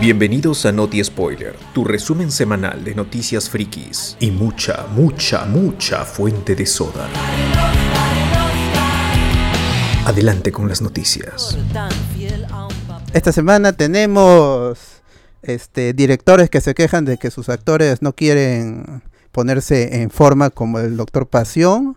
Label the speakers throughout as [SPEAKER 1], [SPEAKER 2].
[SPEAKER 1] Bienvenidos a Noti Spoiler, tu resumen semanal de noticias frikis y mucha, mucha, mucha fuente de soda. Adelante con las noticias.
[SPEAKER 2] Esta semana tenemos este, directores que se quejan de que sus actores no quieren ponerse en forma como el Doctor Pasión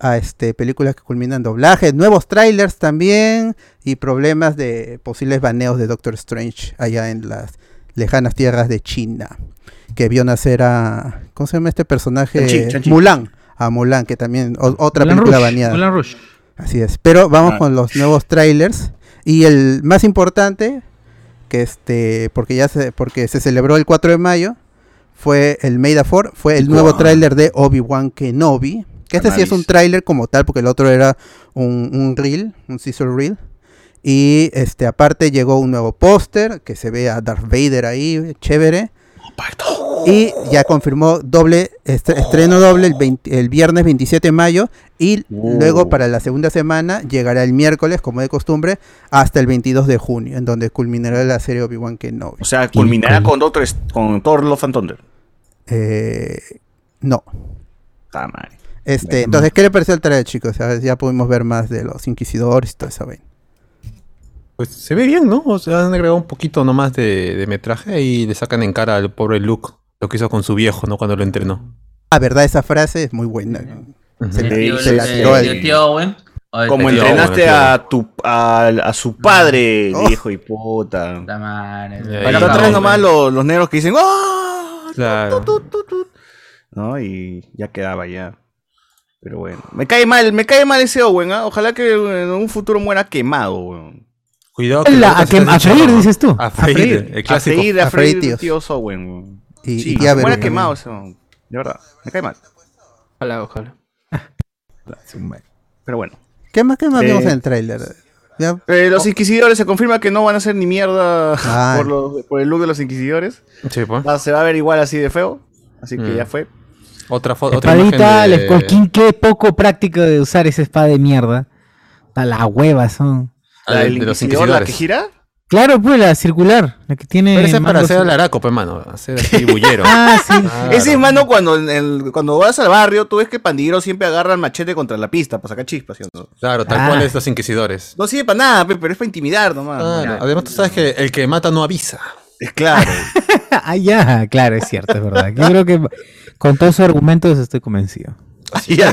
[SPEAKER 2] a este, películas que culminan doblaje, nuevos trailers también y problemas de posibles baneos de Doctor Strange allá en las lejanas tierras de China, que vio nacer a, ¿cómo se llama este personaje?
[SPEAKER 3] Shang-Chi, Shang-Chi.
[SPEAKER 2] Mulan, a Mulan, que también, o- otra
[SPEAKER 4] Mulan
[SPEAKER 2] película
[SPEAKER 4] Rush,
[SPEAKER 2] baneada.
[SPEAKER 4] Mulan Rush.
[SPEAKER 2] Así es. Pero vamos
[SPEAKER 3] Ah.
[SPEAKER 2] con los nuevos trailers. Y el más importante, que este, porque ya se, porque se celebró el 4 de mayo, fue el Made for, fue el nuevo
[SPEAKER 3] Guau.
[SPEAKER 2] tráiler de Obi-Wan Kenobi. Que este sí es un
[SPEAKER 3] Cannabis.
[SPEAKER 2] tráiler como tal, porque el otro era un, un reel, un scissor reel. Y este, aparte llegó un nuevo póster que se ve a Darth Vader ahí, chévere. Y ya confirmó doble est- estreno doble el, 20 el viernes 27 de mayo y
[SPEAKER 3] Uh.
[SPEAKER 2] luego para la segunda semana llegará el miércoles como de costumbre hasta el 22 de junio en donde culminará la serie Obi-Wan Kenobi.
[SPEAKER 3] O sea, culminará
[SPEAKER 4] Increíble.
[SPEAKER 3] con, Doctor, Est- con Thor Love and Thunder.
[SPEAKER 2] Eh, no.
[SPEAKER 3] Ta madre.
[SPEAKER 2] Este, entonces, ¿qué le pareció el trailer, chicos? A ver, ya pudimos ver más de los inquisidores y todo eso. vaina.
[SPEAKER 4] Pues se ve bien, ¿no? O sea, han agregado un poquito nomás de, de metraje y le sacan en cara al pobre Luke lo que hizo con su viejo, ¿no? Cuando lo entrenó.
[SPEAKER 2] Ah, verdad, esa frase es muy buena. ¿no?
[SPEAKER 4] Ujú.
[SPEAKER 2] Le-
[SPEAKER 5] El tío-
[SPEAKER 2] se la
[SPEAKER 5] el-
[SPEAKER 2] tiró
[SPEAKER 5] el
[SPEAKER 2] ahí.
[SPEAKER 5] tío Owen. Ay,
[SPEAKER 3] Como
[SPEAKER 5] te-
[SPEAKER 4] el-
[SPEAKER 3] entrenaste
[SPEAKER 4] bueno,
[SPEAKER 3] a tu a, a su padre,
[SPEAKER 2] Oh.
[SPEAKER 3] dijo y puta.
[SPEAKER 5] Puta madre.
[SPEAKER 4] Ya,
[SPEAKER 3] Acá
[SPEAKER 4] ya,
[SPEAKER 5] Bueno,
[SPEAKER 4] ya.
[SPEAKER 3] atrás
[SPEAKER 4] Owen.
[SPEAKER 3] nomás los, los negros que dicen ¡Ah!
[SPEAKER 4] Claro.
[SPEAKER 3] Tu, tu, tu, tu. ¿No? Y ya quedaba ya. Pero bueno. Me cae mal, me cae mal ese Owen, ¿ah? Ojalá que en un futuro muera quemado, weón.
[SPEAKER 4] Cuidado
[SPEAKER 6] La-
[SPEAKER 4] Lucas
[SPEAKER 6] a que-
[SPEAKER 4] está
[SPEAKER 6] a freír,
[SPEAKER 4] dicho-
[SPEAKER 6] dices tú.
[SPEAKER 4] A freír, el
[SPEAKER 3] A
[SPEAKER 4] clásico.
[SPEAKER 3] freír, a
[SPEAKER 2] A freír,
[SPEAKER 3] freír,
[SPEAKER 2] tíos.
[SPEAKER 3] tíos Owen, weón.
[SPEAKER 2] Y,
[SPEAKER 3] Sí,
[SPEAKER 2] y tía Vero
[SPEAKER 3] muera
[SPEAKER 2] también.
[SPEAKER 3] quemado ese weón. De verdad, me cae mal.
[SPEAKER 6] Ojalá, ojalá.
[SPEAKER 3] Pero bueno.
[SPEAKER 2] ¿Qué más, qué más
[SPEAKER 3] Eh,
[SPEAKER 2] vimos en el trailer? Ya-
[SPEAKER 3] Eh, los inquisidores se confirma que no van a hacer ni mierda
[SPEAKER 2] Ah.
[SPEAKER 3] por, los- por el look de los inquisidores.
[SPEAKER 4] Sí, pues.
[SPEAKER 3] Va- se va a ver igual así de feo. Así que
[SPEAKER 4] Mm.
[SPEAKER 3] ya fue.
[SPEAKER 4] Otra foto. Otra
[SPEAKER 6] Espadita,
[SPEAKER 4] imagen
[SPEAKER 6] la
[SPEAKER 4] de-
[SPEAKER 6] escuadquín, qué poco práctico de usar esa espada de mierda. A la hueva son.
[SPEAKER 4] la
[SPEAKER 3] La
[SPEAKER 4] Ah, de-
[SPEAKER 3] del
[SPEAKER 4] de los
[SPEAKER 3] inquisidor, la que
[SPEAKER 4] inquisidores.
[SPEAKER 3] gira.
[SPEAKER 6] Claro, pues la circular, la que tiene.
[SPEAKER 4] Pero ese es
[SPEAKER 6] más
[SPEAKER 4] para
[SPEAKER 6] dos-
[SPEAKER 4] hacer al araco, pues, mano. Hacer así bullero.
[SPEAKER 6] Ah, sí.
[SPEAKER 4] Claro.
[SPEAKER 3] Ese es mano cuando en el- cuando vas al barrio, tú ves que el pandillero siempre agarra el machete contra la pista para sacar chispas, ¿sí o no?
[SPEAKER 4] Claro, tal
[SPEAKER 6] Ah.
[SPEAKER 4] cual es los inquisidores.
[SPEAKER 3] No sirve para nada, pe, pero es para intimidar nomás.
[SPEAKER 4] Claro, Además, tú sabes que el que mata no avisa.
[SPEAKER 3] Es claro.
[SPEAKER 6] Ah, ya, claro, es cierto, es verdad. Yo creo que con todos sus argumentos estoy convencido. Este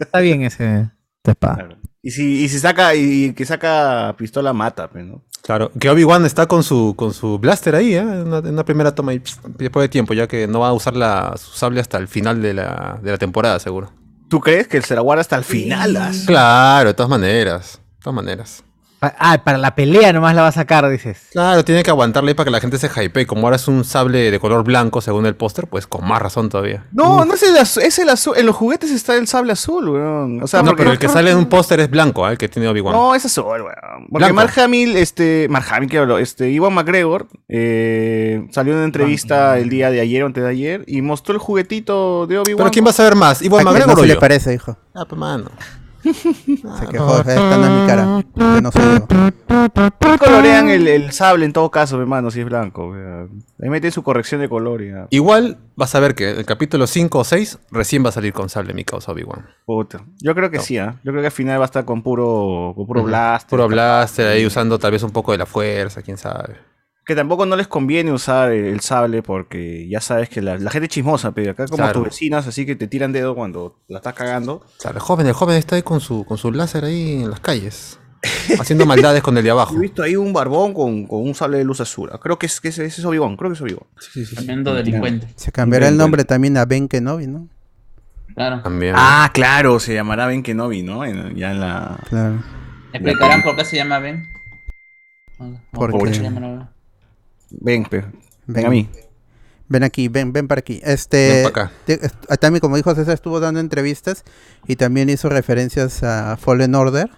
[SPEAKER 6] Está bien ese esta espada.
[SPEAKER 3] Claro. Y si, y si saca, y que saca pistola mata, pe, ¿no?
[SPEAKER 4] Claro, que Obi-Wan está con su, con su blaster ahí, ¿eh? en, una, en una primera toma y pss, después de tiempo, ya que no va a usar la, su sable hasta el final de la, de la temporada, seguro.
[SPEAKER 3] ¿Tú crees que se la guarda hasta el final? as?
[SPEAKER 4] Claro, de todas maneras. De todas maneras.
[SPEAKER 6] Pa- Ah, para la pelea nomás la va a sacar, dices.
[SPEAKER 4] Claro, tiene que aguantarle para que la gente se hypee. Como ahora es un sable de color blanco, según el póster, pues con más razón todavía.
[SPEAKER 3] No, no es el azul, es el azul. En los juguetes está el sable azul, weón. O sea,
[SPEAKER 4] no,
[SPEAKER 3] porque-
[SPEAKER 4] pero el que sale en un póster es blanco, ¿eh? el que tiene Obi-Wan.
[SPEAKER 3] No, es azul, weón. Porque
[SPEAKER 4] Blanco.
[SPEAKER 3] Mark Hamill, este. Mark Hamill, ¿qué hablo? Este, Iwan McGregor, eh, salió en una
[SPEAKER 4] Ah,
[SPEAKER 3] entrevista el día de ayer o antes de ayer y mostró el juguetito de Obi-Wan.
[SPEAKER 4] pero ¿quién va a saber más?
[SPEAKER 2] ¿A quién
[SPEAKER 4] ¿Iwan McGregor
[SPEAKER 2] no
[SPEAKER 4] o
[SPEAKER 2] se le
[SPEAKER 4] yo?
[SPEAKER 2] parece, hijo?
[SPEAKER 4] Ah, pues mano.
[SPEAKER 2] Se quejó, esta no es mi cara. porque no soy yo.
[SPEAKER 3] ¿Por qué colorean el, el sable en todo caso, mi hermano, si es blanco, weón? Ahí meten su corrección de color, ya.
[SPEAKER 4] Igual vas a ver que el capítulo 5 o 6 recién va a salir con sable, mi causa Obi-Wan.
[SPEAKER 3] Puta. Yo creo que sí, ¿ah? Yo creo que al final va a estar con puro, con puro
[SPEAKER 4] Ujú.
[SPEAKER 3] blaster.
[SPEAKER 4] Puro blaster ahí usando tal vez un poco de la fuerza, quién sabe.
[SPEAKER 3] Que tampoco no les conviene usar el, el sable porque ya sabes que la, la gente es chismosa, pero acá como
[SPEAKER 4] Claro.
[SPEAKER 3] tus vecinas, así que te tiran dedo cuando la estás cagando.
[SPEAKER 4] O sea, el joven, el joven está ahí con su, con su láser ahí en las calles. haciendo maldades con el de abajo.
[SPEAKER 3] Yo He visto ahí un barbón con, con un sable de luz azul. Ah, Creo que es, que es, ese es Obi-Wan, creo que es Obi-Wan.
[SPEAKER 4] Sí, sí, sí.
[SPEAKER 5] Tremendo delincuente.
[SPEAKER 2] Se cambiará el nombre también a Ben Kenobi, ¿no?
[SPEAKER 5] Claro.
[SPEAKER 4] También.
[SPEAKER 3] Ah, claro, se llamará Ben Kenobi, ¿no? En- ya en la...
[SPEAKER 2] Claro.
[SPEAKER 5] ¿Explicarán por qué se llama Ben? O- o
[SPEAKER 2] ¿Por
[SPEAKER 5] ¿Por qué
[SPEAKER 2] qué?
[SPEAKER 5] se llama ahora?
[SPEAKER 3] Ben, pe.
[SPEAKER 2] Ben.
[SPEAKER 3] Ven a mí.
[SPEAKER 2] Ven aquí, ven, ven para aquí.
[SPEAKER 4] Ven
[SPEAKER 2] Este,
[SPEAKER 4] pa' acá.
[SPEAKER 2] te- est- ah, también como dijo César, estuvo dando entrevistas y también hizo referencias a Fallen Order.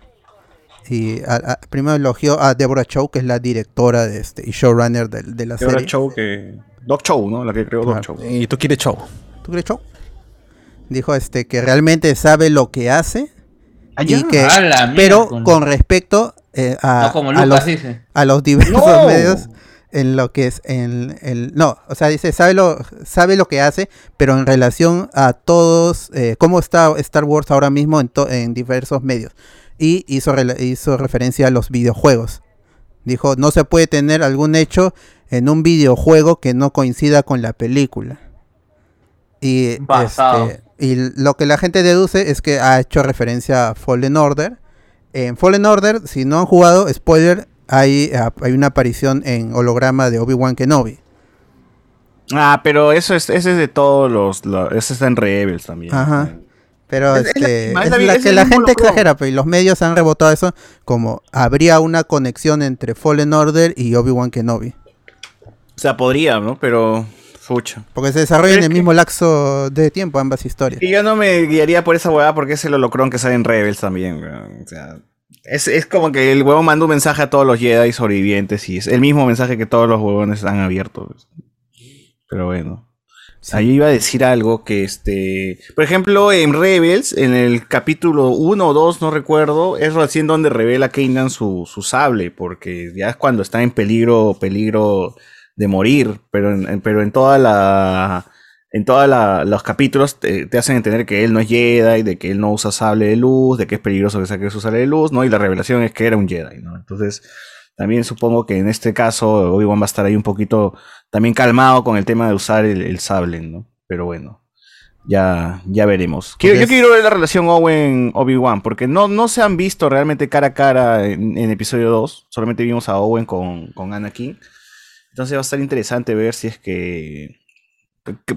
[SPEAKER 2] Y a- a- primero elogió a Deborah Chow, que es la directora de este, y showrunner de, de la
[SPEAKER 3] Que ahora
[SPEAKER 2] serie.
[SPEAKER 3] Chow que... Doc Chow, ¿no? La que creó Doc
[SPEAKER 2] Claro.
[SPEAKER 3] Chow.
[SPEAKER 4] Y tú quieres show.
[SPEAKER 2] ¿Tú crees Chow? Dijo este, que realmente sabe lo que hace, y que,
[SPEAKER 5] A la
[SPEAKER 2] pero
[SPEAKER 5] miércoles.
[SPEAKER 2] con respecto eh, a,
[SPEAKER 5] No como
[SPEAKER 2] a los
[SPEAKER 5] Lucas dice.
[SPEAKER 2] a los diversos
[SPEAKER 3] ¡No!
[SPEAKER 2] medios en lo que es en el no, o sea, dice sabe lo sabe lo que hace, pero en relación a todos eh, cómo está Star Wars ahora mismo en, to- en diversos medios y hizo rela- hizo referencia a los videojuegos. Dijo, no se puede tener algún hecho en un videojuego que no coincida con la película. Y,
[SPEAKER 5] Basado.
[SPEAKER 2] este, y lo que la gente deduce es que ha hecho referencia a Fallen Order. En Fallen Order, si no han jugado, spoiler, hay, a- hay una aparición en holograma de Obi-Wan Kenobi.
[SPEAKER 3] Ah, pero eso es, ese es de todos los, lo- Ese está en Rebels también.
[SPEAKER 2] Ajá. Pero
[SPEAKER 3] Es- es la
[SPEAKER 2] este,
[SPEAKER 3] misma, es
[SPEAKER 2] es
[SPEAKER 3] la mi-
[SPEAKER 2] la
[SPEAKER 3] es
[SPEAKER 2] que
[SPEAKER 3] el
[SPEAKER 2] la
[SPEAKER 3] mismo
[SPEAKER 2] gente
[SPEAKER 3] holograma.
[SPEAKER 2] exagera, pero y los medios han rebotado eso como habría una conexión entre Fallen Order y Obi-Wan Kenobi.
[SPEAKER 3] O sea, podría, ¿no? Pero. Fucha.
[SPEAKER 2] Porque se desarrollan
[SPEAKER 3] Pero
[SPEAKER 2] en
[SPEAKER 3] es
[SPEAKER 2] el
[SPEAKER 3] que-
[SPEAKER 2] mismo laxo de tiempo ambas historias.
[SPEAKER 3] Y yo no me guiaría por esa huevada porque es el holocron que sale en Rebels también, weón. O sea. Es, es como que el huevón manda un mensaje a todos los Jedi sobrevivientes y es el mismo mensaje que todos los huevones han abierto. pues. Pero bueno. O sea, yo iba a decir algo que este. Por ejemplo, en Rebels, en el capítulo 1 o 2, no recuerdo, es recién donde revela Keynan su, su sable, porque ya es cuando está en peligro, peligro de morir. Pero en, en- pero en toda la. En todos los capítulos te, te hacen entender que él no es Jedi, de que él no usa sable de luz, de que es peligroso que saque su sable de luz, ¿no? Y la revelación es que era un Jedi, ¿no? Entonces, también supongo que en este caso Obi-Wan va a estar ahí un poquito también calmado con el tema de usar el, el sable, ¿no? Pero bueno, ya, ya veremos. Quiero-
[SPEAKER 2] Porque
[SPEAKER 3] yo
[SPEAKER 2] es-
[SPEAKER 3] quiero ver la relación Owen-Obi-Wan, porque no, no se han visto realmente cara a cara en, en episodio 2, solamente vimos a Owen con, con Anakin. Entonces va a estar interesante ver si es que... que-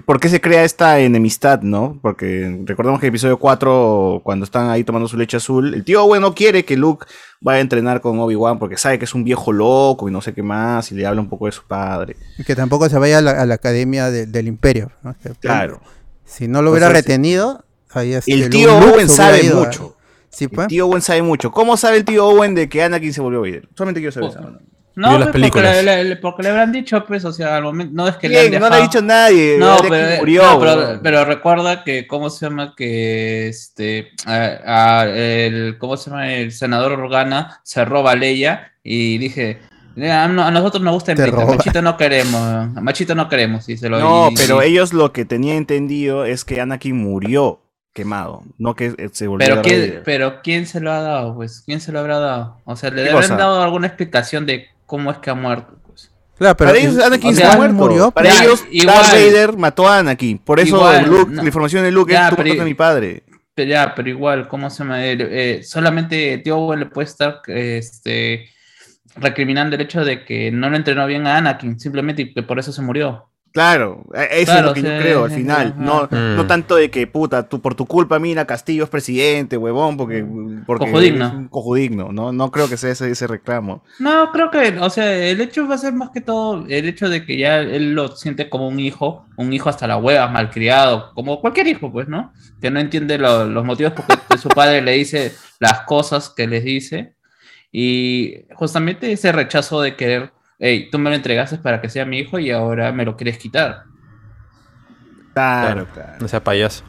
[SPEAKER 3] ¿Por qué se crea esta enemistad, no? Porque recordemos que en episodio 4, cuando están ahí tomando su leche azul, el tío Owen no quiere que Luke vaya a entrenar con Obi-Wan porque sabe que es un viejo loco y no sé qué más, y le habla un poco de su padre.
[SPEAKER 2] Y que tampoco se vaya a la, a la academia de- del imperio. ¿no? Que-
[SPEAKER 3] Claro.
[SPEAKER 2] Si no lo hubiera
[SPEAKER 3] Entonces,
[SPEAKER 2] retenido, ahí este,
[SPEAKER 3] El
[SPEAKER 2] Lu-
[SPEAKER 3] tío
[SPEAKER 2] Luke se
[SPEAKER 3] Owen
[SPEAKER 2] hubiera
[SPEAKER 3] sabe
[SPEAKER 2] ido a-
[SPEAKER 3] mucho.
[SPEAKER 2] Sí,
[SPEAKER 3] El
[SPEAKER 2] pues.
[SPEAKER 3] tío Owen sabe mucho. ¿Cómo sabe el tío Owen de que Anakin se volvió Vader? Solamente quiero saber
[SPEAKER 5] Puta.
[SPEAKER 3] eso.
[SPEAKER 4] Vio
[SPEAKER 5] No,
[SPEAKER 4] las
[SPEAKER 5] pues, porque,
[SPEAKER 4] películas.
[SPEAKER 5] le, le- porque le habrán dicho, pues, o sea, al momento. No es que le han
[SPEAKER 3] Bien, no
[SPEAKER 5] dejado.
[SPEAKER 3] le ha dicho nadie.
[SPEAKER 5] No,
[SPEAKER 3] Anakin
[SPEAKER 5] pero, eh,
[SPEAKER 3] murió,
[SPEAKER 5] no, pero-
[SPEAKER 3] weón.
[SPEAKER 5] pero recuerda que, ¿cómo se llama? Que este, a- a- el, ¿cómo se llama? El senador Organa se roba a Leia y dije, "Ah, no, a nosotros nos gusta
[SPEAKER 2] Te
[SPEAKER 5] Invicta,
[SPEAKER 2] roba.
[SPEAKER 5] machito no queremos, a machito no queremos. Y se lo,
[SPEAKER 3] No,
[SPEAKER 5] y-
[SPEAKER 3] pero
[SPEAKER 5] y-
[SPEAKER 3] ellos lo que tenía entendido es que Anakin murió quemado, no que eh, se volvió
[SPEAKER 5] pero,
[SPEAKER 3] Darth
[SPEAKER 5] ¿quién,
[SPEAKER 3] Vader.
[SPEAKER 5] pero ¿quién se lo ha dado? Pues, ¿quién se lo habrá dado? O sea, le
[SPEAKER 3] ¿Qué
[SPEAKER 5] habrán
[SPEAKER 3] cosa?
[SPEAKER 5] dado alguna explicación de cómo es que ha muerto. pues.
[SPEAKER 2] Claro, pero
[SPEAKER 3] Para ellos Anakin
[SPEAKER 5] o
[SPEAKER 3] está
[SPEAKER 5] sea,
[SPEAKER 3] muerto.
[SPEAKER 2] murió.
[SPEAKER 3] Para
[SPEAKER 5] Ya,
[SPEAKER 3] ellos
[SPEAKER 5] igual.
[SPEAKER 3] Darth Vader mató a Anakin. Por eso
[SPEAKER 5] Igual,
[SPEAKER 3] Luke,
[SPEAKER 5] no.
[SPEAKER 3] la información de Luke
[SPEAKER 5] Ya,
[SPEAKER 3] es tú
[SPEAKER 5] pero-
[SPEAKER 3] mataste a mi padre.
[SPEAKER 5] Pero Este, ya, pero igual, ¿cómo se llama? El, eh, solamente Tío Owen le puede estar este, recriminando el hecho de que no lo entrenó bien a Anakin, simplemente y que por eso se murió.
[SPEAKER 3] Claro, eh, eso
[SPEAKER 5] Claro,
[SPEAKER 3] es lo que yo
[SPEAKER 5] sí,
[SPEAKER 3] creo al
[SPEAKER 5] sí,
[SPEAKER 3] final.
[SPEAKER 5] ajá.
[SPEAKER 3] No,
[SPEAKER 4] Mm.
[SPEAKER 3] no tanto de que puta, tú por tu culpa, mira, Castillo es presidente, huevón, porque, porque
[SPEAKER 5] Mm. Cojudigno.
[SPEAKER 3] es un cojudigno, ¿no? No creo que sea ese, ese reclamo.
[SPEAKER 5] No, creo que, o sea, el hecho va a ser más que todo el hecho de que ya él lo siente como un hijo, un hijo hasta la hueva, malcriado, como cualquier hijo, pues, ¿no? Que no entiende lo- los motivos porque su padre le dice las cosas que les dice. Y justamente ese rechazo de querer, hey, tú me lo entregaste para que sea mi hijo y ahora me lo quieres quitar.
[SPEAKER 3] Claro, claro.
[SPEAKER 4] No sea payaso.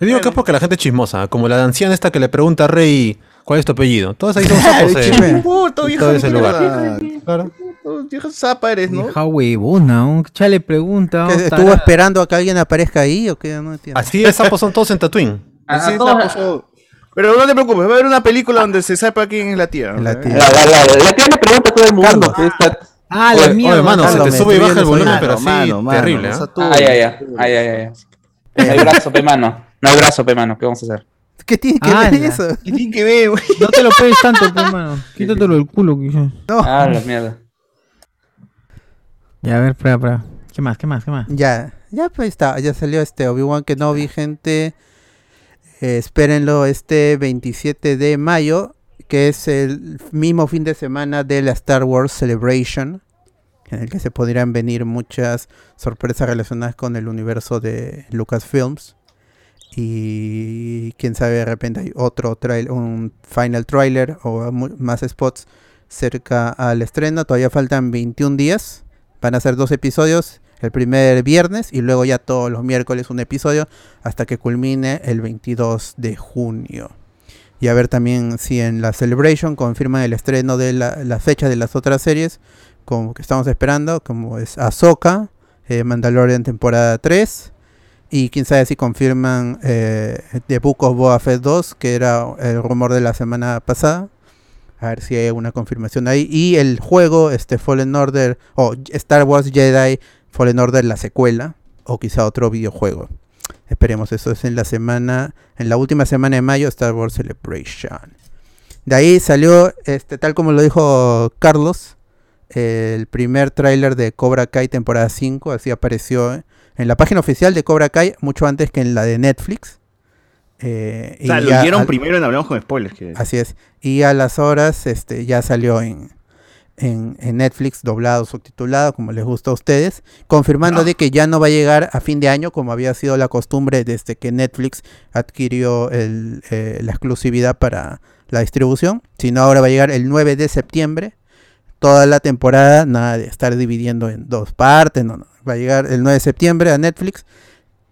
[SPEAKER 4] Yo digo que es porque la gente es chismosa, ¿eh? como la anciana esta que le pregunta a Rey cuál es tu apellido. Todos ahí son sapos. eh.
[SPEAKER 2] chisme.
[SPEAKER 3] Puto,
[SPEAKER 4] Y
[SPEAKER 3] vieja
[SPEAKER 4] todo ese lugar.
[SPEAKER 3] mierda.
[SPEAKER 4] Claro.
[SPEAKER 3] Puto, vieja zapa eres, ¿no?
[SPEAKER 6] Hija huevona, un chale pregunta.
[SPEAKER 2] ¿Que
[SPEAKER 6] un
[SPEAKER 2] ¿Estuvo
[SPEAKER 6] tarado.
[SPEAKER 2] esperando a que alguien aparezca ahí o qué? No
[SPEAKER 6] Ah,
[SPEAKER 2] entiendo.
[SPEAKER 4] Así de sapos son todos en Tatooine.
[SPEAKER 7] Ah,
[SPEAKER 5] A- a
[SPEAKER 3] Así es,
[SPEAKER 5] todos-
[SPEAKER 3] Naposo. Pero no te preocupes, va a haber una película donde se sepa quién es la ¿eh? tía. ¿no?
[SPEAKER 2] La tía.
[SPEAKER 7] La, la, la, la que le pregunta a todo el mundo. ¿qué está?
[SPEAKER 6] Ah, la
[SPEAKER 7] Oye,
[SPEAKER 6] mierda.
[SPEAKER 4] Oye, mano, se
[SPEAKER 2] Carlos,
[SPEAKER 4] te
[SPEAKER 2] me
[SPEAKER 4] sube y
[SPEAKER 2] estoy
[SPEAKER 4] baja el
[SPEAKER 2] viendo
[SPEAKER 4] volumen,
[SPEAKER 2] soy-
[SPEAKER 4] pero
[SPEAKER 3] Mano,
[SPEAKER 4] así
[SPEAKER 3] mano, mano,
[SPEAKER 4] terrible.
[SPEAKER 3] no
[SPEAKER 4] ¿eh?
[SPEAKER 3] sea tú.
[SPEAKER 5] Ay, ay, ay, ay, ay, ay.
[SPEAKER 7] Eh.
[SPEAKER 5] No hay brazo, pe mano. No hay brazo, pe mano. ¿Qué vamos a hacer?
[SPEAKER 2] ¿Qué tiene que
[SPEAKER 6] Ah,
[SPEAKER 2] ver
[SPEAKER 6] la-
[SPEAKER 2] eso?
[SPEAKER 3] ¿Qué tiene que ver, güey?
[SPEAKER 6] No te lo pegues tanto, pues, mano. Quítatelo del culo. que yo-
[SPEAKER 5] Ah, la mierda.
[SPEAKER 6] Ya, a ver, espera, espera. ¿Qué más? ¿Qué más? ¿Qué más?
[SPEAKER 2] Ya, ya pues está, ya salió este Obi-Wan que no vi gente. Eh, espérenlo este 27 de mayo, que es el mismo fin de semana de la Star Wars Celebration, en el que se podrían venir muchas sorpresas relacionadas con el universo de Lucasfilms. Y quién sabe, de repente hay otro trail, un final trailer o mu- más spots cerca al estreno. Todavía faltan 21 días. Van a ser dos episodios. El primer viernes y luego ya todos los miércoles un episodio hasta que culmine el 22 de junio. Y a ver también si en la Celebration confirman el estreno de la, la fecha de las otras series, como que estamos esperando, como es Ahsoka, eh, Mandalorian temporada 3. Y quién sabe si confirman eh, The Book of Boba Fett 2, que era el rumor de la semana pasada. A ver si hay una confirmación ahí. Y el juego, este Fallen Order, o Star Wars Jedi Fallen Order, la secuela, o quizá otro videojuego. Esperemos, eso es en la semana, en la última semana de mayo, Star Wars Celebration. De ahí salió, este, tal como lo dijo Carlos, el primer tráiler de Cobra Kai temporada 5, así apareció en la página oficial de Cobra Kai, mucho antes que en la de Netflix. Eh,
[SPEAKER 3] O sea,
[SPEAKER 2] y
[SPEAKER 3] lo
[SPEAKER 2] ya
[SPEAKER 3] vieron
[SPEAKER 2] al-
[SPEAKER 3] primero en Hablamos con Spoilers. Que...
[SPEAKER 2] Así es. Y a las horas este, ya salió en, en, en Netflix, doblado, subtitulado, como les gusta a ustedes, confirmando de que ya no va a llegar a fin de año, como había sido la costumbre desde que Netflix adquirió el, eh, la exclusividad para la distribución, sino ahora va a llegar el 9 de septiembre, toda la temporada, nada de estar dividiendo en dos partes, no, no. va a llegar el 9 de septiembre a Netflix.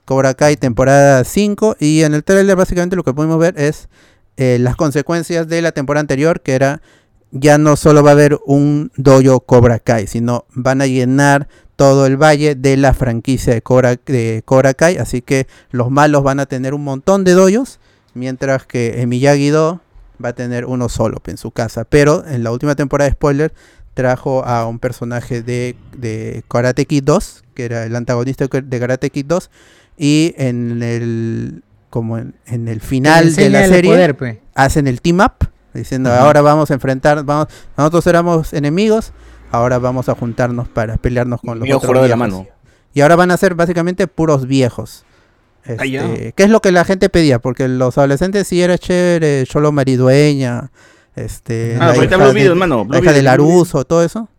[SPEAKER 2] Cobra Kai temporada 5 y en el trailer básicamente lo que pudimos ver es eh, las consecuencias de la temporada anterior, que era ya no solo va a haber un dojo Cobra Kai, sino van a llenar todo el valle de la franquicia de Cobra, de Cobra Kai, así que los malos van a tener un montón de dojos, mientras que eh, Miyagi-Do va a tener uno solo en su casa, pero en la última temporada de spoiler trajo a un personaje de, de Karate Kid 2, que era el antagonista de Karate Kid 2, y en el como en, en el final de
[SPEAKER 6] enseña
[SPEAKER 2] la
[SPEAKER 6] el
[SPEAKER 2] serie
[SPEAKER 6] poder, pues. pe.
[SPEAKER 2] hacen el team up, diciendo ahora vamos a enfrentar, vamos, nosotros éramos enemigos, ahora vamos a juntarnos para pelearnos con los
[SPEAKER 3] Mío
[SPEAKER 2] otros
[SPEAKER 3] jurado de la
[SPEAKER 2] viejos".
[SPEAKER 3] mano.
[SPEAKER 2] Y ahora van a ser básicamente puros viejos.
[SPEAKER 3] Ah, ya.
[SPEAKER 2] Este, ¿Qué es lo que la gente pedía? Porque los adolescentes sí era chévere, Cholo Maridueña, este,
[SPEAKER 3] Ah,
[SPEAKER 2] la
[SPEAKER 3] ahorita
[SPEAKER 2] hija
[SPEAKER 3] Blue
[SPEAKER 2] de-
[SPEAKER 3] Video, hermano.
[SPEAKER 2] la
[SPEAKER 3] Blue
[SPEAKER 2] hija
[SPEAKER 3] Video,
[SPEAKER 2] de
[SPEAKER 3] Blue Video.
[SPEAKER 2] Laruso, todo eso.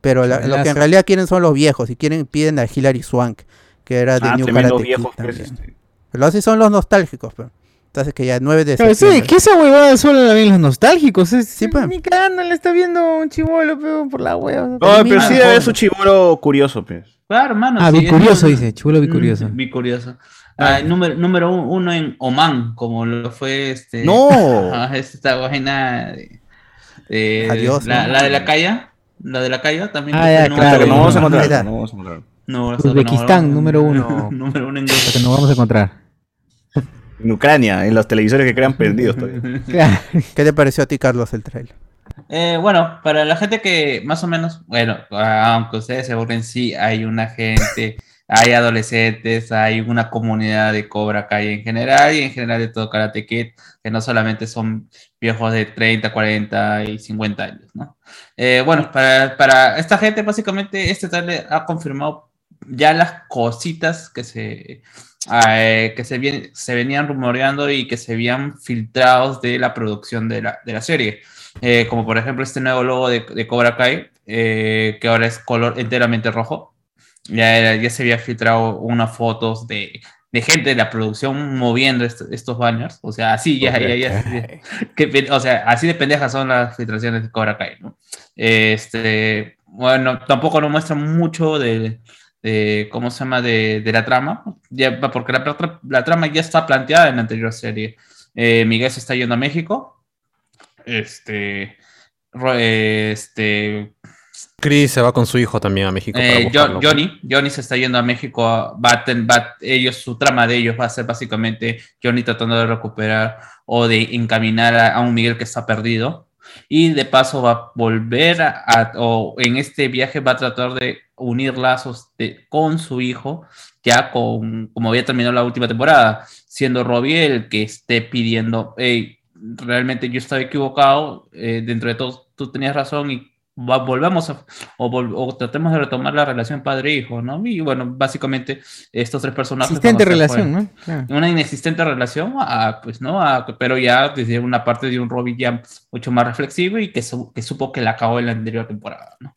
[SPEAKER 2] Pero la- lo que
[SPEAKER 6] Buenazo.
[SPEAKER 2] en realidad quieren son los viejos, y quieren piden a Hilary Swank, que era de
[SPEAKER 3] Ah,
[SPEAKER 2] New
[SPEAKER 3] tremendos
[SPEAKER 2] Karate Kid
[SPEAKER 3] viejos. que es,
[SPEAKER 2] también.
[SPEAKER 3] este.
[SPEAKER 2] Pero así son los nostálgicos, pero. Entonces que ya 9 de
[SPEAKER 6] Pero sí,
[SPEAKER 2] septiembre.
[SPEAKER 6] que esa huevada solo la ven los nostálgicos. Es,
[SPEAKER 2] Sí,
[SPEAKER 3] pues.
[SPEAKER 2] pe.
[SPEAKER 6] Ni cagando le está viendo un chivolo, pe, por la hueva.
[SPEAKER 3] No, pero sí eh.
[SPEAKER 5] Termina.
[SPEAKER 3] debe ser un chivolo curioso, pues.
[SPEAKER 5] Claro, hermano.
[SPEAKER 6] Ah,
[SPEAKER 5] sí,
[SPEAKER 6] bicurioso,
[SPEAKER 5] es-
[SPEAKER 6] dice. Chulo bicurioso.
[SPEAKER 5] Mm, Bicurioso. Ah, número, número un- uno en Oman, como lo fue este.
[SPEAKER 3] ¡No!
[SPEAKER 5] Ah, es esta página de, de-
[SPEAKER 2] Adiós,
[SPEAKER 5] la,
[SPEAKER 2] ¿no?
[SPEAKER 5] la de la calle. La de la calle también.
[SPEAKER 6] Ah,
[SPEAKER 5] creo que
[SPEAKER 6] ya,
[SPEAKER 5] es número
[SPEAKER 3] Hasta
[SPEAKER 6] claro.
[SPEAKER 3] que
[SPEAKER 5] uno.
[SPEAKER 3] no vamos a encontrar.
[SPEAKER 2] Mira.
[SPEAKER 3] No vamos a encontrar.
[SPEAKER 5] No, hasta que no
[SPEAKER 6] Uzbekistán,
[SPEAKER 5] vamos-
[SPEAKER 6] número uno.
[SPEAKER 5] número uno en
[SPEAKER 6] Lo que no vamos a encontrar.
[SPEAKER 3] En Ucrania, en los televisores que crean perdidos todavía.
[SPEAKER 6] Claro.
[SPEAKER 2] ¿Qué te pareció a ti, Carlos, el trailer?
[SPEAKER 5] Eh, bueno, para la gente que más o menos, bueno, aunque ustedes se burlen, sí, hay una gente, hay adolescentes, hay una comunidad de Cobra Kai en general y en general de todo Karate Kid, que no solamente son viejos de 30, 40 y 50 años, ¿no? Eh, bueno, para, para esta gente, básicamente, este trailer ha confirmado ya las cositas que se, eh, que se, vien- se venían rumoreando y que se habían filtrados de la producción de la, de la serie. Eh, como por ejemplo este nuevo logo de, de Cobra Kai, eh, que ahora es color enteramente rojo. Ya, era- ya se había filtrado unas fotos de, de gente de la producción moviendo est- estos banners. O sea, así ya, ya, ya- que pe- o sea, así de pendejas son las filtraciones de Cobra Kai, ¿no? Este, bueno, tampoco nos muestran mucho de, de ¿cómo se llama?, de, de la trama, ya, porque la, tra- la trama ya está planteada en la anterior serie. Eh, Miguel se está yendo a México, este, ro- eh, este,
[SPEAKER 4] Chris se va con su hijo también a México. para
[SPEAKER 5] eh, Jo-
[SPEAKER 4] buscarlo.
[SPEAKER 5] Johnny, Johnny se está yendo a México, a- va a ten- va- ellos, su trama de ellos va a ser básicamente Johnny tratando de recuperar o de encaminar a, a un Miguel que está perdido y de paso va a volver a, a- o en este viaje va a tratar de unir lazos de- con su hijo ya con, como había terminado la última temporada, siendo Robbie el que esté pidiendo, hey, realmente yo estaba equivocado, eh, dentro de todo tú tenías razón y va- volvamos a, o, vol- o tratemos de retomar la relación padre-hijo, ¿no? Y bueno, básicamente estos tres personajes...
[SPEAKER 6] Existente
[SPEAKER 5] cuando se
[SPEAKER 6] relación,
[SPEAKER 5] fueron-
[SPEAKER 6] ¿no? Claro.
[SPEAKER 5] Una inexistente relación, a, pues, ¿no? A- pero ya desde una parte de un Robbie ya mucho más reflexivo y que, su- que supo que la acabó en la anterior temporada, ¿no?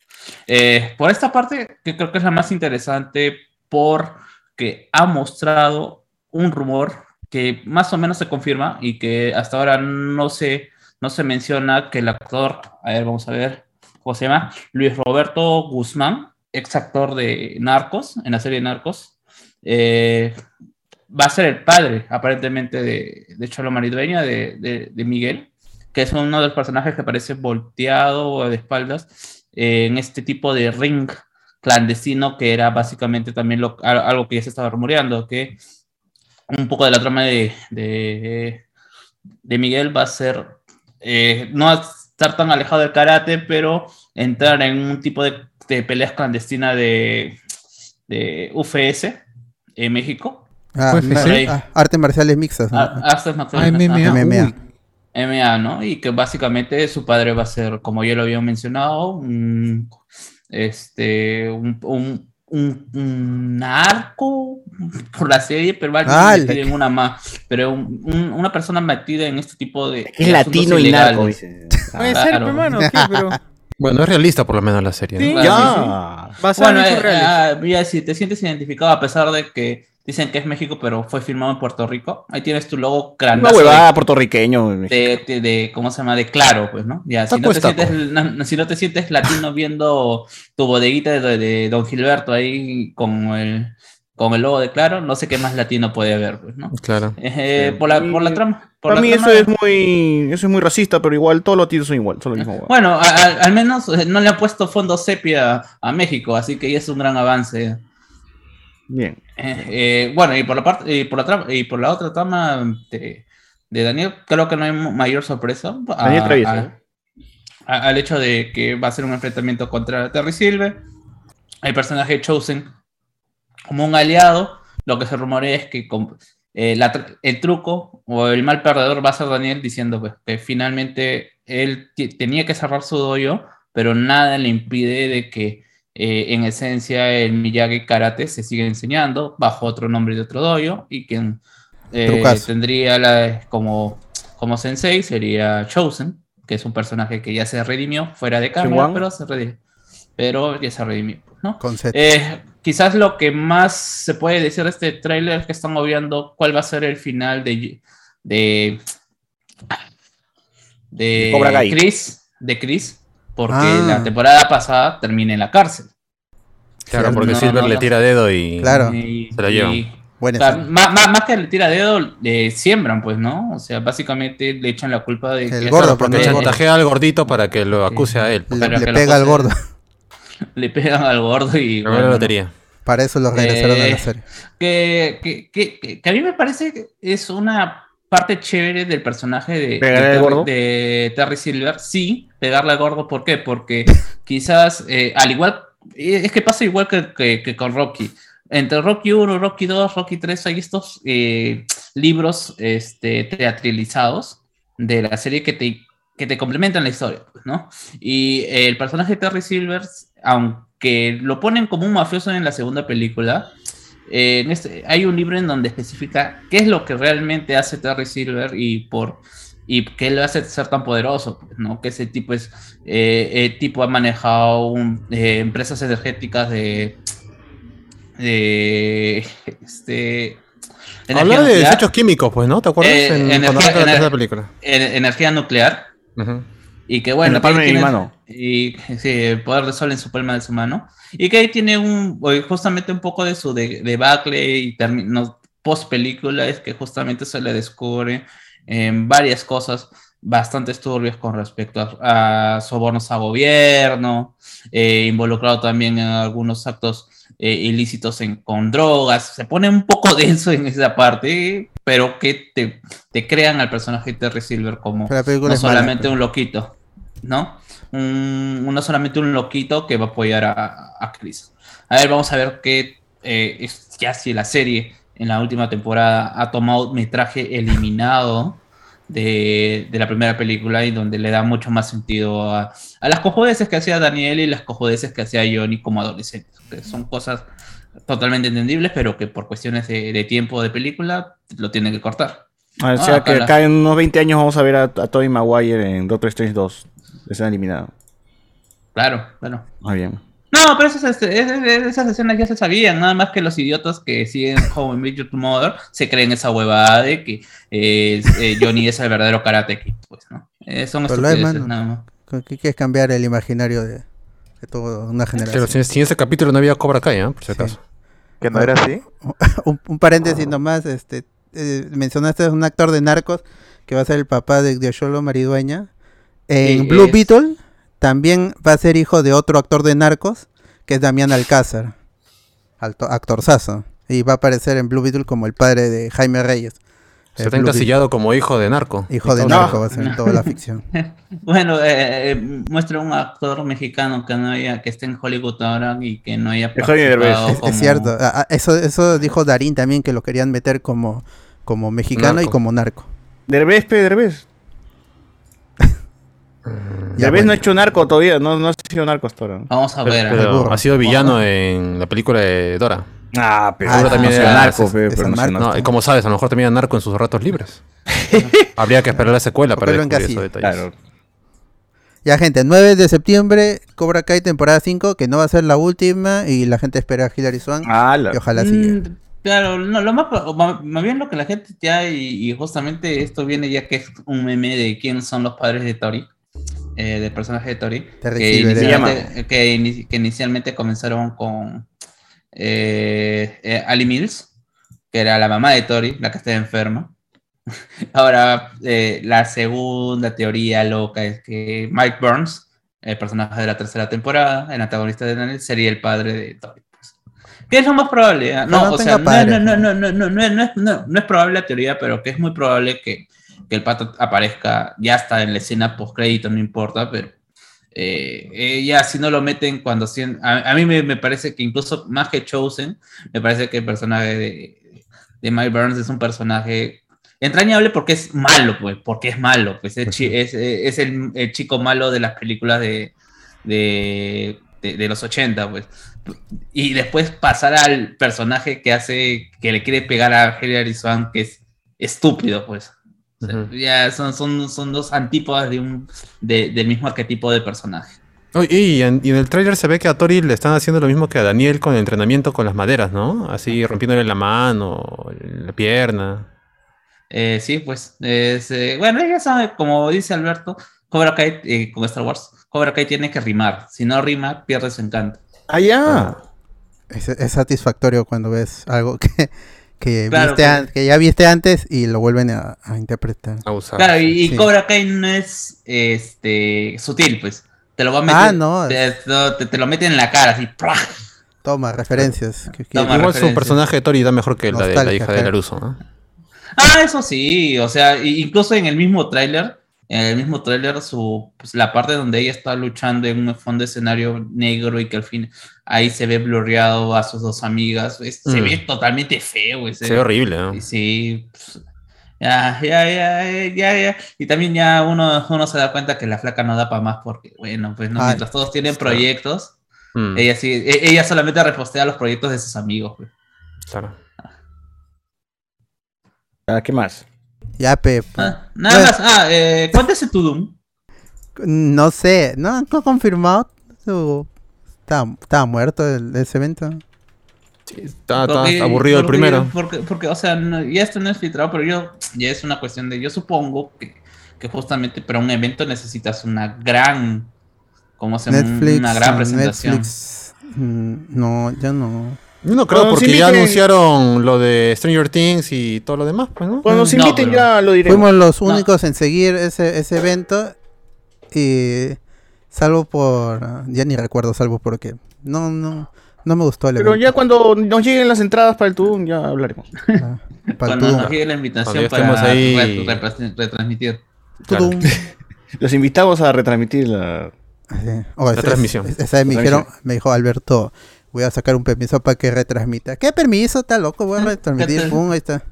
[SPEAKER 5] Eh, por esta parte, que creo que es la más interesante porque ha mostrado un rumor que más o menos se confirma y que hasta ahora no se, no se menciona que el actor, a ver, vamos a ver, ¿cómo se llama? Luis Roberto Guzmán, ex actor de Narcos, en la serie Narcos, eh, va a ser el padre, aparentemente, de, de Cholo Maridueña, de, de- de Miguel, que es uno de los personajes que parece volteado o de espaldas eh, en este tipo de ring clandestino que era básicamente también lo, al- algo que ya se estaba rumoreando, que un poco de la trama de, de, de Miguel va a ser eh, no estar tan alejado del karate, pero entrar en un tipo de, de peleas clandestina de, de UFS en México.
[SPEAKER 2] Ah,
[SPEAKER 5] Pues,
[SPEAKER 6] UFC.
[SPEAKER 2] ma- ah, artes marciales mixtas. ¿no?
[SPEAKER 5] A- artes marciales,
[SPEAKER 6] Ah, MMA.
[SPEAKER 5] ajá.
[SPEAKER 2] MMA.
[SPEAKER 5] MMA, ¿no? Y que básicamente su padre va a ser, como ya lo había mencionado, un, este, un, un, un- un narco por la serie, pero alguien
[SPEAKER 2] Ah,
[SPEAKER 5] metido
[SPEAKER 2] la-
[SPEAKER 5] en una más, pero un- un- una persona metida en este tipo de
[SPEAKER 3] Es
[SPEAKER 5] de asuntos
[SPEAKER 3] latino y
[SPEAKER 5] ilegales.
[SPEAKER 3] narco, dice. Ah,
[SPEAKER 8] Puede
[SPEAKER 5] Claro.
[SPEAKER 8] ser, pero, hermano, ¿qué? Pero
[SPEAKER 4] Bueno, es realista por lo menos la serie. ¿no?
[SPEAKER 8] Sí.
[SPEAKER 3] Ya.
[SPEAKER 8] basado
[SPEAKER 5] Bueno,
[SPEAKER 8] en hechos
[SPEAKER 5] eh,
[SPEAKER 8] reales.
[SPEAKER 5] ah, mira, si te sientes identificado, a pesar de que dicen que es México, pero fue firmado en Puerto Rico, ahí tienes tu logo
[SPEAKER 3] Una
[SPEAKER 5] grandazo de-
[SPEAKER 3] huevada puertorriqueño. eh,
[SPEAKER 5] de, de- de- ¿cómo se llama? De claro, pues, ¿no? Ya, si
[SPEAKER 4] Taco
[SPEAKER 5] no, te
[SPEAKER 4] es taco.
[SPEAKER 5] sientes, na- si no te sientes latino viendo tu bodeguita de, de Don Gilberto ahí con el, con el logo de claro, no sé qué más latino puede haber, pues, ¿no?
[SPEAKER 4] Claro.
[SPEAKER 5] Eh, por, la, por la trama.
[SPEAKER 3] Para
[SPEAKER 5] por la
[SPEAKER 3] mí
[SPEAKER 5] trama-
[SPEAKER 3] eso es muy eso es muy racista, pero igual todos los tíos son igual, son lo mismo. huevada.
[SPEAKER 5] Bueno, a- a- al menos eh, no le ha puesto fondo sepia a México, así que ya es un gran avance.
[SPEAKER 3] Bien.
[SPEAKER 5] Eh, eh, bueno, y por la parte y por la trama- y por la otra trama de, de Daniel, creo que no hay mayor sorpresa. a-
[SPEAKER 3] Daniel Travieso,
[SPEAKER 5] a-
[SPEAKER 3] ¿eh?
[SPEAKER 5] a- al hecho de que va a ser un enfrentamiento contra Terry Silver, el personaje de Chosen como un aliado, lo que se rumorea es que con- eh, la tr- el truco o el mal perdedor va a ser Daniel diciendo pues, que finalmente él ti- tenía que cerrar su dojo, pero nada le impide de que eh, en esencia el Miyagi Karate se sigue enseñando bajo otro nombre de otro dojo y quien eh,
[SPEAKER 2] Trucazo.
[SPEAKER 5] tendría la, como, como sensei sería Chosen, que es un personaje que ya se redimió fuera de cámara,
[SPEAKER 3] Shin-Wan.
[SPEAKER 5] pero, se redi- pero ya se redimió, ¿no?
[SPEAKER 2] Ah, Con Z.
[SPEAKER 5] Eh, quizás lo que más se puede decir de este tráiler es que están obviando cuál va a ser el final de de de
[SPEAKER 3] Cobra Kai.
[SPEAKER 5] Chris, de Chris, porque
[SPEAKER 2] Ah.
[SPEAKER 5] la temporada pasada termina en la cárcel.
[SPEAKER 4] Claro, porque
[SPEAKER 5] No,
[SPEAKER 4] Silver
[SPEAKER 5] no,
[SPEAKER 4] le
[SPEAKER 5] no.
[SPEAKER 4] tira dedo y.
[SPEAKER 2] Claro.
[SPEAKER 5] Y-
[SPEAKER 4] se la llevan.
[SPEAKER 5] y-
[SPEAKER 2] Buena
[SPEAKER 5] o sea,
[SPEAKER 2] escena.
[SPEAKER 5] más, más- más que le tira dedo, le siembran, pues, ¿no? O sea, básicamente le echan la culpa de
[SPEAKER 2] El
[SPEAKER 5] que-
[SPEAKER 2] gordo,
[SPEAKER 4] Porque
[SPEAKER 2] Eh,
[SPEAKER 4] chantajea al gordito para que lo acuse a él.
[SPEAKER 2] Le,
[SPEAKER 5] pero
[SPEAKER 2] le
[SPEAKER 5] que lo eh,
[SPEAKER 2] pega al
[SPEAKER 5] pose-
[SPEAKER 2] gordo.
[SPEAKER 5] le pegan al gordo y
[SPEAKER 4] Primero la
[SPEAKER 5] bueno,
[SPEAKER 4] lotería.
[SPEAKER 2] Para eso los regresaron a la
[SPEAKER 5] Eh,
[SPEAKER 2] serie.
[SPEAKER 5] que, que, que- que- que a mí me parece que es una parte chévere del personaje de, de,
[SPEAKER 3] ¿Pegarle al
[SPEAKER 5] Terry-
[SPEAKER 3] gordo?
[SPEAKER 5] de Terry Silver. Sí, pegarle al gordo. ¿Por qué? Porque quizás, eh, al igual, eh, es que pasa igual que, que- que con Rocky. Entre Rocky 1, Rocky 2, Rocky 3 hay estos eh, libros este, teatralizados de la serie que te, que te complementan la historia, pues, ¿no? Y eh, el personaje de Terry Silvers, aunque lo ponen como un mafioso en la segunda película, eh, en este- hay un libro en donde especifica qué es lo que realmente hace Terry Silver y por y qué lo hace ser tan poderoso, pues, ¿no? Que ese tipo es eh, eh, tipo ha manejado un- eh, empresas energéticas de de este
[SPEAKER 4] Habla de
[SPEAKER 5] nuclear,
[SPEAKER 4] desechos químicos, pues, ¿no? ¿Te acuerdas?
[SPEAKER 5] Eh,
[SPEAKER 4] en,
[SPEAKER 5] energía-
[SPEAKER 4] cuando arranca la
[SPEAKER 5] ener-
[SPEAKER 4] tercera película.
[SPEAKER 5] en- energía nuclear
[SPEAKER 4] Ujú.
[SPEAKER 5] y que bueno,
[SPEAKER 3] En la palma
[SPEAKER 5] que
[SPEAKER 3] de mi
[SPEAKER 5] tiene-
[SPEAKER 3] mano.
[SPEAKER 5] Y sí, el poder de sol en su palma de su mano. Y que ahí tiene un, oye, justamente un poco de su de- debacle y termi- no, post película, es que justamente se le descubre en varias cosas bastante turbias con respecto a, a sobornos a gobierno, eh, involucrado también en algunos actos eh, ilícitos en, con drogas. Se pone un poco denso en esa parte, pero que te, te crean al personaje de Terry Silver como
[SPEAKER 2] Pero la película
[SPEAKER 5] no
[SPEAKER 2] es mala.
[SPEAKER 5] solamente un loquito, ¿no? Un, un- no solamente un loquito que va a apoyar a, a Chris. A ver, vamos a ver qué eh, es ya si la serie en la última temporada ha tomado metraje eliminado de, de la primera película y donde le da mucho más sentido a, a las cojudeces que hacía Daniel y las cojudeces que hacía Johnny como adolescente. que son cosas totalmente entendibles, pero que por cuestiones de, de tiempo de película lo tienen que cortar.
[SPEAKER 3] Ah, o sea
[SPEAKER 5] Ah,
[SPEAKER 3] que
[SPEAKER 5] ojalá.
[SPEAKER 3] acá en unos 20 años vamos a ver a, a Tobey Maguire en Doctor Strange 2. Escena eliminada.
[SPEAKER 5] Claro, claro.
[SPEAKER 3] Muy bien.
[SPEAKER 5] No, pero esas, es- es- es- esas escenas ya se sabían, nada más que los idiotas que siguen How I Met Your Mother se creen esa huevada de que eh, eh, Johnny es el verdadero Karate Kid, pues, ¿no? Eh, son
[SPEAKER 2] Pero lo hay,
[SPEAKER 5] estupideces,
[SPEAKER 2] mano.
[SPEAKER 5] nada más.
[SPEAKER 2] ¿Con qué quieres cambiar el imaginario de, de toda una
[SPEAKER 4] Pero
[SPEAKER 2] generación?
[SPEAKER 4] sin, sin ese capítulo no había Cobra Kai, ¿eh? Por si acaso.
[SPEAKER 8] Que no era así.
[SPEAKER 2] un, un paréntesis nomás, este, eh, mencionaste a un actor de narcos que va a ser el papá de Diosolo Maridueña. En
[SPEAKER 5] Sí,
[SPEAKER 2] Blue
[SPEAKER 5] es-
[SPEAKER 2] Beetle también va a ser hijo de otro actor de narcos, que es Damián Alcázar, alto, actorzazo. Y va a aparecer en Blue Beetle como el padre de Jaime Reyes.
[SPEAKER 4] Se
[SPEAKER 2] Eh,
[SPEAKER 4] está
[SPEAKER 2] Blue
[SPEAKER 4] encasillado como hijo de narco.
[SPEAKER 2] Beetle. Hijo de
[SPEAKER 4] No.
[SPEAKER 2] narco, va a ser en toda la ficción.
[SPEAKER 5] Bueno, eh, eh, muestra un actor mexicano que no haya, que esté en Hollywood ahora y que no haya
[SPEAKER 3] Es Javier Derbez.
[SPEAKER 5] participado
[SPEAKER 2] Es, es
[SPEAKER 5] como-
[SPEAKER 2] cierto. Ah, ah, Eso, eso dijo Darín también, que lo querían meter como, como mexicano
[SPEAKER 4] Narco.
[SPEAKER 2] y como narco.
[SPEAKER 3] Derbez, pe, Derbez.
[SPEAKER 2] Ya,
[SPEAKER 3] Derbez no
[SPEAKER 2] bueno.
[SPEAKER 3] ha hecho narco todavía, no, no ha sido narco hasta ahora.
[SPEAKER 5] Vamos a ver.
[SPEAKER 4] Pero,
[SPEAKER 5] ¿no?
[SPEAKER 2] burro.
[SPEAKER 4] ha sido villano en la película de Dora.
[SPEAKER 3] Ah, pero
[SPEAKER 2] Ah,
[SPEAKER 3] ahora también
[SPEAKER 4] no,
[SPEAKER 3] era
[SPEAKER 4] sí,
[SPEAKER 3] narco,
[SPEAKER 2] es-
[SPEAKER 3] pe,
[SPEAKER 2] es
[SPEAKER 3] pero no
[SPEAKER 2] narco.
[SPEAKER 3] sé,
[SPEAKER 4] No,
[SPEAKER 3] narco.
[SPEAKER 4] y como sabes, a lo mejor también era narco en sus ratos libres. Habría que esperar la secuela para
[SPEAKER 2] Porque lo
[SPEAKER 4] descubrir
[SPEAKER 2] encasilla.
[SPEAKER 4] esos detalles.
[SPEAKER 3] Claro.
[SPEAKER 2] Ya, gente, 9 de septiembre, Cobra Kai temporada 5, que no va a ser la última y la gente espera a Hilary Swan.
[SPEAKER 3] Ah, la-
[SPEAKER 2] Y ojalá eh. siga.
[SPEAKER 5] Mm, Claro, no, lo más, pro- ma- más bien lo que la gente ya, y, y justamente esto viene ya que es un meme de quién son los padres de Tori, eh, del personaje de Tori,
[SPEAKER 2] Te
[SPEAKER 5] que
[SPEAKER 2] recibe,
[SPEAKER 5] inicialmente, eh, que ini- que inicialmente comenzaron con eh, eh, Ali Mills, que era la mamá de Tori, la que está enferma. Ahora, eh, la segunda teoría loca es que Mike Burns, el personaje de la tercera temporada, el antagonista de Daniel, sería el padre de Tori. pues. Que es lo más probable. ¿eh? No,
[SPEAKER 2] Ojalá
[SPEAKER 5] o sea,
[SPEAKER 2] tenga
[SPEAKER 5] no, no,
[SPEAKER 2] padres,
[SPEAKER 5] no, no, no, no, no, no es, no- no es probable la teoría, pero que es muy probable que, que el pato aparezca ya está en la escena post crédito, no importa, pero eh, eh, ya si no lo meten cuando cien- a, a mí me, me parece que incluso más que Chosen, me parece que el personaje de, de Mike Burns es un personaje entrañable porque es malo, pues, porque es malo, pues es, chi- es, eh, es el, el chico malo de las películas de, de, de- de los 80, pues. Y después pasar al personaje que hace, que le quiere pegar a Hilary Swan, que es estúpido, pues. O sea,
[SPEAKER 4] Ujú.
[SPEAKER 5] Ya son, son, son dos antípodas de un, de- del mismo arquetipo de personaje.
[SPEAKER 4] Oh, y, en, y en el tráiler se ve que a Tori le están haciendo lo mismo que a Daniel con el entrenamiento con las maderas, ¿no? Así rompiéndole la mano, la pierna.
[SPEAKER 5] Eh, sí, pues, es, eh, bueno, ya sabe, como dice Alberto, Cobra Kai, eh, como Star Wars, Cobra Kai tiene que rimar. Si no rima, pierde su encanto.
[SPEAKER 3] Ah, ya.
[SPEAKER 2] Es, es satisfactorio cuando ves algo que, que,
[SPEAKER 5] Claro,
[SPEAKER 2] viste
[SPEAKER 5] claro.
[SPEAKER 2] an- que ya viste antes y lo vuelven a, a interpretar.
[SPEAKER 4] A usar.
[SPEAKER 5] Claro, y, y
[SPEAKER 2] Ah, sí.
[SPEAKER 5] Cobra Kai no es este, sutil, pues. Te lo va a meter.
[SPEAKER 2] Ah, no.
[SPEAKER 5] Te, no, te- te lo mete en la cara, así. ¡prua!
[SPEAKER 2] Toma, referencias. que- que-
[SPEAKER 5] Toma.
[SPEAKER 4] Igual su
[SPEAKER 5] referencia.
[SPEAKER 4] personaje de Tori da mejor que la de la
[SPEAKER 2] Nostalgia,
[SPEAKER 4] hija de
[SPEAKER 2] claro.
[SPEAKER 4] Laruso, ¿no?
[SPEAKER 5] Ah, eso sí, o sea, i- incluso en el mismo tráiler, en el mismo tráiler, su pues, la parte donde ella está luchando en un fondo de escenario negro y que al fin ahí se ve blurreado a sus dos amigas, es- se
[SPEAKER 4] Mm.
[SPEAKER 5] ve totalmente feo ese.
[SPEAKER 4] Se ve horrible, ¿no?
[SPEAKER 5] Y Sí, pues, ya, ya, ya, eh, ya, ya. Y también ya uno, uno se da cuenta que la flaca no da para más porque, bueno, pues no,
[SPEAKER 2] Ay,
[SPEAKER 5] mientras todos tienen proyectos,
[SPEAKER 4] Mm,
[SPEAKER 5] ella sí, e- ella solamente repostea los proyectos de sus amigos. pues.
[SPEAKER 4] claro.
[SPEAKER 3] Ah, ¿Qué más?
[SPEAKER 2] Ya, Pep.
[SPEAKER 5] Ah, nada
[SPEAKER 2] Bueno.
[SPEAKER 4] pues.
[SPEAKER 5] más, ah, eh, ¿cuánto es el Tudum?
[SPEAKER 2] No sé, ¿no han co- confirmado? Su... Estaba, estaba muerto el, ese evento.
[SPEAKER 4] Sí, está, Ah, está
[SPEAKER 5] Porque-
[SPEAKER 4] aburrido el
[SPEAKER 5] porque-
[SPEAKER 4] primero.
[SPEAKER 5] Porque, porque, o sea, no- ya esto no es filtrado, pero yo, ya es una cuestión de, yo supongo que, que justamente para un evento necesitas una gran, ¿cómo se llama?
[SPEAKER 2] Netflix.
[SPEAKER 5] Una gran
[SPEAKER 2] ah,
[SPEAKER 5] presentación.
[SPEAKER 2] Netflix. mm, No, yo no.
[SPEAKER 4] Yo no creo
[SPEAKER 3] Cuando se
[SPEAKER 4] porque ya
[SPEAKER 3] invite-
[SPEAKER 4] anunciaron lo de Stranger Things y todo lo demás, pues, ¿no?
[SPEAKER 3] Cuando se
[SPEAKER 5] No,
[SPEAKER 3] inviten
[SPEAKER 5] pero-
[SPEAKER 3] ya lo diré.
[SPEAKER 2] Fuimos los
[SPEAKER 5] No.
[SPEAKER 2] únicos en seguir ese, ese evento. Y salvo por. Ya ni recuerdo, salvo porque. No, no. No me gustó el
[SPEAKER 3] Pero ya
[SPEAKER 2] evento.
[SPEAKER 3] cuando nos lleguen las entradas para el Tudum ya hablaremos.
[SPEAKER 2] ah, pa'l
[SPEAKER 5] Cuando
[SPEAKER 2] tudum,
[SPEAKER 5] nos llegue la
[SPEAKER 4] Cuando
[SPEAKER 5] invitación
[SPEAKER 4] ya
[SPEAKER 5] para
[SPEAKER 4] estemos ahí.
[SPEAKER 5] re- repres- retransmitir.
[SPEAKER 4] Claro.
[SPEAKER 2] tudum.
[SPEAKER 3] Los invitamos a retransmitir la...
[SPEAKER 2] Sí. Oh, esa-
[SPEAKER 4] transmisión.
[SPEAKER 2] esa- esa me, dijeron, me dijo Alberto, voy a sacar un permiso para que retransmita. ¿Qué permiso? Está loco, voy a retransmitir. Pum, ahí está.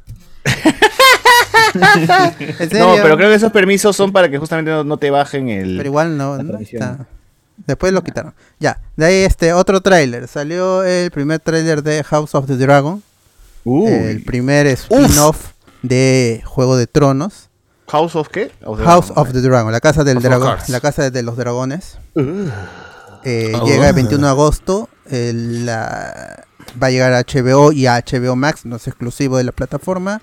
[SPEAKER 2] ¿En serio?
[SPEAKER 3] No, pero creo que esos permisos son para que justamente no, no te bajen el...
[SPEAKER 2] Pero igual no,
[SPEAKER 3] la
[SPEAKER 2] no
[SPEAKER 3] transmisión. Ah.
[SPEAKER 2] está. Después lo quitaron. Ya, de ahí este otro tráiler. Salió el primer tráiler de House of the Dragon.
[SPEAKER 3] Uy.
[SPEAKER 2] El primer spin-off de Juego de Tronos.
[SPEAKER 3] House of qué? Of the
[SPEAKER 2] House
[SPEAKER 3] Dragon.
[SPEAKER 2] of the Dragon, la casa del
[SPEAKER 4] House of
[SPEAKER 2] dragón,
[SPEAKER 4] Cards.
[SPEAKER 2] la casa de los dragones.
[SPEAKER 3] Uh,
[SPEAKER 2] Eh,
[SPEAKER 4] Ah,
[SPEAKER 2] llega el
[SPEAKER 4] bueno.
[SPEAKER 2] 21 de agosto. el, la- va a llegar a HBO y a HBO Max, no es exclusivo de la plataforma.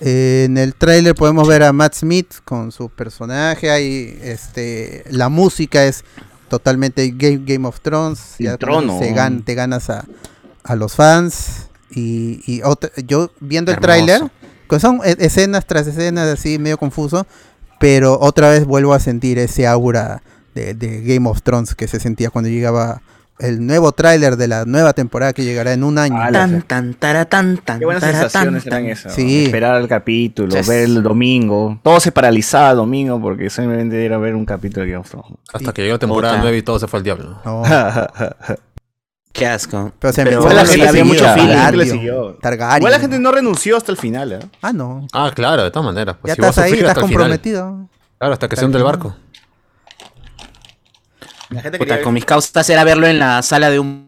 [SPEAKER 2] Eh, en el tráiler podemos ver a Matt Smith con su personaje. Ahí, este, la música es totalmente Game, Game of Thrones.
[SPEAKER 3] El
[SPEAKER 2] ya
[SPEAKER 3] trono.
[SPEAKER 2] se gan- te ganas a, a los fans. Y, y otra- yo viendo el
[SPEAKER 4] Hermoso.
[SPEAKER 2] tráiler, que son e- escenas tras escenas así medio confuso, pero otra vez vuelvo a sentir ese aura de, de Game of Thrones que se sentía cuando llegaba el nuevo tráiler de la nueva temporada que llegará en un año.
[SPEAKER 9] Tan, tan, tara, tan, tan,
[SPEAKER 3] Qué buenas
[SPEAKER 9] tara,
[SPEAKER 3] sensaciones
[SPEAKER 9] tan,
[SPEAKER 3] eran
[SPEAKER 9] tan.
[SPEAKER 3] esas.
[SPEAKER 2] Sí.
[SPEAKER 3] ¿no? Esperar el capítulo,
[SPEAKER 9] Yes.
[SPEAKER 3] ver el domingo. Todo se paralizaba el domingo porque simplemente era ver un capítulo de Game of Thrones.
[SPEAKER 4] Hasta que llegó la temporada
[SPEAKER 9] Puta.
[SPEAKER 4] 9 y todo se fue al diablo.
[SPEAKER 2] No, Oh.
[SPEAKER 9] Qué asco.
[SPEAKER 2] pero se
[SPEAKER 9] Pero
[SPEAKER 2] me
[SPEAKER 9] la gente había mucho feeling,
[SPEAKER 3] la gente le siguió.
[SPEAKER 2] Targaryen.
[SPEAKER 3] Igual la gente no renunció hasta el final, ¿eh?
[SPEAKER 2] Ah, no.
[SPEAKER 4] Ah, claro, de todas maneras.
[SPEAKER 2] Ya
[SPEAKER 4] Pues, si
[SPEAKER 2] estás
[SPEAKER 4] vos
[SPEAKER 2] ahí,
[SPEAKER 4] sufrir
[SPEAKER 2] estás
[SPEAKER 4] hasta el final.
[SPEAKER 2] comprometido.
[SPEAKER 4] Claro, hasta que se hunde el barco.
[SPEAKER 3] La gente
[SPEAKER 9] Puta,
[SPEAKER 3] quería
[SPEAKER 9] con mis causas era verlo en la sala de un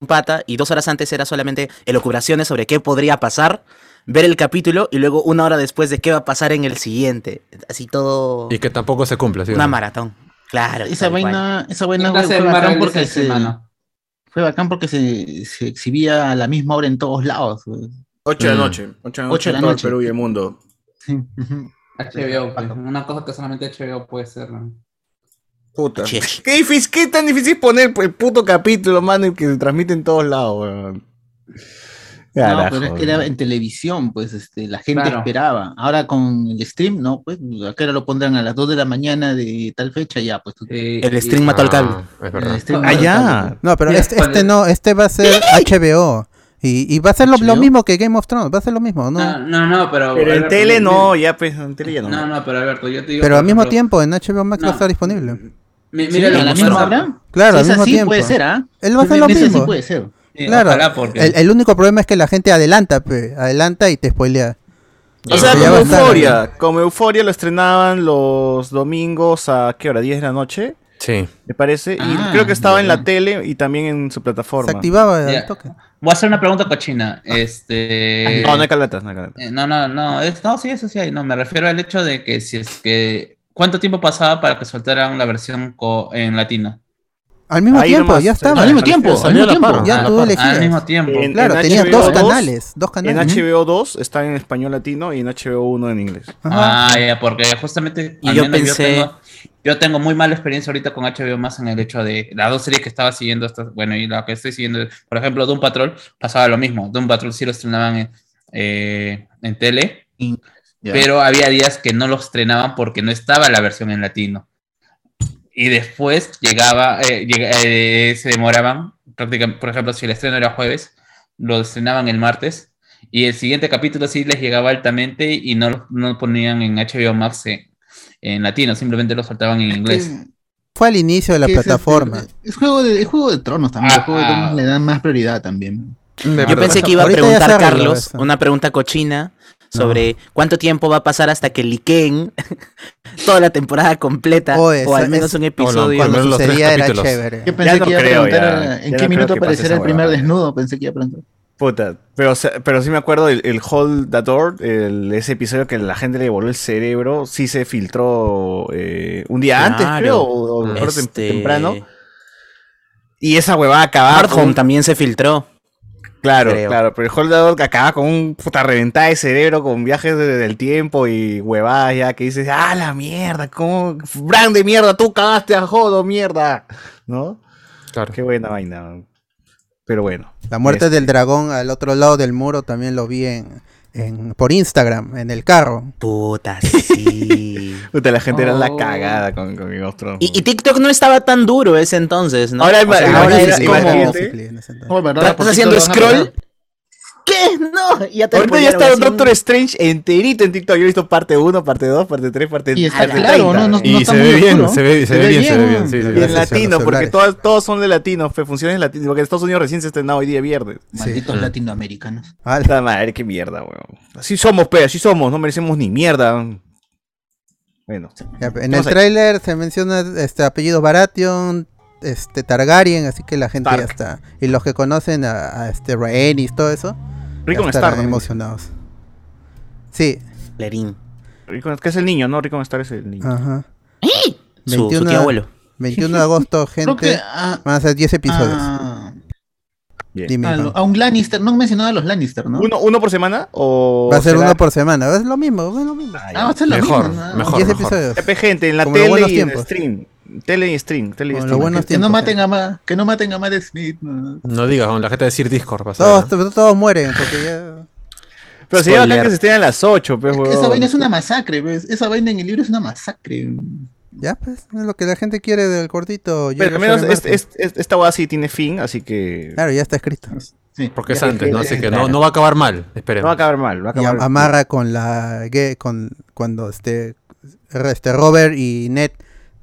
[SPEAKER 9] un pata y dos horas antes era solamente elucubraciones sobre qué podría pasar, ver el capítulo y luego una hora después de qué va a pasar en el siguiente. Así todo
[SPEAKER 4] Y que tampoco se cumpla, ¿sí? o
[SPEAKER 9] una
[SPEAKER 4] no?
[SPEAKER 9] maratón. Claro.
[SPEAKER 10] Esa
[SPEAKER 9] tal cual.
[SPEAKER 10] vaina, esa vaina
[SPEAKER 5] Una
[SPEAKER 10] fue,
[SPEAKER 5] clase
[SPEAKER 10] fue
[SPEAKER 5] de
[SPEAKER 10] bacán
[SPEAKER 5] marrón
[SPEAKER 10] porque
[SPEAKER 5] porque
[SPEAKER 10] se,
[SPEAKER 5] semana.
[SPEAKER 10] fue bacán porque se, se exhibía a la misma hora en todos lados. pues. güey.
[SPEAKER 3] 8 de la noche. 8 Mm. de la noche.
[SPEAKER 10] Ocho de la
[SPEAKER 3] en todo el
[SPEAKER 10] noche.
[SPEAKER 3] Perú y el mundo.
[SPEAKER 10] Sí, ujú.
[SPEAKER 5] HBO, pues, una cosa que solamente HBO puede ser. ¿no?
[SPEAKER 3] Puta.
[SPEAKER 9] Che.
[SPEAKER 3] Qué difícil, qué tan difícil poner el puto capítulo, mano, y que se transmite en todos lados, weón.
[SPEAKER 10] No,
[SPEAKER 3] Carajo,
[SPEAKER 10] pero es que era en televisión, pues este, la gente
[SPEAKER 5] Claro.
[SPEAKER 10] esperaba. Ahora con el stream, no, pues acá lo pondrán a las 2 de la mañana de tal fecha, ya, pues tú-
[SPEAKER 5] Eh,
[SPEAKER 9] El
[SPEAKER 5] y-
[SPEAKER 9] stream mató al cable.
[SPEAKER 4] Ah, es
[SPEAKER 10] el
[SPEAKER 4] verdad.
[SPEAKER 10] stream-
[SPEAKER 5] Ah,
[SPEAKER 3] Allá.
[SPEAKER 2] No, pero
[SPEAKER 5] Mira,
[SPEAKER 2] este,
[SPEAKER 5] cuando-
[SPEAKER 2] este no, este va a ser HBO. Y, y va a ser lo, lo
[SPEAKER 10] HBO.
[SPEAKER 2] mismo que Game of Thrones, va a ser lo mismo, ¿no?
[SPEAKER 5] No, no, no, pero.
[SPEAKER 3] Pero en
[SPEAKER 5] Alberto,
[SPEAKER 3] tele
[SPEAKER 5] yo-
[SPEAKER 3] no, ya pues, en tele ya no.
[SPEAKER 5] No, no, pero Alberto, yo te digo.
[SPEAKER 2] pero
[SPEAKER 5] por
[SPEAKER 2] al mismo
[SPEAKER 5] ejemplo,
[SPEAKER 2] tiempo en HBO Max va a
[SPEAKER 5] No.
[SPEAKER 2] estar disponible.
[SPEAKER 5] mi-
[SPEAKER 10] Sí,
[SPEAKER 5] Mira lo
[SPEAKER 10] a la
[SPEAKER 5] que
[SPEAKER 10] misma
[SPEAKER 5] pasa.
[SPEAKER 10] hora.
[SPEAKER 2] Claro, al
[SPEAKER 10] Esa
[SPEAKER 2] mismo
[SPEAKER 10] sí
[SPEAKER 2] tiempo.
[SPEAKER 10] puede ser, ¿ah?
[SPEAKER 2] Él va a hacer
[SPEAKER 10] En
[SPEAKER 2] lo
[SPEAKER 10] esa sí
[SPEAKER 2] mismo.
[SPEAKER 10] puede ser.
[SPEAKER 5] Sí,
[SPEAKER 2] Claro.
[SPEAKER 5] Eh, ojalá, porque-
[SPEAKER 2] El, el único problema es que la gente adelanta, pe, adelanta y te spoilea.
[SPEAKER 3] O sea,
[SPEAKER 2] Ya
[SPEAKER 3] como
[SPEAKER 2] va a estar,
[SPEAKER 3] Euforia. Como Euforia lo estrenaban los domingos a qué hora, 10 de la noche,
[SPEAKER 4] Sí.
[SPEAKER 3] me parece.
[SPEAKER 10] Ah,
[SPEAKER 3] y creo que estaba en la
[SPEAKER 10] verdad.
[SPEAKER 3] tele y también en su
[SPEAKER 2] Se
[SPEAKER 3] plataforma.
[SPEAKER 2] activaba al
[SPEAKER 5] Ya.
[SPEAKER 2] toque.
[SPEAKER 5] Voy a hacer una pregunta cochina. Este.
[SPEAKER 3] Ah, No, no hay caletas, no hay caletas.
[SPEAKER 5] Eh, No, no, no, es- no, sí, eso sí hay. No, me refiero al hecho de que si es que. ¿Cuánto tiempo pasaba para que soltaran la versión co- en latino?
[SPEAKER 2] Al mismo
[SPEAKER 3] Ahí
[SPEAKER 2] tiempo,
[SPEAKER 3] nomás,
[SPEAKER 2] ya
[SPEAKER 3] sí.
[SPEAKER 2] estaba.
[SPEAKER 10] Al mismo tiempo, al
[SPEAKER 4] Salió
[SPEAKER 10] mismo
[SPEAKER 4] a la
[SPEAKER 10] tiempo.
[SPEAKER 4] par.
[SPEAKER 2] Ya
[SPEAKER 4] a la
[SPEAKER 2] tú
[SPEAKER 4] par.
[SPEAKER 2] elegías.
[SPEAKER 5] Ah, Al mismo tiempo.
[SPEAKER 3] En-
[SPEAKER 2] Claro,
[SPEAKER 3] en
[SPEAKER 2] tenías
[SPEAKER 3] HBO
[SPEAKER 2] dos
[SPEAKER 3] dos,
[SPEAKER 2] canales, dos
[SPEAKER 3] En
[SPEAKER 2] canales.
[SPEAKER 3] HBO 2 está en español latino y en HBO 1 en inglés.
[SPEAKER 2] Ajá.
[SPEAKER 5] Ah, ya, porque justamente.
[SPEAKER 9] Y
[SPEAKER 5] al
[SPEAKER 9] yo
[SPEAKER 5] menos
[SPEAKER 9] pensé-
[SPEAKER 5] tengo, yo tengo muy mala experiencia ahorita con HBO más en el hecho de las dos series que estaba siguiendo. hasta- bueno, y la que estoy siguiendo, por ejemplo, Doom Patrol, pasaba lo mismo. Doom Patrol sí lo estrenaban en, eh, en tele.
[SPEAKER 10] Ya.
[SPEAKER 5] pero había días que no los estrenaban porque no estaba la versión en latino. Y después llegaba, eh, llega- eh, se demoraban, prácticamente, por ejemplo, si el estreno era jueves, lo estrenaban el martes, y el siguiente capítulo sí les llegaba altamente y no lo no ponían en HBO Max en, en latino, simplemente lo soltaban en inglés.
[SPEAKER 2] Fue al inicio de la
[SPEAKER 10] Que es este-
[SPEAKER 2] plataforma.
[SPEAKER 10] Es juego de, es juego de tronos también. el juego de
[SPEAKER 5] Ajá.
[SPEAKER 10] tronos le dan más prioridad también.
[SPEAKER 9] Yo pensé que iba a
[SPEAKER 2] Ahorita ya se
[SPEAKER 9] preguntar,
[SPEAKER 2] arregló
[SPEAKER 9] Carlos,
[SPEAKER 2] eso.
[SPEAKER 9] una pregunta cochina sobre cuánto tiempo va a pasar hasta que liquen toda la temporada completa
[SPEAKER 2] Oh,
[SPEAKER 9] o,
[SPEAKER 2] esa-
[SPEAKER 9] al menos
[SPEAKER 2] esa-
[SPEAKER 9] un
[SPEAKER 4] Hola,
[SPEAKER 9] episodio.
[SPEAKER 2] Cuando
[SPEAKER 4] Juan. Primero los tres
[SPEAKER 2] sucedía era
[SPEAKER 4] capítulos.
[SPEAKER 2] chévere.
[SPEAKER 10] Yo pensé
[SPEAKER 3] no
[SPEAKER 10] que iba a
[SPEAKER 3] creo,
[SPEAKER 10] preguntar
[SPEAKER 3] ya.
[SPEAKER 10] a- en
[SPEAKER 3] Ya
[SPEAKER 10] qué
[SPEAKER 3] no
[SPEAKER 10] minuto
[SPEAKER 3] creo que pase
[SPEAKER 10] aparecerá el
[SPEAKER 3] esa
[SPEAKER 10] primer
[SPEAKER 3] huevada.
[SPEAKER 10] desnudo. Pensé que iba a preguntar.
[SPEAKER 3] Puta, pero, se- pero sí me acuerdo el, el Hold the Door, el- ese episodio que la gente le voló el cerebro, sí se filtró eh, un día antes,
[SPEAKER 9] Claro.
[SPEAKER 3] creo, o, o tem-
[SPEAKER 9] Este,
[SPEAKER 3] temprano. Y esa huevada acababa
[SPEAKER 9] Hard
[SPEAKER 3] con
[SPEAKER 9] Home
[SPEAKER 3] un-
[SPEAKER 9] también se filtró.
[SPEAKER 3] Claro,
[SPEAKER 9] creo.
[SPEAKER 3] claro, pero el Hold the Door que acababa con un puta reventada de cerebro, con viajes de- del tiempo y huevadas ya que dices, ah, la mierda, cómo, brand de mierda, tú cagaste a jodo, mierda, ¿no?
[SPEAKER 4] Claro.
[SPEAKER 3] Qué buena vaina, pero bueno.
[SPEAKER 2] La muerte
[SPEAKER 3] Este,
[SPEAKER 2] del dragón al otro lado del muro también lo vi en, en- por Instagram, en el carro.
[SPEAKER 9] Puta, sí.
[SPEAKER 3] Puta, la gente era la
[SPEAKER 5] Oh.
[SPEAKER 3] cagada con, con Game of Thrones.
[SPEAKER 9] y, y TikTok no estaba tan duro ese entonces, ¿no?
[SPEAKER 3] Ahora
[SPEAKER 9] O sea,
[SPEAKER 3] ima-
[SPEAKER 9] ahora
[SPEAKER 3] imagina-
[SPEAKER 9] es
[SPEAKER 2] Sí,
[SPEAKER 9] como-
[SPEAKER 3] imagina-
[SPEAKER 2] sí, sí, en ese entonces.
[SPEAKER 10] Oh, ¿verdad?
[SPEAKER 9] estás
[SPEAKER 10] Por
[SPEAKER 9] haciendo
[SPEAKER 10] TikTok van a
[SPEAKER 9] scroll.
[SPEAKER 10] poner-
[SPEAKER 9] ¿Qué? No, y ya te
[SPEAKER 3] Ahorita ya
[SPEAKER 9] ponían
[SPEAKER 3] está
[SPEAKER 9] así un-
[SPEAKER 3] Doctor Strange enterito en TikTok. Yo he visto parte 1, parte 2, parte 3, parte Ah,
[SPEAKER 10] Y
[SPEAKER 3] 3.
[SPEAKER 10] está claro, no, no, no
[SPEAKER 4] Y
[SPEAKER 10] está
[SPEAKER 4] se
[SPEAKER 10] muy
[SPEAKER 4] ve bien,
[SPEAKER 10] oscuro.
[SPEAKER 4] se ve se ve bien, se ve bien. sí,
[SPEAKER 2] Bien
[SPEAKER 4] sí, sí,
[SPEAKER 3] en
[SPEAKER 4] sí, sí.
[SPEAKER 3] latino,
[SPEAKER 2] los
[SPEAKER 3] porque
[SPEAKER 2] celulares.
[SPEAKER 3] todas- todos son de latino, fe, funciones en latino, porque en Estados Unidos recién se estrenó hoy día viernes.
[SPEAKER 10] Malditos latinoamericanos.
[SPEAKER 2] Ah, la-
[SPEAKER 3] Puta madre, qué mierda, weón. Así somos, pe, así somos, no merecemos ni mierda. Bueno,
[SPEAKER 2] ya, En el
[SPEAKER 3] Estamos ahí.
[SPEAKER 2] tráiler se menciona este apellido Baratheon, este Targaryen, así que la gente ya
[SPEAKER 3] Stark.
[SPEAKER 2] está. Y los que conocen a, a este Rhaenys, todo eso, ya
[SPEAKER 3] Rico
[SPEAKER 2] estarán
[SPEAKER 3] Star. también.
[SPEAKER 2] emocionados. Sí,
[SPEAKER 9] Lerín.
[SPEAKER 3] Rickon- que es el niño, ¿no? Rico Star es el niño.
[SPEAKER 2] ajá.
[SPEAKER 9] Su- Su,
[SPEAKER 2] 21
[SPEAKER 9] tío abuelo.
[SPEAKER 2] 21 de agosto,
[SPEAKER 10] Creo que
[SPEAKER 2] gente,
[SPEAKER 10] a,
[SPEAKER 2] van a ser 10 episodios.
[SPEAKER 3] Ah,
[SPEAKER 10] a,
[SPEAKER 3] Bien.
[SPEAKER 2] Dime,
[SPEAKER 10] a
[SPEAKER 2] Juan.
[SPEAKER 10] lo- a un Lannister. No han mencionado a los Lannister, ¿no?
[SPEAKER 3] ¿Uno, ¿Uno por semana? O
[SPEAKER 2] Va a ser
[SPEAKER 3] Ah, será-
[SPEAKER 2] uno por semana, es lo mismo, es lo mismo.
[SPEAKER 3] Ah,
[SPEAKER 10] Ah, va a
[SPEAKER 3] ya.
[SPEAKER 10] ser lo
[SPEAKER 4] Mejor,
[SPEAKER 10] mismo, ¿no?
[SPEAKER 4] mejor.
[SPEAKER 2] 10 episodios.
[SPEAKER 3] Ya, pe, gente, en la
[SPEAKER 2] Como los
[SPEAKER 3] tele
[SPEAKER 2] buenos
[SPEAKER 3] y en
[SPEAKER 2] tiempos.
[SPEAKER 3] stream. Tele y stream, tele y
[SPEAKER 2] Como los
[SPEAKER 3] stream.
[SPEAKER 2] buenos
[SPEAKER 10] Que no
[SPEAKER 2] tiempos,
[SPEAKER 10] maten a Ma- que no maten a Matt Smith. ¿no?
[SPEAKER 4] No digas, con la gente decir Discord. vas a ver,
[SPEAKER 2] Todos,
[SPEAKER 4] ¿no?
[SPEAKER 2] todos mueren, porque ya...
[SPEAKER 3] Pero sería bacán
[SPEAKER 9] Spoiler.
[SPEAKER 3] que se estén a las pues, 8, pe,
[SPEAKER 10] Es que
[SPEAKER 3] weón.
[SPEAKER 10] esa vaina es una masacre, ¿ves? Esa vaina en el libro es una masacre.
[SPEAKER 2] Ya, pues, es lo que la gente quiere del cortito.
[SPEAKER 3] Pero
[SPEAKER 2] Llega
[SPEAKER 3] al menos
[SPEAKER 2] Sony
[SPEAKER 3] es-
[SPEAKER 2] Martin.
[SPEAKER 3] es- es- esta hueá sí tiene fin, así que.
[SPEAKER 2] Claro, ya está escrito.
[SPEAKER 4] Porque es antes, ¿no? Así que no, no va a acabar mal, esperemos.
[SPEAKER 3] No va a acabar mal, va a
[SPEAKER 2] Y
[SPEAKER 3] acabar
[SPEAKER 2] am- amarra con la gue- con cuando este, este Robert y Ned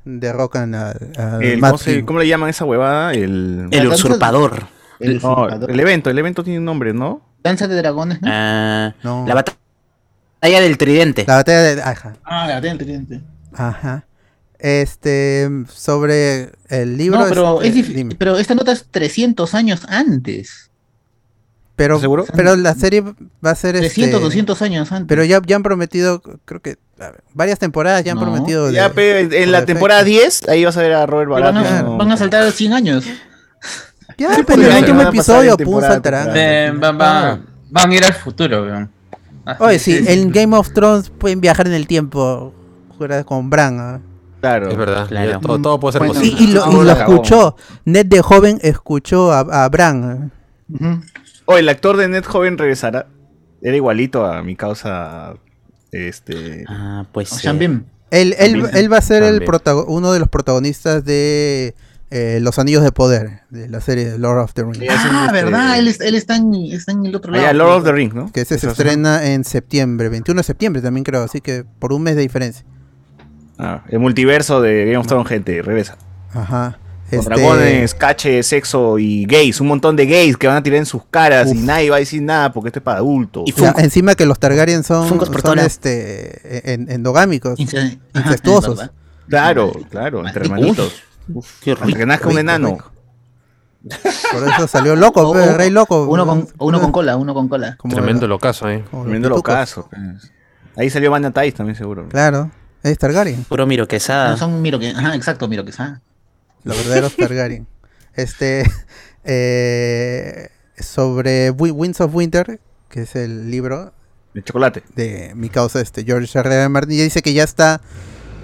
[SPEAKER 2] derrocan al, al
[SPEAKER 3] El-
[SPEAKER 2] Mad
[SPEAKER 3] ¿cómo, se-
[SPEAKER 2] King.
[SPEAKER 3] cómo le llaman esa huevada? El,
[SPEAKER 2] El La danza de- usurpador.
[SPEAKER 3] El,
[SPEAKER 2] el
[SPEAKER 3] no,
[SPEAKER 2] usurpador.
[SPEAKER 3] el evento, el evento tiene un nombre, ¿no?
[SPEAKER 10] Danza de dragones, ¿no?
[SPEAKER 9] Ah,
[SPEAKER 2] No.
[SPEAKER 9] La bata- batalla del tridente.
[SPEAKER 2] La batalla de. Ajá.
[SPEAKER 10] Ah, la tente, tente.
[SPEAKER 2] ajá. Este, sobre el libro.
[SPEAKER 10] No, pero,
[SPEAKER 2] este,
[SPEAKER 10] es dif-
[SPEAKER 2] dime.
[SPEAKER 10] pero esta nota es 300 años antes.
[SPEAKER 2] pero,
[SPEAKER 10] ¿Seguro?
[SPEAKER 2] pero la serie va a ser. este,
[SPEAKER 10] 300, 200 años antes.
[SPEAKER 2] Pero ya, ya han prometido, creo que a ver, varias temporadas ya han
[SPEAKER 10] No.
[SPEAKER 2] prometido.
[SPEAKER 3] Ya,
[SPEAKER 2] de-
[SPEAKER 3] pe- en, en
[SPEAKER 2] por
[SPEAKER 3] la
[SPEAKER 2] defecto.
[SPEAKER 3] temporada 10, ahí vas a ver a Robert
[SPEAKER 10] Pero van,
[SPEAKER 3] Baratheon.
[SPEAKER 10] a,
[SPEAKER 3] ¿no?
[SPEAKER 10] van a saltar 100 años.
[SPEAKER 2] Ya,
[SPEAKER 3] Sí,
[SPEAKER 2] pero
[SPEAKER 3] podría
[SPEAKER 2] en el
[SPEAKER 3] ser.
[SPEAKER 2] último
[SPEAKER 3] Van a pasar de
[SPEAKER 2] episodio, pum,
[SPEAKER 3] temporada a
[SPEAKER 2] saltarán.
[SPEAKER 5] Ven, van, van, Eh, van a ir al futuro, weón. Ah, Así
[SPEAKER 2] Oye,
[SPEAKER 5] es,
[SPEAKER 2] sí,
[SPEAKER 5] es-
[SPEAKER 2] en Game of Thrones pueden viajar en el tiempo jura, con Bran. ¿ah?
[SPEAKER 3] Claro.
[SPEAKER 4] Es verdad.
[SPEAKER 9] Claro.
[SPEAKER 4] ya Todo, todo puede ser
[SPEAKER 10] Bueno,
[SPEAKER 2] Y,
[SPEAKER 4] posible.
[SPEAKER 2] y lo, y
[SPEAKER 3] Ahora
[SPEAKER 2] lo
[SPEAKER 3] acabó.
[SPEAKER 2] escuchó. Ned de joven escuchó a, a Bran.
[SPEAKER 3] O el actor de Ned Joven regresará. Era igualito a mi causa. Este.
[SPEAKER 9] Ah, pues.
[SPEAKER 10] O Shambim.
[SPEAKER 2] Él, él,
[SPEAKER 3] También.
[SPEAKER 2] él va a ser el
[SPEAKER 3] También.
[SPEAKER 2] protago- uno de los protagonistas de eh, Los Anillos de Poder, de la serie de Lord of the Rings.
[SPEAKER 3] es un,
[SPEAKER 10] Ah,
[SPEAKER 3] este,
[SPEAKER 10] ¿verdad? Él, es- él está, en, está en el otro
[SPEAKER 3] ahí
[SPEAKER 10] lado.
[SPEAKER 3] a Lord of the Rings, ¿no?
[SPEAKER 2] Que ese se
[SPEAKER 3] Eso es-
[SPEAKER 2] estrena en septiembre, 21 de septiembre también creo, así que por un mes de diferencia.
[SPEAKER 3] Ah, el multiverso de Game of Thrones, gente, regresa.
[SPEAKER 2] Ajá.
[SPEAKER 3] Con
[SPEAKER 2] Este,
[SPEAKER 3] dragones, cache, sexo y gays. Un montón de gays que van a tirar en sus caras y
[SPEAKER 2] Uf.
[SPEAKER 3] nadie va a decir nada porque esto es para adultos.
[SPEAKER 9] Y
[SPEAKER 2] ya,
[SPEAKER 9] Funko.
[SPEAKER 2] encima que los Targaryen son,
[SPEAKER 9] Funkos por todo
[SPEAKER 2] son
[SPEAKER 9] lado.
[SPEAKER 2] este, en- endogámicos,
[SPEAKER 10] Ince- Ajá,
[SPEAKER 2] incestuosos.
[SPEAKER 10] ¿verdad?
[SPEAKER 3] Claro, claro, entre
[SPEAKER 10] Maldito.
[SPEAKER 3] hermanitos.
[SPEAKER 9] Qué
[SPEAKER 3] Hasta
[SPEAKER 9] rico.
[SPEAKER 3] que nazca un
[SPEAKER 2] rico,
[SPEAKER 3] enano.
[SPEAKER 2] rico. Por eso salió loco,
[SPEAKER 10] O-
[SPEAKER 2] pe,
[SPEAKER 10] o-
[SPEAKER 2] el rey loco.
[SPEAKER 10] Uno con, uno con cola, uno con cola.
[SPEAKER 2] como-
[SPEAKER 4] Tremendo locazo ¿eh? ahí.
[SPEAKER 2] como los
[SPEAKER 3] Tremendo
[SPEAKER 2] pitucos.
[SPEAKER 3] locazo. pues. Ahí salió Vanna Tice también, seguro.
[SPEAKER 2] Claro, es Targaryen,
[SPEAKER 9] Puro miro
[SPEAKER 10] No
[SPEAKER 9] quesada.
[SPEAKER 10] son miro que. Ajá, exacto, miro que. Ajá.
[SPEAKER 2] los verdaderos Targaryen. Este, eh, sobre Wi- Winds of Winter, que es el libro
[SPEAKER 3] El chocolate.
[SPEAKER 2] de mi causa, este George R. R. Martin, ya dice que ya está,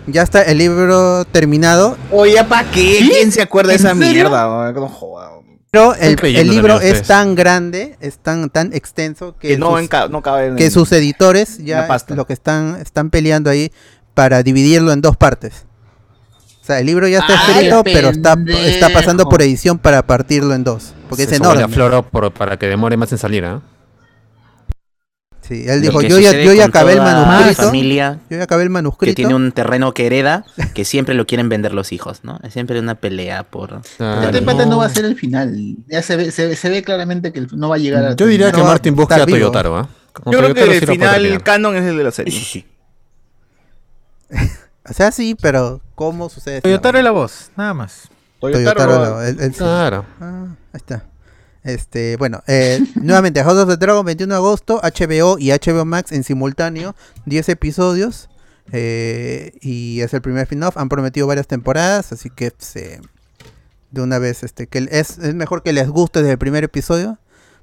[SPEAKER 2] ya está el libro terminado,
[SPEAKER 3] Oye, ¿para qué? ¿Quién se acuerda de esa mierda? No joda.
[SPEAKER 2] pero el,
[SPEAKER 4] creyendo
[SPEAKER 2] el
[SPEAKER 4] también
[SPEAKER 2] libro
[SPEAKER 4] ustedes.
[SPEAKER 2] es tan grande, es tan, tan extenso que,
[SPEAKER 3] Que no,
[SPEAKER 2] sus-
[SPEAKER 3] enca- no cabe en
[SPEAKER 2] que
[SPEAKER 3] el-
[SPEAKER 2] sus editores
[SPEAKER 3] Una
[SPEAKER 2] ya
[SPEAKER 3] pasta.
[SPEAKER 2] lo que están, están peleando ahí para dividirlo en dos partes. O sea, el libro ya está
[SPEAKER 10] ¡Ay,
[SPEAKER 2] escrito, pero está,
[SPEAKER 10] pendejo!
[SPEAKER 2] está pasando por edición para partirlo en dos. Porque
[SPEAKER 4] Se
[SPEAKER 2] es
[SPEAKER 4] sube la
[SPEAKER 2] enorme.
[SPEAKER 4] flor por- para que demore más en salir, ¿ah?
[SPEAKER 2] Sí, él
[SPEAKER 9] Lo
[SPEAKER 2] dijo,
[SPEAKER 9] que
[SPEAKER 2] yo ya,
[SPEAKER 9] sucede
[SPEAKER 2] yo ya
[SPEAKER 9] con
[SPEAKER 2] acabé Ah, el
[SPEAKER 9] toda
[SPEAKER 2] manuscrito.
[SPEAKER 9] familia
[SPEAKER 2] Yo ya acabé el
[SPEAKER 9] que
[SPEAKER 2] manuscrito.
[SPEAKER 9] tiene un terreno que hereda, que siempre lo quieren vender los hijos, ¿no? Es siempre una pelea por...
[SPEAKER 4] Claro.
[SPEAKER 10] Este empate no va a ser el final. Ya se ve, se, ve- se ve claramente que el- no va a llegar a.
[SPEAKER 4] Yo diría
[SPEAKER 2] No
[SPEAKER 4] que
[SPEAKER 2] va a
[SPEAKER 4] Martin busque a
[SPEAKER 2] estar vivo.
[SPEAKER 4] Toyotaro, ¿ah? Con
[SPEAKER 3] Yo creo
[SPEAKER 4] Toyotaro
[SPEAKER 3] que
[SPEAKER 4] sí
[SPEAKER 3] el
[SPEAKER 4] lo puede
[SPEAKER 3] final
[SPEAKER 4] terminar.
[SPEAKER 3] canon es el de la serie.
[SPEAKER 2] O sea, sí, pero ¿cómo sucede? esto?
[SPEAKER 6] Toyotaro es la voz, nada más.
[SPEAKER 3] Toyotaro
[SPEAKER 2] Toyotaro,
[SPEAKER 3] va-
[SPEAKER 2] no, él- él sí.
[SPEAKER 4] Claro.
[SPEAKER 2] Ah, ahí está. Este, bueno, eh, nuevamente House of the Dragon 21 de agosto, HBO y HBO Max en simultáneo, 10 episodios eh, y es el primer spin-off, han prometido varias temporadas, así que se de una vez este que es, es mejor que les guste desde el primer episodio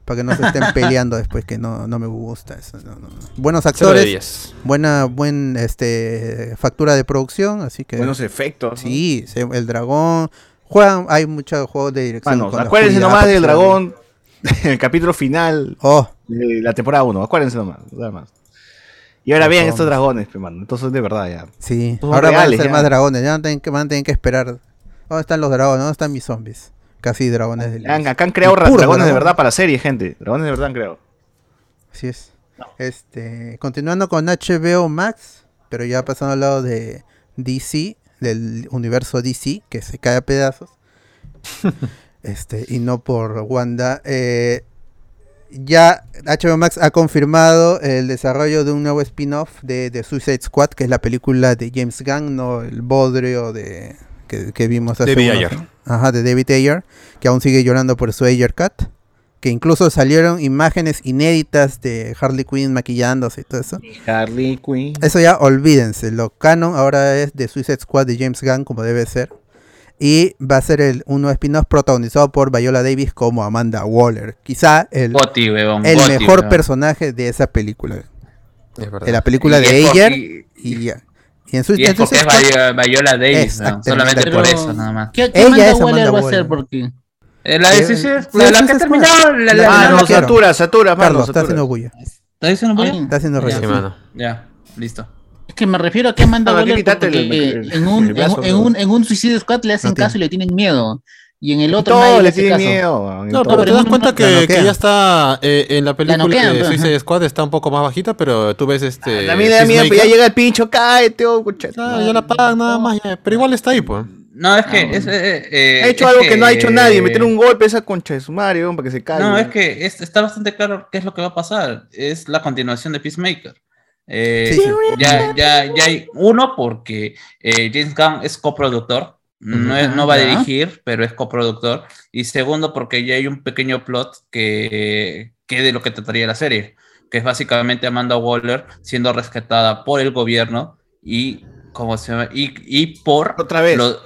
[SPEAKER 2] para que no se estén peleando después que no, no me gusta eso. no, no, no. Buenos
[SPEAKER 4] Cero de
[SPEAKER 2] actores,
[SPEAKER 4] 10.
[SPEAKER 2] buena buen este factura de producción, así que
[SPEAKER 3] Buenos efectos. ¿no?
[SPEAKER 2] Sí, se- el dragón. Juegan, hay muchos juegos de dirección.
[SPEAKER 3] Manos,
[SPEAKER 2] con la
[SPEAKER 3] acuérdense
[SPEAKER 2] oscuridad,
[SPEAKER 3] nomás del
[SPEAKER 2] porque-
[SPEAKER 3] dragón. El capítulo final
[SPEAKER 2] Oh,
[SPEAKER 3] de la temporada 1. Acuérdense nomás. Nada más. Y ahora vean estos dragones, pe, mano. Entonces, de verdad, ya.
[SPEAKER 2] sí.
[SPEAKER 3] Pues Son
[SPEAKER 2] Ahora van a
[SPEAKER 3] reales,
[SPEAKER 2] ser
[SPEAKER 3] ya.
[SPEAKER 2] más dragones. Ya no tienen que, van a tener que esperar. ¿Dónde están los dragones? ¿Dónde están mis zombies? Casi dragones del.
[SPEAKER 3] Han- acá han creado ra-
[SPEAKER 2] Puro
[SPEAKER 3] dragones de
[SPEAKER 2] dragón.
[SPEAKER 3] verdad para la serie, gente. Dragones de verdad han creado.
[SPEAKER 2] Así es. Este, continuando con HBO Max, pero ya pasando al lado de DC, del universo DC, que se cae a pedazos. este, y no por Wanda. eh, ya HBO Max ha confirmado el desarrollo de un nuevo spin-off de, de Suicide Squad, que es la película de James Gunn, no el bodrio de que, que vimos hace
[SPEAKER 4] David
[SPEAKER 2] unos-
[SPEAKER 4] Ayer.
[SPEAKER 2] Ajá, de David Ayer, que aún sigue llorando por su Ayer Cut que incluso salieron imágenes inéditas de Harley Quinn maquillándose y todo eso.
[SPEAKER 3] Harley Quinn.
[SPEAKER 2] Eso ya olvídense, lo canon ahora es de Suicide Squad de James Gunn como debe ser. Y va a ser el, un nuevo spin-off protagonizado por Viola Davis como Amanda Waller. Quizá el,
[SPEAKER 5] Goti, weón.
[SPEAKER 2] el
[SPEAKER 5] Goti,
[SPEAKER 2] mejor
[SPEAKER 5] weón.
[SPEAKER 2] personaje de esa película.
[SPEAKER 4] Es verdad.
[SPEAKER 2] De la película
[SPEAKER 5] Y
[SPEAKER 2] de
[SPEAKER 5] es por-
[SPEAKER 2] Ayer y,
[SPEAKER 5] y-
[SPEAKER 2] ya. Y en
[SPEAKER 5] Y
[SPEAKER 2] Suicide
[SPEAKER 5] es porque es
[SPEAKER 2] Squad-
[SPEAKER 5] Viola, Viola Davis,
[SPEAKER 2] Exactamente.
[SPEAKER 5] weón. solamente
[SPEAKER 2] Pero-
[SPEAKER 5] por eso, nada más.
[SPEAKER 10] ¿Qué,
[SPEAKER 2] Ella
[SPEAKER 10] qué Amanda
[SPEAKER 2] es Amanda
[SPEAKER 10] Waller va a
[SPEAKER 2] Waller.
[SPEAKER 10] ser? Porque.
[SPEAKER 5] Eh, La
[SPEAKER 2] Sí,
[SPEAKER 5] decisión,
[SPEAKER 2] sí,
[SPEAKER 5] la,
[SPEAKER 2] sí,
[SPEAKER 5] la que
[SPEAKER 2] sí,
[SPEAKER 5] ha
[SPEAKER 2] sí.
[SPEAKER 5] terminado, la, la,
[SPEAKER 2] Ah,
[SPEAKER 5] la-
[SPEAKER 2] no, Ah,
[SPEAKER 3] Mano,
[SPEAKER 2] quiero.
[SPEAKER 3] satura, satura, mano,
[SPEAKER 2] Carlos, está
[SPEAKER 3] satura.
[SPEAKER 2] haciendo bulla.
[SPEAKER 5] ¿Está diciendo
[SPEAKER 10] Ay,
[SPEAKER 5] bulla?
[SPEAKER 2] Está haciendo
[SPEAKER 5] Ya,
[SPEAKER 2] ruido.
[SPEAKER 4] Sí, mano.
[SPEAKER 5] Ya, listo.
[SPEAKER 10] Es que me refiero a que Amanda
[SPEAKER 3] No, hay Ah, que
[SPEAKER 10] Waller
[SPEAKER 3] quitarte
[SPEAKER 10] porque,
[SPEAKER 3] el-
[SPEAKER 10] eh,
[SPEAKER 3] el-
[SPEAKER 10] en, un,
[SPEAKER 3] el
[SPEAKER 10] en,
[SPEAKER 3] brazo,
[SPEAKER 10] un- en
[SPEAKER 3] ¿no?
[SPEAKER 10] un, en un Suicide Squad le hacen caso y le tienen miedo. Y en el otro
[SPEAKER 3] Todo
[SPEAKER 10] nadie
[SPEAKER 3] le
[SPEAKER 10] hace
[SPEAKER 3] tiene
[SPEAKER 10] caso.
[SPEAKER 3] miedo, weón, en
[SPEAKER 4] No,
[SPEAKER 10] todo.
[SPEAKER 4] pero te das cuenta
[SPEAKER 10] La
[SPEAKER 4] que,
[SPEAKER 10] noquean.
[SPEAKER 4] que ya está eh, en la película
[SPEAKER 10] noquean,
[SPEAKER 4] de
[SPEAKER 10] pues,
[SPEAKER 4] Suicide Squad está un poco más bajita, pero tú ves este.
[SPEAKER 3] A mí me da miedo, pues ya llega el pincho, cáete, oh,
[SPEAKER 4] Ah, ya la pagan nada más, ya. pero igual está ahí, pues.
[SPEAKER 5] No, es que. es, eh, eh,
[SPEAKER 3] Ah, Ha hecho
[SPEAKER 5] es
[SPEAKER 3] algo que... no ha hecho nadie, meter un golpe a esa concha de su madre, weón, para que se caiga.
[SPEAKER 5] No, es que es- está bastante claro qué es lo que va a pasar. Es la continuación de Peacemaker. Eh,
[SPEAKER 2] Sí.
[SPEAKER 5] Ya, ya, ya hay uno porque eh, James Gunn es coproductor. No, es- no va a
[SPEAKER 10] Ya.
[SPEAKER 5] dirigir, pero es coproductor. Y segundo, porque ya hay un pequeño plot que, que de lo que trataría la serie, que es básicamente Amanda Waller siendo rescatada por el gobierno y, ¿cómo se llama? Y, y por...
[SPEAKER 3] Otra vez.
[SPEAKER 5] lo-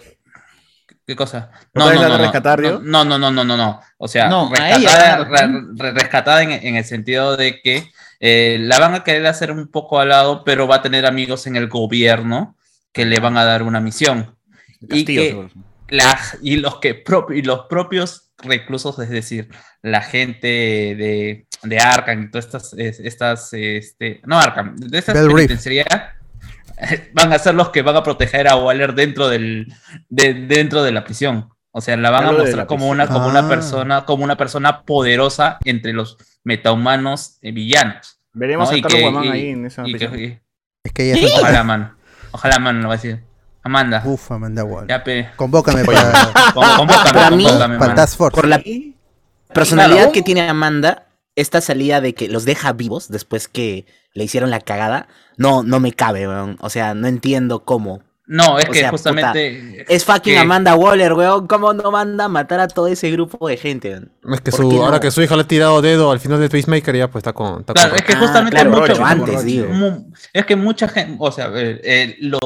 [SPEAKER 5] ¿Qué cosa?
[SPEAKER 3] ¿Otra vez la de rescatar, Río?
[SPEAKER 5] no, no, no, no, no, no. O sea,
[SPEAKER 10] No, a
[SPEAKER 5] rescatada,
[SPEAKER 10] ella,
[SPEAKER 5] re-
[SPEAKER 10] ¿no?
[SPEAKER 5] re- rescatada en, en el sentido de que eh, la van a querer hacer un poco al lado, pero va a tener amigos en el gobierno que le van a dar una misión. Y,
[SPEAKER 3] Castillo,
[SPEAKER 5] que
[SPEAKER 3] seguro.
[SPEAKER 5] la- y los que prop- y los propios reclusos, es decir, la gente de, de Arkham y todas estas, es- estas este, no Arkham, de estas
[SPEAKER 2] Bell Reef.
[SPEAKER 5] penitenciarías, van a ser los que van a proteger a Waller dentro del de, dentro de la prisión. O sea, la van
[SPEAKER 3] Hablo
[SPEAKER 5] a
[SPEAKER 3] de
[SPEAKER 5] mostrar
[SPEAKER 3] la
[SPEAKER 5] como
[SPEAKER 3] prisión.
[SPEAKER 5] una como una
[SPEAKER 2] Ah.
[SPEAKER 5] persona como una persona poderosa entre los metahumanos eh, villanos.
[SPEAKER 3] Veremos
[SPEAKER 5] ¿no?
[SPEAKER 3] a
[SPEAKER 5] Y
[SPEAKER 3] Carlos
[SPEAKER 5] que-
[SPEAKER 3] Guamán
[SPEAKER 5] y-
[SPEAKER 3] ahí en esa
[SPEAKER 5] y que-
[SPEAKER 3] prisión.
[SPEAKER 5] y-
[SPEAKER 2] Es que ella es
[SPEAKER 5] ojalá, man. Ojalá, man, lo va a decir. Amanda,
[SPEAKER 2] Uf, Amanda Waller.
[SPEAKER 5] ya pe.
[SPEAKER 2] Convócame para,
[SPEAKER 5] Con- convócame,
[SPEAKER 9] Para mí-
[SPEAKER 5] convócame,
[SPEAKER 2] para
[SPEAKER 5] man.
[SPEAKER 2] el Task Force.
[SPEAKER 9] Por la personalidad
[SPEAKER 3] Claro.
[SPEAKER 9] que tiene Amanda, esta salida de que los deja vivos después que le hicieron la cagada, no, no me cabe, weón. O sea, no entiendo cómo.
[SPEAKER 5] No, es
[SPEAKER 9] O
[SPEAKER 5] que
[SPEAKER 9] sea,
[SPEAKER 5] justamente.
[SPEAKER 9] Es fucking
[SPEAKER 5] que-
[SPEAKER 9] Amanda Waller, weón. ¿Cómo no manda a matar a todo ese grupo de gente, weón?
[SPEAKER 4] Es que
[SPEAKER 9] ¿Por
[SPEAKER 4] su,
[SPEAKER 9] qué no?
[SPEAKER 4] ahora que su hija le ha tirado dedo al final de Peacemaker, ya pues está con. Está
[SPEAKER 5] Claro,
[SPEAKER 4] con-
[SPEAKER 5] es que
[SPEAKER 9] Ah,
[SPEAKER 5] justamente
[SPEAKER 9] claro,
[SPEAKER 5] mucho-
[SPEAKER 9] Roche, antes,
[SPEAKER 5] Roche.
[SPEAKER 9] digo.
[SPEAKER 5] mu- es que mucha gente, o sea, eh, eh, lo,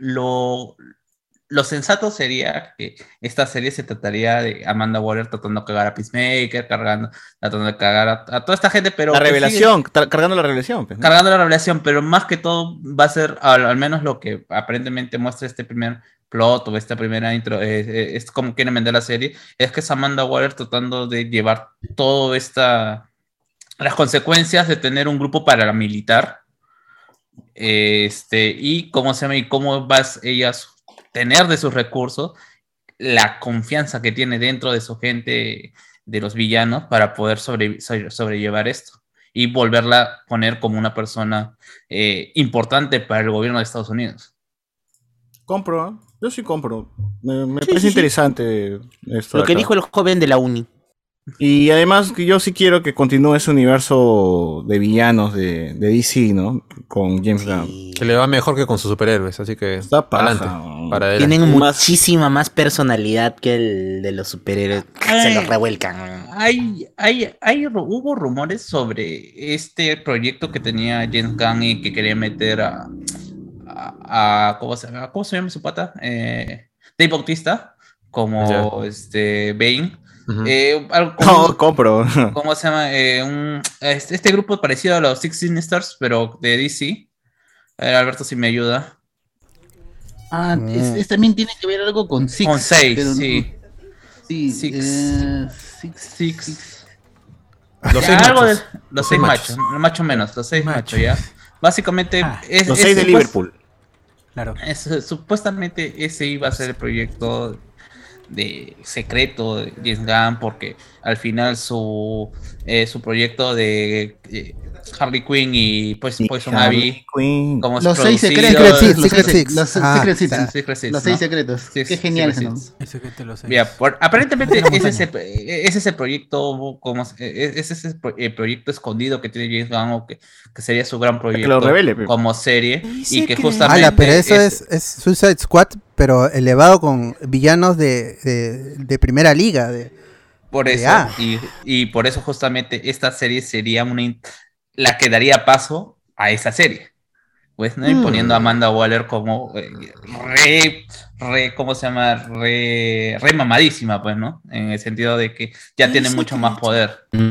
[SPEAKER 5] lo, lo sensato sería que esta serie se trataría de Amanda Waller tratando de cagar a Peacemaker, cargando, tratando de cagar a, a toda esta gente, pero
[SPEAKER 3] La
[SPEAKER 5] que sigue
[SPEAKER 3] revelación, tra- cargando la revelación. pues, ¿no?
[SPEAKER 5] cargando la revelación, pero más que todo va a ser al, al menos lo que aparentemente muestra este primer plot o esta primera intro, eh, eh, es como quieren vender la serie, es que es Amanda Waller tratando de llevar todo esta, las consecuencias de tener un grupo paramilitar, este, y cómo se llama y cómo vas ella a su- tener de sus recursos la confianza que tiene dentro de su gente, de los villanos, para poder sobrevi- sobre- sobrellevar esto y volverla a poner como una persona eh, importante para el gobierno de Estados Unidos.
[SPEAKER 3] Compro, ¿ah? yo sí compro. Me, me parece interesante esto.
[SPEAKER 9] Lo
[SPEAKER 3] de
[SPEAKER 9] que
[SPEAKER 3] acá.
[SPEAKER 9] dijo el joven de la uni.
[SPEAKER 3] Y además que yo sí quiero que continúe ese universo de villanos de, de DC, ¿no? Con James Gunn.
[SPEAKER 4] Que le va mejor que con sus superhéroes, así que.
[SPEAKER 3] Está paja,
[SPEAKER 4] pa'lante,
[SPEAKER 3] weón.
[SPEAKER 4] Para adelante.
[SPEAKER 9] Tienen
[SPEAKER 3] Más-
[SPEAKER 9] muchísima más personalidad que el de los superhéroes. Se
[SPEAKER 5] Eh.
[SPEAKER 9] los revuelcan. weón.
[SPEAKER 5] Hay, hay, hay, ru- hubo rumores sobre este proyecto que tenía James Gunn y que quería meter a, a, a- ¿cómo, se llama? ¿Cómo se llama su pata? Eh, Dave Bautista como este Bane.
[SPEAKER 4] Ujú.
[SPEAKER 5] Eh, algo como-
[SPEAKER 3] No, compro.
[SPEAKER 5] ¿Cómo se llama? Eh, un- este, este grupo parecido a los Six Stars, pero de DC. A ver, Alberto, si me ayuda.
[SPEAKER 10] Ah,
[SPEAKER 2] Mm.
[SPEAKER 10] es, es- también tiene que ver algo con Six.
[SPEAKER 5] Con seis,
[SPEAKER 10] pero no-
[SPEAKER 5] sí.
[SPEAKER 10] Sí,
[SPEAKER 5] Six.
[SPEAKER 10] eh, six,
[SPEAKER 5] Six.
[SPEAKER 10] six.
[SPEAKER 4] Los
[SPEAKER 5] Ya,
[SPEAKER 4] seis
[SPEAKER 5] algo de-
[SPEAKER 4] machos.
[SPEAKER 5] los seis machos, macho menos, los seis machos, ya. Básicamente, es,
[SPEAKER 3] Los
[SPEAKER 5] es-
[SPEAKER 3] seis de
[SPEAKER 5] supuest-
[SPEAKER 3] Liverpool.
[SPEAKER 6] Claro.
[SPEAKER 5] es- supuestamente ese iba a ser el proyecto de secreto de James Gunn, porque al final su, eh, su proyecto de eh, Harley Quinn y Poison, Poison Ivy,
[SPEAKER 3] Queen.
[SPEAKER 5] como es
[SPEAKER 10] Los seis
[SPEAKER 5] producido-
[SPEAKER 10] secretos.
[SPEAKER 2] Secret Six,
[SPEAKER 10] los
[SPEAKER 2] Secret
[SPEAKER 10] seis-
[SPEAKER 2] Six.
[SPEAKER 10] Los
[SPEAKER 2] Ah,
[SPEAKER 10] Secret Six.
[SPEAKER 5] Los Secret Six,
[SPEAKER 10] Los seis
[SPEAKER 5] ¿no?
[SPEAKER 10] secretos.
[SPEAKER 5] Sí,
[SPEAKER 10] Qué
[SPEAKER 5] sí,
[SPEAKER 10] genial ese
[SPEAKER 5] Secret
[SPEAKER 10] nombre.
[SPEAKER 5] Six.
[SPEAKER 6] Eso que te lo sé.
[SPEAKER 5] Ya, por- aparentemente
[SPEAKER 6] Es una
[SPEAKER 5] es ese,
[SPEAKER 6] montaña.
[SPEAKER 5] eh, es ese proyecto como se- eh, es ese pro- eh, proyecto escondido que tiene James Gunn o que, que sería su gran proyecto
[SPEAKER 3] lo revele, pe.
[SPEAKER 5] como serie y que justamente
[SPEAKER 2] Ala, pero eso es, es Suicide Squad, pero elevado con villanos de, de, de primera liga. de-
[SPEAKER 5] por eso
[SPEAKER 2] Ya.
[SPEAKER 5] y, y por eso justamente esta serie sería una in- la que daría paso a esa serie pues no imponiendo a Amanda Waller como eh, re re cómo se llama re, re mamadísima pues no en el sentido de que ya tiene mucho más poder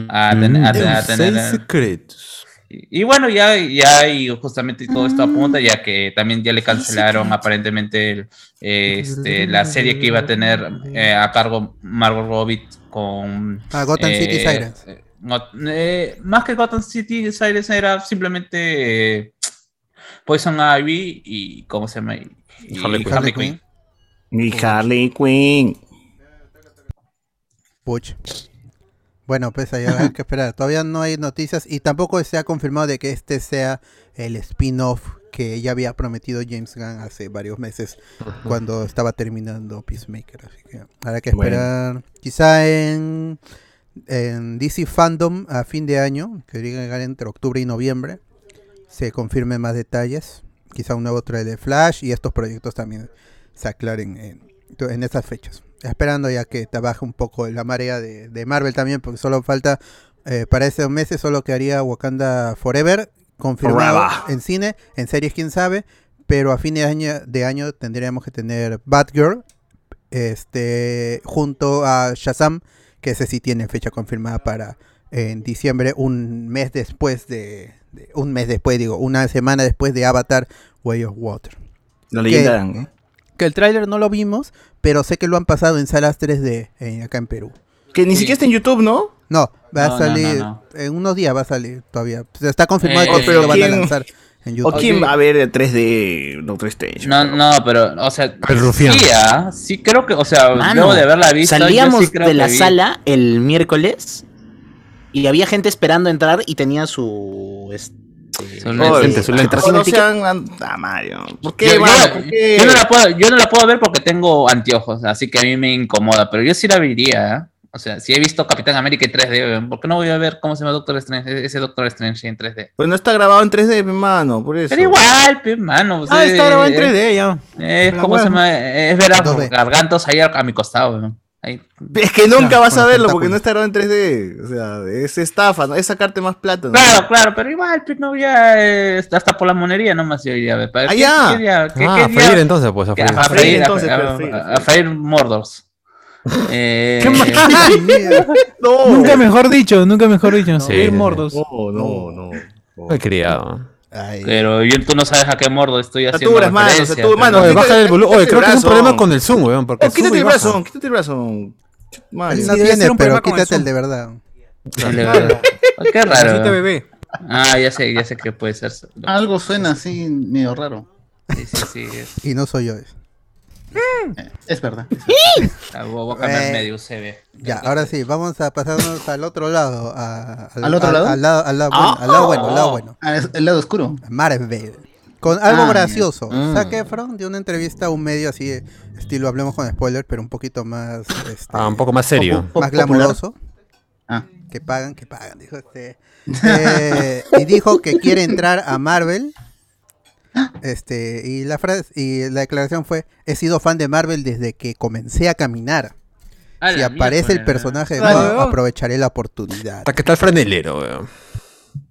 [SPEAKER 5] a,
[SPEAKER 9] Mm.
[SPEAKER 5] ten- a- a
[SPEAKER 4] Los
[SPEAKER 5] tener
[SPEAKER 4] seis secretos.
[SPEAKER 5] Y, y bueno, ya, ya y justamente todo esto apunta, ya que también ya le cancelaron aparentemente el, eh, este, la serie que iba a tener eh, a cargo Margot Robbie con...
[SPEAKER 2] Ah, Gotham
[SPEAKER 5] eh,
[SPEAKER 2] City Sirens.
[SPEAKER 5] eh, Got- eh, más que Gotham City Sirens era simplemente... eh, Poison Ivy y ¿cómo se llama? Y
[SPEAKER 3] Harley Quinn.
[SPEAKER 5] Harley Quinn.
[SPEAKER 3] Y Harley Quinn.
[SPEAKER 2] Puch. Bueno, pues ahí habrá que esperar. Todavía no hay noticias y tampoco se ha confirmado de que este sea el spin-off que ya había prometido James Gunn hace varios meses cuando estaba terminando Peacemaker. Así que habrá que
[SPEAKER 11] Bueno.
[SPEAKER 2] esperar. Quizá en, en DC Fandom a fin de año, que debería llegar entre octubre y noviembre, se confirmen más detalles. Quizá un nuevo trailer de Flash y estos proyectos también se aclaren en, en esas fechas. Esperando ya que te baje un poco la marea de, de Marvel también, porque solo falta eh, para esos meses, solo quedaría Wakanda Forever, confirmado
[SPEAKER 3] Forever.
[SPEAKER 2] en cine, en series quién sabe, pero a fin de año, de año tendríamos que tener Batgirl este, junto a Shazam, que ese sí tiene fecha confirmada para en diciembre, un mes después de, de- un mes después, digo, una semana después de Avatar Way of Water.
[SPEAKER 3] La
[SPEAKER 2] Que-
[SPEAKER 3] leyenda de Aang, ¿no?
[SPEAKER 2] que el tráiler no lo vimos, pero sé que lo han pasado en salas 3D eh, acá en Perú.
[SPEAKER 3] Que ni siquiera está en YouTube, ¿no?
[SPEAKER 2] No, va
[SPEAKER 3] No,
[SPEAKER 2] a
[SPEAKER 3] no,
[SPEAKER 2] salir
[SPEAKER 3] no,
[SPEAKER 2] en unos días va a salir todavía. Pues Está confirmado
[SPEAKER 5] Eh,
[SPEAKER 2] que sí
[SPEAKER 5] pero
[SPEAKER 2] lo van a
[SPEAKER 5] ¿quién-
[SPEAKER 2] lanzar en
[SPEAKER 3] ¿O
[SPEAKER 2] YouTube.
[SPEAKER 3] quién va a ver el 3D Doctor Strange?
[SPEAKER 5] No, no, pero, o sea,
[SPEAKER 4] el rufián.
[SPEAKER 5] Sí, ah, sí creo que, o sea,
[SPEAKER 9] Mano,
[SPEAKER 5] luego de haberla visto, yo sí
[SPEAKER 9] salíamos
[SPEAKER 5] creo
[SPEAKER 9] de la
[SPEAKER 5] que vi.
[SPEAKER 9] sala el miércoles y había gente esperando entrar y tenía su...
[SPEAKER 5] lente, su lente.
[SPEAKER 3] No sean... an- Ah, Mario. ¿Por qué,
[SPEAKER 5] Yo- yo,
[SPEAKER 3] mano? ¿Por qué?
[SPEAKER 5] yo no la puedo, yo no la puedo ver porque tengo anteojos, así que a mí me incomoda, pero yo sí la vería. ¿eh? O sea, si he visto Capitán América en 3D, weón, ¿por qué no voy a ver cómo se llama Doctor Strange, e-, ese Doctor Strange en 3D?
[SPEAKER 3] Pues no está grabado en 3D, mi mano, por eso.
[SPEAKER 5] Pero igual, pe, mano. pues, eh,
[SPEAKER 3] Ah, está grabado en 3D
[SPEAKER 5] ya. Es
[SPEAKER 3] La
[SPEAKER 5] como
[SPEAKER 3] hueva.
[SPEAKER 5] eh, se llama, eh, es ver a
[SPEAKER 3] 2D.
[SPEAKER 5] gargantos ahí a, a mi costado, weón. Ahí.
[SPEAKER 3] Es que nunca
[SPEAKER 5] Ya,
[SPEAKER 3] vas
[SPEAKER 5] con
[SPEAKER 3] a
[SPEAKER 5] los
[SPEAKER 3] verlo porque
[SPEAKER 5] tentáculos.
[SPEAKER 3] no está grabado en 3D. O sea, es estafa, ¿no? es sacarte más plata. ¿no?
[SPEAKER 5] Claro, claro, pero igual, pues no, ya eh, hasta por la monería nomás yo iría a ver. ¿Para
[SPEAKER 3] Ah,
[SPEAKER 5] qué-
[SPEAKER 3] ya.
[SPEAKER 5] qué día- qué-
[SPEAKER 4] Ah,
[SPEAKER 5] qué
[SPEAKER 4] a
[SPEAKER 5] día-
[SPEAKER 4] freír entonces, pues, a
[SPEAKER 5] que-
[SPEAKER 4] freír.
[SPEAKER 5] A
[SPEAKER 4] A freír
[SPEAKER 5] freír,
[SPEAKER 4] entonces,
[SPEAKER 5] a-
[SPEAKER 4] pues,
[SPEAKER 5] a-
[SPEAKER 4] freír,
[SPEAKER 5] a- a freír Mordors. Eh,
[SPEAKER 6] Nunca mejor dicho, nunca mejor dicho.
[SPEAKER 4] Sí,
[SPEAKER 6] Sí,
[SPEAKER 4] sí, sí.
[SPEAKER 6] mordos.
[SPEAKER 3] No, no, no.
[SPEAKER 4] Ay, criado.
[SPEAKER 5] Pero bien tú no sabes a qué mordo estoy haciendo.
[SPEAKER 3] Saturas, mano,
[SPEAKER 5] referencia,
[SPEAKER 3] saturas, mano,
[SPEAKER 5] pero-
[SPEAKER 4] Oye, baja el volumen. Oye,
[SPEAKER 3] quítate
[SPEAKER 4] creo
[SPEAKER 3] el
[SPEAKER 4] que es un
[SPEAKER 3] brazo.
[SPEAKER 4] problema con el Zoom, weón. Porque
[SPEAKER 3] Oh, quítate
[SPEAKER 4] sube y
[SPEAKER 3] el
[SPEAKER 4] baja.
[SPEAKER 3] brazo, quítate el brazo. Chut, Mario.
[SPEAKER 2] No tiene, pero quítate el de verdad.
[SPEAKER 5] Sí, le veo. Ay, Qué raro.
[SPEAKER 10] Necesita bebé.
[SPEAKER 5] Ah, ya sé, ya sé que puede ser.
[SPEAKER 10] Algo suena así medio raro.
[SPEAKER 5] Sí, sí, sí. es-
[SPEAKER 2] Y no soy yo.
[SPEAKER 10] Es verdad.
[SPEAKER 5] ah, Voy voy a cambiar
[SPEAKER 2] Eh,
[SPEAKER 5] medio USB.
[SPEAKER 2] Ya, ahora sí, vamos a pasarnos al otro lado. a- al,
[SPEAKER 10] ¿Al otro
[SPEAKER 2] al-
[SPEAKER 10] lado?
[SPEAKER 2] Al lado, al lado
[SPEAKER 10] Ah.
[SPEAKER 2] bueno, al lado bueno, al lado bueno.
[SPEAKER 10] Ah, es- El lado oscuro.
[SPEAKER 2] Marvel. Con algo
[SPEAKER 10] Ah,
[SPEAKER 2] gracioso.
[SPEAKER 10] ya. Mm.
[SPEAKER 2] Zac Efron dio una entrevista a un medio así, estilo hablemos con spoiler, pero un poquito más. este,
[SPEAKER 4] Ah, un poco más serio.
[SPEAKER 2] popu- Más
[SPEAKER 4] Popular.
[SPEAKER 2] glamuroso.
[SPEAKER 10] Ah.
[SPEAKER 2] Que pagan, que pagan, dijo este. Eh, y dijo que quiere entrar a Marvel. Este, y la frase, y la declaración fue: He sido fan de Marvel desde que comencé a caminar.
[SPEAKER 5] A
[SPEAKER 2] Si
[SPEAKER 5] la
[SPEAKER 2] aparece el
[SPEAKER 5] miércoles.
[SPEAKER 2] personaje de
[SPEAKER 5] Ay,
[SPEAKER 2] nuevo,
[SPEAKER 5] no.
[SPEAKER 2] aprovecharé la oportunidad.
[SPEAKER 4] Hasta que está el franelero, weón.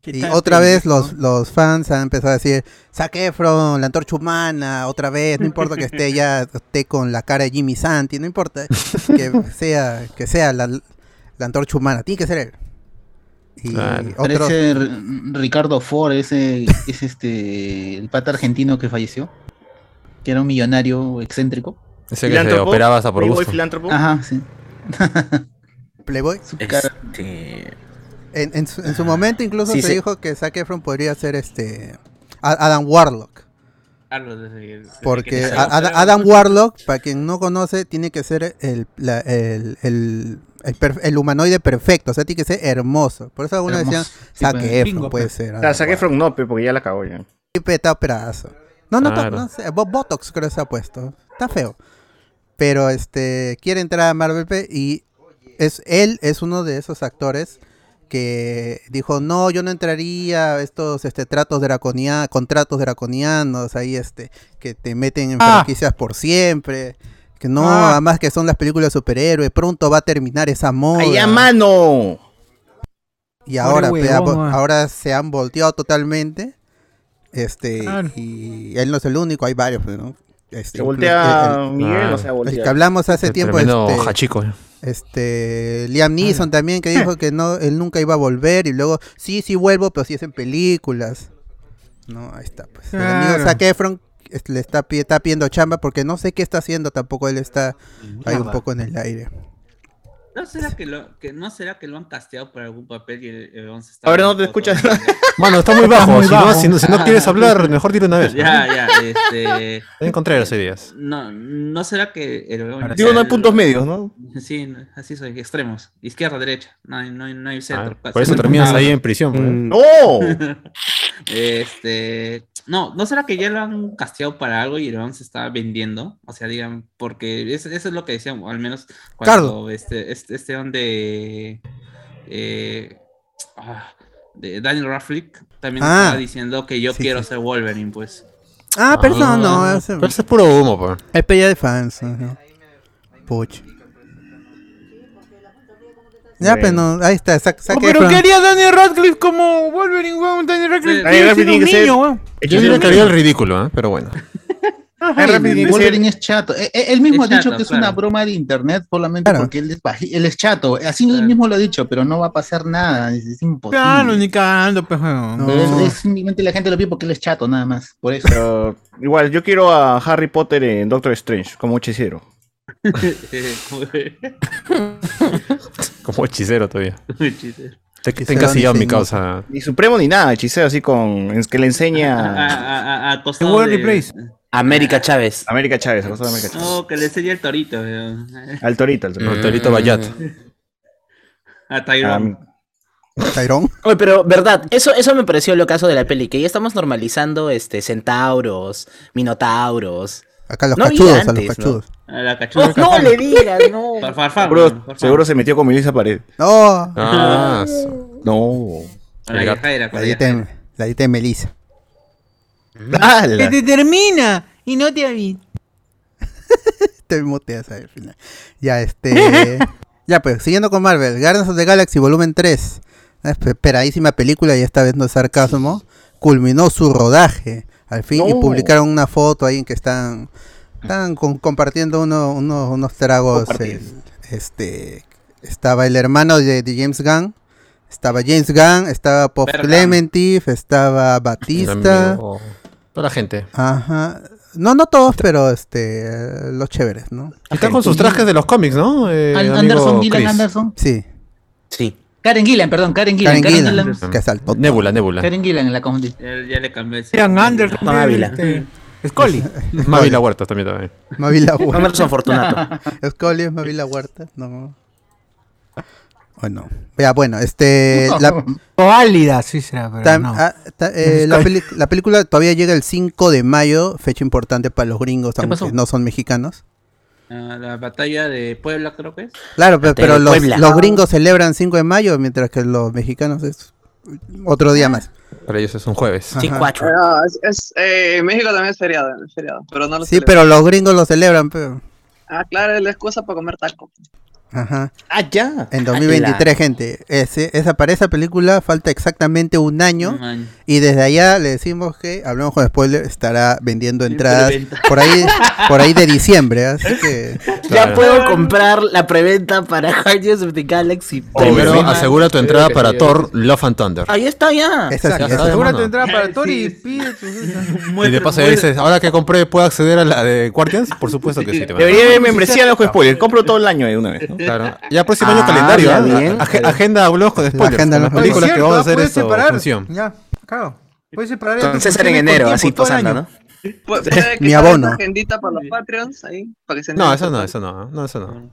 [SPEAKER 2] Y otra vez los, los fans han empezado a decir, Zac Efron, la antorcha humana, otra vez, no importa que esté ya, esté con la cara de Jimmy Santi, no importa que sea, que sea la, la antorcha humana, tiene que ser él. Y otros,
[SPEAKER 10] Parece R- Ricardo Ford, ese es este el pata argentino que falleció, que era un millonario excéntrico.
[SPEAKER 4] Ese que se Filántropo, operaba hasta por playboy gusto.
[SPEAKER 3] filántropo.
[SPEAKER 10] Ajá, sí.
[SPEAKER 2] Playboy.
[SPEAKER 5] Este,
[SPEAKER 2] En, en su, en su momento incluso
[SPEAKER 5] Sí,
[SPEAKER 2] se
[SPEAKER 5] sí.
[SPEAKER 2] dijo que Zac Efron podría ser este A- Adam Warlock.
[SPEAKER 5] Algo desde- desde
[SPEAKER 2] Porque
[SPEAKER 5] que-
[SPEAKER 2] a- Ad- Adam Warlock, para quien no conoce, tiene que ser el, la- el, el- el per- el humanoide perfecto, o sea, tiene que ser hermoso. Por eso algunos
[SPEAKER 3] Hermoso.
[SPEAKER 2] decían,
[SPEAKER 3] Sí,
[SPEAKER 2] Zac
[SPEAKER 3] pues,
[SPEAKER 2] Efron
[SPEAKER 3] pingo,
[SPEAKER 2] puede
[SPEAKER 3] pues.
[SPEAKER 2] ser.
[SPEAKER 3] O
[SPEAKER 2] Adam
[SPEAKER 3] sea, Zac Efron no, pe, porque ya la cagó ya.
[SPEAKER 2] Warlock. Está operazo. No, no,
[SPEAKER 3] Claro.
[SPEAKER 2] no sé, Bo- Botox creo que se ha puesto. Está feo. Pero este quiere entrar a Marvel pe, y es él es uno de esos actores que dijo, "No, yo no entraría a estos este tratos draconia- contratos draconianos ahí este que te meten en
[SPEAKER 11] Ah.
[SPEAKER 2] franquicias por siempre." Que no,
[SPEAKER 11] Ah.
[SPEAKER 2] además que son las películas de superhéroes, pronto va a terminar esa moda.
[SPEAKER 3] ¡Ay, a mano!
[SPEAKER 2] Y ahora,
[SPEAKER 3] Pobre
[SPEAKER 2] pe,
[SPEAKER 3] huevón,
[SPEAKER 2] abo-
[SPEAKER 3] ah.
[SPEAKER 2] ahora se han volteado totalmente. Este,
[SPEAKER 3] Claro.
[SPEAKER 2] y él no es el único, hay varios, pues, ¿no? Este,
[SPEAKER 3] Se voltea
[SPEAKER 2] inclu-
[SPEAKER 3] Miguel,
[SPEAKER 2] Claro.
[SPEAKER 3] o sea, voltea.
[SPEAKER 2] El que hablamos hace
[SPEAKER 4] El
[SPEAKER 2] tiempo,
[SPEAKER 4] tremendo
[SPEAKER 2] este,
[SPEAKER 4] hachico, eh.
[SPEAKER 2] este, Liam Neeson también, que dijo que no, él nunca iba a volver, y luego, sí, sí vuelvo, pero sí es en películas. No, ahí está, pues. El amigo
[SPEAKER 11] Claro.
[SPEAKER 2] Zac Efron este, le está, pi- está pidiendo chamba porque no sé qué está haciendo tampoco, él está ahí un
[SPEAKER 11] Mierda.
[SPEAKER 2] poco en el aire.
[SPEAKER 5] ¿No será que lo, que, ¿No será que lo han casteado por algún papel y el, el once está...
[SPEAKER 3] Ahora no te escuchas.
[SPEAKER 4] Mano, está muy bajo. si, No, si no- si no quieres hablar, mejor dile una vez. ¿no?
[SPEAKER 5] Ya, ya, este...
[SPEAKER 4] Deben encontrar esos días.
[SPEAKER 5] No, no será que... el-
[SPEAKER 3] Digo, no hay puntos medios, ¿no?
[SPEAKER 5] Sí, no, así soy, extremos. Izquierda, derecha. No hay, no hay,
[SPEAKER 3] Ah,
[SPEAKER 5] no hay centro.
[SPEAKER 4] Ah, por eso terminas ahí en prisión, pues.
[SPEAKER 3] Mm. ¡No!
[SPEAKER 5] este... No, ¿no será que ya lo han casteado para algo y el once está vendiendo? O sea, digan, porque es- eso es lo que decían, o al menos cuando
[SPEAKER 2] Cardo.
[SPEAKER 5] este, este, este don de... eh, ah, de Daniel Radcliffe también
[SPEAKER 2] Ah.
[SPEAKER 5] estaba diciendo que yo quiero ser Wolverine, pues.
[SPEAKER 2] Ah, pero eso no,
[SPEAKER 4] Ah,
[SPEAKER 2] ese-
[SPEAKER 4] pero ese es puro humo, pues.
[SPEAKER 2] Es pelea de fans. ajá. Puch. Ya,
[SPEAKER 4] Bueno.
[SPEAKER 2] pero no, ahí está, saca
[SPEAKER 11] Oh, pero ¿qué haría Daniel Radcliffe como Wolverine, weón? Daniel Radcliffe
[SPEAKER 4] Daniel
[SPEAKER 11] sigue
[SPEAKER 4] Radcliffe
[SPEAKER 11] siendo un
[SPEAKER 4] tiene que ser-
[SPEAKER 11] niño, weón.
[SPEAKER 4] Yo diría que haría el ridículo, ¿eh? pero bueno.
[SPEAKER 11] Ah,
[SPEAKER 10] Ay, Wolverine es chato. Eh, eh, Él mismo
[SPEAKER 5] Es
[SPEAKER 10] ha dicho
[SPEAKER 5] chato,
[SPEAKER 10] que es
[SPEAKER 5] claro.
[SPEAKER 10] una broma de internet solamente
[SPEAKER 2] Claro.
[SPEAKER 10] porque él es, baji- él es chato. Así él mismo lo ha dicho, pero no va a pasar nada. Es, es imposible.
[SPEAKER 11] Claro, Ah, ni cagando, pues, weón.
[SPEAKER 10] Pero es- es simplemente la gente lo pide porque él es chato, nada más. Por eso.
[SPEAKER 3] Pero, igual, yo quiero a Harry Potter en Doctor Strange como hechicero.
[SPEAKER 4] Como hechicero todavía.
[SPEAKER 5] Hechicero.
[SPEAKER 4] Te, te encasillado mi causa.
[SPEAKER 3] Ni supremo ni nada, hechicero así con. Es que le
[SPEAKER 4] Ah.
[SPEAKER 3] enseña.
[SPEAKER 5] a, a, a costado de- ah.
[SPEAKER 3] América Chávez. América Chávez, al costado de América Chávez.
[SPEAKER 5] No, Oh, que le enseñe el torito. eh. weón.
[SPEAKER 3] Al Torito, al Torito. Ah,
[SPEAKER 4] Al Torito Bayat.
[SPEAKER 5] A Tyrone.
[SPEAKER 2] Tyrone.
[SPEAKER 9] Oye, pero verdad, eso, eso me pareció lo caso de la peli, que ya estamos normalizando este centauros, minotauros.
[SPEAKER 2] Acá los
[SPEAKER 9] No había
[SPEAKER 2] cachudos, a los
[SPEAKER 9] antes, ¿no?
[SPEAKER 2] cachudos.
[SPEAKER 4] Ah,
[SPEAKER 5] A la cachuda.
[SPEAKER 9] Oh, No, le digas, no.
[SPEAKER 5] Ah,
[SPEAKER 3] Seguro, seguro se metió con Melissa Pared.
[SPEAKER 2] No.
[SPEAKER 4] Ah,
[SPEAKER 3] No.
[SPEAKER 5] La viajera,
[SPEAKER 2] La dieta, de- la dieta de Melissa.
[SPEAKER 11] Que te termina y no te avisa.
[SPEAKER 2] Te muteas al final. Ya, este. ya, pues, siguiendo con Marvel. Guardians of the Galaxy Volumen 3. Una esperadísima película, y esta vez no es sarcasmo. Culminó su rodaje al fin y
[SPEAKER 3] No.
[SPEAKER 2] publicaron una foto ahí en que están, están con- compartiendo uno- uno- unos tragos.
[SPEAKER 3] Compartir.
[SPEAKER 2] el- este Estaba el hermano de, de James Gunn. Estaba James Gunn, estaba Pop
[SPEAKER 4] Bergan.
[SPEAKER 2] Clementif, estaba Batista.
[SPEAKER 4] amigo. Toda la gente.
[SPEAKER 2] Ajá. No, no todos, pero este eh, los chéveres, ¿no?
[SPEAKER 4] Está con sus trajes de los cómics, ¿no? Eh,
[SPEAKER 10] An-
[SPEAKER 4] amigo
[SPEAKER 10] Anderson, Dylan
[SPEAKER 4] Chris.
[SPEAKER 10] Anderson.
[SPEAKER 2] Sí.
[SPEAKER 9] Sí.
[SPEAKER 10] Karen Gillan, perdón, Karen
[SPEAKER 2] Karen
[SPEAKER 10] Gillan. Karen
[SPEAKER 2] Gillan,
[SPEAKER 10] Gillan.
[SPEAKER 2] que saltó.
[SPEAKER 4] Oh, Nebula, Nebula.
[SPEAKER 10] Karen Gillan, la confundí.
[SPEAKER 5] Ya, ya le cambié. el-
[SPEAKER 11] Sean Anderson.
[SPEAKER 9] Ávila.
[SPEAKER 11] este, Scully.
[SPEAKER 4] Mávila Huertas también también.
[SPEAKER 2] Mavila Huerta.
[SPEAKER 9] Anderson Fortunato.
[SPEAKER 2] Scully es Mavila Huerta, no. Bueno, ya, bueno, este.
[SPEAKER 10] Oh.
[SPEAKER 11] No.
[SPEAKER 2] La,
[SPEAKER 11] O Álida, sí será, pero
[SPEAKER 2] tam-
[SPEAKER 11] no.
[SPEAKER 2] ah, ta- eh,
[SPEAKER 11] Es
[SPEAKER 2] la,
[SPEAKER 11] Scully.
[SPEAKER 2] peli- la película todavía llega el 5 de mayo, fecha importante para los gringos, aunque
[SPEAKER 5] pasó?
[SPEAKER 2] no son mexicanos.
[SPEAKER 5] Ah, la batalla de Puebla, creo que es.
[SPEAKER 2] Claro, pe-
[SPEAKER 9] Ante
[SPEAKER 2] pero los,
[SPEAKER 9] Puebla.
[SPEAKER 2] los gringos celebran 5 de mayo, mientras que los mexicanos es otro día más.
[SPEAKER 4] Para ellos es un jueves.
[SPEAKER 2] Sí, Ajá. cuatro.
[SPEAKER 12] No, es, es, eh, México también es feriado, es feriado, pero no lo
[SPEAKER 2] Sí,
[SPEAKER 12] celebran.
[SPEAKER 2] pero los gringos lo celebran, pero.
[SPEAKER 12] Ah, claro, es la excusa para comer taco.
[SPEAKER 2] Ajá.
[SPEAKER 3] Ah, ya.
[SPEAKER 2] En 2023, gente. Ese, esa, para esa película falta exactamente un año.
[SPEAKER 5] Un año.
[SPEAKER 2] Y desde allá le decimos que, hablamos con spoiler, estará vendiendo entradas
[SPEAKER 5] preventa.
[SPEAKER 2] por ahí, por ahí de diciembre. Así que.
[SPEAKER 9] Ya puedo comprar la preventa para Guardians of the Galaxy.
[SPEAKER 4] Primero
[SPEAKER 9] Pero-
[SPEAKER 4] asegura tu entrada para Thor, Love and Thunder.
[SPEAKER 9] Ahí está Ah, ya.
[SPEAKER 2] Esa sí, esa
[SPEAKER 4] Ya eh. está,
[SPEAKER 11] Segura
[SPEAKER 2] sí.
[SPEAKER 4] hermano.
[SPEAKER 11] tu entrada para Tori y pide tu-
[SPEAKER 4] Y de paso dices, ahora que compré, ¿puedo acceder a la de Guardians? Por supuesto que sí. te van a-
[SPEAKER 3] Debería haber membresía en los spoilers. Compro todo el año de una vez. ¿no?
[SPEAKER 4] Claro. Ya próximo año
[SPEAKER 3] Ah,
[SPEAKER 4] calendario.
[SPEAKER 3] ya
[SPEAKER 4] ¿eh?
[SPEAKER 3] bien.
[SPEAKER 4] Ag- agenda blogs con spoilers.
[SPEAKER 2] agenda
[SPEAKER 4] con las
[SPEAKER 2] de los
[SPEAKER 4] películas
[SPEAKER 11] Cierto,
[SPEAKER 4] que vamos a
[SPEAKER 11] ah,
[SPEAKER 4] hacer
[SPEAKER 11] puedes
[SPEAKER 4] esto
[SPEAKER 11] separar.
[SPEAKER 4] función.
[SPEAKER 11] Ya, claro. Puedes separar
[SPEAKER 9] Con
[SPEAKER 11] tus
[SPEAKER 9] César en
[SPEAKER 11] funciones con
[SPEAKER 9] enero,
[SPEAKER 11] tiempo,
[SPEAKER 9] así
[SPEAKER 11] todo el
[SPEAKER 9] posando,
[SPEAKER 11] año.
[SPEAKER 9] ¿no?
[SPEAKER 12] Pu- puede que
[SPEAKER 2] Mi
[SPEAKER 12] salga
[SPEAKER 2] abono.
[SPEAKER 12] pues, una agendita para los Patreons ahí, para que se
[SPEAKER 4] No,
[SPEAKER 12] enteren.
[SPEAKER 4] eso no, eso no. No, eso no.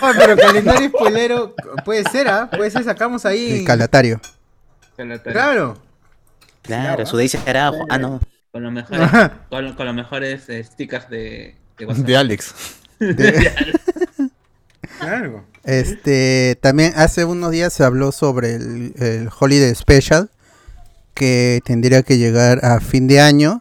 [SPEAKER 11] Ah, pero calendario spoilero puede ser, ¿ah? Puede ser, sacamos ahí.
[SPEAKER 2] El calatario.
[SPEAKER 11] Claro.
[SPEAKER 9] Claro, su dice carajo. Ah, no.
[SPEAKER 5] Con los mejores, con, con los mejores eh, stickers de, de WhatsApp.
[SPEAKER 4] De Alex.
[SPEAKER 11] Claro.
[SPEAKER 2] Este, también hace unos días se habló sobre el, el Holiday Special que tendría que llegar a fin de año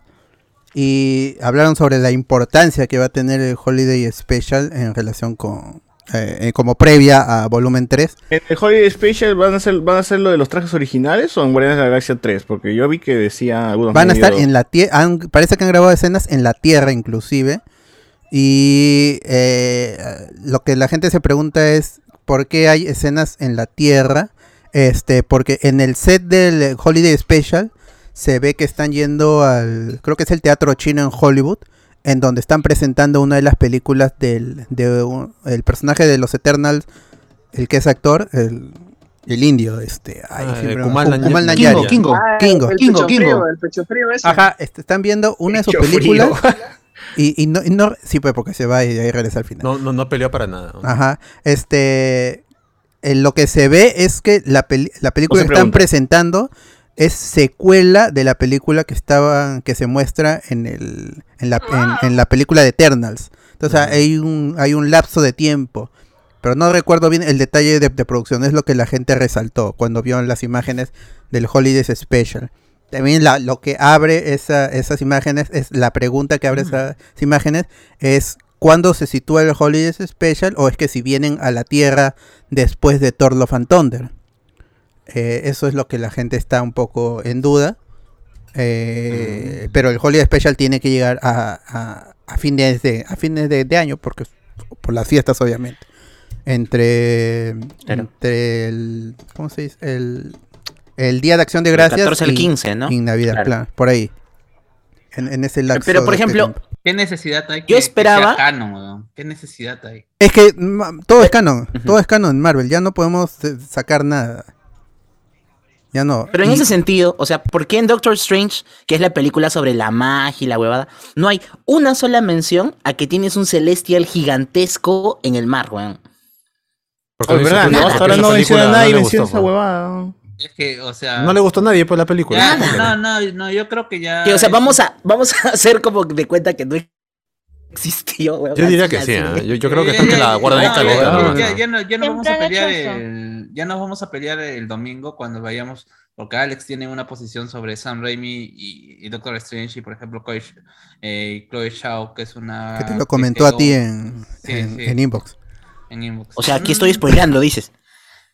[SPEAKER 2] y hablaron sobre la importancia que va a tener el Holiday Special en relación con eh, eh, como previa a volumen 3.
[SPEAKER 3] ¿En el Holiday Special van a hacer, van a hacer lo de los trajes originales o en Guardianes de la Galaxia 3? Porque yo vi que decía algunos
[SPEAKER 2] Van a
[SPEAKER 3] medios-
[SPEAKER 2] estar en la tierra, parece que han grabado escenas en la tierra inclusive. Y eh, lo que la gente se pregunta es por qué hay escenas en la tierra. Este, porque en el set del Holiday Special se ve que están yendo al, creo que es el teatro chino en Hollywood en donde están presentando una de las películas del de un- el personaje de los Eternals, el que es actor, el, el indio, este, ay,
[SPEAKER 4] Ah,
[SPEAKER 2] siempre
[SPEAKER 4] eh,
[SPEAKER 2] me-
[SPEAKER 4] Kumal Nanya-
[SPEAKER 2] Kumal
[SPEAKER 4] Kingo,
[SPEAKER 2] Nanyari.
[SPEAKER 4] Kingo,
[SPEAKER 12] Ah,
[SPEAKER 2] Kingo,
[SPEAKER 12] el
[SPEAKER 2] Kingo,
[SPEAKER 12] pecho
[SPEAKER 2] Kingo.
[SPEAKER 12] frío, el pecho frío ese.
[SPEAKER 11] Ah,
[SPEAKER 2] Ajá, este, están viendo una de sus
[SPEAKER 12] Pecho
[SPEAKER 2] películas.
[SPEAKER 12] frío.
[SPEAKER 2] Y, y no, y no- sí, pues porque se va y de ahí regresa al final.
[SPEAKER 4] No, no, no peleó para nada.
[SPEAKER 2] Ajá. Este. eh, lo que se ve es que la, peli- la película
[SPEAKER 4] No se
[SPEAKER 2] que están
[SPEAKER 4] pregunta.
[SPEAKER 2] presentando es secuela de la película que estaban. que se muestra en el. en la, en, en la película de Eternals. Entonces hay un. hay un lapso de tiempo. Pero no recuerdo bien el detalle de, de producción. Es lo que la gente resaltó cuando vio las imágenes del Holidays Special. También la- lo que abre esa- esas imágenes, es la pregunta que abre esas imágenes es ¿cuándo se sitúa el Holidays Special? ¿O es que si vienen a la Tierra después de Thor Love and Thunder? Eh, eso es lo que la gente está un poco en duda.
[SPEAKER 9] Mm.
[SPEAKER 2] Eh, Pero el Holiday Special tiene que llegar a, a- a fines, de, a fines de, de año, porque por las fiestas obviamente. Entre, entre el, ¿cómo se dice? El, el Día de Acción de
[SPEAKER 9] Del
[SPEAKER 2] Gracias.
[SPEAKER 9] 14 al
[SPEAKER 2] y-
[SPEAKER 9] 15, ¿no?
[SPEAKER 2] Y Navidad,
[SPEAKER 9] Claro.
[SPEAKER 2] claro, por ahí. En, en ese lapso
[SPEAKER 9] Pero, por
[SPEAKER 2] de
[SPEAKER 9] ejemplo,
[SPEAKER 2] tiempo.
[SPEAKER 5] ¿Qué necesidad hay?
[SPEAKER 9] Yo esperaba-
[SPEAKER 5] Que sea canon, weón? ¿Qué necesidad hay?
[SPEAKER 2] Es que ma- todo es canon, todo es canon en Marvel, ya no podemos eh, sacar nada. Ya no.
[SPEAKER 9] Pero en
[SPEAKER 2] Y-
[SPEAKER 9] ese sentido, o sea, ¿por qué en Doctor Strange, que es la película sobre la magia y la huevada, no hay una sola mención a que tienes un celestial gigantesco en el mar, weón?
[SPEAKER 4] Porque
[SPEAKER 9] Es
[SPEAKER 4] hizo
[SPEAKER 9] verdad,
[SPEAKER 4] película,
[SPEAKER 9] hasta ahora
[SPEAKER 4] esa
[SPEAKER 9] no
[SPEAKER 4] película
[SPEAKER 9] menciona a nadie,
[SPEAKER 4] le
[SPEAKER 9] menciona
[SPEAKER 4] gustó,
[SPEAKER 9] esa
[SPEAKER 4] pues.
[SPEAKER 9] huevada.
[SPEAKER 5] Es que, o sea.
[SPEAKER 4] No le gustó a nadie por la película.
[SPEAKER 5] Ya, no, no, no, yo creo que ya.
[SPEAKER 9] Que, o sea, vamos a, vamos a hacer como de cuenta que no existió, weón.
[SPEAKER 4] Yo diría que
[SPEAKER 9] Así,
[SPEAKER 4] sí, ¿eh?
[SPEAKER 9] así.
[SPEAKER 4] yo, yo creo que están que la guardan
[SPEAKER 5] No,
[SPEAKER 4] en caleta.
[SPEAKER 5] ya- ya-
[SPEAKER 4] ¿no?
[SPEAKER 5] ya, ya no, ya nos vamos a
[SPEAKER 13] Siempre han
[SPEAKER 5] pelear
[SPEAKER 13] hecho eso.
[SPEAKER 5] el, ya nos vamos a pelear el domingo cuando vayamos, porque Alex tiene una posición sobre Sam Raimi y, y Doctor Strange y por ejemplo Chloe, eh, Chloe Shao, que es una
[SPEAKER 2] que te lo comentó a ti en, en, en inbox.
[SPEAKER 5] en inbox.
[SPEAKER 9] O sea, aquí estoy spoileando, dices.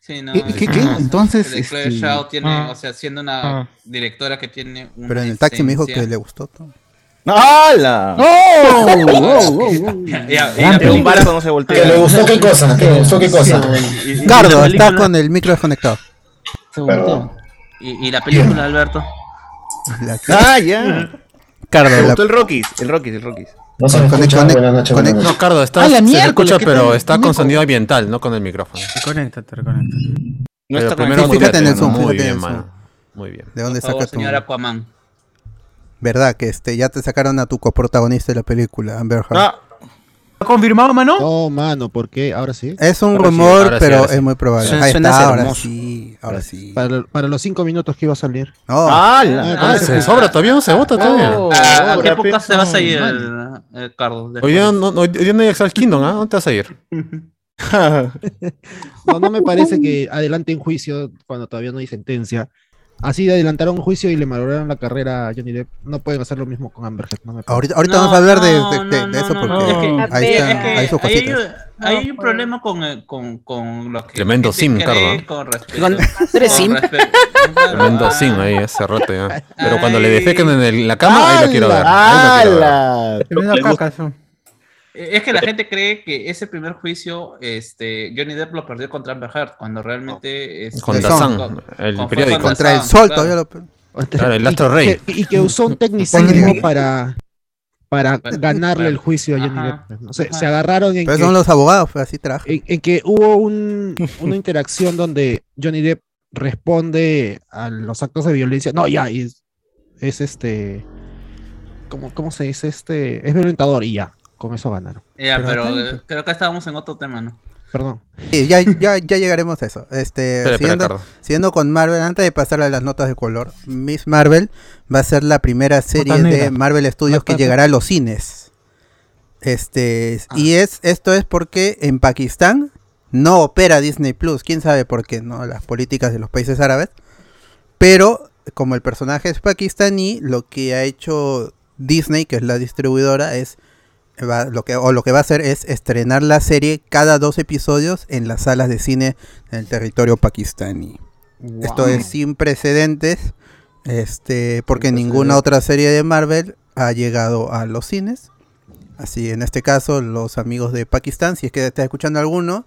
[SPEAKER 5] Sí, no,
[SPEAKER 10] ¿Qué-
[SPEAKER 5] es-
[SPEAKER 10] qué- qué? Entonces,
[SPEAKER 5] de Chloe
[SPEAKER 10] este,
[SPEAKER 5] Zhao tiene,
[SPEAKER 10] ah,
[SPEAKER 5] o sea, siendo una
[SPEAKER 10] ah.
[SPEAKER 5] directora que tiene una
[SPEAKER 2] Pero en el taxi me dijo que
[SPEAKER 5] esencia-
[SPEAKER 2] le gustó. todo.
[SPEAKER 3] ¡Hala!
[SPEAKER 5] Ya, ya,
[SPEAKER 2] Gran
[SPEAKER 5] ya,
[SPEAKER 2] película.
[SPEAKER 5] un barato no se voltea. Sí, y- y- y
[SPEAKER 2] Gardo,
[SPEAKER 5] la
[SPEAKER 2] está
[SPEAKER 5] película-
[SPEAKER 2] con el micro desconectado.
[SPEAKER 5] Y, y la película, Alberto.
[SPEAKER 2] La-
[SPEAKER 3] Ah, ya.
[SPEAKER 2] Cardo,
[SPEAKER 3] Me
[SPEAKER 2] la-
[SPEAKER 3] gustó el Rockies, el Rockies, el Rockies.
[SPEAKER 2] No se me Conect- escucha. conect- Buenas noches, conect- buenas noches.
[SPEAKER 4] No, Cardo, está,
[SPEAKER 3] Ah, la
[SPEAKER 4] se
[SPEAKER 3] miércoles,
[SPEAKER 4] escucha,
[SPEAKER 3] ¿qué
[SPEAKER 4] pero
[SPEAKER 3] tal?
[SPEAKER 4] está con
[SPEAKER 3] Miércoles.
[SPEAKER 4] sonido ambiental, no con el micrófono.
[SPEAKER 6] Reconéctate, reconéctate.
[SPEAKER 4] No
[SPEAKER 2] está
[SPEAKER 4] primero
[SPEAKER 2] conectado. Fíjate en el
[SPEAKER 4] muteate,
[SPEAKER 2] Zoom,
[SPEAKER 4] ¿no?
[SPEAKER 2] fíjate
[SPEAKER 4] Muy
[SPEAKER 2] en el
[SPEAKER 4] bien,
[SPEAKER 2] Zoom.
[SPEAKER 4] mano. Muy bien.
[SPEAKER 2] ¿De dónde
[SPEAKER 5] Por favor,
[SPEAKER 2] saca tu-
[SPEAKER 5] señor Aquaman.
[SPEAKER 9] Oh,
[SPEAKER 2] ¿Verdad? Que este, ya te sacaron a tu coprotagonista de la película, Amber Heard.
[SPEAKER 3] Ah.
[SPEAKER 14] ¿Está confirmado, mano? No, mano, ¿por qué? Ahora sí.
[SPEAKER 2] Es un
[SPEAKER 14] Ahora sí,
[SPEAKER 2] rumor,
[SPEAKER 14] ahora sí,
[SPEAKER 2] pero
[SPEAKER 14] ahora sí.
[SPEAKER 2] es muy probable.
[SPEAKER 14] Suena-
[SPEAKER 2] Ahí
[SPEAKER 14] suena
[SPEAKER 2] está,
[SPEAKER 14] ser
[SPEAKER 2] ahora
[SPEAKER 14] hermoso.
[SPEAKER 2] sí, ahora sí.
[SPEAKER 14] Para, para los cinco minutos que iba a salir.
[SPEAKER 2] No.
[SPEAKER 4] Ah, la- ah, se sobra, todavía no se vota todavía.
[SPEAKER 5] Ah, ¿A, a qué
[SPEAKER 4] Ahora,
[SPEAKER 5] época
[SPEAKER 4] pe-
[SPEAKER 5] te vas a ir,
[SPEAKER 4] no,
[SPEAKER 5] eh, Carlos?
[SPEAKER 4] Hoy día no, no, hoy día no hay Exalt Kingdom, ¿ah? ¿Dónde te vas a ir?
[SPEAKER 14] No, no me parece que adelanten juicio cuando todavía no hay sentencia. Así de adelantaron juicio y le malograron la carrera a Johnny Depp. No pueden hacer lo mismo con Amber Heard. no me parece.
[SPEAKER 2] Ahorita, ahorita vamos a hablar de, de- de- de eso porque ahí están, ahí sus
[SPEAKER 5] Ahí hay,
[SPEAKER 2] cositas.
[SPEAKER 5] hay un problema con, eh, con, con lo que.
[SPEAKER 4] Tremendo
[SPEAKER 5] que se
[SPEAKER 4] sim,
[SPEAKER 5] cree
[SPEAKER 4] Cardo.
[SPEAKER 5] Con respecto.
[SPEAKER 9] Con- ¿Eres sim?
[SPEAKER 5] respecto-
[SPEAKER 4] Tremendo sim ahí eh, hace rato ya. ¿ah? Pero cuando le defequen en el- la cama, ahí lo quiero ver. ahí lo quiero ver.
[SPEAKER 3] ¡Hala!
[SPEAKER 5] Es que la gente cree que ese primer juicio, este, Johnny Depp lo perdió contra Amber Heard, cuando realmente. este,
[SPEAKER 4] Con
[SPEAKER 5] con-
[SPEAKER 4] Dazan,
[SPEAKER 5] con-
[SPEAKER 4] el
[SPEAKER 5] con-
[SPEAKER 4] periódico.
[SPEAKER 5] con Dazan, claro.
[SPEAKER 4] Claro, el
[SPEAKER 2] Oh,
[SPEAKER 4] Astro
[SPEAKER 14] Y
[SPEAKER 4] Rey.
[SPEAKER 14] que- Y que usó un tecnicismo para, para ganarle el juicio a Johnny Depp. pues, No sé, se agarraron en
[SPEAKER 2] Pero
[SPEAKER 14] que-
[SPEAKER 2] son los abogados, pues, así trabajan.
[SPEAKER 14] en, en que hubo un- una interacción donde Johnny Depp responde a los actos de violencia. No, ya, y es, es este. ¿cómo, ¿Cómo se dice? este Es violentador y ya, con eso ganaron.
[SPEAKER 5] Ya, pero,
[SPEAKER 14] acá-
[SPEAKER 2] pues.
[SPEAKER 5] eh, creo que estábamos en otro tema, ¿no?
[SPEAKER 14] Perdón.
[SPEAKER 5] Eh,
[SPEAKER 2] Sí, ya, ya, ya llegaremos a eso. Este,
[SPEAKER 14] Espera, espera,
[SPEAKER 2] siguiendo,
[SPEAKER 14] Cardo.
[SPEAKER 2] siguiendo con Marvel, antes de pasar a las notas de color, Miss Marvel va a ser la primera serie
[SPEAKER 6] negra. Ah.
[SPEAKER 2] de Marvel Studios que
[SPEAKER 6] Patata.
[SPEAKER 2] llegará a los cines. Este, y es, esto es porque en Pakistán no opera Disney Plus, quién sabe por qué, ¿no? Las políticas de los países árabes. Pero, como el personaje es pakistaní, lo que ha hecho Disney, que es la distribuidora, es va- lo que, o lo que va a hacer es estrenar la serie cada dos episodios en las salas de cine en el territorio pakistaní. Esto es sin precedentes, este, porque ninguna otra serie de Marvel ha llegado a los cines. Así, en este caso, los amigos de Pakistán, si es que está escuchando alguno,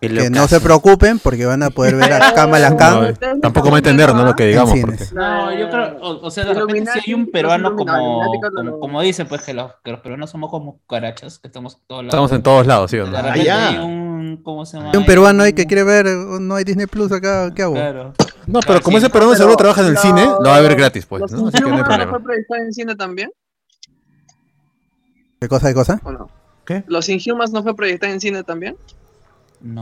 [SPEAKER 9] El
[SPEAKER 2] Que no
[SPEAKER 9] ocaso.
[SPEAKER 2] se preocupen porque van a poder ver a Kamala Khan.
[SPEAKER 4] No, tampoco va a entender, ¿no? Lo que digamos,
[SPEAKER 2] En
[SPEAKER 4] porque-
[SPEAKER 2] cines.
[SPEAKER 5] No, yo creo, o, o sea, de repente si hay un peruano como, como, como dice, pues que los, que los peruanos somos como carachas, que estamos en todos lados.
[SPEAKER 4] Estamos en todos lados, sí, ¿o no?
[SPEAKER 5] De repente
[SPEAKER 4] Allá.
[SPEAKER 5] hay un, ¿cómo se llama?
[SPEAKER 2] Ah, Hay un peruano ahí que quiere ver, eh, no hay Disney Plus acá, ¿qué hago?
[SPEAKER 4] No, pero como ese peruano seguro trabaja en el cine, lo va a ver gratis, pues, ¿no? Así que no hay
[SPEAKER 12] ¿Inhumanos
[SPEAKER 4] problema.
[SPEAKER 12] fue proyectada en cine también?
[SPEAKER 2] ¿Qué cosa, qué cosa?
[SPEAKER 12] ¿O no? ¿Los Inhumans no fue proyectada en cine también?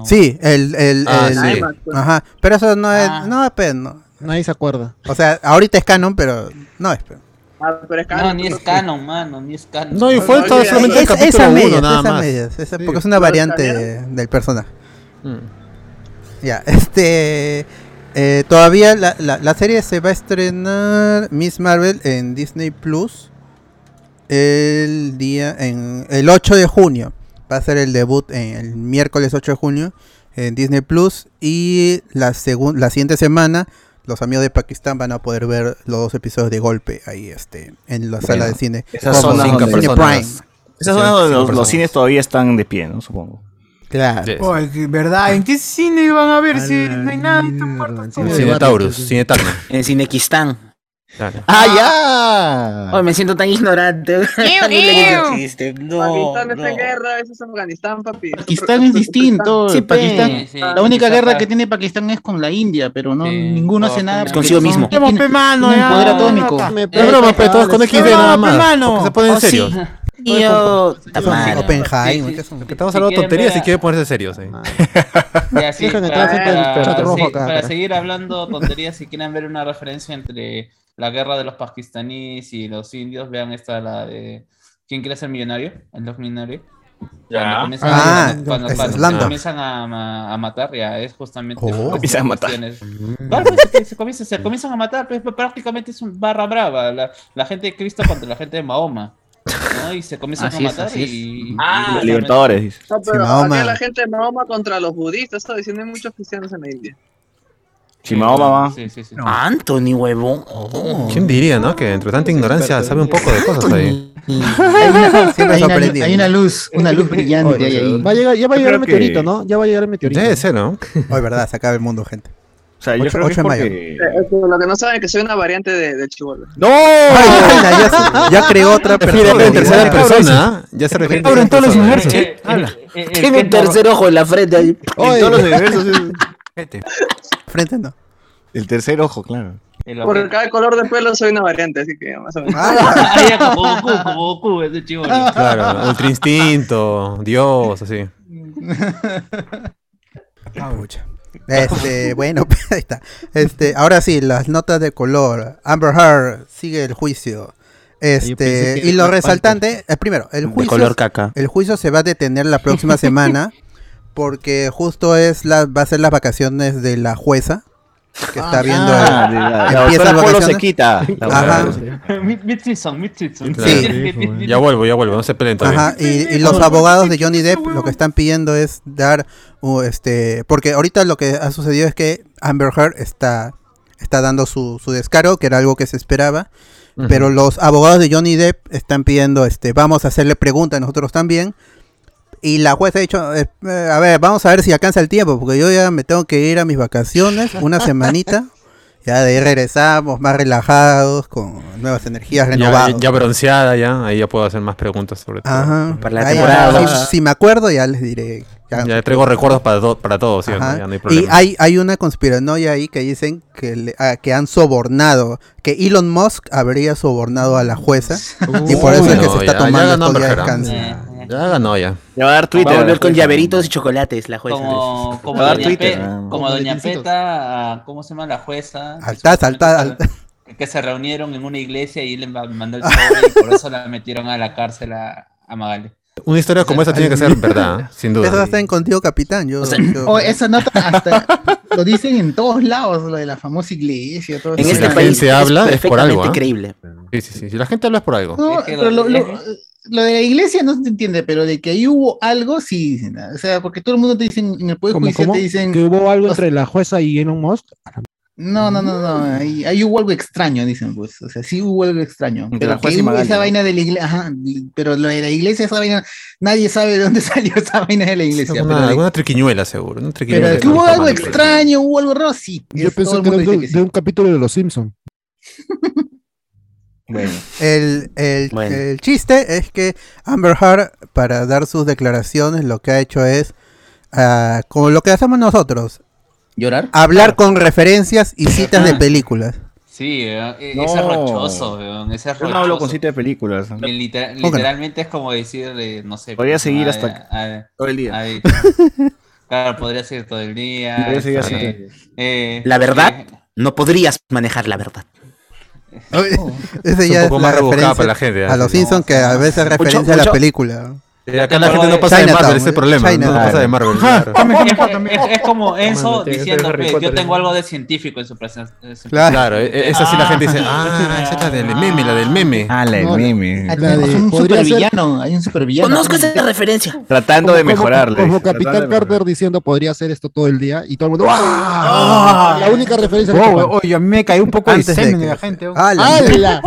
[SPEAKER 2] Sí, el, el,
[SPEAKER 14] Ah,
[SPEAKER 2] el-
[SPEAKER 14] sí.
[SPEAKER 2] el- ajá, pero eso no es,
[SPEAKER 4] Ah.
[SPEAKER 2] no, pe, no.
[SPEAKER 14] Nadie se acuerda.
[SPEAKER 2] O sea, ahorita es canon, pero no es. pues. pe.
[SPEAKER 12] Ah, pero es
[SPEAKER 5] No, ni es canon, mano, ni es canon.
[SPEAKER 4] No, y fue todo solamente el
[SPEAKER 2] Esa-
[SPEAKER 4] capítulo
[SPEAKER 2] esa
[SPEAKER 4] uno,
[SPEAKER 2] medias,
[SPEAKER 4] nada
[SPEAKER 2] esa
[SPEAKER 4] más.
[SPEAKER 2] medias, esa-
[SPEAKER 4] Sí.
[SPEAKER 2] porque es una
[SPEAKER 4] ¿Lo
[SPEAKER 2] variante
[SPEAKER 4] cambiaron?
[SPEAKER 2] del personaje.
[SPEAKER 4] Mm.
[SPEAKER 2] Ya, este. eh, todavía la, la- la serie se va a estrenar Miss Marvel en Disney Plus el día en el 8 de junio. Va a ser el debut en el miércoles 8 de junio en Disney Plus y la segun- la siguiente semana los amigos de Pakistán van a poder ver los dos episodios de golpe ahí este en la sala de cine.
[SPEAKER 3] Esas
[SPEAKER 2] Como
[SPEAKER 3] zonas
[SPEAKER 2] Cine
[SPEAKER 3] donde,
[SPEAKER 2] Prime.
[SPEAKER 3] Esas zonas donde
[SPEAKER 2] Cinco
[SPEAKER 3] los, los
[SPEAKER 2] personas.
[SPEAKER 3] cines todavía están de pie, ¿no? Supongo.
[SPEAKER 2] Claro.
[SPEAKER 11] Oye, que ¿verdad? ¿En qué cine van a ver si no hay nada? en tu puerta?
[SPEAKER 4] En Cine Taurus, Cine Tacna.
[SPEAKER 9] En Cinequistán.
[SPEAKER 4] Claro.
[SPEAKER 9] ¡Ah, ya! me siento tan ignorante. Ni le digo que existe. No,
[SPEAKER 12] Pakistán está en
[SPEAKER 9] no.
[SPEAKER 12] guerra, eso es Afganistán, papi.
[SPEAKER 10] Pakistán es distinto.
[SPEAKER 9] Sí,
[SPEAKER 10] Pakistán,
[SPEAKER 9] pe, sí,
[SPEAKER 10] la única
[SPEAKER 9] quizás
[SPEAKER 10] guerra
[SPEAKER 9] pa-
[SPEAKER 10] que tiene Pakistán es con la India, pero no ninguno hace nada.
[SPEAKER 9] Es consigo
[SPEAKER 10] porque
[SPEAKER 9] mismo.
[SPEAKER 10] son-
[SPEAKER 9] Vamos,
[SPEAKER 10] tienen-
[SPEAKER 9] pe, mano,
[SPEAKER 10] tienen
[SPEAKER 9] ya,
[SPEAKER 10] poder
[SPEAKER 9] no,
[SPEAKER 10] atómico.
[SPEAKER 9] no, no,
[SPEAKER 10] Eh,
[SPEAKER 9] no, no, pe, todos con XD nada más.
[SPEAKER 4] Porque se ponen
[SPEAKER 9] Oh,
[SPEAKER 4] en serio.
[SPEAKER 9] sí. Tío, ta madre.
[SPEAKER 2] Oppenheimer, ¿qué son?
[SPEAKER 4] Que estamos hablando de tonterías y quiere ponerse serios. eh.
[SPEAKER 5] Ya, sí,
[SPEAKER 4] Dejan
[SPEAKER 5] para,
[SPEAKER 4] entrar gente del
[SPEAKER 5] para-
[SPEAKER 4] chat rojo
[SPEAKER 5] sí,
[SPEAKER 4] acá,
[SPEAKER 5] para
[SPEAKER 4] carajo.
[SPEAKER 5] seguir hablando tonterías, si quieren ver una referencia entre la guerra de los pakistaníes y los indios, vean esta, la de ¿Quién quiere ser millonario? El dos millonario.
[SPEAKER 3] Ya.
[SPEAKER 5] Cuando comienzan,
[SPEAKER 2] Ah,
[SPEAKER 5] a, cuando,
[SPEAKER 2] es
[SPEAKER 5] cuando
[SPEAKER 2] Slumdog.
[SPEAKER 5] comienzan a, ma- a matar, ya es justamente.
[SPEAKER 2] Oh.
[SPEAKER 5] estas
[SPEAKER 2] Comienzan a matar.
[SPEAKER 5] cuestiones. Claro, pues, es que se, comienza- se comienzan a matar, pues, prácticamente es un barra brava. La, la gente de Cristo contra la gente de Mahoma. ¿no? Y se comienzan
[SPEAKER 10] Así
[SPEAKER 5] a
[SPEAKER 10] es,
[SPEAKER 5] matar
[SPEAKER 10] así es.
[SPEAKER 5] y- y-
[SPEAKER 12] Ah,
[SPEAKER 5] y-
[SPEAKER 3] Los libertadores, dice.
[SPEAKER 12] No,
[SPEAKER 2] Sí,
[SPEAKER 12] pero
[SPEAKER 2] Mahoma.
[SPEAKER 12] había la gente de Mahoma contra los budistas, está diciendo hay muchos cristianos en la India.
[SPEAKER 3] Si Mahoma va.
[SPEAKER 5] Sí, sí, sí.
[SPEAKER 9] Anthony, huevón.
[SPEAKER 4] ¿Quién diría, no? Que entre tanta ignorancia sabe un poco de cosas ahí.
[SPEAKER 10] Hay una,
[SPEAKER 4] Siempre
[SPEAKER 10] hay una-
[SPEAKER 4] sorprendido.
[SPEAKER 10] hay una luz, una luz brillante ahí, ahí.
[SPEAKER 14] Va a llegar, ya va a
[SPEAKER 10] Yo
[SPEAKER 14] llegar el
[SPEAKER 10] creo que-
[SPEAKER 14] meteorito, ¿no? Ya va a llegar el meteorito.
[SPEAKER 4] Debe ser, ¿no?
[SPEAKER 2] Hoy, verdad, se acaba el mundo, gente.
[SPEAKER 3] O sea, yo
[SPEAKER 2] Ocho-
[SPEAKER 3] creo que
[SPEAKER 2] ocho
[SPEAKER 3] es
[SPEAKER 2] de mayo.
[SPEAKER 3] porque...
[SPEAKER 12] Eh, eh, lo que no saben es que soy una variante de, del chivolo.
[SPEAKER 3] ¡No!
[SPEAKER 2] ya, ya creó otra
[SPEAKER 4] Refiere
[SPEAKER 2] persona.
[SPEAKER 4] en tercera persona, ¿ah? Ya se refiere
[SPEAKER 9] Abro en todos los universos.
[SPEAKER 4] Eh,
[SPEAKER 9] Habla. Tiene un tercer ojo en la frente ahí.
[SPEAKER 4] Oye. todos los
[SPEAKER 3] universos,
[SPEAKER 2] Frente no.
[SPEAKER 3] El tercer ojo, claro.
[SPEAKER 12] Por cada color de pelo soy una variante, así que más o menos.
[SPEAKER 5] Ah, ya, como Goku, como Goku, ese chivolo.
[SPEAKER 4] Ah. Claro, ultra instinto, Dios, así.
[SPEAKER 2] Ah, pucha. Este, bueno, ahí está. Este, ahora sí, las notas de color. Amber Heard sigue el juicio.
[SPEAKER 9] Yo pensé
[SPEAKER 2] Este,
[SPEAKER 9] que
[SPEAKER 2] y
[SPEAKER 9] era
[SPEAKER 2] lo
[SPEAKER 9] Black
[SPEAKER 2] resaltante, es primero, el
[SPEAKER 9] De
[SPEAKER 2] juicio,
[SPEAKER 9] color caca.
[SPEAKER 2] el juicio se va a detener la próxima semana porque justo es la, va a ser las vacaciones de la jueza que está
[SPEAKER 5] Ah,
[SPEAKER 2] viendo
[SPEAKER 5] ah,
[SPEAKER 2] el-
[SPEAKER 5] de la- la
[SPEAKER 2] empieza
[SPEAKER 5] doctora
[SPEAKER 2] las
[SPEAKER 5] Polo se
[SPEAKER 2] vacaciones.
[SPEAKER 5] quita. La
[SPEAKER 2] Ajá.
[SPEAKER 5] doctora Mid- Midseason, midseason.
[SPEAKER 4] Claro. Ya vuelvo, ya vuelvo, no se peleen todavía.
[SPEAKER 2] Ajá, y, y los abogados de Johnny Depp lo que están pidiendo es dar uh, este porque ahorita lo que ha sucedido es que Amber Heard está está dando su, su descaro, que era algo que se esperaba,
[SPEAKER 4] Ujú.
[SPEAKER 2] pero los abogados de Johnny Depp están pidiendo este vamos a hacerle preguntas nosotros también. Y la jueza ha dicho, eh, eh, a ver, vamos a ver si alcanza el tiempo, porque yo ya me tengo que ir a mis vacaciones, una semanita, ya de ahí regresamos más relajados, con nuevas energías renovadas.
[SPEAKER 4] Ya, ya bronceada, ya. Ahí ya puedo hacer más preguntas sobre todo.
[SPEAKER 2] Ajá.
[SPEAKER 4] Para la
[SPEAKER 2] Ahí,
[SPEAKER 4] temporada.
[SPEAKER 2] Si, si me acuerdo, ya les diré. Ya.
[SPEAKER 4] Ya traigo recuerdos para, to- para todos, ¿sí? o no?
[SPEAKER 2] Ajá.
[SPEAKER 4] Ya no hay
[SPEAKER 2] y
[SPEAKER 4] problema.
[SPEAKER 2] hay, hay una conspiranoia ahí que dicen que, le- ah, que han sobornado, que Elon Musk habría sobornado a la jueza y por eso es que
[SPEAKER 4] Uy,
[SPEAKER 2] se
[SPEAKER 4] no,
[SPEAKER 2] está
[SPEAKER 4] ya-
[SPEAKER 2] tomando
[SPEAKER 4] ya ganó
[SPEAKER 2] estos días de
[SPEAKER 4] Amber Heard,
[SPEAKER 2] descanso.
[SPEAKER 5] Eh.
[SPEAKER 4] ¿no? Ya ganó ya.
[SPEAKER 3] Ya va a dar Twitter.
[SPEAKER 9] Va a volver
[SPEAKER 3] la
[SPEAKER 9] con
[SPEAKER 3] jueza.
[SPEAKER 9] llaveritos y chocolates la jueza.
[SPEAKER 5] Como, como
[SPEAKER 9] Va a dar
[SPEAKER 5] Doña,
[SPEAKER 9] Twitter,
[SPEAKER 5] Pe-
[SPEAKER 9] ah.
[SPEAKER 5] como
[SPEAKER 9] Como
[SPEAKER 5] Doña
[SPEAKER 9] Letincitos.
[SPEAKER 5] Peta, a- ¿cómo se llama la jueza? Que
[SPEAKER 2] Alta, alta,
[SPEAKER 5] supuestamente
[SPEAKER 2] alta.
[SPEAKER 5] se- Que se reunieron en una iglesia y le ma- mandó el sobre y por eso la metieron a la cárcel a, a Magali.
[SPEAKER 4] Una historia como esa tiene que ser verdad, ¿eh? sin
[SPEAKER 2] Eso
[SPEAKER 4] duda.
[SPEAKER 2] está en contigo, capitán. Yo, yo-
[SPEAKER 10] Oh, esa nota hasta lo dicen en todos lados, lo de la famosa iglesia. Todo
[SPEAKER 4] Si
[SPEAKER 10] eso.
[SPEAKER 9] este
[SPEAKER 4] la gente habla, es por algo. ¿ah?
[SPEAKER 9] creíble.
[SPEAKER 4] Sí, sí, sí. Si la gente habla es por algo.
[SPEAKER 10] No, pero lo, lo- lo de la iglesia no se entiende, pero de que ahí hubo algo, sí. dicen, ¿ah? O sea, porque todo el mundo te dicen, en el poder
[SPEAKER 14] ¿Cómo,
[SPEAKER 10] judicial
[SPEAKER 14] cómo?
[SPEAKER 10] te dicen,
[SPEAKER 14] ¿Que hubo algo entre la jueza y Elon Musk?
[SPEAKER 10] No, no, no, no.
[SPEAKER 3] Mm.
[SPEAKER 10] Ahí, ahí hubo algo extraño, dicen, pues. O sea, sí hubo algo extraño.
[SPEAKER 3] Entre la
[SPEAKER 10] Pero
[SPEAKER 3] juez
[SPEAKER 10] que
[SPEAKER 3] y
[SPEAKER 10] hubo
[SPEAKER 3] Magali,
[SPEAKER 10] esa
[SPEAKER 3] ¿no?
[SPEAKER 10] vaina de la iglesia. Ajá, pero lo de la iglesia, esa vaina. Nadie sabe de dónde salió esa vaina de la iglesia.
[SPEAKER 4] Alguna,
[SPEAKER 10] Pero,
[SPEAKER 4] alguna triquiñuela seguro. una triquiñuela
[SPEAKER 10] pero
[SPEAKER 4] de
[SPEAKER 10] que hubo
[SPEAKER 4] Santa
[SPEAKER 10] algo
[SPEAKER 4] María.
[SPEAKER 10] extraño, hubo algo raro, sí.
[SPEAKER 14] Yo
[SPEAKER 10] Es- todo
[SPEAKER 14] pensé
[SPEAKER 10] el
[SPEAKER 14] que era
[SPEAKER 10] mundo
[SPEAKER 14] de,
[SPEAKER 10] dice que sí.
[SPEAKER 14] de un capítulo de Los Simpsons.
[SPEAKER 2] El, el-
[SPEAKER 14] Bueno.
[SPEAKER 2] el chiste es que Amber Heard, para dar sus declaraciones, lo que ha hecho es, ah, como lo que hacemos nosotros,
[SPEAKER 10] llorar,
[SPEAKER 2] hablar con referencias y citas de
[SPEAKER 4] Ah.
[SPEAKER 5] Ajá.
[SPEAKER 2] películas.
[SPEAKER 5] Sí, weón, e-
[SPEAKER 3] No.
[SPEAKER 5] ese es rochoso, weón, ese es
[SPEAKER 3] Yo no hablo
[SPEAKER 5] rochoso.
[SPEAKER 3] con sitio de películas.
[SPEAKER 5] Me litera-
[SPEAKER 3] Póngalo.
[SPEAKER 5] literalmente es como decirle, no sé.
[SPEAKER 3] Podría
[SPEAKER 5] pues,
[SPEAKER 3] seguir
[SPEAKER 5] a-
[SPEAKER 3] hasta
[SPEAKER 5] a-
[SPEAKER 3] todo el día.
[SPEAKER 5] a- claro, podría seguir todo el día.
[SPEAKER 9] Podría seguir
[SPEAKER 5] este,
[SPEAKER 9] hasta todo el
[SPEAKER 5] eh,
[SPEAKER 9] La verdad, no podrías manejar la verdad.
[SPEAKER 2] Ese
[SPEAKER 9] Es
[SPEAKER 2] ya
[SPEAKER 9] un
[SPEAKER 2] es
[SPEAKER 9] poco
[SPEAKER 2] la
[SPEAKER 9] más rebuscada
[SPEAKER 2] referencia
[SPEAKER 9] para la gente, ¿eh?
[SPEAKER 2] A los
[SPEAKER 9] Sí, no,
[SPEAKER 2] Simpsons que a veces
[SPEAKER 9] Mucho-
[SPEAKER 2] referencia a la
[SPEAKER 9] mucho-
[SPEAKER 2] película.
[SPEAKER 4] Eh, acá la gente no pasa de
[SPEAKER 2] Chinatown,
[SPEAKER 4] Marvel, ese es el problema.
[SPEAKER 2] Chinatown.
[SPEAKER 4] No pasa de Marvel. claro.
[SPEAKER 5] es, es- es como Enzo
[SPEAKER 4] tiene que ser
[SPEAKER 5] diciendo
[SPEAKER 4] Harry
[SPEAKER 5] que yo
[SPEAKER 4] Potter,
[SPEAKER 5] tengo algo de científico en su presencia. en su
[SPEAKER 4] Claro,
[SPEAKER 5] presencia.
[SPEAKER 4] e- e- esa sí la gente dice, ah, esa es la del meme, la del meme.
[SPEAKER 3] Ah, la del meme.
[SPEAKER 10] La de- un supervillano, hay un supervillano.
[SPEAKER 9] Conozco esa referencia.
[SPEAKER 3] Tratando de
[SPEAKER 14] Como-
[SPEAKER 3] mejorarle.
[SPEAKER 14] Como
[SPEAKER 3] Tratando de
[SPEAKER 14] Capitán
[SPEAKER 3] mejorar.
[SPEAKER 14] Carter diciendo podría hacer esto todo el día y todo el mundo.
[SPEAKER 6] ¡Ah!
[SPEAKER 14] ¡Ah! La única referencia que
[SPEAKER 6] Wow,
[SPEAKER 14] topan.
[SPEAKER 10] oh,
[SPEAKER 6] oye, a mí me cayó un poco de
[SPEAKER 14] Antes de
[SPEAKER 6] semen
[SPEAKER 14] que-
[SPEAKER 6] de la gente. oh.
[SPEAKER 14] ¡Ala!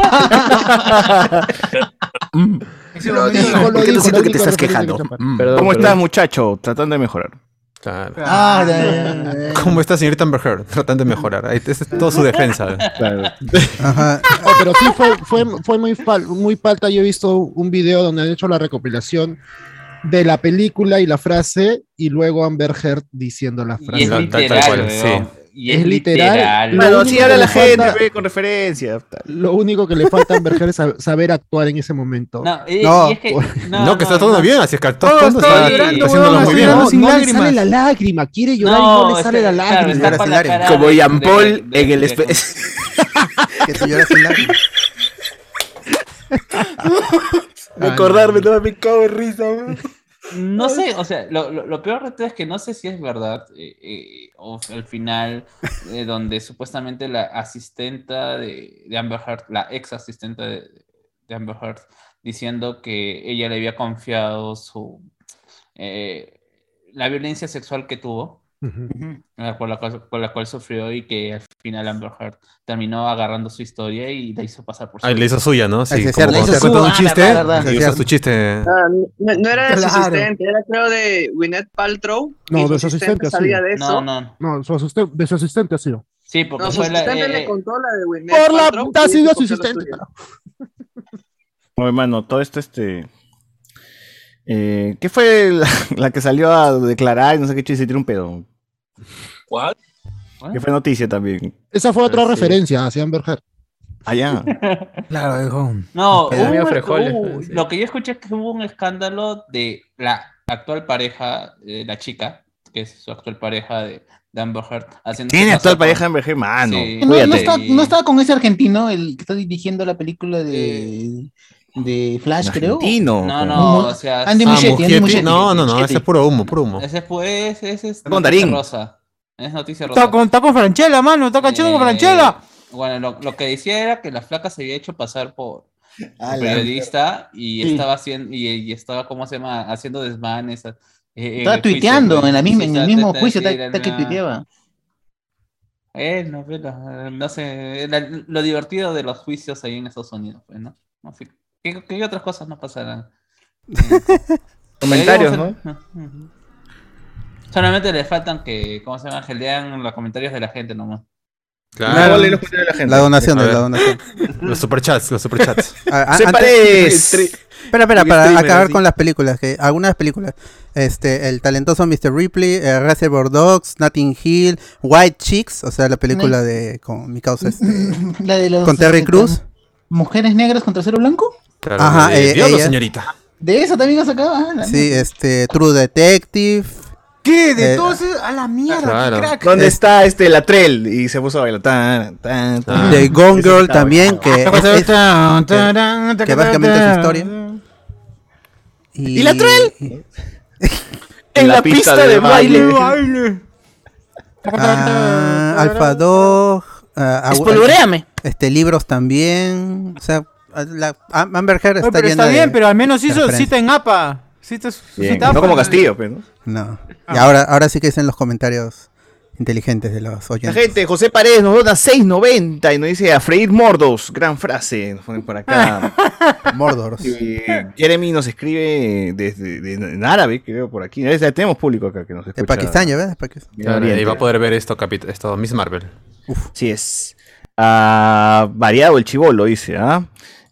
[SPEAKER 14] ah,
[SPEAKER 3] Lo
[SPEAKER 14] Lo
[SPEAKER 3] dijo,
[SPEAKER 14] dijo,
[SPEAKER 3] ¿por
[SPEAKER 14] lo
[SPEAKER 3] qué te
[SPEAKER 14] dijo,
[SPEAKER 3] siento
[SPEAKER 14] lo
[SPEAKER 3] que te
[SPEAKER 14] único
[SPEAKER 3] estás
[SPEAKER 14] referencia
[SPEAKER 3] quejando?
[SPEAKER 14] que topan.
[SPEAKER 4] Mm.
[SPEAKER 3] ¿Cómo
[SPEAKER 4] Perdón,
[SPEAKER 3] estás,
[SPEAKER 4] perdón.
[SPEAKER 3] muchacho? Tratando de mejorar.
[SPEAKER 4] Claro.
[SPEAKER 10] Ah, ya, ya, ya, ya.
[SPEAKER 4] ¿Cómo está señorita Amber Heard? Tratando de mejorar. Ahí está, esa es toda su defensa.
[SPEAKER 2] Ajá.
[SPEAKER 14] No, pero sí fue, fue, fue muy, fal- muy falta. Yo he visto un video donde han hecho la recopilación de la película y la frase y luego Amber Heard diciendo la frase.
[SPEAKER 5] Y es literal, weón. Y es
[SPEAKER 14] Es literal.
[SPEAKER 5] literal.
[SPEAKER 14] Bueno,
[SPEAKER 5] Lo
[SPEAKER 14] sí
[SPEAKER 5] único
[SPEAKER 14] habla
[SPEAKER 5] que
[SPEAKER 14] la
[SPEAKER 5] le
[SPEAKER 14] gente,
[SPEAKER 5] falta-
[SPEAKER 3] Ve, Con referencia.
[SPEAKER 14] Lo único que le falta a Amber Heard es sa- saber actuar en ese momento.
[SPEAKER 5] No, y- y es que-
[SPEAKER 4] No, que está todo bien, así es que
[SPEAKER 14] Todo
[SPEAKER 4] todo está,
[SPEAKER 14] estaba
[SPEAKER 4] está
[SPEAKER 14] llorando,
[SPEAKER 4] haciéndolo
[SPEAKER 14] huevón,
[SPEAKER 4] muy bien.
[SPEAKER 14] llorando sin
[SPEAKER 4] No, no le
[SPEAKER 14] lágrimas.
[SPEAKER 4] sale la-
[SPEAKER 14] lágrima, quiere
[SPEAKER 5] llorar y no este, le sale la lágrima.
[SPEAKER 4] está con la cara
[SPEAKER 9] Como
[SPEAKER 4] de-
[SPEAKER 9] Jean
[SPEAKER 4] de-
[SPEAKER 9] Paul
[SPEAKER 4] de-
[SPEAKER 9] en el
[SPEAKER 4] de-
[SPEAKER 9] espe-
[SPEAKER 2] Que te lloras sin lágrimas.
[SPEAKER 5] Ay,
[SPEAKER 3] Recordarme, no me cago en risa,
[SPEAKER 5] No sé, o sea, lo, lo- lo peor de todo es que no sé si es verdad eh, eh, o el final eh, donde supuestamente la asistenta de, de Amber Heard, la ex asistenta de, de Amber Heard, diciendo que ella le había confiado su eh, la violencia sexual que tuvo, eh, por la, cual, por la cual sufrió y que al final Amber Heard terminó agarrando su historia y la hizo pasar por
[SPEAKER 4] Ah, le hizo suya, ¿no?
[SPEAKER 2] Ese
[SPEAKER 4] Sí,
[SPEAKER 2] es
[SPEAKER 4] como
[SPEAKER 2] cierto.
[SPEAKER 4] cuando
[SPEAKER 2] Le
[SPEAKER 4] te
[SPEAKER 2] hizo
[SPEAKER 4] cuentan un
[SPEAKER 2] suya,
[SPEAKER 4] chiste
[SPEAKER 2] verdad, verdad.
[SPEAKER 4] y usas tu chiste.
[SPEAKER 12] Ah, no, no era de su
[SPEAKER 14] Claro.
[SPEAKER 12] asistente, era creo de Winnet Paltrow. y
[SPEAKER 14] No,
[SPEAKER 12] su
[SPEAKER 14] de su asistente ha
[SPEAKER 12] sabía
[SPEAKER 14] sido.
[SPEAKER 12] de eso.
[SPEAKER 14] No, su asisten- de su asistente ha sido.
[SPEAKER 5] Sí,
[SPEAKER 12] No, su
[SPEAKER 2] eh,
[SPEAKER 12] asistente
[SPEAKER 5] eh,
[SPEAKER 12] le contó la de Winnet
[SPEAKER 14] Por la
[SPEAKER 12] Paltrow
[SPEAKER 14] puta,
[SPEAKER 12] y
[SPEAKER 14] ha sido
[SPEAKER 12] dijo
[SPEAKER 14] su
[SPEAKER 12] que lo
[SPEAKER 14] asistente.
[SPEAKER 12] suyo.
[SPEAKER 3] No, hermano, todo esto, este. eh, ¿Qué fue la, la que salió a declarar y no sé qué chiste? Tiene un pedo.
[SPEAKER 13] ¿Cuál?
[SPEAKER 3] Que fue noticia también. Ah,
[SPEAKER 14] Esa fue otra
[SPEAKER 3] Sí.
[SPEAKER 2] Pues
[SPEAKER 14] referencia hacia Amber Heard.
[SPEAKER 3] Allá.
[SPEAKER 6] Claro, dijo.
[SPEAKER 5] No,
[SPEAKER 6] Pero
[SPEAKER 5] hubo
[SPEAKER 6] había
[SPEAKER 5] una-
[SPEAKER 6] frijoles,
[SPEAKER 5] hubo-
[SPEAKER 6] pero sí.
[SPEAKER 5] lo que yo escuché es que hubo un escándalo de la actual pareja, eh, la chica, que es su actual pareja de, de Amber Heard. haciendo
[SPEAKER 3] Tiene
[SPEAKER 5] su
[SPEAKER 3] actual
[SPEAKER 5] cosa
[SPEAKER 3] pareja
[SPEAKER 5] con-
[SPEAKER 3] Amber Heard, mano.
[SPEAKER 5] Sí.
[SPEAKER 10] No, no
[SPEAKER 3] Cuídate.
[SPEAKER 10] está- no estaba con ese argentino, el que está dirigiendo la película de, de Flash, creo.
[SPEAKER 3] Argentino.
[SPEAKER 5] No, no, o sea,
[SPEAKER 10] Andy
[SPEAKER 5] Ah,
[SPEAKER 10] Muschietti,
[SPEAKER 4] Muschietti.
[SPEAKER 10] Andy Muschietti.
[SPEAKER 4] No, no, no, ese es puro humo, puro humo.
[SPEAKER 5] Ese pues, ese es
[SPEAKER 4] Está con
[SPEAKER 5] noticia
[SPEAKER 4] Darín.
[SPEAKER 5] rosa. Es noticia rosa.
[SPEAKER 6] Está con, está con Franchella, mano. Está cachando con
[SPEAKER 5] Eh,
[SPEAKER 6] Franchella.
[SPEAKER 5] Bueno, lo, lo que decía era que la flaca se había hecho pasar por
[SPEAKER 6] A la
[SPEAKER 5] un periodista y
[SPEAKER 6] Sí.
[SPEAKER 5] estaba haciendo, y, y estaba, ¿cómo se llama? Haciendo desmanes. eh, en
[SPEAKER 10] Estaba
[SPEAKER 5] el juicio, pues.
[SPEAKER 10] tuiteando en, la misma, en
[SPEAKER 5] Sí,
[SPEAKER 10] el
[SPEAKER 5] está-
[SPEAKER 10] mismo
[SPEAKER 5] está-
[SPEAKER 10] juicio,
[SPEAKER 5] sí,
[SPEAKER 10] está,
[SPEAKER 5] era
[SPEAKER 10] está que
[SPEAKER 5] una-
[SPEAKER 10] tuiteaba.
[SPEAKER 5] Eh, no, pues, la- no sé, la- lo divertido de los juicios ahí en Estados Unidos, pues, ¿no? Así, ¿qué, qué otras cosas no pasarán?
[SPEAKER 3] Comentarios,
[SPEAKER 5] Ahí vamos a- Ah, Ujú. Solamente le faltan que, ¿cómo se llama? Que lean los comentarios de la gente nomás.
[SPEAKER 3] Ah,
[SPEAKER 2] Claro. No, lee los comentarios de la gente. La donación,
[SPEAKER 4] A ver.
[SPEAKER 2] la donación.
[SPEAKER 4] Los superchats, los superchats.
[SPEAKER 2] A- a-
[SPEAKER 3] Ah,
[SPEAKER 2] antes- Espera, espera, para acabar con las películas, que algunas películas, este, el talentoso Mr. Ripley, eh, Reservoir Dogs, Nothing Hill, White Chicks, o sea, la película de con mi causa este,
[SPEAKER 10] La de los,
[SPEAKER 2] con Terry
[SPEAKER 10] este,
[SPEAKER 2] Cruz.
[SPEAKER 10] ¿Mujeres negras con trasero blanco?
[SPEAKER 2] Ajá, eh,
[SPEAKER 4] Diablo,
[SPEAKER 2] ella-
[SPEAKER 4] señorita.
[SPEAKER 10] De eso también has sacado. Ah, la
[SPEAKER 2] Sí, este, True Detective.
[SPEAKER 6] ¿Qué?
[SPEAKER 2] Eh,
[SPEAKER 6] De todo eso, a la mierda,
[SPEAKER 3] Claro.
[SPEAKER 6] qué crack.
[SPEAKER 3] ¿Dónde
[SPEAKER 6] Es-
[SPEAKER 3] está este Latrell? Y se puso a bailar. Tan, tan,
[SPEAKER 9] Ah.
[SPEAKER 3] tan.
[SPEAKER 2] de Gone
[SPEAKER 3] Ese
[SPEAKER 2] Girl
[SPEAKER 3] estaba
[SPEAKER 2] también,
[SPEAKER 3] bailando.
[SPEAKER 2] que, eh,
[SPEAKER 9] pues,
[SPEAKER 2] es- es- que- que básicamente es su historia.
[SPEAKER 3] ¿Y la Truel? En la pista de baile.
[SPEAKER 2] Ah, Alfa Dog. ah,
[SPEAKER 6] Espolvoréame.
[SPEAKER 2] Este, libros también. O sea, ah, la, Am- Amber Heard
[SPEAKER 6] Oye,
[SPEAKER 2] está
[SPEAKER 6] pero
[SPEAKER 2] llena
[SPEAKER 6] está
[SPEAKER 2] de
[SPEAKER 6] bien, pero al menos hizo
[SPEAKER 2] referencias.
[SPEAKER 6] cita en APA. Cita, su- su
[SPEAKER 3] Bien,
[SPEAKER 6] cita
[SPEAKER 3] No
[SPEAKER 6] APA.
[SPEAKER 3] como Castillo, pero.
[SPEAKER 6] Ah.
[SPEAKER 2] No. Y ahora, ahora sí que dicen los comentarios. inteligentes de los
[SPEAKER 3] La
[SPEAKER 2] oyentes.
[SPEAKER 3] gente, José Paredes nos dona 6.90 y nos dice a freír mordos. Gran frase, nos ponen por acá. eh,
[SPEAKER 2] Mordors.
[SPEAKER 3] Jeremy nos escribe desde de- en árabe, creo, por aquí. Ya tenemos público acá que nos escucha.
[SPEAKER 2] De Pakistán, ya ves, de Pakistán.
[SPEAKER 4] Claro, y ahí va a poder ver esto, capit- esto Miss Marvel.
[SPEAKER 3] Sí es. Ah, variado el chivolo, dice, ¿ah?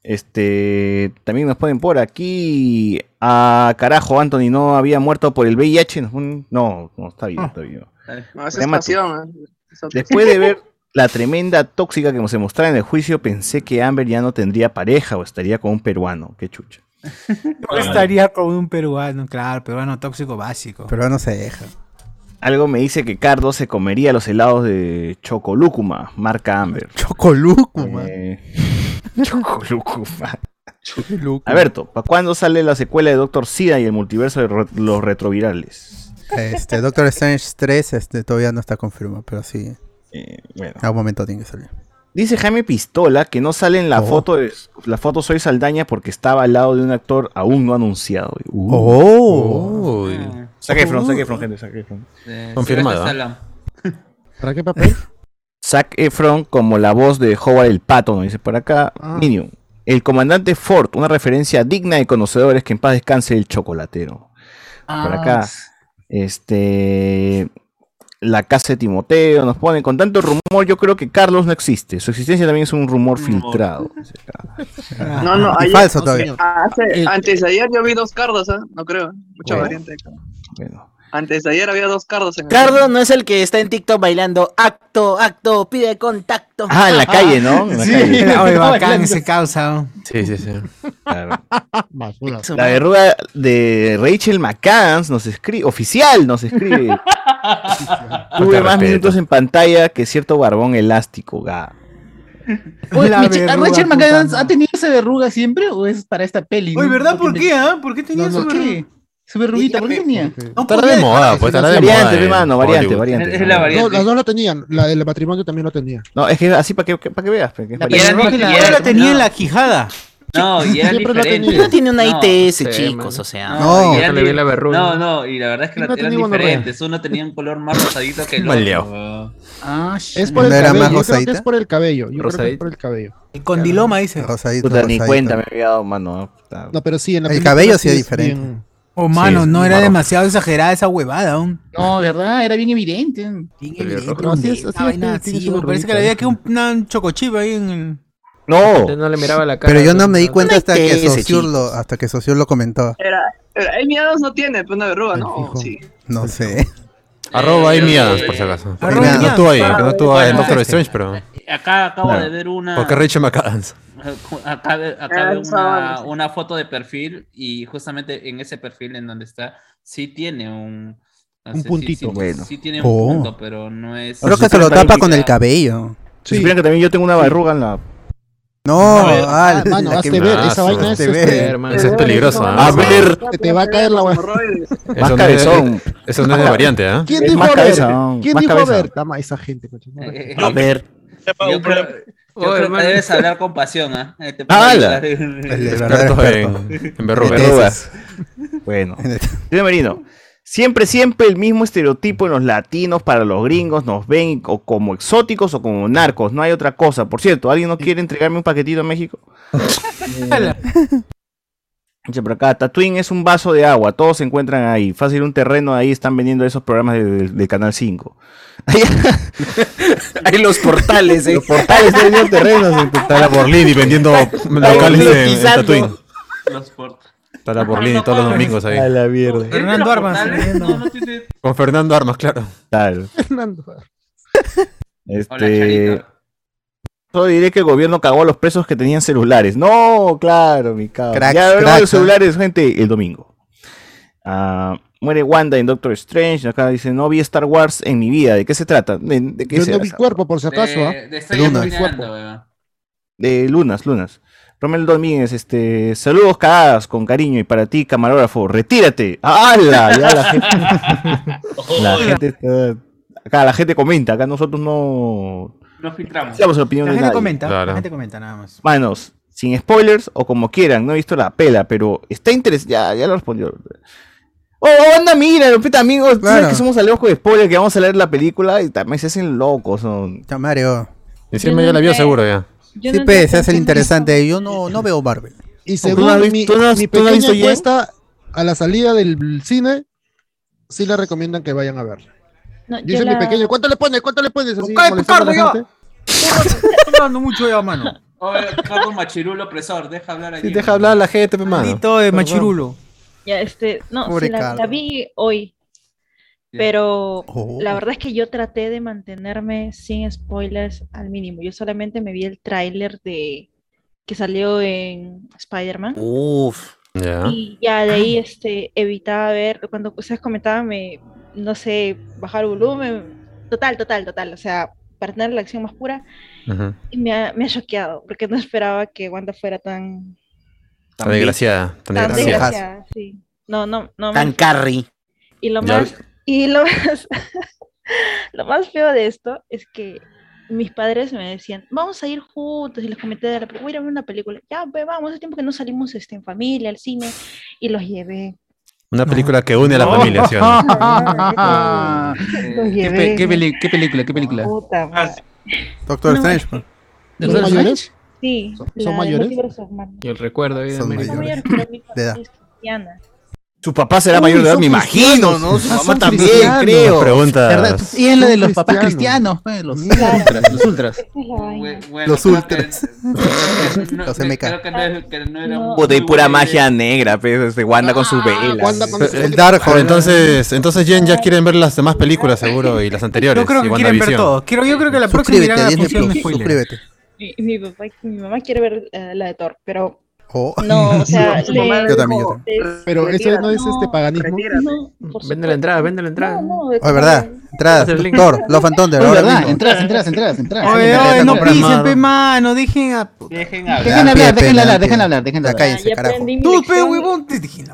[SPEAKER 3] Este, también nos ponen por aquí. Ah, carajo, Anthony no había muerto por el VIH. Nos ponen- No, no, está
[SPEAKER 2] Ah.
[SPEAKER 3] bien, está bien.
[SPEAKER 5] Eh,
[SPEAKER 12] No, esa es
[SPEAKER 3] Problema
[SPEAKER 12] pasión. ¿eh? Esa-
[SPEAKER 3] Después de ver la tremenda tóxica que se mostraba en el juicio, pensé que Amber ya no tendría pareja o estaría con un peruano. Qué chucha.
[SPEAKER 13] Yo estaría con un peruano, claro, peruano tóxico básico.
[SPEAKER 2] Peruano se deja.
[SPEAKER 3] Algo me dice que Cardo se comería los helados de Chocolúcuma, marca Amber. Eh,
[SPEAKER 2] Chocolúcuma.
[SPEAKER 3] Chocolúcuma. Alberto, ¿para cuándo sale la secuela de Doctor Sida y el multiverso de ro- los retrovirales?
[SPEAKER 2] Este, Doctor Strange 3 este, todavía no está confirmado, pero sí.
[SPEAKER 3] Eh, bueno.
[SPEAKER 2] A un momento tiene que salir.
[SPEAKER 3] Dice Jaime Pistola que no sale en la
[SPEAKER 2] Oh.
[SPEAKER 3] foto de- la foto Soy Saldaña porque estaba al lado de un actor aún no anunciado. Uh.
[SPEAKER 2] Oh.
[SPEAKER 3] Zac Efron, Zac Efron, gente, Zac Efron.
[SPEAKER 5] Eh,
[SPEAKER 3] Confirmado,
[SPEAKER 5] Sylvester
[SPEAKER 3] ¿eh?
[SPEAKER 5] Stallone.
[SPEAKER 14] ¿Para qué papel?
[SPEAKER 3] Zac Efron como la voz de Howard el Pato, nos dice por acá.
[SPEAKER 14] Ah.
[SPEAKER 3] Minion. El comandante Ford, una referencia digna de conocedores que en paz descanse el chocolatero. Por
[SPEAKER 14] Ah.
[SPEAKER 3] acá. Este. La casa de Timoteo nos pone. Con tanto rumor, yo creo que Carlos no existe. Su existencia también es un rumor filtrado.
[SPEAKER 12] No, no,
[SPEAKER 3] Y
[SPEAKER 12] ayer,
[SPEAKER 3] falso
[SPEAKER 12] no,
[SPEAKER 3] todavía.
[SPEAKER 12] hace- antes de ayer yo vi dos cardos, ¿eh? No creo. Mucha
[SPEAKER 9] Bueno.
[SPEAKER 12] variante. de cardo. Antes de ayer había dos cardos en el-
[SPEAKER 9] Cardo no es el que está en TikTok bailando acto, acto, pide contacto.
[SPEAKER 3] Ah, en la calle, ¿no? En la
[SPEAKER 13] Sí,
[SPEAKER 3] calle.
[SPEAKER 13] oye, bacán ese causa.
[SPEAKER 4] Sí, sí, sí.
[SPEAKER 3] Claro. La verruga de Rachel McCanns nos escribe, oficial nos escribe. Tuve
[SPEAKER 4] Falta
[SPEAKER 3] más
[SPEAKER 4] respeto.
[SPEAKER 3] minutos en pantalla que cierto barbón elástico, ga.
[SPEAKER 10] Oye,
[SPEAKER 3] La
[SPEAKER 10] Michi-
[SPEAKER 3] verruga,
[SPEAKER 10] ¿Rachel
[SPEAKER 3] puta
[SPEAKER 10] McAdams ha tenido esa verruga siempre o es para esta peli?
[SPEAKER 11] Oye, ¿verdad? ¿Por qué? ah? ¿Por qué
[SPEAKER 10] No,
[SPEAKER 11] tenía
[SPEAKER 10] no,
[SPEAKER 11] su
[SPEAKER 10] ¿qué?
[SPEAKER 11] verruga?
[SPEAKER 10] Su verruguita, ¿por qué tenía?
[SPEAKER 11] No
[SPEAKER 4] Está re de moda, pues está re de moda.
[SPEAKER 3] Variante,
[SPEAKER 4] en
[SPEAKER 3] hermano, variante,
[SPEAKER 4] Hollywood.
[SPEAKER 3] variante.
[SPEAKER 5] Es la variante.
[SPEAKER 14] No, las dos lo tenían. La del matrimonio también lo tenía.
[SPEAKER 3] No, es que así para que, para que veas. pe, que es
[SPEAKER 14] La
[SPEAKER 3] variante.
[SPEAKER 14] pelirroja que la- Ahora la tenía en la
[SPEAKER 13] quijada.
[SPEAKER 5] No, y era
[SPEAKER 14] Siempre lo ha
[SPEAKER 5] diferente.
[SPEAKER 14] tenido. No tiene
[SPEAKER 9] Pues una ITS, chicos,
[SPEAKER 5] man.
[SPEAKER 9] o sea.
[SPEAKER 5] No,
[SPEAKER 9] No,
[SPEAKER 5] y
[SPEAKER 9] yo
[SPEAKER 5] eran
[SPEAKER 9] le vi
[SPEAKER 5] di-
[SPEAKER 9] la verruga.
[SPEAKER 5] No, no, y la verdad es que
[SPEAKER 14] No
[SPEAKER 5] la- eran
[SPEAKER 14] tenía gonorrea.
[SPEAKER 5] diferentes. Uno tenía un color más rosadito que el
[SPEAKER 14] Mal
[SPEAKER 5] otro.
[SPEAKER 10] Ah,
[SPEAKER 14] Es por el
[SPEAKER 2] ¿No era
[SPEAKER 14] cabello.
[SPEAKER 2] más
[SPEAKER 14] yo creo que
[SPEAKER 2] rosadita?
[SPEAKER 14] es por el cabello. Yo creo que es
[SPEAKER 2] Rosadita.
[SPEAKER 14] por el cabello.
[SPEAKER 13] El condiloma, dice.
[SPEAKER 2] Rosadito,
[SPEAKER 3] Puta, ni
[SPEAKER 2] rosadito.
[SPEAKER 3] cuenta me había dado, mano. puta.
[SPEAKER 14] No, pero sí, en la
[SPEAKER 2] El
[SPEAKER 14] película
[SPEAKER 2] cabello sí es
[SPEAKER 14] es
[SPEAKER 2] diferente.
[SPEAKER 14] bien-
[SPEAKER 13] Oh,
[SPEAKER 14] Sí,
[SPEAKER 13] mano,
[SPEAKER 14] es
[SPEAKER 13] no era
[SPEAKER 14] marrón.
[SPEAKER 13] demasiado exagerada esa huevada. aún.
[SPEAKER 10] No, ¿verdad? Era bien evidente.
[SPEAKER 13] Pero así es- así es,
[SPEAKER 14] este
[SPEAKER 15] este
[SPEAKER 13] tiene- tiene su barriguita. Parece que le había quedado un- una- un chocochivo ahí en el.
[SPEAKER 3] No.
[SPEAKER 15] No le miraba la cara.
[SPEAKER 2] Pero yo no me di
[SPEAKER 15] No
[SPEAKER 2] cuenta
[SPEAKER 15] hay
[SPEAKER 2] hasta que
[SPEAKER 15] TS,
[SPEAKER 2] Saussure
[SPEAKER 15] chicos.
[SPEAKER 2] lo, hasta que Saussure lo comentó.
[SPEAKER 12] Era, era, Amy Adams no tiene pues, una verruga, ¿no? ¿O Sí.
[SPEAKER 2] No sé.
[SPEAKER 4] Arroba
[SPEAKER 5] Eh,
[SPEAKER 4] Amy Adams, por si acaso.
[SPEAKER 2] Arroba
[SPEAKER 4] no,
[SPEAKER 2] Amy
[SPEAKER 4] no estuvo ahí,
[SPEAKER 2] Adams.
[SPEAKER 4] no estuvo ahí en
[SPEAKER 5] Bueno,
[SPEAKER 4] Doctor
[SPEAKER 5] sí.
[SPEAKER 4] Strange, pero.
[SPEAKER 5] Acá acabo
[SPEAKER 4] Claro.
[SPEAKER 5] de ver una.
[SPEAKER 4] Porque Rachel McAdams.
[SPEAKER 5] Acá, de- acá de
[SPEAKER 12] Ah,
[SPEAKER 5] una,
[SPEAKER 12] sí.
[SPEAKER 5] una foto de perfil y justamente en ese perfil en donde está, sí tiene un, no
[SPEAKER 14] Un
[SPEAKER 5] sé, sí-
[SPEAKER 14] puntito.
[SPEAKER 5] Sí,
[SPEAKER 14] Bueno.
[SPEAKER 5] sí tiene
[SPEAKER 2] Oh.
[SPEAKER 5] un punto, pero no es.
[SPEAKER 2] Creo que se lo tapa con el cabello.
[SPEAKER 3] Si supieran que también yo tengo una verruga en la.
[SPEAKER 2] No,
[SPEAKER 3] A ver,
[SPEAKER 2] ah,
[SPEAKER 14] ah, mano,
[SPEAKER 2] la
[SPEAKER 14] hazte
[SPEAKER 2] que-
[SPEAKER 14] ver, esa vaina es,
[SPEAKER 2] hazte
[SPEAKER 14] este,
[SPEAKER 2] ver.
[SPEAKER 14] hermano.
[SPEAKER 4] Eso es peligroso,
[SPEAKER 3] A ver.
[SPEAKER 14] Te, te va a caer la huevada.
[SPEAKER 4] Eso no es,
[SPEAKER 3] cabezón.
[SPEAKER 4] eso no es de variante, ¿ah?
[SPEAKER 14] ¿Quién
[SPEAKER 3] Es
[SPEAKER 14] dijo
[SPEAKER 3] más
[SPEAKER 14] a ver?
[SPEAKER 3] cabeza, ¿no?
[SPEAKER 14] ¿Quién
[SPEAKER 3] Más
[SPEAKER 14] dijo a
[SPEAKER 3] cabeza.
[SPEAKER 14] ver? Tama, esa gente. coño.
[SPEAKER 10] Eh.
[SPEAKER 5] A
[SPEAKER 3] ver.
[SPEAKER 5] Yo creo, yo
[SPEAKER 13] Oye,
[SPEAKER 5] creo que
[SPEAKER 13] man.
[SPEAKER 5] debes hablar con pasión, ¿ah? Eh, te puedo
[SPEAKER 3] ¡Hala!
[SPEAKER 5] ayudar.
[SPEAKER 4] experto en- en verrugas.
[SPEAKER 3] Verrugas. Bueno. Señor Merino, siempre, siempre el mismo estereotipo en los latinos para los gringos. Nos ven o como exóticos o como narcos. No hay otra cosa. Por cierto, ¿alguien no quiere entregarme un paquetito a México? Dice por acá, Tatooine es un vaso de agua, todos se encuentran ahí. Fácil, un terreno ahí están vendiendo esos programas de- de- del Canal 5. Hay los portales, Los portales de vendiendo terrenos. en
[SPEAKER 4] Está la Borlini vendiendo locales en, en Tatooine. Está la Borlini todos los domingos ahí.
[SPEAKER 3] A la mierda.
[SPEAKER 13] Fernando Armas.
[SPEAKER 4] Con Fernando Armas, claro.
[SPEAKER 3] Claro. Este.
[SPEAKER 5] Este,
[SPEAKER 2] Este,
[SPEAKER 4] Charito.
[SPEAKER 3] Yo diré que el gobierno cagó a los presos que tenían celulares. No, claro, mi cabrón.
[SPEAKER 2] Cracks,
[SPEAKER 3] ya hablamos de
[SPEAKER 2] cracks,
[SPEAKER 3] celulares, gente, el domingo. Ah, muere Wanda en Doctor Strange. Acá dice, no vi Star Wars en mi vida. ¿De qué se trata? ¿De, de qué
[SPEAKER 14] Yo
[SPEAKER 3] se
[SPEAKER 14] no vi cuerpo, por si acaso. ¿ah?
[SPEAKER 5] De, de Eh, estoy
[SPEAKER 3] Luna.
[SPEAKER 5] alucinando, weón.
[SPEAKER 3] De lunas, lunas. Romel Domínguez, este, saludos cagadas con cariño y para ti, camarógrafo, retírate. ¡Hala! Ya la gente, la gente está- acá la gente comenta, acá nosotros no
[SPEAKER 5] Nos filtramos.
[SPEAKER 3] damos la opinión
[SPEAKER 13] La
[SPEAKER 3] de
[SPEAKER 13] gente
[SPEAKER 3] nadie.
[SPEAKER 13] comenta, la gente comenta nada más.
[SPEAKER 3] Manos, sin spoilers o como quieran, no he visto la pela, pero está interesante. Ya, ya lo respondió. Oh, oh, anda, mira, los puta amigos, tú sabes
[SPEAKER 2] Claro.
[SPEAKER 3] que somos al ojo de spoiler, que vamos a leer la película y también se hacen locos. Son...
[SPEAKER 2] Chamario.
[SPEAKER 4] Encima ya la vio seguro ya.
[SPEAKER 2] Sí, pe, se hace el interesante. Yo no, no veo Marvel.
[SPEAKER 14] Y según mi, mi pequeña encuesta, a la salida del cine, sí le recomiendan que vayan a verla.
[SPEAKER 15] No,
[SPEAKER 14] Dice mi pequeño, ¿cuánto le pone? ¿Cuánto le pones? Así,
[SPEAKER 13] ¡Cae
[SPEAKER 14] molestando a la
[SPEAKER 13] Picardo
[SPEAKER 14] gente.
[SPEAKER 13] hablando mucho ya, mano.
[SPEAKER 5] Oye, Ricardo Machirulo opresor, deja hablar a
[SPEAKER 4] Sí, deja hablar a la gente,
[SPEAKER 14] Ah.
[SPEAKER 4] pe, mano.
[SPEAKER 13] Maldito, eh,
[SPEAKER 4] Perdón.
[SPEAKER 13] machirulo.
[SPEAKER 15] Ya, este, no,
[SPEAKER 4] Pobre
[SPEAKER 15] sí, la,
[SPEAKER 4] Carlos.
[SPEAKER 15] la vi hoy, pero
[SPEAKER 4] Oh.
[SPEAKER 15] la verdad es que yo traté de mantenerme sin spoilers al mínimo. Yo solamente me vi el tráiler de que salió en Spider-Man
[SPEAKER 9] Uf.
[SPEAKER 4] Ya.
[SPEAKER 15] y ya de ahí este, evitaba ver, cuando ustedes comentaban, me, no sé, bajar volumen, total, total, total, o sea, para tener la acción más pura, y me ha, me ha choqueado, porque no esperaba que Wanda fuera tan,
[SPEAKER 4] Tan desgraciada, tan
[SPEAKER 15] tan
[SPEAKER 4] desgraciada.
[SPEAKER 15] desgraciada, sí. No, no, no. me-
[SPEAKER 9] Tan carry.
[SPEAKER 15] y lo
[SPEAKER 9] Ya
[SPEAKER 15] más, y lo más, lo más feo de esto es que mis padres me decían, vamos a ir juntos, y les comenté de la película, voy a ir a ver una película, ya, pues vamos, hace tiempo que no salimos este, en familia, al cine, y los llevé.
[SPEAKER 4] Una película que une a la familia, ¿sí o no?
[SPEAKER 14] Ah.
[SPEAKER 3] Ah,
[SPEAKER 15] Los
[SPEAKER 13] ¿Qué,
[SPEAKER 15] llevé.
[SPEAKER 13] pe- qué peli- qué película? ¿Qué película?
[SPEAKER 15] Puta
[SPEAKER 12] Ah,
[SPEAKER 15] madre.
[SPEAKER 2] Doctor
[SPEAKER 15] No,
[SPEAKER 2] Strange. pues,
[SPEAKER 13] ¿De verdad?
[SPEAKER 15] Sí,
[SPEAKER 14] son
[SPEAKER 15] la del
[SPEAKER 14] mayores?
[SPEAKER 15] multiverso of Madness.
[SPEAKER 13] Yo recuerdo,
[SPEAKER 2] Son
[SPEAKER 13] evidentemente.
[SPEAKER 15] Son mayores, pero mi
[SPEAKER 2] De
[SPEAKER 15] familia
[SPEAKER 2] edad.
[SPEAKER 15] es cristiana.
[SPEAKER 3] Su papá será mayor de edad, me imagino, ¿no? Su mamá también, creo.
[SPEAKER 13] ¿Verdad? Y es la de los papás cristianos, pues, los ultras. Los ultras.
[SPEAKER 15] Esa es la vaina.
[SPEAKER 2] Los ultras.
[SPEAKER 5] Los MK. Creo que no, es- que no era un
[SPEAKER 3] Puta, y pura magia negra, pero este Wanda con sus velas.
[SPEAKER 4] eh, Pero entonces, entonces Jen ya quieren ver las demás películas seguro y las anteriores.
[SPEAKER 13] Yo creo
[SPEAKER 4] y
[SPEAKER 13] que quieren ver
[SPEAKER 4] WandaVision.
[SPEAKER 13] todo. Quiero, yo creo que la próxima irá a la función de spoiler.
[SPEAKER 15] Mi, mi papá, mi mamá quiere ver eh, la de Thor, pero
[SPEAKER 2] Oh.
[SPEAKER 15] no, o sea,
[SPEAKER 2] Yo también, yo también.
[SPEAKER 15] les-
[SPEAKER 14] Pero
[SPEAKER 15] les-
[SPEAKER 14] eso no es este paganismo.
[SPEAKER 15] no, por
[SPEAKER 12] Vende la entrada, vende la entrada.
[SPEAKER 15] no, de-
[SPEAKER 2] Oh, es verdad. Entradas,
[SPEAKER 12] Hacer link.
[SPEAKER 2] Thor, Love and Thunder.
[SPEAKER 10] Oye,
[SPEAKER 2] ahora
[SPEAKER 10] verdad,
[SPEAKER 2] mismo.
[SPEAKER 10] entras, entras, entras, entras.
[SPEAKER 13] Oye,
[SPEAKER 2] Intenta
[SPEAKER 13] oye, no pues,
[SPEAKER 2] comprar
[SPEAKER 13] pisen,
[SPEAKER 2] mano.
[SPEAKER 13] pe mano, dejen a...
[SPEAKER 5] Dejen
[SPEAKER 13] Dejen hablar,
[SPEAKER 2] pe,
[SPEAKER 13] dejen
[SPEAKER 2] pe,
[SPEAKER 13] hablar,
[SPEAKER 2] pe.
[SPEAKER 13] dejen hablar, dejen
[SPEAKER 2] Ya
[SPEAKER 13] hablar.
[SPEAKER 2] cállense,
[SPEAKER 15] ya
[SPEAKER 2] carajo.
[SPEAKER 15] aprendí mi
[SPEAKER 13] Tú, pe,
[SPEAKER 15] lección.
[SPEAKER 13] huevón, te dije no.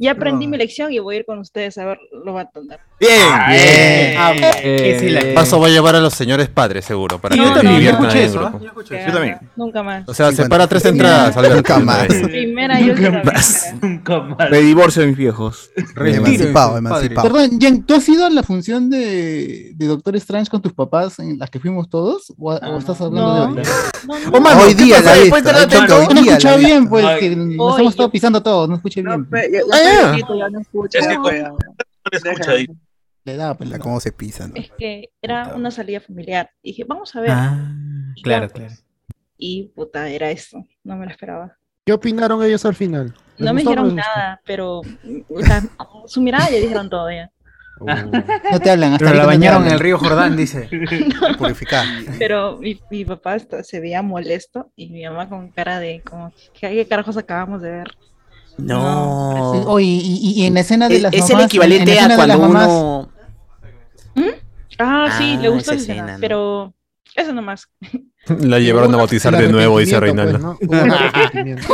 [SPEAKER 15] Ya aprendí mi lección y voy a ir con ustedes a ver lo va a atender.
[SPEAKER 3] Bien.
[SPEAKER 4] Bien.
[SPEAKER 13] ah, Que sí, la-
[SPEAKER 4] Paso va a llevar a los señores padres seguro para
[SPEAKER 13] Sí, yo
[SPEAKER 4] que
[SPEAKER 13] también, yo
[SPEAKER 4] diviertan
[SPEAKER 13] escuché
[SPEAKER 4] ahí en
[SPEAKER 13] eso,
[SPEAKER 4] grupo.
[SPEAKER 13] ¿ah? Yo escuché
[SPEAKER 15] eso. Yo también. Nunca más.
[SPEAKER 4] O sea,
[SPEAKER 3] Sí,
[SPEAKER 4] separa
[SPEAKER 3] bueno.
[SPEAKER 4] tres entradas. Alberto,
[SPEAKER 2] Nunca
[SPEAKER 4] de una
[SPEAKER 2] más.
[SPEAKER 4] vez.
[SPEAKER 15] Primera y última. vez.
[SPEAKER 5] Nunca más.
[SPEAKER 3] Me divorcio de mis viejos.
[SPEAKER 2] Emancipado, emancipado.
[SPEAKER 10] Perdón, Jen, ¿tú has ido a la función de, de Doctor Strange con tus papás en las que fuimos todos? ¿O, o estás hablando de ahorita?
[SPEAKER 2] Oh, mano, Hoy ¿qué día pasó? la he
[SPEAKER 10] he
[SPEAKER 2] Después visto, de la la he visto tanto- hoy
[SPEAKER 10] No
[SPEAKER 2] día,
[SPEAKER 10] escuchado
[SPEAKER 2] la he
[SPEAKER 10] bien,
[SPEAKER 2] visto.
[SPEAKER 10] pues,
[SPEAKER 2] Ay.
[SPEAKER 10] que nos
[SPEAKER 15] Hoy,
[SPEAKER 10] hemos estado pisando todos, no escuché bien.
[SPEAKER 12] Pe- ya- ya
[SPEAKER 10] Ah,
[SPEAKER 12] estoy
[SPEAKER 10] ya.
[SPEAKER 12] viejito, ya no escucho.
[SPEAKER 10] Es que con-
[SPEAKER 12] Ya.
[SPEAKER 10] Le da, pues,
[SPEAKER 2] Mira cómo se pisan.
[SPEAKER 15] Es que era una salida familiar. Dije, vamos a ver.
[SPEAKER 14] Ah,
[SPEAKER 15] Y
[SPEAKER 14] claro,
[SPEAKER 15] ya, pues. Y puta, era eso. No me lo esperaba.
[SPEAKER 14] ¿Qué opinaron ellos al final? ¿Les
[SPEAKER 15] No me
[SPEAKER 14] gustó o
[SPEAKER 15] dijeron
[SPEAKER 14] les
[SPEAKER 15] nada, pero o sea, su mirada ya dijeron todo ya.
[SPEAKER 10] No te hablan, hasta
[SPEAKER 13] Pero la
[SPEAKER 10] ahorita no te
[SPEAKER 13] bañaron en
[SPEAKER 10] hablan.
[SPEAKER 13] el río Jordán, dice.
[SPEAKER 2] Purificar.
[SPEAKER 15] Pero mi, mi papá está- se veía molesto y mi mamá con cara de como, ¿qué, qué carajos acabamos de ver?
[SPEAKER 9] No.
[SPEAKER 10] Sí, Oye, y, y- y en la escena de
[SPEAKER 9] Es-
[SPEAKER 10] las
[SPEAKER 9] es el
[SPEAKER 10] mamás,
[SPEAKER 9] equivalente
[SPEAKER 10] en la
[SPEAKER 9] a
[SPEAKER 10] escena de las
[SPEAKER 9] cuando
[SPEAKER 10] mamás-
[SPEAKER 9] uno-
[SPEAKER 15] Ah, sí,
[SPEAKER 9] Ah,
[SPEAKER 15] le gustó esa
[SPEAKER 9] esa
[SPEAKER 15] escena,
[SPEAKER 9] escena, ¿no?
[SPEAKER 15] pero eso nomás.
[SPEAKER 4] La llevaron a bautizar de nuevo, dice
[SPEAKER 14] pues,
[SPEAKER 4] Reinaldo.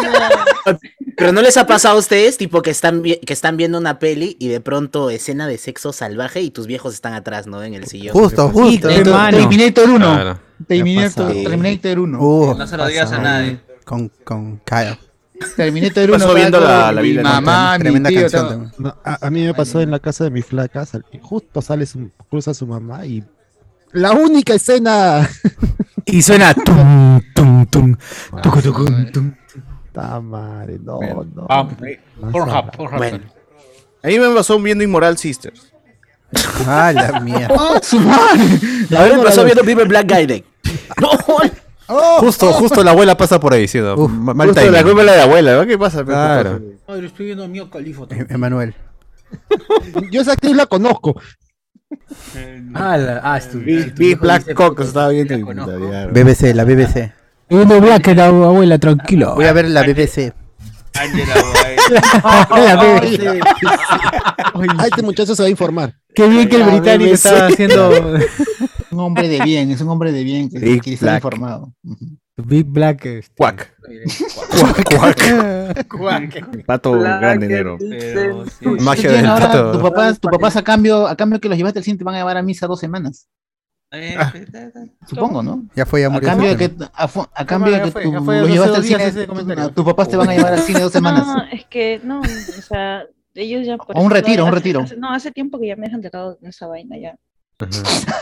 [SPEAKER 9] Pero no les ha pasado a ustedes, tipo que están, vi- que están viendo una peli y de pronto escena de sexo salvaje y tus viejos están atrás, ¿no? En el sillón.
[SPEAKER 2] Justo, justo.
[SPEAKER 9] Entonces,
[SPEAKER 10] Terminator 1.
[SPEAKER 3] Ah,
[SPEAKER 4] Claro.
[SPEAKER 10] Terminator,
[SPEAKER 9] Sí.
[SPEAKER 10] Terminator 1.
[SPEAKER 2] Uh,
[SPEAKER 5] No se lo digas a
[SPEAKER 2] pasado.
[SPEAKER 5] nadie.
[SPEAKER 2] Con, con Kyle.
[SPEAKER 10] Terminator 1.
[SPEAKER 3] Pasó viendo la- la
[SPEAKER 10] mi
[SPEAKER 3] Biblia, ¿no?
[SPEAKER 10] mamá,
[SPEAKER 2] Tremenda
[SPEAKER 10] mi tío,
[SPEAKER 2] canción
[SPEAKER 10] todo.
[SPEAKER 2] también.
[SPEAKER 14] No, a, a mí me pasó en la casa de mi flaca, sal- y justo sale su, cruza su mamá y la única escena
[SPEAKER 13] Y suena tum, tum, tum, tucu, tucu, tum.
[SPEAKER 14] Ah, Ta madre, no, no.
[SPEAKER 13] Ah,
[SPEAKER 14] Más
[SPEAKER 13] Pornhub,
[SPEAKER 14] hablar.
[SPEAKER 13] Pornhub.
[SPEAKER 3] A mí me pasó viendo Inmoral Sisters.
[SPEAKER 2] Ah, la mierda.
[SPEAKER 10] ¡Ah, su madre!
[SPEAKER 9] A ver, me pasó viendo People Black Guy Day.
[SPEAKER 4] Justo, justo la abuela pasa por ahí, sí. no. Ma- Mal
[SPEAKER 3] Justo
[SPEAKER 4] timing.
[SPEAKER 3] la culpa es la de la abuela, ¿verdad? ¿Qué pasa?
[SPEAKER 4] Claro.
[SPEAKER 13] Ay, lo estoy viendo a Mio Califo.
[SPEAKER 2] Em- Emanuel.
[SPEAKER 14] Yo esa actriz la conozco.
[SPEAKER 13] Ah, la, ah, es tu-
[SPEAKER 3] Vi,
[SPEAKER 13] tu
[SPEAKER 3] vi
[SPEAKER 13] viejo
[SPEAKER 3] Black
[SPEAKER 13] dice-
[SPEAKER 3] Cock, estaba viendo. y- ya,
[SPEAKER 2] BBC, la BBC.
[SPEAKER 6] Uno black, la abuela, tranquilo.
[SPEAKER 2] Voy a ver la BBC.
[SPEAKER 5] Angela
[SPEAKER 6] La
[SPEAKER 14] Ay,
[SPEAKER 6] bebé.
[SPEAKER 14] Ay, este muchacho se va a informar.
[SPEAKER 6] Qué bien que el
[SPEAKER 14] La
[SPEAKER 6] británico
[SPEAKER 14] BBC.
[SPEAKER 6] estaba haciendo
[SPEAKER 10] Un hombre de bien, es un hombre de bien que,
[SPEAKER 6] Big
[SPEAKER 10] que está
[SPEAKER 6] Black.
[SPEAKER 10] informado.
[SPEAKER 6] Big Black. este,
[SPEAKER 3] Cuac.
[SPEAKER 6] Cuac.
[SPEAKER 3] El Pato grande negro. Magia
[SPEAKER 10] Bien,
[SPEAKER 3] del
[SPEAKER 10] ahora
[SPEAKER 3] pato.
[SPEAKER 10] tus papás, tus papás a cambio, a cambio que los llevaste al cine te van a llevar a misa dos semanas. Supongo, ¿no?
[SPEAKER 2] Ya fue, Ah. ya
[SPEAKER 10] a
[SPEAKER 2] murió
[SPEAKER 10] cambio de
[SPEAKER 2] ese
[SPEAKER 10] que,
[SPEAKER 2] tema.
[SPEAKER 10] a, fu- a
[SPEAKER 2] No,
[SPEAKER 10] cambio
[SPEAKER 2] ya
[SPEAKER 10] de que
[SPEAKER 2] fue,
[SPEAKER 10] tú
[SPEAKER 2] ya fue
[SPEAKER 10] los
[SPEAKER 2] hace
[SPEAKER 10] llevaste
[SPEAKER 2] dos
[SPEAKER 10] al
[SPEAKER 2] días
[SPEAKER 10] cine,
[SPEAKER 2] ese comentario.
[SPEAKER 10] tus papás te van a llevar al cine dos semanas.
[SPEAKER 15] No, es que no, o sea, ellos ya por
[SPEAKER 10] A un
[SPEAKER 15] eso-
[SPEAKER 10] retiro, a un
[SPEAKER 15] hace-
[SPEAKER 10] retiro.
[SPEAKER 15] hace- no, hace tiempo que ya me dejan de lado de esa vaina ya.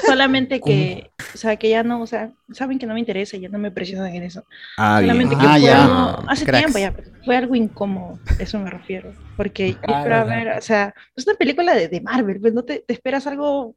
[SPEAKER 15] Solamente que, o sea, que ya no, o sea, saben que no me interesa, ya no me presionan en eso.
[SPEAKER 3] Ah, bien.
[SPEAKER 15] Solamente que
[SPEAKER 3] Ah,
[SPEAKER 15] fue
[SPEAKER 3] ya.
[SPEAKER 15] algo- hace
[SPEAKER 3] Cracks.
[SPEAKER 15] tiempo ya, pero fue algo incómodo, eso me refiero. Porque yo
[SPEAKER 16] Ah,
[SPEAKER 15] esperaba
[SPEAKER 16] verdad.
[SPEAKER 15] ver, o sea, es una película de, de Marvel, pues no te, te esperas algo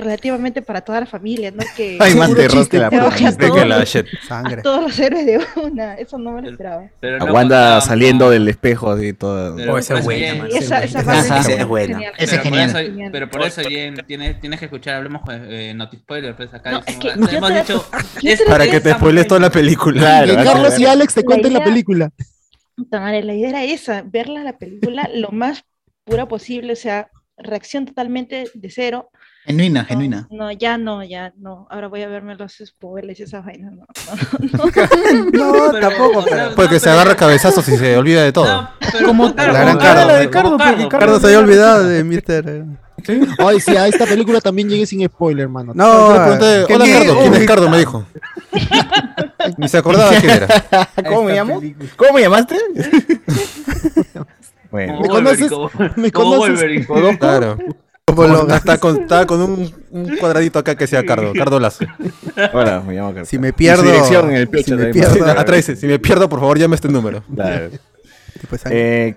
[SPEAKER 15] relativamente para toda la familia, ¿no? Que
[SPEAKER 3] Hay más
[SPEAKER 15] Puro
[SPEAKER 3] terror
[SPEAKER 15] chiste,
[SPEAKER 3] que la
[SPEAKER 15] te
[SPEAKER 3] puta.
[SPEAKER 15] baje a
[SPEAKER 3] Chiste que
[SPEAKER 15] todos
[SPEAKER 3] la
[SPEAKER 15] los-
[SPEAKER 3] shit.
[SPEAKER 15] a todos los héroes de una, eso no me lo esperaba.
[SPEAKER 5] Pero
[SPEAKER 3] A Wanda saliendo del espejo así todo.
[SPEAKER 5] Pero Oh, esa es por eso buena, bien, mano.
[SPEAKER 15] esa- esa
[SPEAKER 5] parte es
[SPEAKER 3] Esa
[SPEAKER 5] genial.
[SPEAKER 3] buena.
[SPEAKER 5] Pero
[SPEAKER 10] Ese
[SPEAKER 5] por
[SPEAKER 10] genial.
[SPEAKER 5] eso- pero por eso, bien, tienes, tienes que escuchar, hablemos con eh, Noti Spoiler, pues acá
[SPEAKER 15] No,
[SPEAKER 5] decimos,
[SPEAKER 15] es que
[SPEAKER 5] "Ah,
[SPEAKER 15] yo
[SPEAKER 5] hemos
[SPEAKER 15] te-
[SPEAKER 5] dicho,
[SPEAKER 15] yo
[SPEAKER 5] es-
[SPEAKER 15] te-
[SPEAKER 4] Para que te spoiles toda la película.
[SPEAKER 14] Que Carlos y Alex te
[SPEAKER 15] La
[SPEAKER 14] cuenten la
[SPEAKER 15] idea-
[SPEAKER 14] película.
[SPEAKER 15] Puta madre, la idea era esa, verla la película lo más pura posible, o sea, reacción totalmente de cero.
[SPEAKER 10] Genuina, genuina.
[SPEAKER 15] No, ya no, ya no. Ahora voy a verme los spoilers y esa vaina. No,
[SPEAKER 2] No, tampoco, pero.
[SPEAKER 4] Porque se agarra cabezazos y se olvida de todo.
[SPEAKER 14] Como
[SPEAKER 2] La gran Cardo. Cardo se había olvidado de eh. Mr.
[SPEAKER 14] Ay, sí, a esta película también llegué sin spoiler, mano.
[SPEAKER 2] No, eh,
[SPEAKER 14] Yo le pregunté,
[SPEAKER 2] ¿qué
[SPEAKER 14] hola
[SPEAKER 2] qué?
[SPEAKER 14] Cardo, ¿quién
[SPEAKER 2] Ah, Uy.
[SPEAKER 14] es Cardo? Me dijo.
[SPEAKER 4] Ni se acordaba quién era.
[SPEAKER 3] ¿Cómo me llamo? ¿Cómo me llamaste? bueno.
[SPEAKER 14] ¿Me conoces? ¿Me conoces?
[SPEAKER 4] Claro. Como lo- hasta con, estaba con un, un cuadradito acá que sea Cardo, Cardo Lazo.
[SPEAKER 3] Hola, me llamo Cardo.
[SPEAKER 2] Si me pierdo-
[SPEAKER 3] dirección en el pecho
[SPEAKER 2] si me
[SPEAKER 3] también.
[SPEAKER 2] pierdo-
[SPEAKER 4] Atrás dice, si me pierdo, por favor, llame a este número.
[SPEAKER 3] Claro.
[SPEAKER 2] Tipo sangre.
[SPEAKER 3] Eh,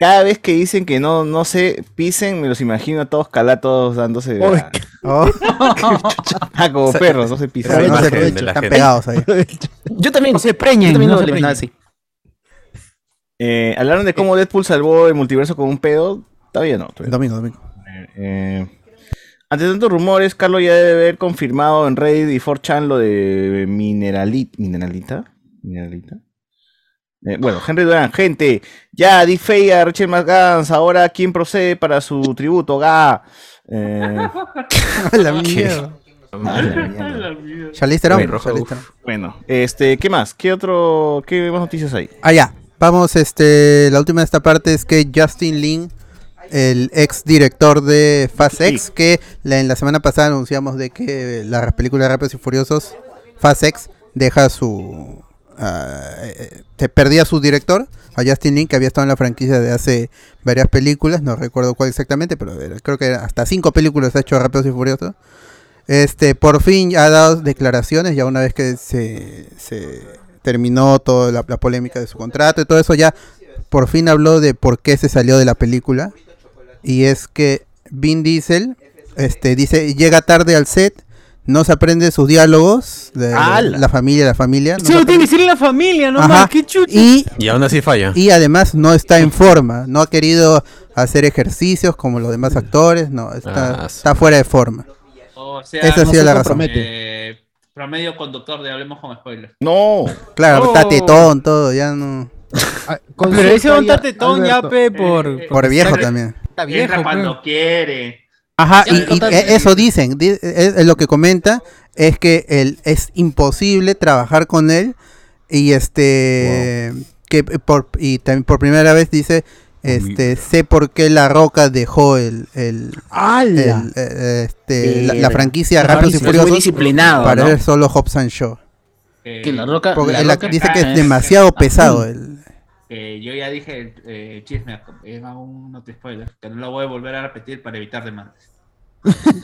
[SPEAKER 3] cada vez que dicen que no, no se pisen, me los imagino a todos calatos dándose.
[SPEAKER 14] Uy,
[SPEAKER 3] a-
[SPEAKER 2] Oh,
[SPEAKER 3] Ah, como
[SPEAKER 14] Esa-
[SPEAKER 3] perros, no se
[SPEAKER 14] esa
[SPEAKER 3] pisan.
[SPEAKER 14] imagen No se de la están gente. pegados ahí.
[SPEAKER 9] Yo también. No se preñen.
[SPEAKER 3] Yo también
[SPEAKER 9] no
[SPEAKER 3] no
[SPEAKER 9] se
[SPEAKER 3] le-
[SPEAKER 9] preñen.
[SPEAKER 3] nada, sí. Eh, hablaron de cómo Deadpool salvó el multiverso con un pedo. Todavía no. todavía no.
[SPEAKER 2] Domingo, domingo.
[SPEAKER 3] Eh, ante tantos rumores, Carlos ya debe haber confirmado en Reddit y 4chan lo de Mineralit, Mineralita. Mineralita. Eh, bueno, Henry Durán, gente, ya di fe a Rachel McGans, ahora quién procede para su tributo, ga. Eh,
[SPEAKER 2] La
[SPEAKER 3] ¿qué?
[SPEAKER 2] mierda.
[SPEAKER 3] A la mierda.
[SPEAKER 2] Charlize Theron,
[SPEAKER 3] Bueno,
[SPEAKER 2] Charlize Theron.
[SPEAKER 3] bueno, este, ¿qué más? ¿Qué otro, qué más noticias hay?
[SPEAKER 2] Ah, ya. Vamos, este, la última de esta parte es que Justin Lin, el ex director de Fast X, que la, en la semana pasada anunciamos de que la película de Rápidos y Furiosos, Fast X, deja su... ah, eh, te perdía a su director, a Justin Lin, que había estado en la franquicia de hace varias películas, no recuerdo cuál exactamente, pero era- creo que era hasta cinco películas ha hecho Rápidos y Furiosos. Este, por fin ha dado declaraciones, ya una vez que se, se terminó toda la, la polémica de su contrato y todo eso, ya por fin habló de por qué se salió de la película. Y es que Vin Diesel este, dice, llega tarde al set, no se aprende sus diálogos, de,
[SPEAKER 13] ¡Hala!
[SPEAKER 2] la familia, la familia. no
[SPEAKER 13] Se
[SPEAKER 2] se
[SPEAKER 13] lo tiene que decir en la familia, no
[SPEAKER 2] Ajá.
[SPEAKER 13] más, qué chucha.
[SPEAKER 2] Y,
[SPEAKER 4] Y aún así falla.
[SPEAKER 2] y además no está en forma, no ha querido hacer ejercicios como los demás actores, no, está, está fuera de forma.
[SPEAKER 5] O sea,
[SPEAKER 2] Esa ha
[SPEAKER 5] no
[SPEAKER 2] sido
[SPEAKER 5] se
[SPEAKER 2] la razón.
[SPEAKER 5] compromete. Eh, promedio conductor de Hablemos con Spoiler.
[SPEAKER 3] No.
[SPEAKER 2] Claro, está
[SPEAKER 13] Oh.
[SPEAKER 2] tetón, todo, ya no.
[SPEAKER 13] Pero ese don tatetón ya, pe, por...
[SPEAKER 2] Por viejo también.
[SPEAKER 13] Está viejo,
[SPEAKER 5] Entra cuando quiere.
[SPEAKER 2] Ajá,
[SPEAKER 5] Ya
[SPEAKER 2] y,
[SPEAKER 5] me
[SPEAKER 2] y
[SPEAKER 5] contaste.
[SPEAKER 2] e- eso dicen, di- es, es lo que comenta, es que él, es imposible trabajar con él y este que por y también por primera vez dice este sé por qué la roca dejó el, el, el, eh, este, la, la
[SPEAKER 9] Verga.
[SPEAKER 2] franquicia
[SPEAKER 9] Claro,
[SPEAKER 2] Rápidos y
[SPEAKER 9] es muy
[SPEAKER 2] Furiosos
[SPEAKER 9] disciplinado,
[SPEAKER 2] para
[SPEAKER 9] ¿no?
[SPEAKER 2] ver solo Hobbs and Shaw.
[SPEAKER 10] Que la roca.
[SPEAKER 2] Porque
[SPEAKER 10] la
[SPEAKER 2] él
[SPEAKER 10] Roca-
[SPEAKER 2] dice que
[SPEAKER 10] Ah,
[SPEAKER 2] es demasiado pesado el,
[SPEAKER 5] Eh, yo ya dije el eh, chisme, era un no te spoiler, que no lo voy a volver a repetir para evitar demandas.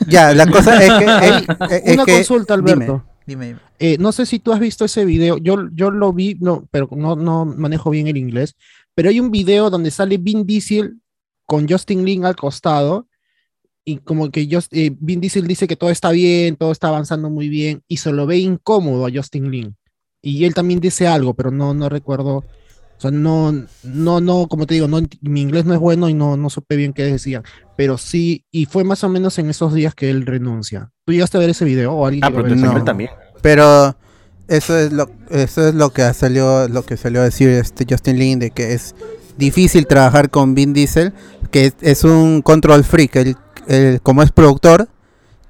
[SPEAKER 2] Ya, la cosa es que. es- es- es
[SPEAKER 14] Una
[SPEAKER 2] que-
[SPEAKER 14] consulta, Alberto.
[SPEAKER 2] Dime, dime.
[SPEAKER 14] Eh, no sé si tú has visto ese video. Yo, yo lo vi, no, pero no, no manejo bien el inglés. Pero hay un video donde sale Vin Diesel con Justin Lin al costado. Y como que Just- eh, Vin Diesel dice que todo está bien, todo está avanzando muy bien. Y se lo ve incómodo a Justin Lin. Y él también dice algo, pero no, no recuerdo. O sea, no, no, no, como te digo, no, ent- mi inglés no es bueno y no, no supe bien qué decían. Pero sí, y fue más o menos en esos días que él renuncia. ¿Tú llegaste a ver ese video o alguien?
[SPEAKER 3] Ah,
[SPEAKER 14] llegó a
[SPEAKER 3] pero
[SPEAKER 14] ver
[SPEAKER 3] en
[SPEAKER 14] ese
[SPEAKER 3] español
[SPEAKER 14] video?
[SPEAKER 3] también.
[SPEAKER 2] Pero eso es lo eso es lo que salió lo que salió a decir este Justin Lin de que es difícil trabajar con Vin Diesel, que es, es un control freak, él, él, como es productor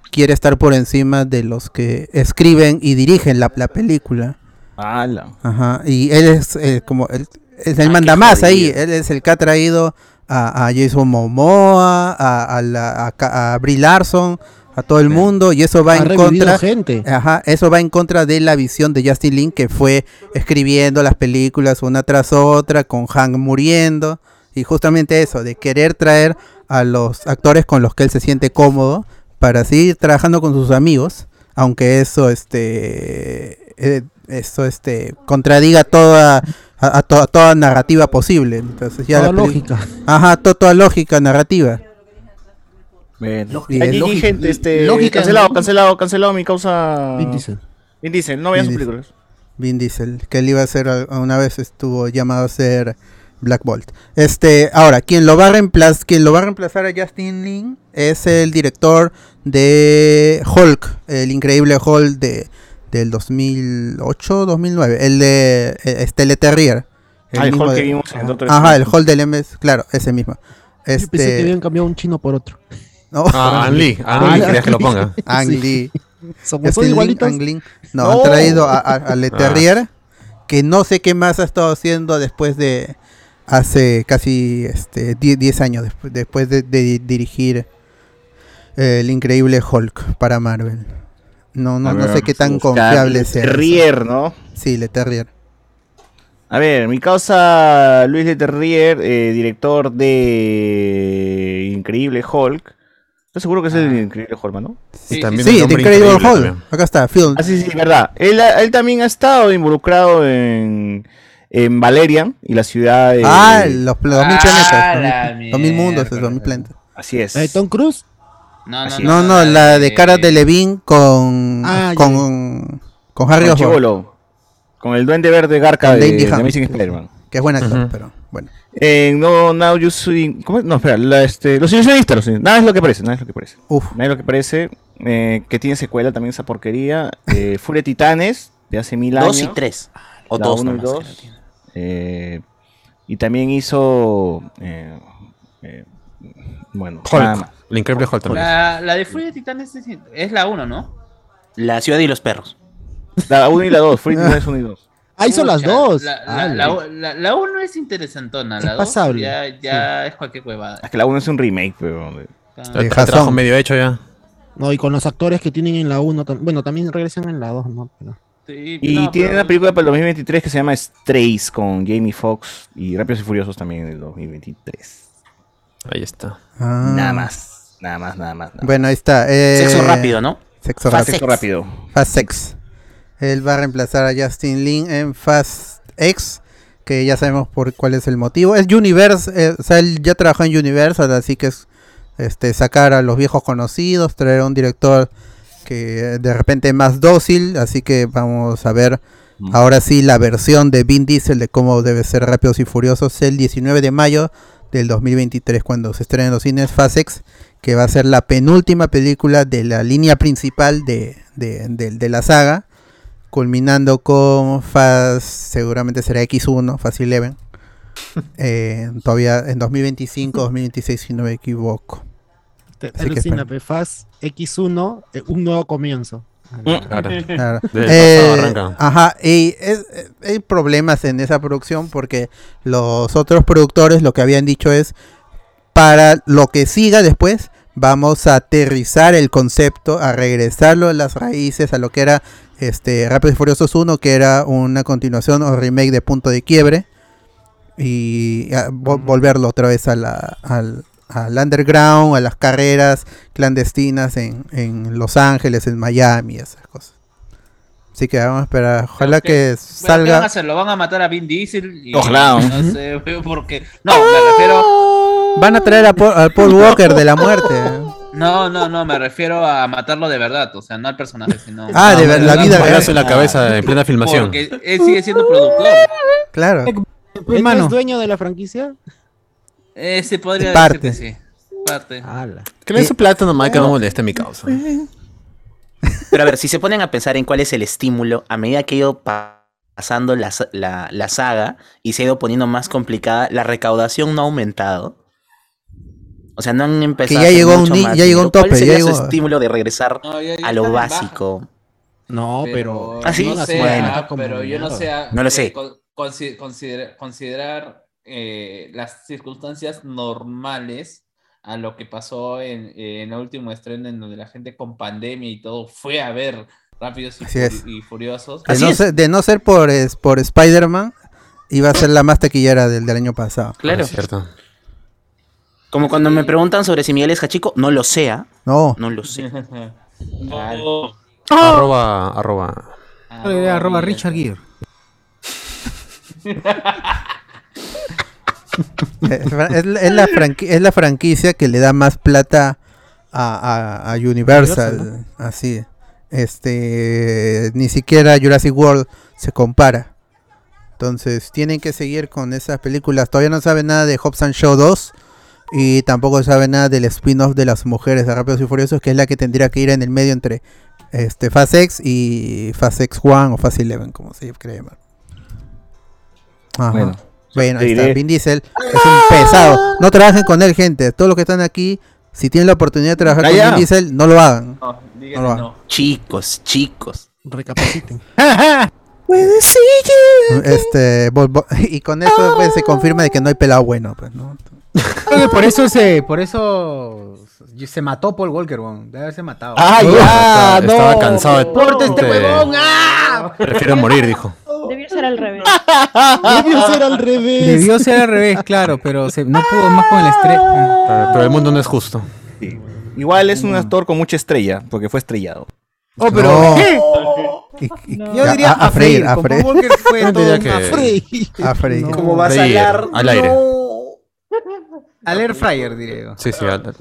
[SPEAKER 2] quiere estar por encima de los que escriben y dirigen la, la película.
[SPEAKER 3] Ala.
[SPEAKER 2] Ajá, y él es eh, como él, es
[SPEAKER 14] Ah,
[SPEAKER 2] el mandamás ahí, él es el que ha traído a, a Jason Momoa, a, a, la- a Ca- a Brie Larson, a todo el mundo y eso va
[SPEAKER 14] Ha
[SPEAKER 2] en
[SPEAKER 14] revivido
[SPEAKER 2] contra
[SPEAKER 14] gente.
[SPEAKER 2] Ajá, eso va en contra de la visión de Justin Lin que fue escribiendo las películas una tras otra con Hank muriendo y justamente eso de querer traer a los actores con los que él se siente cómodo para seguir trabajando con sus amigos, aunque eso este eh, eso este contradiga toda a, a to- a toda narrativa posible, entonces ya
[SPEAKER 14] Toda
[SPEAKER 2] la peli-
[SPEAKER 14] lógica.
[SPEAKER 2] Ajá, to- toda lógica narrativa.
[SPEAKER 3] Allí, gente, este,
[SPEAKER 2] lógica,
[SPEAKER 3] cancelado,
[SPEAKER 2] ¿no?
[SPEAKER 3] cancelado, cancelado mi causa.
[SPEAKER 2] Vin Diesel.
[SPEAKER 3] Vin Diesel, no vean sus
[SPEAKER 2] Vin
[SPEAKER 3] películas.
[SPEAKER 2] Vin Diesel, que él iba a ser, al- una vez estuvo llamado a ser Black Bolt. Este, ahora, quien lo va a reemplazar, quien lo va a reemplazar a Justin Lin es el director de Hulk, el increíble Hulk de del 2008, 2009, el de eh, este Le Terrier.
[SPEAKER 3] Ah, el
[SPEAKER 2] mismo
[SPEAKER 3] Hulk que
[SPEAKER 2] de-
[SPEAKER 3] vimos en el otro
[SPEAKER 2] Ajá, el
[SPEAKER 3] episodio.
[SPEAKER 2] Hulk del MS, claro, ese mismo. Este,
[SPEAKER 14] Yo pensé que habían cambiado un chino por otro.
[SPEAKER 2] no.
[SPEAKER 4] Ah, Ang Lee, Ang Lee querías que lo ponga.
[SPEAKER 2] Ang
[SPEAKER 14] Sí.
[SPEAKER 2] Lee.
[SPEAKER 14] Somos
[SPEAKER 2] Justin
[SPEAKER 14] todos
[SPEAKER 2] Lin,
[SPEAKER 14] igualitos.
[SPEAKER 2] Ang Lee. No, han traído a, a, a
[SPEAKER 3] Ah.
[SPEAKER 2] Le Terrier, que no sé qué más ha estado haciendo después de hace casi este 10 10 años después, después de, de dirigir eh, el increíble Hulk para Marvel. No, no,
[SPEAKER 3] A
[SPEAKER 2] no
[SPEAKER 3] ver,
[SPEAKER 2] sé qué tan
[SPEAKER 3] vamos a
[SPEAKER 2] confiable
[SPEAKER 3] buscar.
[SPEAKER 2] sea.
[SPEAKER 3] Le
[SPEAKER 2] eso.
[SPEAKER 3] Terrier, ¿no?
[SPEAKER 2] Sí, Le Terrier.
[SPEAKER 3] A ver, mi causa Luis Leterrier, eh, director de Increíble Hulk. Estoy seguro que es
[SPEAKER 2] Ah.
[SPEAKER 3] el Increíble Hulk, ¿no?
[SPEAKER 2] Sí, también sí, el Hombre The Increíble Increíble Hulk. también. Acá está, film.
[SPEAKER 3] Ah, sí, sí, verdad. Él, ah, él también ha estado involucrado en, en Valerian y la ciudad de...
[SPEAKER 2] Ah, los, pl- 2000
[SPEAKER 3] Ah,
[SPEAKER 2] planetas.
[SPEAKER 3] la
[SPEAKER 2] 2000, 2000 mundos, esos 2000 planetas.
[SPEAKER 3] Así es.
[SPEAKER 14] Eh, Tom Cruise.
[SPEAKER 5] No,
[SPEAKER 3] Así
[SPEAKER 2] No,
[SPEAKER 3] es.
[SPEAKER 2] no, la de cara de Levine con con, con Harry
[SPEAKER 3] Con
[SPEAKER 2] Osborn.
[SPEAKER 3] Chibolo. Con el duende verde Garca
[SPEAKER 2] Con
[SPEAKER 3] de,
[SPEAKER 2] Dandy
[SPEAKER 3] de
[SPEAKER 2] Hunt.
[SPEAKER 3] Amazing Spider-Man.
[SPEAKER 2] Que es buen actor,
[SPEAKER 3] Ujú.
[SPEAKER 2] pero bueno.
[SPEAKER 3] Eh, no, now you see- ¿cómo es? No, espera, la, este, los ilusionistas, los ilusionistas. Nada es lo que parece, nada es lo que parece. Nada es lo que parece. eh, que tiene secuela también esa porquería. Eh, Furia de Titanes, de hace mil años.
[SPEAKER 9] Dos y tres. O
[SPEAKER 3] La
[SPEAKER 9] dos
[SPEAKER 3] uno y
[SPEAKER 9] nomás,
[SPEAKER 3] dos. Eh, y también hizo. eh, eh, bueno, nada más.
[SPEAKER 4] Hulk. El increíble Hulk también.
[SPEAKER 5] La, la de Furia de Titanes es, es la 1, ¿no?
[SPEAKER 9] La ciudad y los perros.
[SPEAKER 3] La 1 y la 2, Furia de Titanes 1 y 2.
[SPEAKER 14] Ah, hizo las
[SPEAKER 5] Pucha,
[SPEAKER 14] dos.
[SPEAKER 5] La 1
[SPEAKER 14] Ah,
[SPEAKER 5] es interesantona,
[SPEAKER 14] Es
[SPEAKER 5] la 2
[SPEAKER 14] pasable,
[SPEAKER 5] ya, ya es cualquier huevada.
[SPEAKER 3] Es que la 1 es un remake, pero.
[SPEAKER 4] Está el trabajo medio hecho ya.
[SPEAKER 14] No, y con los actores que tienen en la 1, tam- bueno, también regresan en la 2, ¿no? Pero-
[SPEAKER 3] Y tiene una película para el 2023 que se llama Strays con Jamie Foxx y Rápidos y Furiosos también en el 2023.
[SPEAKER 4] Ahí está.
[SPEAKER 2] Ah.
[SPEAKER 3] Nada más, nada más, nada más. nada
[SPEAKER 2] Bueno, ahí está. eh,
[SPEAKER 3] Sexo rápido, ¿no?
[SPEAKER 2] Sexo
[SPEAKER 3] Fast
[SPEAKER 2] rápido.
[SPEAKER 3] sexo rápido.
[SPEAKER 2] Fast Sex. Él va a reemplazar a Justin Lin en Fast X, que ya sabemos por cuál es el motivo. Es Universe, eh, o sea, él ya trabajó en Universal, así que es este, sacar a los viejos conocidos, traer a un director que eh, de repente es más dócil, así que vamos a ver ahora sí la versión de Vin Diesel de cómo debe ser Rápidos y Furiosos el 19 de mayo del 2023 cuando se estrenen los cines Fast X, que va a ser la penúltima película de la línea principal de, de- de- de la saga, culminando con Fast, seguramente será X1, Fast 11. Eh, todavía en 2025, 2026 si no me equivoco.
[SPEAKER 14] Te-
[SPEAKER 2] Así que
[SPEAKER 14] Alucina,
[SPEAKER 2] esperen.
[SPEAKER 14] pe, Fast X1, eh, un nuevo comienzo.
[SPEAKER 4] Mm.
[SPEAKER 2] Claro.
[SPEAKER 14] Eh,
[SPEAKER 2] Eh, ajá, y es- eh, hay problemas en esa producción porque los otros productores lo que habían dicho es, para lo que siga después, vamos a aterrizar el concepto, a regresarlo a las raíces, a lo que era este Rápidos y Furiosos 1, que era una continuación o remake de Punto de Quiebre, y a, vo- volverlo otra vez a la, al, al underground, a las carreras clandestinas en, en Los Ángeles, en Miami, esas cosas. Así que vamos a esperar. Ojalá que
[SPEAKER 5] Bueno, ¿qué van a
[SPEAKER 2] salga.
[SPEAKER 5] hacer? Lo van a matar a Vin Diesel. Y,
[SPEAKER 2] Ojalá.
[SPEAKER 5] No sé, porque. No, me refiero.
[SPEAKER 2] Van a traer a Paul, a Paul Walker de la muerte. ¿eh?
[SPEAKER 5] No, no, no, me refiero a matarlo de verdad. O sea, no al personaje, sino.
[SPEAKER 2] Ah, de ver- la
[SPEAKER 4] Un
[SPEAKER 2] vida real.
[SPEAKER 4] Pedazo en la cabeza en plena filmación.
[SPEAKER 5] Porque él sigue siendo productor.
[SPEAKER 2] Claro.
[SPEAKER 14] ¿Él no
[SPEAKER 5] mano.
[SPEAKER 14] es dueño de la franquicia?
[SPEAKER 5] Eh, se podría
[SPEAKER 4] Parte.
[SPEAKER 5] decir que sí. Parte.
[SPEAKER 4] Que le den su plata nomás que no moleste mi causa.
[SPEAKER 9] Pero a ver, si se ponen a pensar en cuál es el estímulo, a medida que ha ido pa- pasando la, sa- la- la saga y se ha ido poniendo más complicada, la recaudación no ha aumentado. O sea, no han empezado.
[SPEAKER 2] ya
[SPEAKER 9] hacer
[SPEAKER 2] llegó
[SPEAKER 9] mucho
[SPEAKER 2] un ni-
[SPEAKER 9] más
[SPEAKER 2] ya llegó un
[SPEAKER 9] dinero. ¿Cuál
[SPEAKER 2] tope, ya
[SPEAKER 9] sería su
[SPEAKER 2] llegó-
[SPEAKER 9] estímulo de regresar a lo básico?
[SPEAKER 14] No, pero.
[SPEAKER 9] Así
[SPEAKER 5] no sé,
[SPEAKER 9] bueno.
[SPEAKER 5] ah, pero yo no sé. ah,
[SPEAKER 9] No lo
[SPEAKER 5] eh,
[SPEAKER 9] sé.
[SPEAKER 5] con- consi- considera- considerar eh, las circunstancias normales a lo que pasó en, en el último estreno en donde la gente con pandemia y todo fue a ver Rápidos y,
[SPEAKER 2] Así es.
[SPEAKER 5] Fur- y Furiosos.
[SPEAKER 2] De no, ser, de no ser por, es- por Spider-Man, iba a ser la más taquillera del, del año pasado.
[SPEAKER 9] Claro. Como cuando me preguntan sobre si Miguel es Hachico, no lo sea.
[SPEAKER 2] No.
[SPEAKER 9] No lo sé.
[SPEAKER 5] Ah,
[SPEAKER 4] Arroba, arroba.
[SPEAKER 14] Ah,
[SPEAKER 13] Arroba, Richard Gere.
[SPEAKER 2] Eh, fra- Es, la- es la franqui- es la franquicia que le da más plata a, a- a Universal.
[SPEAKER 13] Universal,
[SPEAKER 2] Así. Este, ni siquiera Jurassic World se compara. Entonces, tienen que seguir con esas películas. Todavía no saben nada de Hobbs and Show 2. Y tampoco saben nada del spin-off de las mujeres de Rápidos y Furiosos, que es la que tendría que ir en el medio entre este, Fast X y Fast X 1 o Fast 11, como se cree llamar. Ajá.
[SPEAKER 13] Bueno.
[SPEAKER 2] Bueno,
[SPEAKER 13] Te
[SPEAKER 2] ahí está.
[SPEAKER 13] diré.
[SPEAKER 2] Vin Diesel es un pesado. No trabajen con él, gente. Todos los que están aquí, si tienen la oportunidad de trabajar con
[SPEAKER 9] Calla.
[SPEAKER 2] Vin Diesel, no lo hagan.
[SPEAKER 9] No,
[SPEAKER 2] No lo hagan.
[SPEAKER 9] Chicos, chicos.
[SPEAKER 14] Recapaciten.
[SPEAKER 2] Este, vol- vol- y con eso pues, se confirma de que no hay pelado bueno. Pues, ¿no?
[SPEAKER 13] Creo que por eso se, por eso se mató Paul Walker, weón. Debe haberse matado.
[SPEAKER 4] Ah, ya, Estaba- estaba no. cansado de-
[SPEAKER 13] ¡Corta este
[SPEAKER 4] de-
[SPEAKER 13] huevón! ¡Ah!
[SPEAKER 4] Prefiero morir, dijo.
[SPEAKER 15] Debió ser al revés.
[SPEAKER 13] Debió ser al
[SPEAKER 15] revés.
[SPEAKER 13] Debió ser al revés, claro, pero se- no pudo más con el estrés.
[SPEAKER 4] Ah, Pero el mundo no es justo.
[SPEAKER 3] Igual es un actor con mucha estrella, porque fue estrellado.
[SPEAKER 13] Oh, pero
[SPEAKER 3] No.
[SPEAKER 13] ¿qué? Yo diría
[SPEAKER 3] A- a
[SPEAKER 13] a, freír,
[SPEAKER 3] freír, a
[SPEAKER 13] con Paul
[SPEAKER 3] freír.
[SPEAKER 13] Walker fue
[SPEAKER 3] Yo
[SPEAKER 13] todo
[SPEAKER 3] diría
[SPEAKER 13] un
[SPEAKER 3] que-
[SPEAKER 13] a freír.
[SPEAKER 2] A freír.
[SPEAKER 13] Como
[SPEAKER 4] vas a Freír, hablar, al aire.
[SPEAKER 13] Al
[SPEAKER 4] Ah, pues,
[SPEAKER 13] air fryer, diré. yo.
[SPEAKER 4] Sí, sí. al-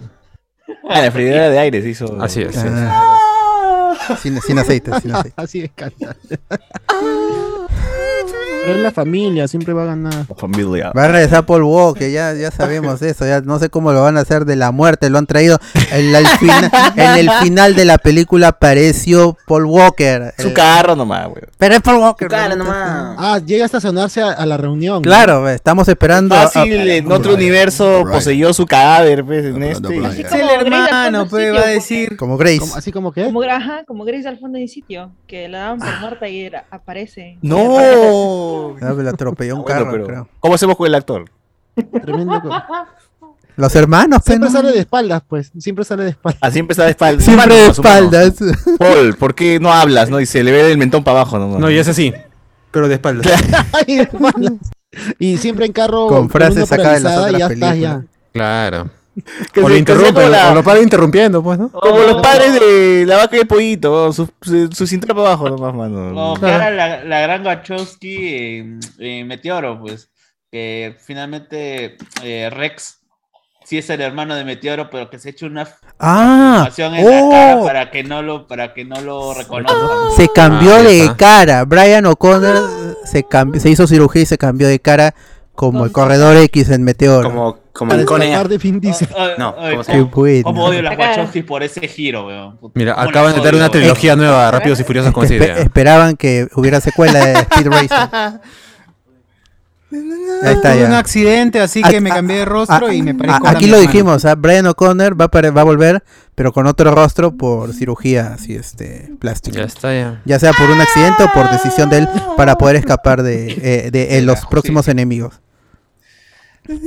[SPEAKER 3] Ah, la freidora de aire se hizo.
[SPEAKER 4] Así es.
[SPEAKER 2] Sin, sin aceite, sin aceite.
[SPEAKER 14] Así es, canta. Pero es la familia, siempre va a ganar.
[SPEAKER 3] Familia.
[SPEAKER 2] Va a regresar Paul Walker, ya, ya sabemos eso, ya no sé cómo lo van a hacer de la muerte, lo han traído. En, la- al fina- en el final de la película apareció Paul Walker.
[SPEAKER 3] Su
[SPEAKER 2] Eh,
[SPEAKER 3] carro nomás, güey.
[SPEAKER 2] Pero es Paul Walker.
[SPEAKER 9] Cara
[SPEAKER 2] ¿no?
[SPEAKER 9] nomás.
[SPEAKER 14] Ah, llega a estacionarse a, a la reunión.
[SPEAKER 2] Claro, estamos esperando. a-
[SPEAKER 3] Fácil, en otro universo poseyó su cadáver, pues, en este. y-
[SPEAKER 2] Brian.
[SPEAKER 13] Es el hermano, pues, va a decir.
[SPEAKER 2] Como Grace.
[SPEAKER 14] Como- así como que.
[SPEAKER 15] Como, ajá, como Grace al fondo de sitio, que la daban por muerta y era- aparece.
[SPEAKER 3] ¡No!
[SPEAKER 2] Ah, pero le atropelló un carro, creo.
[SPEAKER 3] ¿Cómo hacemos con el actor?
[SPEAKER 14] Tremendo. co-
[SPEAKER 2] Los hermanos, pe,
[SPEAKER 14] Siempre
[SPEAKER 2] ¿no?
[SPEAKER 14] sale de espaldas, pues. Siempre sale de espaldas.
[SPEAKER 3] Así empezaba de espaldas.
[SPEAKER 2] Siempre de
[SPEAKER 3] Manos,
[SPEAKER 2] espaldas.
[SPEAKER 3] manos. Paul, ¿por qué no hablas? No, y se le ve el mentón para abajo nomás.
[SPEAKER 4] No, y es así. Pero de espaldas.
[SPEAKER 14] Ay, de espaldas. Y siempre en carro.
[SPEAKER 4] Con frases
[SPEAKER 14] uno
[SPEAKER 4] sacadas de las
[SPEAKER 14] paralizada,
[SPEAKER 4] otras
[SPEAKER 14] ya estás,
[SPEAKER 4] películas. Claro.
[SPEAKER 3] Que
[SPEAKER 4] O
[SPEAKER 3] se-
[SPEAKER 4] lo
[SPEAKER 3] que sea
[SPEAKER 4] interrumpe,
[SPEAKER 3] como la-
[SPEAKER 4] o lo para interrumpiendo, pues, ¿no?
[SPEAKER 3] Como los padres de la vaca y el pollito, ¿no? su, su, su cintura para abajo nomás, mano.
[SPEAKER 5] Como que
[SPEAKER 2] Ah.
[SPEAKER 5] era la, la gran Wachowski en, en Meteoro, pues. Que finalmente eh, Rex sí es el hermano de Meteoro, pero que se echa una
[SPEAKER 2] Ah,
[SPEAKER 5] filmación en la
[SPEAKER 2] oh.
[SPEAKER 5] cara para que no lo, para que no lo reconozcan.
[SPEAKER 2] Se cambió
[SPEAKER 5] Ah,
[SPEAKER 2] de
[SPEAKER 5] ahí está.
[SPEAKER 2] cara. Brian O'Connor
[SPEAKER 13] Ah.
[SPEAKER 2] se, cambió- se hizo cirugía y se cambió de cara como el corredor X en Meteor.
[SPEAKER 9] Como, como
[SPEAKER 14] Para
[SPEAKER 9] en Conan.
[SPEAKER 14] escapar de Vin Diesel.
[SPEAKER 5] No, como
[SPEAKER 2] Qué bueno.
[SPEAKER 5] odio las Wachowski por ese giro, weón? Puta,
[SPEAKER 4] Mira,
[SPEAKER 5] cómo
[SPEAKER 4] acaban de
[SPEAKER 5] las
[SPEAKER 4] dar
[SPEAKER 5] odio,
[SPEAKER 4] una
[SPEAKER 5] weón.
[SPEAKER 4] trilogía nueva, Rápidos y Furiosos, con esa
[SPEAKER 2] Espe-
[SPEAKER 4] idea.
[SPEAKER 2] esperaban que hubiera secuela de Speed Racer. Ahí está
[SPEAKER 13] Tuve un
[SPEAKER 2] ya.
[SPEAKER 13] accidente, así que me cambié de rostro
[SPEAKER 2] Ah,
[SPEAKER 13] y me
[SPEAKER 2] ah,
[SPEAKER 13] parezco a
[SPEAKER 2] aquí
[SPEAKER 13] mi
[SPEAKER 2] lo
[SPEAKER 13] hermano.
[SPEAKER 2] dijimos, ah, Brian O'Connor va, a pare- va a volver, pero con otro rostro por cirugía así este plástica.
[SPEAKER 4] Ya está, ya.
[SPEAKER 2] Ya sea por un accidente o por decisión de él para poder escapar de, eh, de eh, los próximos enemigos.
[SPEAKER 14] Pues,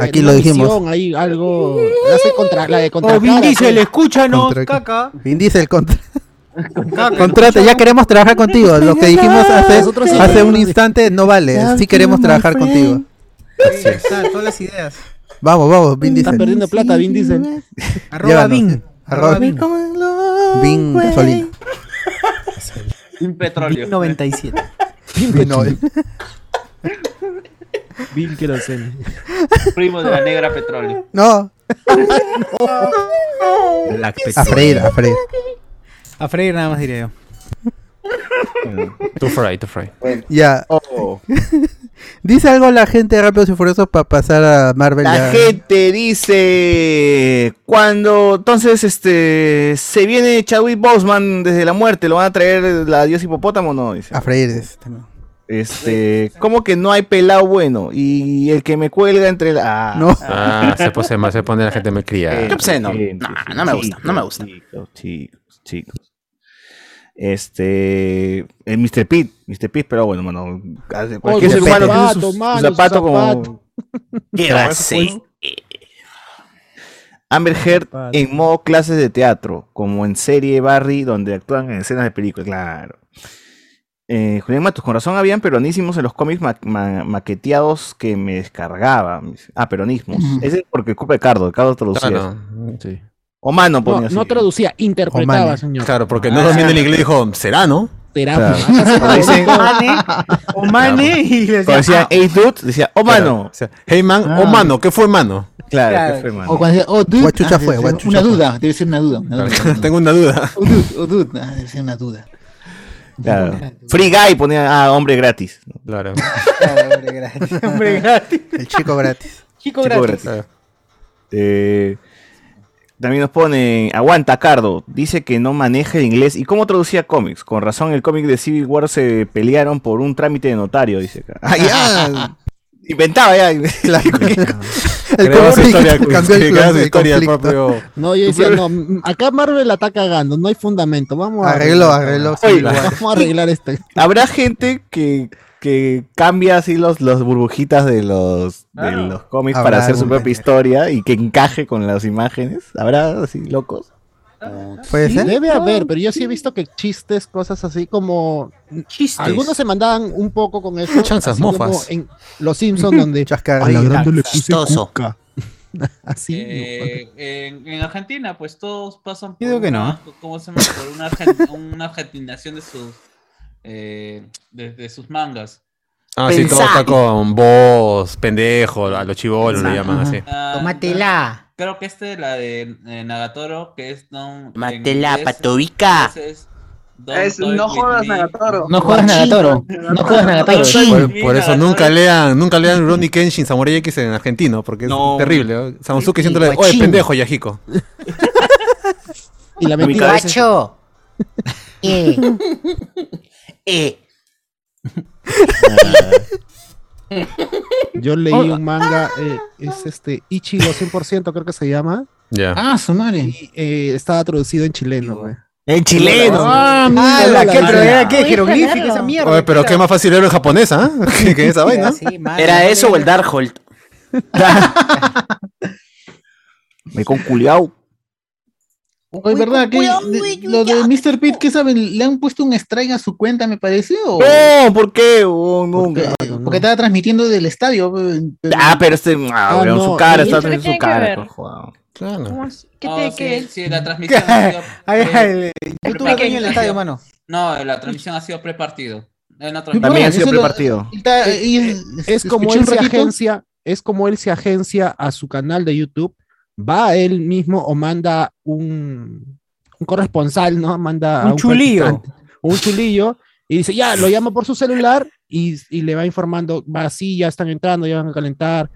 [SPEAKER 2] Aquí
[SPEAKER 14] en
[SPEAKER 2] lo
[SPEAKER 14] una
[SPEAKER 2] dijimos.
[SPEAKER 14] misión, Hay algo. La, hace contra, la de contra.
[SPEAKER 13] Oh, Vin Diesel, escúchanos,
[SPEAKER 2] Contra-
[SPEAKER 13] caca.
[SPEAKER 2] Vin Diesel contra
[SPEAKER 13] Caca,
[SPEAKER 2] Contrate, ya queremos trabajar contigo. Lo que dijimos hace,
[SPEAKER 13] Nosotros sí
[SPEAKER 2] hace
[SPEAKER 13] queremos-
[SPEAKER 2] un instante no vale. Sí queremos trabajar contigo.
[SPEAKER 13] Sí, está, todas las ideas.
[SPEAKER 2] Vamos, vamos, Vin
[SPEAKER 14] Está
[SPEAKER 2] Diesel.
[SPEAKER 14] perdiendo plata, Vin Diesel.
[SPEAKER 13] Arroba
[SPEAKER 2] Llévanos.
[SPEAKER 13] Vin.
[SPEAKER 2] Arroba Vin. Vin gasolina.
[SPEAKER 5] Sin petróleo.
[SPEAKER 13] 97.
[SPEAKER 2] Vin oil.
[SPEAKER 14] Vin Kerosene.
[SPEAKER 5] Primo de la negra petróleo.
[SPEAKER 2] No. A freír, a freír.
[SPEAKER 13] A freír nada más diré yo.
[SPEAKER 4] Too fry, too fry.
[SPEAKER 2] Ya. Dice algo la gente de Rápidos y Furiosos para pasar a Marvel. ya.
[SPEAKER 3] La gente dice cuando entonces este se viene Chadwick Boseman desde la muerte, lo van a traer la dios hipopótamo, no dice.
[SPEAKER 2] A freír es.
[SPEAKER 3] Este, ¿cómo que no hay pelado bueno? Y el que me cuelga entre la ah,
[SPEAKER 2] No.
[SPEAKER 4] Ah, se pone, mal, se pone la gente me
[SPEAKER 3] Eh,
[SPEAKER 4] cría.
[SPEAKER 9] Qué obsceno. Nah, pues, eh, no me gusta, no me gusta.
[SPEAKER 3] Chicos, chicos, chicos. Este, el Mr. Pete, Mr. Pete, pero bueno, mano, hace- cualquier
[SPEAKER 14] su
[SPEAKER 3] ser humano tiene
[SPEAKER 14] zapato,
[SPEAKER 3] sus- su
[SPEAKER 14] mano, su
[SPEAKER 3] zapato
[SPEAKER 14] zapato.
[SPEAKER 3] como
[SPEAKER 14] Qué
[SPEAKER 3] Como
[SPEAKER 9] Eh,
[SPEAKER 14] gracioso.
[SPEAKER 3] ese juego. Amber Heard en modo clases de teatro, como en serie Barry, donde actúan en escenas de película, claro. Eh, Julián Matos, con razón habían peronísimos en los cómics ma- ma- maqueteados que me descargaba. Ah, peronismos. Ese es porque es culpa de Cardo, Cardo traducía.
[SPEAKER 4] Claro,
[SPEAKER 3] sí. O mano
[SPEAKER 14] No,
[SPEAKER 3] ponía
[SPEAKER 14] no
[SPEAKER 3] así.
[SPEAKER 14] traducía, interpretaba, señor.
[SPEAKER 4] Claro, porque no domina el inglés dijo, será, ¿no?
[SPEAKER 14] Será.
[SPEAKER 4] Cuando dicen-
[SPEAKER 10] O Mane y le
[SPEAKER 4] cuando decían,
[SPEAKER 10] decía,
[SPEAKER 4] hey dude, decía, oh mano. O sea, hey man, oh
[SPEAKER 10] Ah.
[SPEAKER 4] mano, ¿qué fue mano?
[SPEAKER 3] Claro,
[SPEAKER 10] Claro.
[SPEAKER 3] ¿qué fue mano?
[SPEAKER 10] O cuando decía, oh, dude.
[SPEAKER 2] Guachucha
[SPEAKER 10] ah,
[SPEAKER 2] fue,
[SPEAKER 10] debe ser
[SPEAKER 2] guachucha
[SPEAKER 10] Una
[SPEAKER 2] fue.
[SPEAKER 10] duda, debe ser una duda. una
[SPEAKER 14] Ah.
[SPEAKER 10] duda.
[SPEAKER 4] Tengo una duda.
[SPEAKER 10] Oh, dude, oh, dude. Ah, debe ser una duda.
[SPEAKER 3] Claro. Free guy ponía, ah, hombre gratis.
[SPEAKER 4] Claro.
[SPEAKER 10] Hombre gratis. Hombre gratis.
[SPEAKER 2] El chico gratis.
[SPEAKER 10] Chico
[SPEAKER 3] Chico
[SPEAKER 10] gratis.
[SPEAKER 3] gratis. Eh, también nos ponen, aguanta Cardo, dice que no maneja el inglés. ¿Y cómo traducía cómics? Con razón, el cómic de Civil War se pelearon por un trámite de notario, dice acá. Ah, ya. Inventaba ya.
[SPEAKER 14] Creaba
[SPEAKER 3] Creaba
[SPEAKER 14] su
[SPEAKER 3] su
[SPEAKER 14] historia,
[SPEAKER 3] cambió el
[SPEAKER 4] creaba su
[SPEAKER 3] plan de
[SPEAKER 4] historia, el
[SPEAKER 3] conflicto.
[SPEAKER 4] propio-
[SPEAKER 14] No, yo decía, no, mm, acá Marvel está cagando, no hay fundamento. Vamos a
[SPEAKER 2] Arregló,
[SPEAKER 14] arreglar.
[SPEAKER 2] arregló,
[SPEAKER 14] Oye,
[SPEAKER 2] sí, igual.
[SPEAKER 14] Vamos a arreglar esto.
[SPEAKER 3] Habrá gente que, que cambia así los, los burbujitas de los, de los cómics
[SPEAKER 14] Habrá
[SPEAKER 3] para hacer su
[SPEAKER 14] algún
[SPEAKER 3] propia historia y que encaje con las imágenes. ¿Habrá así locos?
[SPEAKER 14] Sí, Debe haber, pero yo sí he visto que chistes, cosas así como. Chistes. Algunos se mandaban un poco con eso.
[SPEAKER 4] Chanzas
[SPEAKER 14] así como
[SPEAKER 4] mofas.
[SPEAKER 14] En Los Simpsons, donde.
[SPEAKER 2] Chasca-
[SPEAKER 14] "Ay,
[SPEAKER 2] la grande
[SPEAKER 14] era
[SPEAKER 2] le puse
[SPEAKER 14] chistoso".
[SPEAKER 2] cuca.
[SPEAKER 14] así.
[SPEAKER 5] Eh, en, en Argentina, pues todos pasan por,
[SPEAKER 14] Yo digo que
[SPEAKER 5] una, ¿cómo se llama? por una, argen- una argentinación de sus, eh, de, de sus mangas.
[SPEAKER 4] Ah, sí, todo está con vos, pendejo, a los chivolos le llaman así.
[SPEAKER 5] Ah,
[SPEAKER 10] Tómatela.
[SPEAKER 5] Creo que este, la de eh, Nagatoro, que es no.
[SPEAKER 9] Matela,
[SPEAKER 5] en inglés,
[SPEAKER 9] patovica.
[SPEAKER 5] en inglés
[SPEAKER 17] Es no jodas Nagatoro.
[SPEAKER 10] No jodas Nagatoro. No jodas Nagatoro.
[SPEAKER 4] Por, por eso nunca lean, nunca lean Ronnie Kenshin Samurai X en argentino, porque es
[SPEAKER 3] No.
[SPEAKER 4] terrible. ¿eh? Samusuke
[SPEAKER 10] Y-
[SPEAKER 4] siempre le
[SPEAKER 10] y
[SPEAKER 4] oye,
[SPEAKER 10] guachín".
[SPEAKER 4] pendejo, Yajiko.
[SPEAKER 14] Y la
[SPEAKER 3] mi
[SPEAKER 14] mentira.
[SPEAKER 3] cabeza-
[SPEAKER 10] Guacho. Eh.
[SPEAKER 9] Eh.
[SPEAKER 14] Yo leí
[SPEAKER 10] Hola.
[SPEAKER 14] un manga, eh, es este Ichigo 100%, creo que se llama.
[SPEAKER 4] Ya.
[SPEAKER 10] Ah, su madre.
[SPEAKER 14] Y, eh, estaba traducido en chileno, güey.
[SPEAKER 3] ¡En chileno!
[SPEAKER 10] Ah, mira,
[SPEAKER 14] la
[SPEAKER 10] qué
[SPEAKER 14] madre.
[SPEAKER 10] pero era qué
[SPEAKER 14] Oye,
[SPEAKER 10] jeroglífico esa mierda.
[SPEAKER 4] Oye, pero qué más fácil era en japonés, ¿ah? Que- Que esa vaina.
[SPEAKER 9] ¿Era eso o el Darkhold?
[SPEAKER 3] Me con culiao.
[SPEAKER 10] Oye, ¿verdad? que de- lo de Mr. Pitt, ¿qué saben? ¿Le han puesto un strike a su cuenta, me parece? ¿O?
[SPEAKER 3] No, ¿por qué? Oh, no,
[SPEAKER 10] Porque, porque estaba transmitiendo del estadio. pero-
[SPEAKER 3] Ah, pero este, ah,
[SPEAKER 10] Ah,
[SPEAKER 3] weón,
[SPEAKER 10] no,
[SPEAKER 3] su cara,
[SPEAKER 10] ¿y
[SPEAKER 3] está
[SPEAKER 10] eso qué
[SPEAKER 3] en su
[SPEAKER 10] tiene que
[SPEAKER 3] cara.
[SPEAKER 10] ver?
[SPEAKER 3] por favor.
[SPEAKER 5] ¿Cómo
[SPEAKER 10] es?
[SPEAKER 5] ¿Qué
[SPEAKER 10] te-
[SPEAKER 5] Oh, sí,
[SPEAKER 10] qué-
[SPEAKER 5] sí, la transmisión. ha sido-
[SPEAKER 10] Ay,
[SPEAKER 5] eh,
[SPEAKER 10] ay,
[SPEAKER 5] pre-
[SPEAKER 10] tú tuve dueño del
[SPEAKER 5] ha
[SPEAKER 10] estadio,
[SPEAKER 5] sido-
[SPEAKER 10] mano.
[SPEAKER 5] No, la transmisión ha sido prepartido. Eh, no,
[SPEAKER 14] También
[SPEAKER 5] transmisión.
[SPEAKER 14] ha sido Eso lo- prepartido.
[SPEAKER 10] Está- y es,
[SPEAKER 14] Es como
[SPEAKER 10] escuché
[SPEAKER 14] él
[SPEAKER 10] un
[SPEAKER 14] se
[SPEAKER 10] ratito.
[SPEAKER 14] agencia, es como él se agencia a su canal de YouTube, va él mismo o manda un, un corresponsal, ¿no? Manda a
[SPEAKER 10] Un chulillo.
[SPEAKER 14] practicante, Un chulillo y dice, ya, lo llama por su celular y, y le va informando, va así, ya están entrando, ya van a calentar.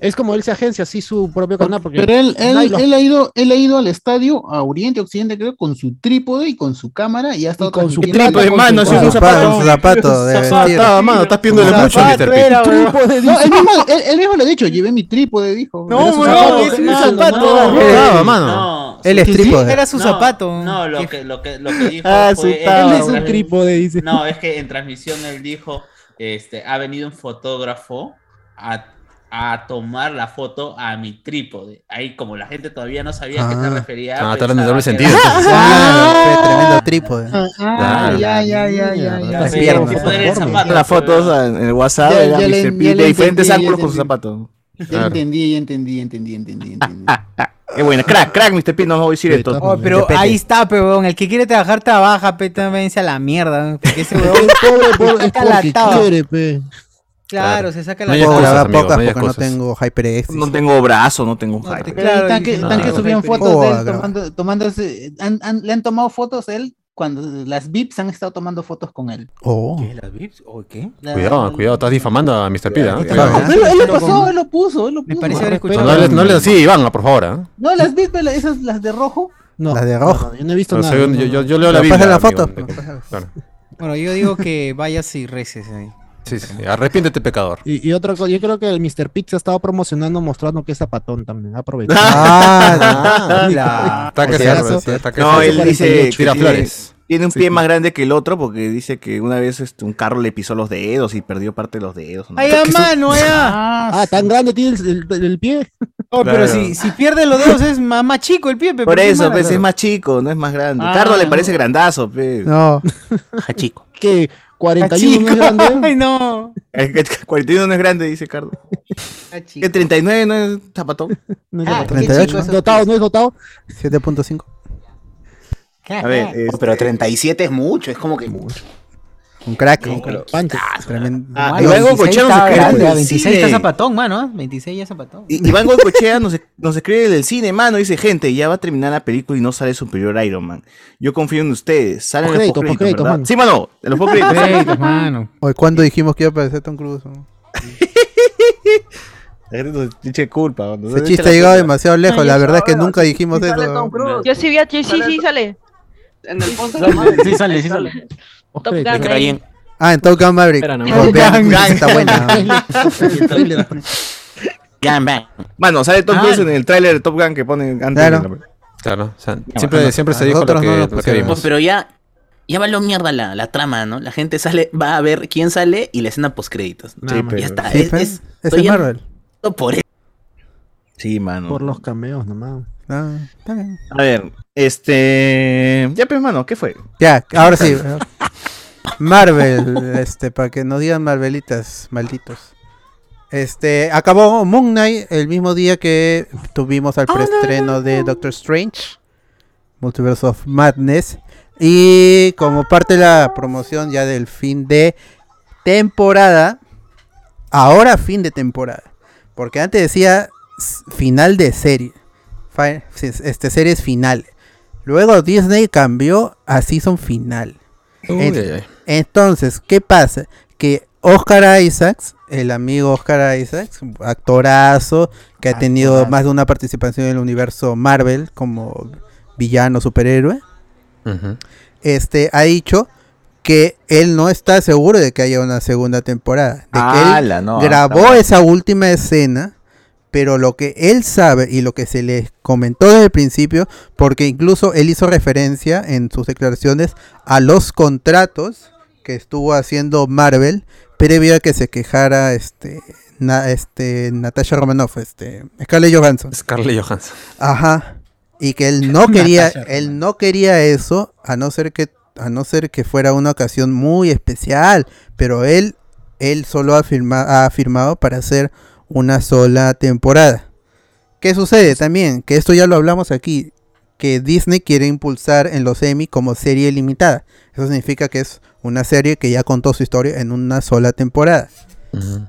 [SPEAKER 14] Es como él se agencia así su propio canal. Porque
[SPEAKER 10] Pero él, él,
[SPEAKER 14] nadie lo-
[SPEAKER 10] él ha ido, él ha ido al estadio, a Oriente, Occidente, creo, con su trípode y con su cámara y ha estado
[SPEAKER 14] con su
[SPEAKER 10] transmitiendo.
[SPEAKER 14] trípode, mano, si es un zapato.
[SPEAKER 2] Con su zapato de
[SPEAKER 4] Zapato,
[SPEAKER 2] vestir.
[SPEAKER 4] mano, estás pidiéndole mucho, Mr. Pitt.
[SPEAKER 10] No, él mismo, él, él mismo lo ha dicho, llevé mi trípode, dijo.
[SPEAKER 18] No,
[SPEAKER 10] Era su
[SPEAKER 18] weón,
[SPEAKER 10] zapato,
[SPEAKER 18] es un
[SPEAKER 10] mano,
[SPEAKER 18] zapato.
[SPEAKER 10] mano.
[SPEAKER 18] Eh,
[SPEAKER 4] Estaba, mano.
[SPEAKER 5] No,
[SPEAKER 2] Él es
[SPEAKER 10] Sí, sí,
[SPEAKER 2] trípode.
[SPEAKER 10] Era su
[SPEAKER 5] no,
[SPEAKER 10] zapato.
[SPEAKER 5] No, lo que, lo que, lo que dijo.
[SPEAKER 14] Ah,
[SPEAKER 5] fue-
[SPEAKER 14] su tabla,
[SPEAKER 5] en-
[SPEAKER 14] es un trípode, dice.
[SPEAKER 5] No, es que en transmisión él dijo: este, ha venido un fotógrafo a, a tomar la foto a mi trípode. Ahí, como la gente todavía no sabía a qué se
[SPEAKER 2] Ah.
[SPEAKER 5] refería. pues,
[SPEAKER 4] Ah,
[SPEAKER 5] pensaba
[SPEAKER 4] está en doble
[SPEAKER 5] que era-
[SPEAKER 4] sentido. entonces.
[SPEAKER 2] Claro, qué tremendo trípode.
[SPEAKER 10] Ah,
[SPEAKER 4] Claro.
[SPEAKER 10] ya, ya, ya, ya, ya.
[SPEAKER 2] Las
[SPEAKER 10] Sí,
[SPEAKER 2] piernas.
[SPEAKER 10] tipo de
[SPEAKER 5] Las
[SPEAKER 10] zapato.
[SPEAKER 5] piernas.
[SPEAKER 3] Las fotos en el WhatsApp
[SPEAKER 10] Ya-
[SPEAKER 3] era
[SPEAKER 10] ya le-
[SPEAKER 3] Mr.
[SPEAKER 10] ya
[SPEAKER 3] Pete
[SPEAKER 10] le
[SPEAKER 3] de diferentes
[SPEAKER 10] entendí, ya
[SPEAKER 3] ángulos
[SPEAKER 10] le
[SPEAKER 3] con su
[SPEAKER 10] entendí.
[SPEAKER 3] zapato.
[SPEAKER 10] Ya entendí, ya entendí, ya entendí, entendí, entendí.
[SPEAKER 3] Qué buena, crack, crack, Mr. Pete, no me voy a decir esto.
[SPEAKER 19] Oh, pero ahí está, pe, weón. El que quiere trabajar, trabaja, pe. También vence a la mierda, weón, Porque ese weón.
[SPEAKER 14] Pobre, pobre, es
[SPEAKER 19] saca la
[SPEAKER 14] porque
[SPEAKER 19] taba.
[SPEAKER 14] quiere, pe.
[SPEAKER 19] Claro, se saca
[SPEAKER 2] No
[SPEAKER 19] la taba.
[SPEAKER 2] puedo grabar
[SPEAKER 4] amigo,
[SPEAKER 2] pocas
[SPEAKER 4] no hay
[SPEAKER 2] porque no
[SPEAKER 4] excusas.
[SPEAKER 2] tengo HyperX.
[SPEAKER 3] No tengo brazo, no tengo hype.
[SPEAKER 10] Claro, están que, están que
[SPEAKER 2] no.
[SPEAKER 10] subían
[SPEAKER 2] Hyper-
[SPEAKER 10] fotos de
[SPEAKER 2] Oh,
[SPEAKER 10] él tomando, tomándose, han- han- le han tomado fotos a él cuando las VIPs han estado tomando fotos con él.
[SPEAKER 2] Oh.
[SPEAKER 19] ¿Las vips? ¿O qué?
[SPEAKER 4] Cuidado, cuidado, estás difamando a Mr. Pete. ¿ah?
[SPEAKER 10] Él,
[SPEAKER 4] Cuidado.
[SPEAKER 10] lo- él lo pasó, él lo puso, él lo puso.
[SPEAKER 19] parece haber
[SPEAKER 4] No, no hables- no hables así, Iván, por favor. ¿ah?
[SPEAKER 10] No, las VIPs, pero esas las de rojo.
[SPEAKER 14] No,
[SPEAKER 2] La de rojo.
[SPEAKER 14] no, yo no he visto
[SPEAKER 4] No,
[SPEAKER 14] nada.
[SPEAKER 4] soy un-
[SPEAKER 14] no, no,
[SPEAKER 4] yo, yo-
[SPEAKER 14] no.
[SPEAKER 4] yo leo la
[SPEAKER 2] Pero
[SPEAKER 4] Biblia.
[SPEAKER 2] pasa la
[SPEAKER 4] amigo,
[SPEAKER 2] foto,
[SPEAKER 4] de-
[SPEAKER 2] pasa la-
[SPEAKER 4] claro.
[SPEAKER 19] Bueno, yo digo que vayas y reces ahí.
[SPEAKER 4] Sí, sí, arrepiéntete, pecador.
[SPEAKER 14] Y, y otra cosa, yo creo que el Mr. Pete se ha estado promocionando mostrando que es zapatón también. Aprovecha.
[SPEAKER 2] Ah,
[SPEAKER 19] la-
[SPEAKER 4] Está que
[SPEAKER 2] Por
[SPEAKER 4] se
[SPEAKER 2] si
[SPEAKER 4] arre-
[SPEAKER 2] acaso.
[SPEAKER 4] está que
[SPEAKER 3] No,
[SPEAKER 4] se-
[SPEAKER 3] él dice que
[SPEAKER 4] Tira
[SPEAKER 3] tiene-
[SPEAKER 4] flores.
[SPEAKER 3] Tiene un pie más grande que el otro porque dice que una vez este, un carro le pisó los dedos y perdió parte de los dedos. ¿no?
[SPEAKER 19] Allá, mano, allá.
[SPEAKER 14] Ah, tan grande tiene el, el- el pie.
[SPEAKER 16] Oh, pero
[SPEAKER 3] Claro.
[SPEAKER 16] si, si pierde los dedos es ma- más, chico el pie, pe,
[SPEAKER 3] Por
[SPEAKER 16] ¿qué
[SPEAKER 3] eso,
[SPEAKER 16] mala?
[SPEAKER 3] pues, es más chico, no es más grande.
[SPEAKER 16] Ah,
[SPEAKER 3] Cardo le
[SPEAKER 16] no.
[SPEAKER 3] parece grandazo, pues.
[SPEAKER 2] No.
[SPEAKER 3] Chico.
[SPEAKER 14] ¿Qué? 41 no es
[SPEAKER 16] Chico,
[SPEAKER 14] grande.
[SPEAKER 16] Ay, no.
[SPEAKER 3] El que- 41 no es grande, dice Cardo. Que 39 no es zapatón.
[SPEAKER 14] No es
[SPEAKER 3] Ah,
[SPEAKER 14] zapatón.
[SPEAKER 3] qué chico
[SPEAKER 2] 38.
[SPEAKER 3] eso.
[SPEAKER 14] Dotado, no es dotado.
[SPEAKER 2] 7.5.
[SPEAKER 3] A ver,
[SPEAKER 9] No, pero 37 es mucho, es como que.
[SPEAKER 2] Un crack. Tremendo.
[SPEAKER 3] Ah,
[SPEAKER 16] Ah,
[SPEAKER 3] y
[SPEAKER 16] 26
[SPEAKER 3] luego Cochero nos
[SPEAKER 16] está grande,
[SPEAKER 2] ah,
[SPEAKER 3] escribe.
[SPEAKER 16] 26
[SPEAKER 3] del
[SPEAKER 16] está
[SPEAKER 3] cine.
[SPEAKER 16] zapatón, mano. ¿eh? 26 ya es zapatón.
[SPEAKER 3] Y- Iván Goicochea nos, nos escribe del cine, mano. Dice, gente, ya va a terminar la película y no sale superior Iron Man. Yo confío en ustedes. Salen los
[SPEAKER 2] Postcréditos, postcréditos,
[SPEAKER 3] créditos, ¿verdad?
[SPEAKER 2] mano.
[SPEAKER 3] Sí, mano. En los postcréditos.
[SPEAKER 2] Oye, ¿cuándo dijimos que iba a aparecer Tom Cruise? no?
[SPEAKER 3] La gente nos eche culpa. cuando nos
[SPEAKER 2] Ese
[SPEAKER 3] eche
[SPEAKER 2] chiste
[SPEAKER 3] la
[SPEAKER 2] ha llegado
[SPEAKER 3] culpa.
[SPEAKER 2] demasiado lejos. La verdad es que nunca dijimos eso.
[SPEAKER 15] Yo sí vi a sí, sí, sí, sale.
[SPEAKER 12] En el fondo.
[SPEAKER 2] Sí sale, sí
[SPEAKER 15] sale. Top
[SPEAKER 2] Pero
[SPEAKER 15] Gun.
[SPEAKER 2] ahí en- Ah, en Top Gun Maverick.
[SPEAKER 15] Espera nomás.
[SPEAKER 2] Pues vean,
[SPEAKER 15] Top Gun.
[SPEAKER 2] esa está buena.
[SPEAKER 3] Mano, sale Tom
[SPEAKER 2] Ah.
[SPEAKER 3] Cruise en el tráiler de Top Gun que ponen antes.
[SPEAKER 2] Claro.
[SPEAKER 3] de la-
[SPEAKER 4] Claro, o sea,
[SPEAKER 3] a
[SPEAKER 4] siempre,
[SPEAKER 3] nos-
[SPEAKER 4] siempre
[SPEAKER 3] a
[SPEAKER 4] se dijo lo
[SPEAKER 3] nosotros
[SPEAKER 4] que,
[SPEAKER 3] no lo
[SPEAKER 4] lo que
[SPEAKER 3] pusieron.
[SPEAKER 4] vimos.
[SPEAKER 9] Pues, Pero ya. Ya va lo mierda la, la trama, ¿no? La gente sale, va a ver quién sale y la escena post créditos.
[SPEAKER 3] Sí, pero-
[SPEAKER 9] ya está.
[SPEAKER 2] Sí,
[SPEAKER 9] es,
[SPEAKER 2] pues,
[SPEAKER 9] es,
[SPEAKER 2] ese
[SPEAKER 9] estoy
[SPEAKER 2] es Marvel.
[SPEAKER 9] yendo por eso.
[SPEAKER 3] Sí, mano.
[SPEAKER 14] Por los cameos nomás.
[SPEAKER 2] Ah, está bien.
[SPEAKER 3] A ver, este... Ya, pues, mano, ¿qué fue?
[SPEAKER 2] Ya, ahora sí. Marvel, este, para que no digan Marvelitas, malditos. Este, acabó Moon Knight el mismo día que tuvimos al preestreno de Doctor Strange, Multiverse of Madness. Y como parte de la promoción ya del fin de temporada, ahora fin de temporada, porque antes decía s- final de serie, fi- este, series final. Luego Disney cambió a season final.
[SPEAKER 4] Uy,
[SPEAKER 2] En-
[SPEAKER 4] ay, ay.
[SPEAKER 2] entonces, ¿qué pasa? Que Oscar Isaacs, el amigo Oscar Isaacs, actorazo, que ha tenido más de una participación en el universo Marvel como villano superhéroe, este, ha dicho que él no está seguro de que haya una segunda temporada. De que él
[SPEAKER 3] ¡Hala! No, está
[SPEAKER 2] grabó
[SPEAKER 3] mal.
[SPEAKER 2] esa última escena, pero lo que él sabe y lo que se le comentó desde el principio, porque incluso él hizo referencia en sus declaraciones a los contratos que estuvo haciendo Marvel previo a que se quejara este, na- este Natasha Romanoff, este, Scarlett Johansson.
[SPEAKER 4] Scarlett Johansson.
[SPEAKER 2] Ajá. Y que él no quería, él no quería eso, a no ser que, a no ser que fuera una ocasión muy especial. Pero él, él solo ha, firma- ha firmado para hacer una sola temporada. ¿Qué sucede también? Que esto ya lo hablamos aquí. Que Disney quiere impulsar en los Emmy como serie limitada. Eso significa que es una serie que ya contó su historia en una sola temporada.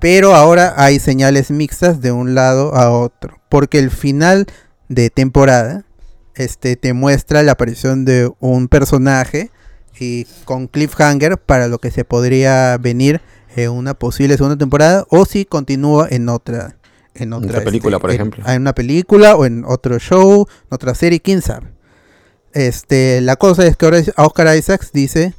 [SPEAKER 2] Pero ahora hay señales mixtas de un lado a otro. Porque el final de temporada este, te muestra la aparición de un personaje y con cliffhanger para lo que se podría venir en una posible segunda temporada o si continúa en otra. En otra, este,
[SPEAKER 4] otra película, por
[SPEAKER 2] en-
[SPEAKER 4] ejemplo.
[SPEAKER 2] En una película o en otro show, en otra serie, quién sabe. Este, la cosa es que ahora Oscar Isaacs dice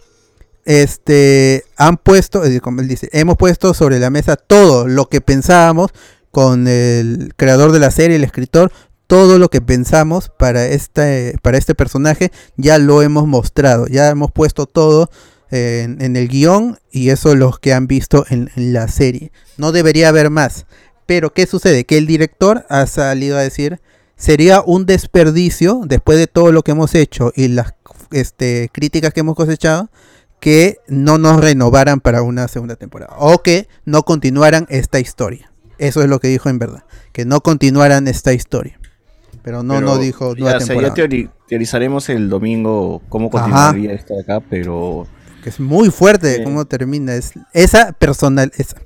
[SPEAKER 2] este, han puesto, es decir, como él dice, hemos puesto sobre la mesa todo lo que pensábamos con el creador de la serie, el escritor, todo lo que pensamos para este, para este personaje, ya lo hemos mostrado, ya hemos puesto todo eh, en, en el guión y eso los que han visto en, en la serie. No debería haber más. Pero ¿qué sucede? Que el director ha salido a decir, sería un desperdicio, después de todo lo que hemos hecho y las este, críticas que hemos cosechado, que no nos renovaran para una segunda temporada o que no continuaran esta historia. Eso es lo que dijo en verdad, que no continuaran esta historia. Pero no,
[SPEAKER 3] Pero
[SPEAKER 2] no dijo
[SPEAKER 3] ya,
[SPEAKER 2] nueva
[SPEAKER 3] o sea, ya
[SPEAKER 2] temporada.
[SPEAKER 3] teori- teorizaremos el domingo cómo
[SPEAKER 2] Ajá.
[SPEAKER 3] continuaría esto de acá, pero...
[SPEAKER 2] que es muy fuerte
[SPEAKER 3] Sí.
[SPEAKER 2] cómo termina. Es, esa personal, esa,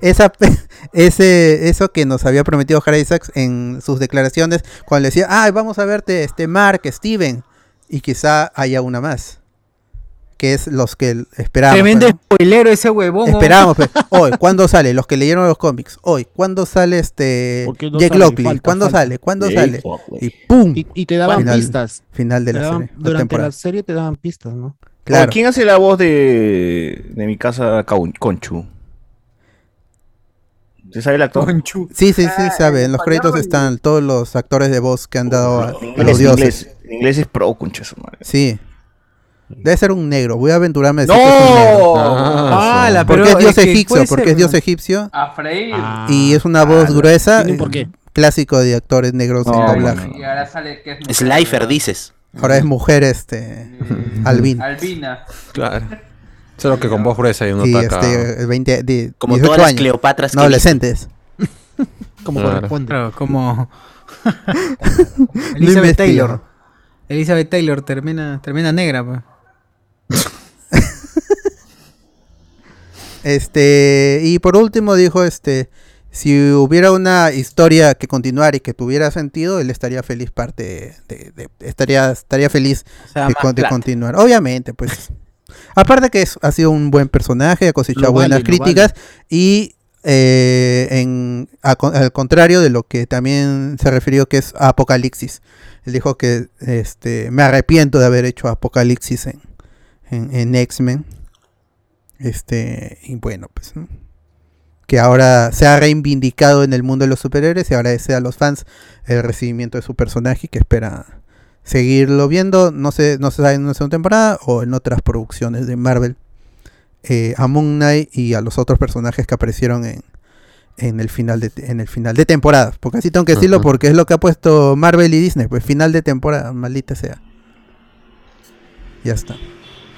[SPEAKER 2] esa pe- ese, eso que nos había prometido Harry Isaacs en sus declaraciones, cuando le decía, ay, vamos a verte, este Mark, Steven, y quizá haya una más. Que es los que esperábamos.
[SPEAKER 16] Tremendo
[SPEAKER 2] ¿no?
[SPEAKER 16] spoilero ese huevón. ¿no?
[SPEAKER 2] Esperamos, pe. hoy, ¿cuándo sale? Los que leyeron los cómics, hoy, ¿cuándo sale este
[SPEAKER 14] Porque no
[SPEAKER 2] Jake
[SPEAKER 14] sale,
[SPEAKER 2] Lockley?
[SPEAKER 14] falta,
[SPEAKER 2] ¿Cuándo
[SPEAKER 14] falta.
[SPEAKER 2] sale? ¿Cuándo
[SPEAKER 14] Jake
[SPEAKER 2] sale?
[SPEAKER 3] pues.
[SPEAKER 14] Lockley.
[SPEAKER 2] Y ¡pum!
[SPEAKER 14] Y- y te daban
[SPEAKER 2] Final-
[SPEAKER 14] pistas.
[SPEAKER 2] Final de
[SPEAKER 14] Te
[SPEAKER 2] la
[SPEAKER 14] daban-
[SPEAKER 2] serie. la
[SPEAKER 14] durante
[SPEAKER 2] temporada.
[SPEAKER 14] la serie te daban pistas, ¿no?
[SPEAKER 2] Claro.
[SPEAKER 3] ¿Quién hace la voz de, de mi casa Caun- Conchu? ¿Se sabe el actor?
[SPEAKER 16] Conchu.
[SPEAKER 2] Sí, sí, sí, sabe. En los créditos están todos los actores de voz que han dado a, a
[SPEAKER 3] En
[SPEAKER 2] los dioses.
[SPEAKER 3] Ah, inglés, en inglés es pro, concha su madre.
[SPEAKER 2] Sí. Debe ser un negro. Voy a aventurarme a decir que es un negro.
[SPEAKER 3] ¡No!
[SPEAKER 2] Ah, la- porque es dios egipcio, porque es dios egipcio
[SPEAKER 5] A freír.
[SPEAKER 4] Ah,
[SPEAKER 2] y es una voz gruesa.
[SPEAKER 14] Ah, Tiene un porqué.
[SPEAKER 2] eh, clásico de actores negros en doblaje.
[SPEAKER 5] Y ahora sale que es mujer.
[SPEAKER 9] Slifer, dices.
[SPEAKER 2] Ahora es mujer este albina.
[SPEAKER 5] Albina.
[SPEAKER 4] Claro. Solo que con voz gruesa y uno
[SPEAKER 2] Y
[SPEAKER 4] ataca.
[SPEAKER 2] este 20 di-
[SPEAKER 4] Como
[SPEAKER 2] 18
[SPEAKER 4] todas las
[SPEAKER 2] años.
[SPEAKER 4] Cleopatras que
[SPEAKER 2] No, adolescentes.
[SPEAKER 4] Como Claro. corresponde.
[SPEAKER 16] Claro, como
[SPEAKER 2] investigo.
[SPEAKER 16] Elizabeth Taylor. Elizabeth Taylor termina, termina negra, pues.
[SPEAKER 2] Este, y por último dijo este, si hubiera una historia que continuar y que tuviera sentido, él estaría feliz parte de, de- estaría estaría feliz
[SPEAKER 16] sea,
[SPEAKER 2] de,
[SPEAKER 16] más
[SPEAKER 2] con- de
[SPEAKER 16] plata.
[SPEAKER 2] continuar. Obviamente, pues. Aparte que es- ha sido un buen personaje, ha cosechado
[SPEAKER 16] Lo vale,
[SPEAKER 2] buenas
[SPEAKER 16] lo
[SPEAKER 2] críticas y eh, en, a con- al contrario de lo que también se refirió que es Apocalipsis. Él dijo que este me arrepiento de haber hecho Apocalipsis en, en, en X-Men. Este, y bueno, pues, ¿no? Que ahora se ha reivindicado en el mundo de los superhéroes y agradece a los fans el recibimiento de su personaje y que espera seguirlo viendo, no sé, no se sabe en una segunda temporada o en otras producciones de Marvel. Eh, a Moon Knight y a los otros personajes que aparecieron en, en el final de en el final de temporada. Porque así tengo que decirlo
[SPEAKER 4] Ujú.
[SPEAKER 2] porque es lo que ha puesto Marvel y Disney, pues final de temporada, maldita sea. Ya está.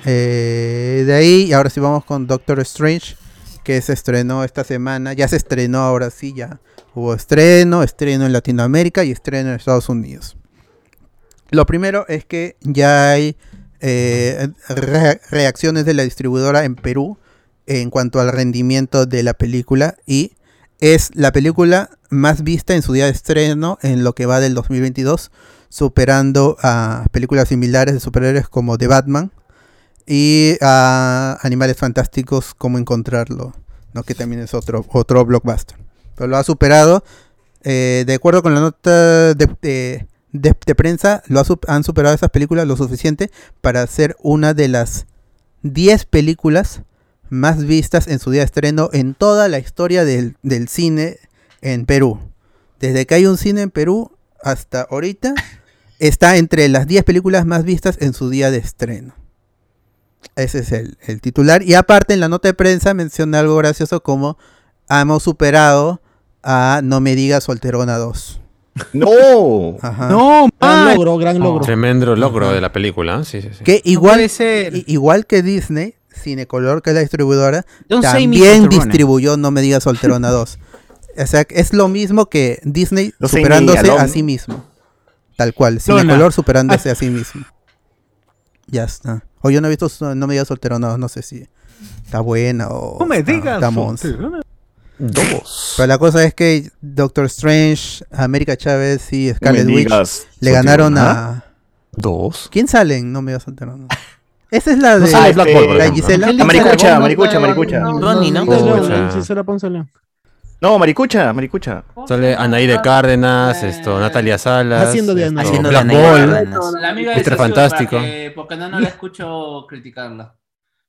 [SPEAKER 2] Eh, de ahí, y ahora sí vamos con Doctor Strange, que se estrenó esta semana. Ya se estrenó ahora sí, ya. Hubo estreno, estreno en Latinoamérica y estreno en Estados Unidos. Lo primero es que ya hay eh, re- reacciones de la distribuidora en Perú en cuanto al rendimiento de la película y es la película más vista en su día de estreno en lo que va del 2022, superando a películas similares de superhéroes como The Batman y a Animales Fantásticos como Encontrarlo, ¿no? que también es otro, otro blockbuster. Pero lo ha superado, eh, de acuerdo con la nota de, de- de- de prensa, lo ha sup- han superado esas películas lo suficiente para ser una de las 10 películas más vistas en su día de estreno en toda la historia del, del cine en Perú. Desde que hay un cine en Perú hasta ahorita, está entre las 10 películas más vistas en su día de estreno. Ese es el, el titular. Y aparte, en la nota de prensa menciona algo gracioso como hemos superado a No me digas Solterona 2.
[SPEAKER 3] ¡No!
[SPEAKER 2] Ah,
[SPEAKER 16] No,
[SPEAKER 14] gran logro, gran logro.
[SPEAKER 4] Tremendo logro de la película. ¿eh? Sí, sí, sí.
[SPEAKER 2] Que igual, i- igual que Disney, Cinecolor, que es la distribuidora,
[SPEAKER 16] Don't say me,
[SPEAKER 2] también
[SPEAKER 16] Solterona.
[SPEAKER 2] distribuyó No me digas Solterona 2. O sea, es lo mismo que Disney
[SPEAKER 3] Don't say me,
[SPEAKER 2] superándose a
[SPEAKER 3] alone.
[SPEAKER 2] sí mismo. Tal cual,
[SPEAKER 16] Lona.
[SPEAKER 2] Cinecolor superándose a sí mismo. Ya está. O yo no he visto su- No me digas Solterona 2, no sé si está buena o
[SPEAKER 16] No me
[SPEAKER 2] está-
[SPEAKER 16] digas
[SPEAKER 2] está monza.
[SPEAKER 16] Solterona.
[SPEAKER 4] Dos.
[SPEAKER 2] Pero la cosa es que Doctor Strange, América Chávez y Scarlet
[SPEAKER 4] me
[SPEAKER 2] Witch
[SPEAKER 4] digas
[SPEAKER 2] le ganaron
[SPEAKER 3] ¿Ah?
[SPEAKER 4] Solterona.
[SPEAKER 2] a...
[SPEAKER 4] Dos.
[SPEAKER 2] ¿Quién sale en No me digas Solterona? Esa es la
[SPEAKER 4] No
[SPEAKER 2] de
[SPEAKER 5] Ah,
[SPEAKER 4] sale Black
[SPEAKER 5] este,
[SPEAKER 4] Bolt, por
[SPEAKER 2] la
[SPEAKER 4] ejemplo.
[SPEAKER 2] Gisela.
[SPEAKER 4] Angélica Maricucha,
[SPEAKER 3] Maricucha, Maricucha, Maricucha.
[SPEAKER 14] Ronnie,
[SPEAKER 4] ¿no?
[SPEAKER 14] Leo,
[SPEAKER 4] Pucha.
[SPEAKER 14] Gisela Ponce Leo.
[SPEAKER 3] No, Maricucha, Maricucha.
[SPEAKER 4] Sale Anaí
[SPEAKER 5] Ah.
[SPEAKER 4] de Cárdenas, esto, Natalia Salas.
[SPEAKER 14] Haciendo de
[SPEAKER 4] esto,
[SPEAKER 14] Anaí.
[SPEAKER 5] Haciendo
[SPEAKER 4] Black
[SPEAKER 5] de Anaí
[SPEAKER 4] Ball,
[SPEAKER 5] Cárdenas. La amiga de
[SPEAKER 4] Mr.
[SPEAKER 5] Sasha
[SPEAKER 4] Fantástico.
[SPEAKER 5] Parque, porque no, no la escucho criticarla.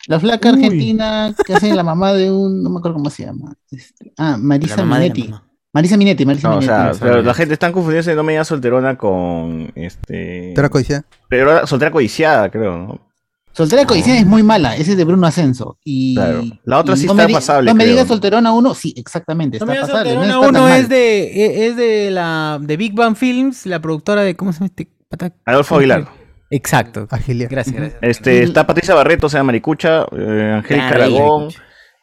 [SPEAKER 10] La flaca argentina que hace la mamá de un. No me acuerdo cómo se llama. Este, ah, Marisa
[SPEAKER 5] La mamá de la
[SPEAKER 10] Minetti. Marisa Minetti, Marisa
[SPEAKER 3] No, o
[SPEAKER 10] Minetti.
[SPEAKER 3] sea, pero la gente está confundiéndose No me digas solterona con este.
[SPEAKER 2] Soltera codiciada.
[SPEAKER 3] Pero soltera codiciada, creo, ¿no?
[SPEAKER 10] Soltera Codiciada es muy mala. Ese es de Bruno Ascenso. Y,
[SPEAKER 3] Claro. La otra
[SPEAKER 10] y
[SPEAKER 3] sí
[SPEAKER 10] no
[SPEAKER 3] está
[SPEAKER 10] me di-
[SPEAKER 3] pasable,
[SPEAKER 10] No me
[SPEAKER 3] creo.
[SPEAKER 10] digas solterona uno. Sí, exactamente.
[SPEAKER 16] No
[SPEAKER 10] está
[SPEAKER 16] me digas
[SPEAKER 10] pasable.
[SPEAKER 16] Solterona
[SPEAKER 10] no está tan
[SPEAKER 16] 1
[SPEAKER 10] mal.
[SPEAKER 16] es de, e- es de la de Big Bang Films, la productora de ¿cómo se llama este pata?
[SPEAKER 3] Adolfo Aguilar.
[SPEAKER 16] Exacto.
[SPEAKER 2] Agilia.
[SPEAKER 16] Gracias, gracias.
[SPEAKER 3] Este, está Patricia Barreto, o sea, Maricucha, eh, Angélica
[SPEAKER 16] Claro,
[SPEAKER 3] Aragón,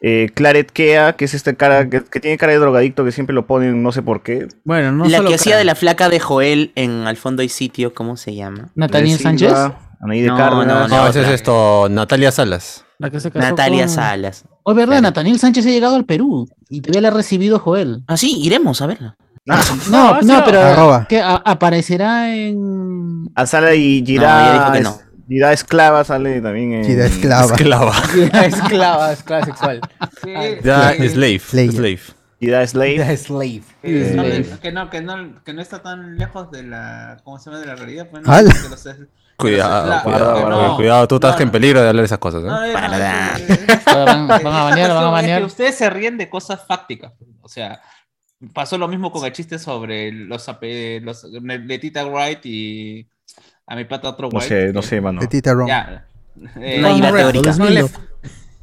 [SPEAKER 3] eh, Claret Kea, que es este cara que, que tiene cara de drogadicto que siempre lo ponen, no sé por qué.
[SPEAKER 16] Bueno, no
[SPEAKER 9] la
[SPEAKER 16] solo
[SPEAKER 9] que hacía
[SPEAKER 16] cara.
[SPEAKER 9] de la flaca de Joel en Al fondo hay sitio, ¿cómo se llama?
[SPEAKER 10] Natalia
[SPEAKER 3] De Silva,
[SPEAKER 10] Sánchez.
[SPEAKER 3] Anaí de
[SPEAKER 9] No,
[SPEAKER 3] Cárdenas.
[SPEAKER 9] no,
[SPEAKER 4] No,
[SPEAKER 9] no.
[SPEAKER 4] ese es esto, Natalia Salas.
[SPEAKER 14] La que se
[SPEAKER 9] casó Natalia con- Salas.
[SPEAKER 10] Oh, es verdad, Nathaniel Sánchez ha llegado al Perú y todavía la ha recibido Joel.
[SPEAKER 9] Ah, sí, iremos a verla.
[SPEAKER 3] Ah,
[SPEAKER 10] No, no, pero
[SPEAKER 2] Arroba.
[SPEAKER 10] que a- aparecerá en.
[SPEAKER 3] Ah, sale y
[SPEAKER 9] No, ya dijo
[SPEAKER 3] Girá.
[SPEAKER 9] que
[SPEAKER 3] es-
[SPEAKER 9] no.
[SPEAKER 3] Girá Esclava sale también en.
[SPEAKER 4] Mm,
[SPEAKER 2] Girá Esclava.
[SPEAKER 4] Esclava.
[SPEAKER 16] esclava, esclava sexual.
[SPEAKER 4] Ya,
[SPEAKER 2] Sí.
[SPEAKER 4] Slave.
[SPEAKER 2] Slayer.
[SPEAKER 4] Slave.
[SPEAKER 3] Girá Slave.
[SPEAKER 16] Slave.
[SPEAKER 5] Que no-
[SPEAKER 3] Eh.
[SPEAKER 5] Que, no, que, no, que no está tan lejos de la, ¿cómo se llama? De la realidad. Pues,
[SPEAKER 4] Ala.
[SPEAKER 5] de los- de los-
[SPEAKER 4] Cuidado, cuidado,
[SPEAKER 5] la- que
[SPEAKER 4] cuidado,
[SPEAKER 5] no. Ah,
[SPEAKER 4] cuidado, tú estás en peligro de hablar esas cosas. ¿eh?
[SPEAKER 5] No, no,
[SPEAKER 4] Para
[SPEAKER 5] no,
[SPEAKER 4] nada.
[SPEAKER 10] Van, van a bañar, van a
[SPEAKER 5] cuestión es que
[SPEAKER 10] bañar.
[SPEAKER 5] ustedes se ríen de cosas fácticas. pues, O sea, pasó lo mismo con el chiste sobre los, ape- los Letita Wright y a mi pata otro
[SPEAKER 3] No
[SPEAKER 5] White.
[SPEAKER 3] sé, no sé, mano.
[SPEAKER 2] Petita Ron.
[SPEAKER 5] Ya. Eh,
[SPEAKER 9] No, y la teórica.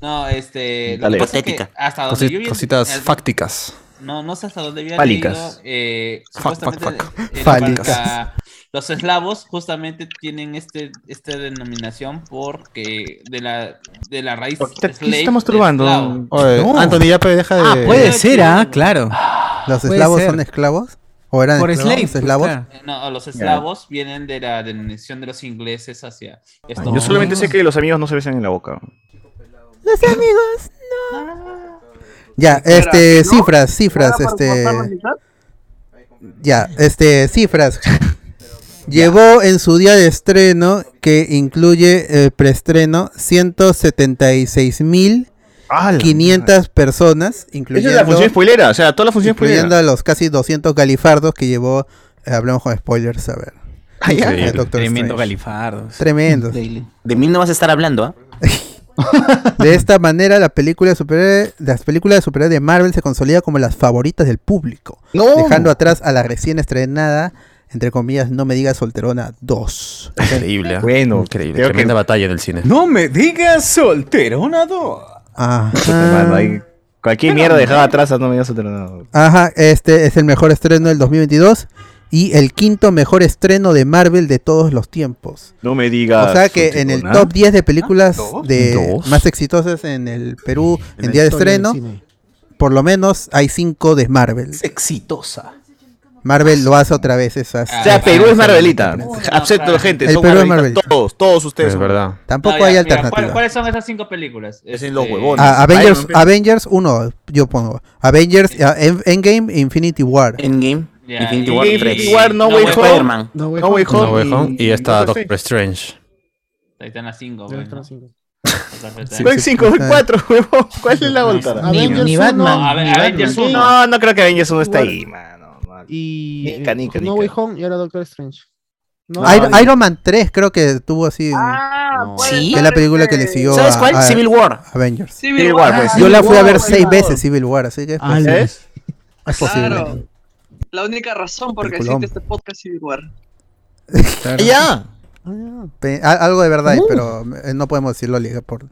[SPEAKER 5] No, este.
[SPEAKER 4] Dale.
[SPEAKER 5] lo que pasa es que
[SPEAKER 4] Hipotética.
[SPEAKER 5] hasta donde
[SPEAKER 4] Cosi-
[SPEAKER 5] yo vi-
[SPEAKER 4] cositas
[SPEAKER 5] al-
[SPEAKER 4] fácticas.
[SPEAKER 5] no, no sé hasta dónde había
[SPEAKER 3] Fálicas.
[SPEAKER 5] leído, eh,
[SPEAKER 3] Fuck,
[SPEAKER 5] supuestamente
[SPEAKER 3] fuck, fuck.
[SPEAKER 5] el- el
[SPEAKER 3] Fálicas.
[SPEAKER 5] barca- los eslavos justamente tienen este, esta denominación porque de la, de la raíz
[SPEAKER 3] te
[SPEAKER 5] slave,
[SPEAKER 3] está masturbando?
[SPEAKER 5] esclavo.
[SPEAKER 4] Oye,
[SPEAKER 5] No.
[SPEAKER 4] Anthony, ya pues, deja de.
[SPEAKER 5] Ah, puede ser,
[SPEAKER 16] ah, claro.
[SPEAKER 2] ¿Los
[SPEAKER 5] Puede
[SPEAKER 2] eslavos
[SPEAKER 5] ser.
[SPEAKER 2] son esclavos? ¿O eran
[SPEAKER 5] Por
[SPEAKER 2] esclavos?
[SPEAKER 5] slave,
[SPEAKER 2] los eslavos?
[SPEAKER 5] Eh, No, los eslavos vienen de la denominación de los ingleses hacia estos.
[SPEAKER 3] Yo solamente sé que los amigos no se besan en la boca.
[SPEAKER 2] Los amigos,
[SPEAKER 3] Ah.
[SPEAKER 2] no. Ya, este, cifras, cifras, este. Ya, este, cifras. Llevó en su día de estreno, que incluye el preestreno, 176.500 personas, incluyendo.
[SPEAKER 3] Ah, Esa es la función spoilera, o sea, toda la función spoilera.
[SPEAKER 2] Incluyendo a los casi 200 galifardos que llevó. eh, hablemos con spoilers, a ver.
[SPEAKER 9] Increíble.
[SPEAKER 2] El Doctor
[SPEAKER 9] Tremendo
[SPEAKER 2] Strange.
[SPEAKER 9] galifardos.
[SPEAKER 2] Tremendo.
[SPEAKER 9] De mí no vas a estar hablando, ¿ah?
[SPEAKER 2] De esta manera, la película de superhéroe- las películas de superhéroes de Marvel se consolida como las favoritas del público, dejando atrás a la recién estrenada, entre comillas, no me digas solterona 2.
[SPEAKER 4] Increíble. ¿ah?
[SPEAKER 3] Bueno,
[SPEAKER 4] increíble.
[SPEAKER 2] creo que-
[SPEAKER 4] Tremenda batalla en el cine.
[SPEAKER 2] No
[SPEAKER 20] me digas solterona 2.
[SPEAKER 2] Ah.
[SPEAKER 3] Hermano, ahí Cualquier mierda dejada atrás no me digas otro nada.
[SPEAKER 2] Ajá, este es el mejor estreno del 2022 y el quinto mejor estreno de Marvel de todos los tiempos.
[SPEAKER 3] No me digas.
[SPEAKER 2] o sea que en el
[SPEAKER 3] solterona.
[SPEAKER 2] top 10 de películas
[SPEAKER 3] Ah, ¿Dos?
[SPEAKER 2] de
[SPEAKER 3] ¿Dos?
[SPEAKER 2] más exitosas en el Perú en,
[SPEAKER 3] En la
[SPEAKER 2] día de
[SPEAKER 3] historia del
[SPEAKER 2] estreno,
[SPEAKER 3] cine.
[SPEAKER 2] por lo menos hay 5 de Marvel.
[SPEAKER 20] exitosa.
[SPEAKER 3] Ah,
[SPEAKER 2] Marvel lo hace otra vez. Esas,
[SPEAKER 9] Ah,
[SPEAKER 3] O sea, Perú es Marvelita. Acepto, gente.
[SPEAKER 2] El
[SPEAKER 3] son
[SPEAKER 2] Perú es
[SPEAKER 3] marvelistas
[SPEAKER 2] Marvel.
[SPEAKER 3] Todos, todos ustedes.
[SPEAKER 4] Es
[SPEAKER 3] son-
[SPEAKER 4] verdad.
[SPEAKER 2] Tampoco
[SPEAKER 5] No, Ah, ya,
[SPEAKER 2] hay
[SPEAKER 5] mira, ¿cuál-
[SPEAKER 2] alternativa.
[SPEAKER 5] ¿Cuáles son esas cinco películas?
[SPEAKER 3] Es en
[SPEAKER 5] Este,
[SPEAKER 3] los huevones.
[SPEAKER 2] Ah, Avengers,
[SPEAKER 3] Iron Man.
[SPEAKER 2] Avengers 1, yo pongo. Avengers, ah, En- Endgame, Infinity War.
[SPEAKER 9] Endgame,
[SPEAKER 3] Ah,
[SPEAKER 5] Ya,
[SPEAKER 9] Infinity
[SPEAKER 5] y-
[SPEAKER 9] War
[SPEAKER 5] y-
[SPEAKER 9] 3.
[SPEAKER 5] y War, No
[SPEAKER 9] No
[SPEAKER 5] Way
[SPEAKER 9] Way
[SPEAKER 5] Home.
[SPEAKER 9] Spider-Man.
[SPEAKER 5] No Way
[SPEAKER 4] No
[SPEAKER 5] Home.
[SPEAKER 4] Way Home.
[SPEAKER 5] No Way Home
[SPEAKER 4] Y, está
[SPEAKER 5] Doctor
[SPEAKER 4] Doctor Strange.
[SPEAKER 5] Ahí están las cinco, güey, ¿no? Perfecto.
[SPEAKER 3] No hay 5, hay 4, huevón. ¿Cuál es la voltada?
[SPEAKER 5] Ni- Avengers ni Batman, uno, ni Avengers Batman. uno.
[SPEAKER 3] No, no creo que Avengers 1 esté
[SPEAKER 14] Igual.
[SPEAKER 3] ahí, mano. mano.
[SPEAKER 14] Y
[SPEAKER 3] Nica, nica,
[SPEAKER 14] No
[SPEAKER 3] nica.
[SPEAKER 14] Way Home y ahora Doctor Strange. No,
[SPEAKER 2] Iron,
[SPEAKER 14] no,
[SPEAKER 2] Iron Man 3 creo que tuvo así.
[SPEAKER 5] Ah.
[SPEAKER 14] no.
[SPEAKER 2] Que es la película que le siguió.
[SPEAKER 14] ¿Sabes
[SPEAKER 2] a-
[SPEAKER 14] cuál?
[SPEAKER 2] a
[SPEAKER 14] Civil War.
[SPEAKER 2] Avengers.
[SPEAKER 14] Civil Civil War, War, pues.
[SPEAKER 2] Yo la fui a ver
[SPEAKER 14] Civil War,
[SPEAKER 2] seis
[SPEAKER 14] Civil
[SPEAKER 2] veces Civil War, así que.
[SPEAKER 14] Ah,
[SPEAKER 2] pues,
[SPEAKER 14] ¿la
[SPEAKER 2] es
[SPEAKER 14] ves?
[SPEAKER 2] posible.
[SPEAKER 12] Claro. La única razón por que
[SPEAKER 2] Peliculón.
[SPEAKER 12] existe este podcast Civil War.
[SPEAKER 2] Ah, Ya. Pe- a- Algo de verdad, hay, pero eh, no podemos decirlo legal por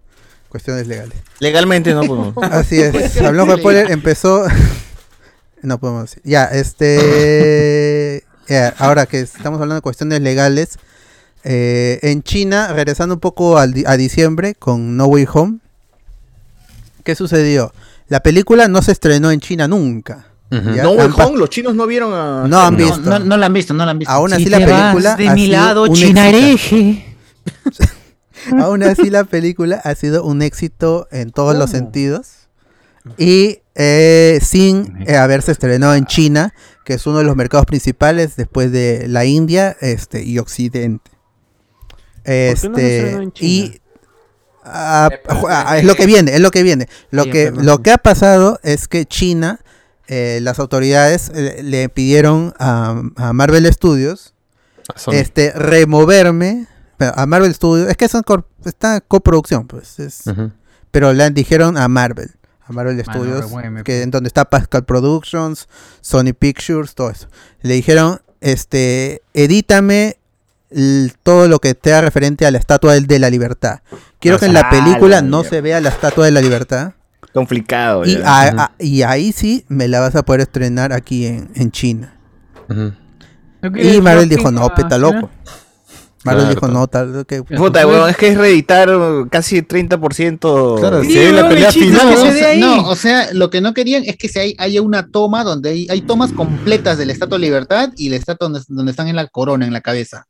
[SPEAKER 2] cuestiones legales.
[SPEAKER 3] Legalmente no podemos.
[SPEAKER 2] Así es. Habló con spoiler, empezó. No podemos decir. Ya, este. ya, ahora que estamos hablando de cuestiones legales. eh, en China, regresando un poco al di- a diciembre con No Way Home. ¿Qué sucedió? La película no se estrenó en China nunca. ¿ya?
[SPEAKER 3] No Way
[SPEAKER 2] Han pa-
[SPEAKER 3] Home, los chinos no vieron a.
[SPEAKER 2] No han visto.
[SPEAKER 10] No, no la han visto, no la han visto.
[SPEAKER 2] Aún
[SPEAKER 10] Sí,
[SPEAKER 2] así
[SPEAKER 10] te
[SPEAKER 2] la
[SPEAKER 10] vas
[SPEAKER 2] película
[SPEAKER 10] de
[SPEAKER 2] ha
[SPEAKER 10] mi
[SPEAKER 2] sido
[SPEAKER 10] lado,
[SPEAKER 2] un
[SPEAKER 10] China
[SPEAKER 2] éxito.
[SPEAKER 10] hereje.
[SPEAKER 2] Aún así, la película ha sido un éxito en todos
[SPEAKER 14] Oh.
[SPEAKER 2] los sentidos. Y eh, sin eh, haberse estrenado en China, que es uno de los mercados principales después de la India este, y Occidente.
[SPEAKER 14] ¿Por qué no se
[SPEAKER 2] Este,
[SPEAKER 14] estrenó en
[SPEAKER 2] y ah, ah, es lo que viene, es lo que viene. Lo
[SPEAKER 14] Bien,
[SPEAKER 2] que,
[SPEAKER 14] perdón.
[SPEAKER 2] lo que ha pasado es que China, eh, las autoridades eh, le pidieron a, a Marvel Studios
[SPEAKER 4] Sony.
[SPEAKER 2] este removerme pero a Marvel Studios. Es que son cor- esta coproducción, pues. es-
[SPEAKER 3] Ah.
[SPEAKER 4] Ujú.
[SPEAKER 2] Pero le dijeron a Marvel, a Marvel
[SPEAKER 16] Mano,
[SPEAKER 2] Studios,
[SPEAKER 16] remuéveme,
[SPEAKER 2] que en donde está Pascal Productions, Sony Pictures, todo eso. Le dijeron, este, edítame l- todo lo que sea referente a la estatua del- de la libertad. Quiero
[SPEAKER 3] Ah,
[SPEAKER 2] que en la
[SPEAKER 3] la
[SPEAKER 2] película no
[SPEAKER 3] mierda.
[SPEAKER 2] se vea la estatua de la libertad.
[SPEAKER 3] Complicado.
[SPEAKER 2] Y,
[SPEAKER 3] ya.
[SPEAKER 2] a- a- y ahí sí me la vas a poder estrenar aquí en, en China. Y Marvel dijo, no, peta loco. Marvel
[SPEAKER 3] Claro,
[SPEAKER 2] dijo, no, tal que...
[SPEAKER 3] Puta, weón, es que es reeditar uh, casi 30%.
[SPEAKER 4] Claro, si hay la pelea
[SPEAKER 10] No,
[SPEAKER 4] final.
[SPEAKER 10] o
[SPEAKER 4] ¿no?
[SPEAKER 10] sea, no, o sea, lo que no querían es que si hay, haya una toma donde hay, hay tomas completas de la Estatua de Libertad y la estatua donde, donde están en la corona, en la cabeza.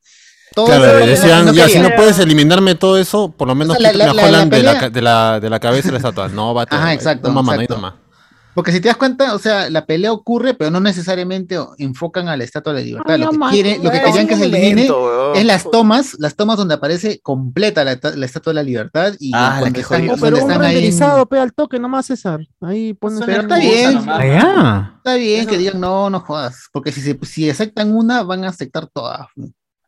[SPEAKER 10] Todo eso
[SPEAKER 4] Claro,
[SPEAKER 10] no-
[SPEAKER 4] decían,
[SPEAKER 10] no
[SPEAKER 4] ya, si
[SPEAKER 10] querían.
[SPEAKER 4] no puedes eliminarme todo eso, por lo menos
[SPEAKER 10] sea, la-
[SPEAKER 4] quítame a
[SPEAKER 10] la- la- la
[SPEAKER 4] Holland de, la,
[SPEAKER 10] pelea-
[SPEAKER 4] ca- de, la, de la cabeza de la estatua. No, va
[SPEAKER 10] Ajá, exacto,
[SPEAKER 4] No, mamá, no hay
[SPEAKER 10] exacto.
[SPEAKER 4] mamá.
[SPEAKER 10] Porque si te das cuenta, o sea, la pelea ocurre, pero no necesariamente enfocan a la Estatua de la Libertad.
[SPEAKER 3] Ay,
[SPEAKER 10] lo,
[SPEAKER 3] no
[SPEAKER 10] que
[SPEAKER 3] más,
[SPEAKER 10] quieren, lo que
[SPEAKER 3] güey,
[SPEAKER 10] querían que
[SPEAKER 3] es
[SPEAKER 10] se
[SPEAKER 3] un
[SPEAKER 10] elimine
[SPEAKER 3] lento, weón.
[SPEAKER 10] es las tomas, las tomas donde aparece completa la, ta- la Estatua de la Libertad y
[SPEAKER 3] Ah, la
[SPEAKER 10] cuando
[SPEAKER 3] que
[SPEAKER 10] están,
[SPEAKER 3] jodido.
[SPEAKER 10] cuando
[SPEAKER 14] pero un
[SPEAKER 10] están ahí.
[SPEAKER 14] renderizado, pe, al toque nomás, César. Ahí pone.
[SPEAKER 10] Pero está bien.
[SPEAKER 14] Allá.
[SPEAKER 2] ¿Eh?
[SPEAKER 10] Está bien que digan, no, no jodas. Porque si, se- si aceptan una, van a aceptar todas.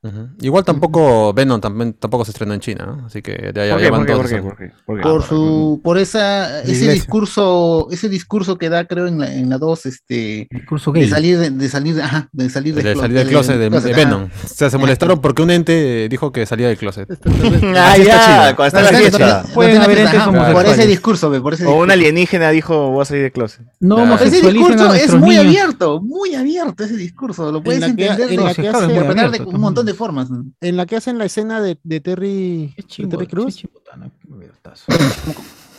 [SPEAKER 4] Ujú. Igual tampoco Venom también, tampoco se estrenó en China, ¿no? Así que de ahí
[SPEAKER 3] ¿Por qué?
[SPEAKER 4] ahí van
[SPEAKER 3] ¿Por qué?
[SPEAKER 4] todos
[SPEAKER 3] ¿Por
[SPEAKER 4] esos-
[SPEAKER 3] qué?
[SPEAKER 10] por su por esa
[SPEAKER 4] La
[SPEAKER 10] ese
[SPEAKER 4] iglesia.
[SPEAKER 10] discurso ese discurso que da creo en la en la 2 este
[SPEAKER 4] gay.
[SPEAKER 10] de salir de, de salir ajá, de salir
[SPEAKER 4] De
[SPEAKER 10] del clo-
[SPEAKER 4] salir del closet de, de
[SPEAKER 10] closet, ajá.
[SPEAKER 4] Venom. O sea, se molestaron porque un ente dijo que salía del closet.
[SPEAKER 10] Este-
[SPEAKER 3] Ah,
[SPEAKER 4] Así está
[SPEAKER 3] ya,
[SPEAKER 4] China.
[SPEAKER 3] cuando está la
[SPEAKER 4] Así
[SPEAKER 3] fiesta.
[SPEAKER 4] China.
[SPEAKER 10] Pueden haber entes
[SPEAKER 3] Claro.
[SPEAKER 10] homosexuales. Por ese discurso, ve, por ese
[SPEAKER 3] O un
[SPEAKER 10] discurso.
[SPEAKER 3] alienígena dijo, voy a salir de closet.
[SPEAKER 10] No,
[SPEAKER 3] Claro.
[SPEAKER 10] ese discurso es muy abierto, muy abierto ese discurso, lo puedes
[SPEAKER 14] la que-
[SPEAKER 10] entender
[SPEAKER 14] en
[SPEAKER 10] de-
[SPEAKER 14] la que
[SPEAKER 10] de-
[SPEAKER 14] hace-
[SPEAKER 10] de-
[SPEAKER 14] muy
[SPEAKER 10] de-
[SPEAKER 14] abierto,
[SPEAKER 10] de un montón de formas. Eh,
[SPEAKER 14] En la que hacen la escena de, de Terry, de Terry Cruz.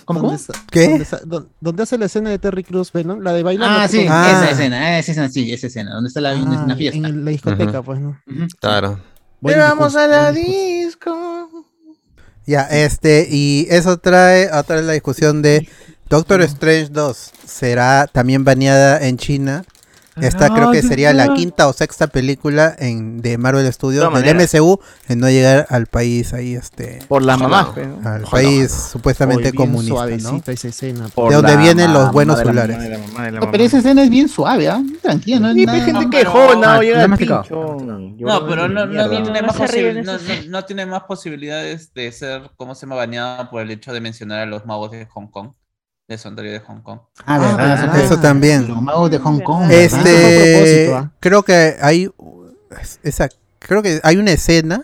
[SPEAKER 14] ¿Cómo? ¿Cómo?
[SPEAKER 2] ¿Qué?
[SPEAKER 14] Donde, sa- don- donde hace la escena de Terry Cruz Venom, la de bailar.
[SPEAKER 10] Ah, sí,
[SPEAKER 14] ¿Cómo?
[SPEAKER 10] esa escena, esa escena, sí, esa escena, donde está la,
[SPEAKER 14] Ah,
[SPEAKER 10] una fiesta.
[SPEAKER 14] En la discoteca,
[SPEAKER 4] Ujú.
[SPEAKER 14] pues, ¿no?
[SPEAKER 4] Claro.
[SPEAKER 14] Buen
[SPEAKER 10] vamos
[SPEAKER 14] discurso.
[SPEAKER 10] a la
[SPEAKER 13] disco.
[SPEAKER 2] Ya, este, y eso trae otra vez la discusión de Doctor Strange 2. ¿Será también baneada en China? Esta creo que
[SPEAKER 13] Ah,
[SPEAKER 2] sería la
[SPEAKER 13] ¿verdad?
[SPEAKER 2] quinta o sexta película en, de Marvel Studios,
[SPEAKER 13] De todas
[SPEAKER 2] del
[SPEAKER 13] maneras.
[SPEAKER 2] MCU, en no llegar al país ahí, este...
[SPEAKER 3] Por las
[SPEAKER 2] Ojalá.
[SPEAKER 3] mamás, pues, ¿no?
[SPEAKER 2] Al
[SPEAKER 3] Ojalá,
[SPEAKER 2] país
[SPEAKER 3] ojalá.
[SPEAKER 2] supuestamente
[SPEAKER 14] Hoy bien
[SPEAKER 2] comunista, ¿no?
[SPEAKER 14] suavecita esa escena.
[SPEAKER 2] de donde vienen los
[SPEAKER 3] mamá,
[SPEAKER 2] buenos
[SPEAKER 3] de la mamá,
[SPEAKER 2] celulares.
[SPEAKER 3] de la mamá, de la
[SPEAKER 10] No, pero esa escena es bien suave, ¿ah? Tranquila, no es
[SPEAKER 3] Sí,
[SPEAKER 10] nada.
[SPEAKER 3] hay gente
[SPEAKER 10] no,
[SPEAKER 3] que jona,
[SPEAKER 10] no,
[SPEAKER 3] llega
[SPEAKER 10] no,
[SPEAKER 3] al
[SPEAKER 10] masticado.
[SPEAKER 3] pincho.
[SPEAKER 5] No, pero no, no,
[SPEAKER 3] Mierda.
[SPEAKER 5] tiene más
[SPEAKER 10] No se ríen
[SPEAKER 5] posibil- no,
[SPEAKER 10] esos-
[SPEAKER 5] no- no tiene más posibilidades de ser, ¿cómo se llama? Baneada por el hecho de mencionar a los magos de Hong Kong, de su anterior de Hong Kong.
[SPEAKER 10] Ah, verdad,
[SPEAKER 2] Ah, eso también.
[SPEAKER 10] Los magos de Hong Kong.
[SPEAKER 2] Este,
[SPEAKER 10] ¿verdad?
[SPEAKER 2] creo que hay es- esa, creo que hay una escena,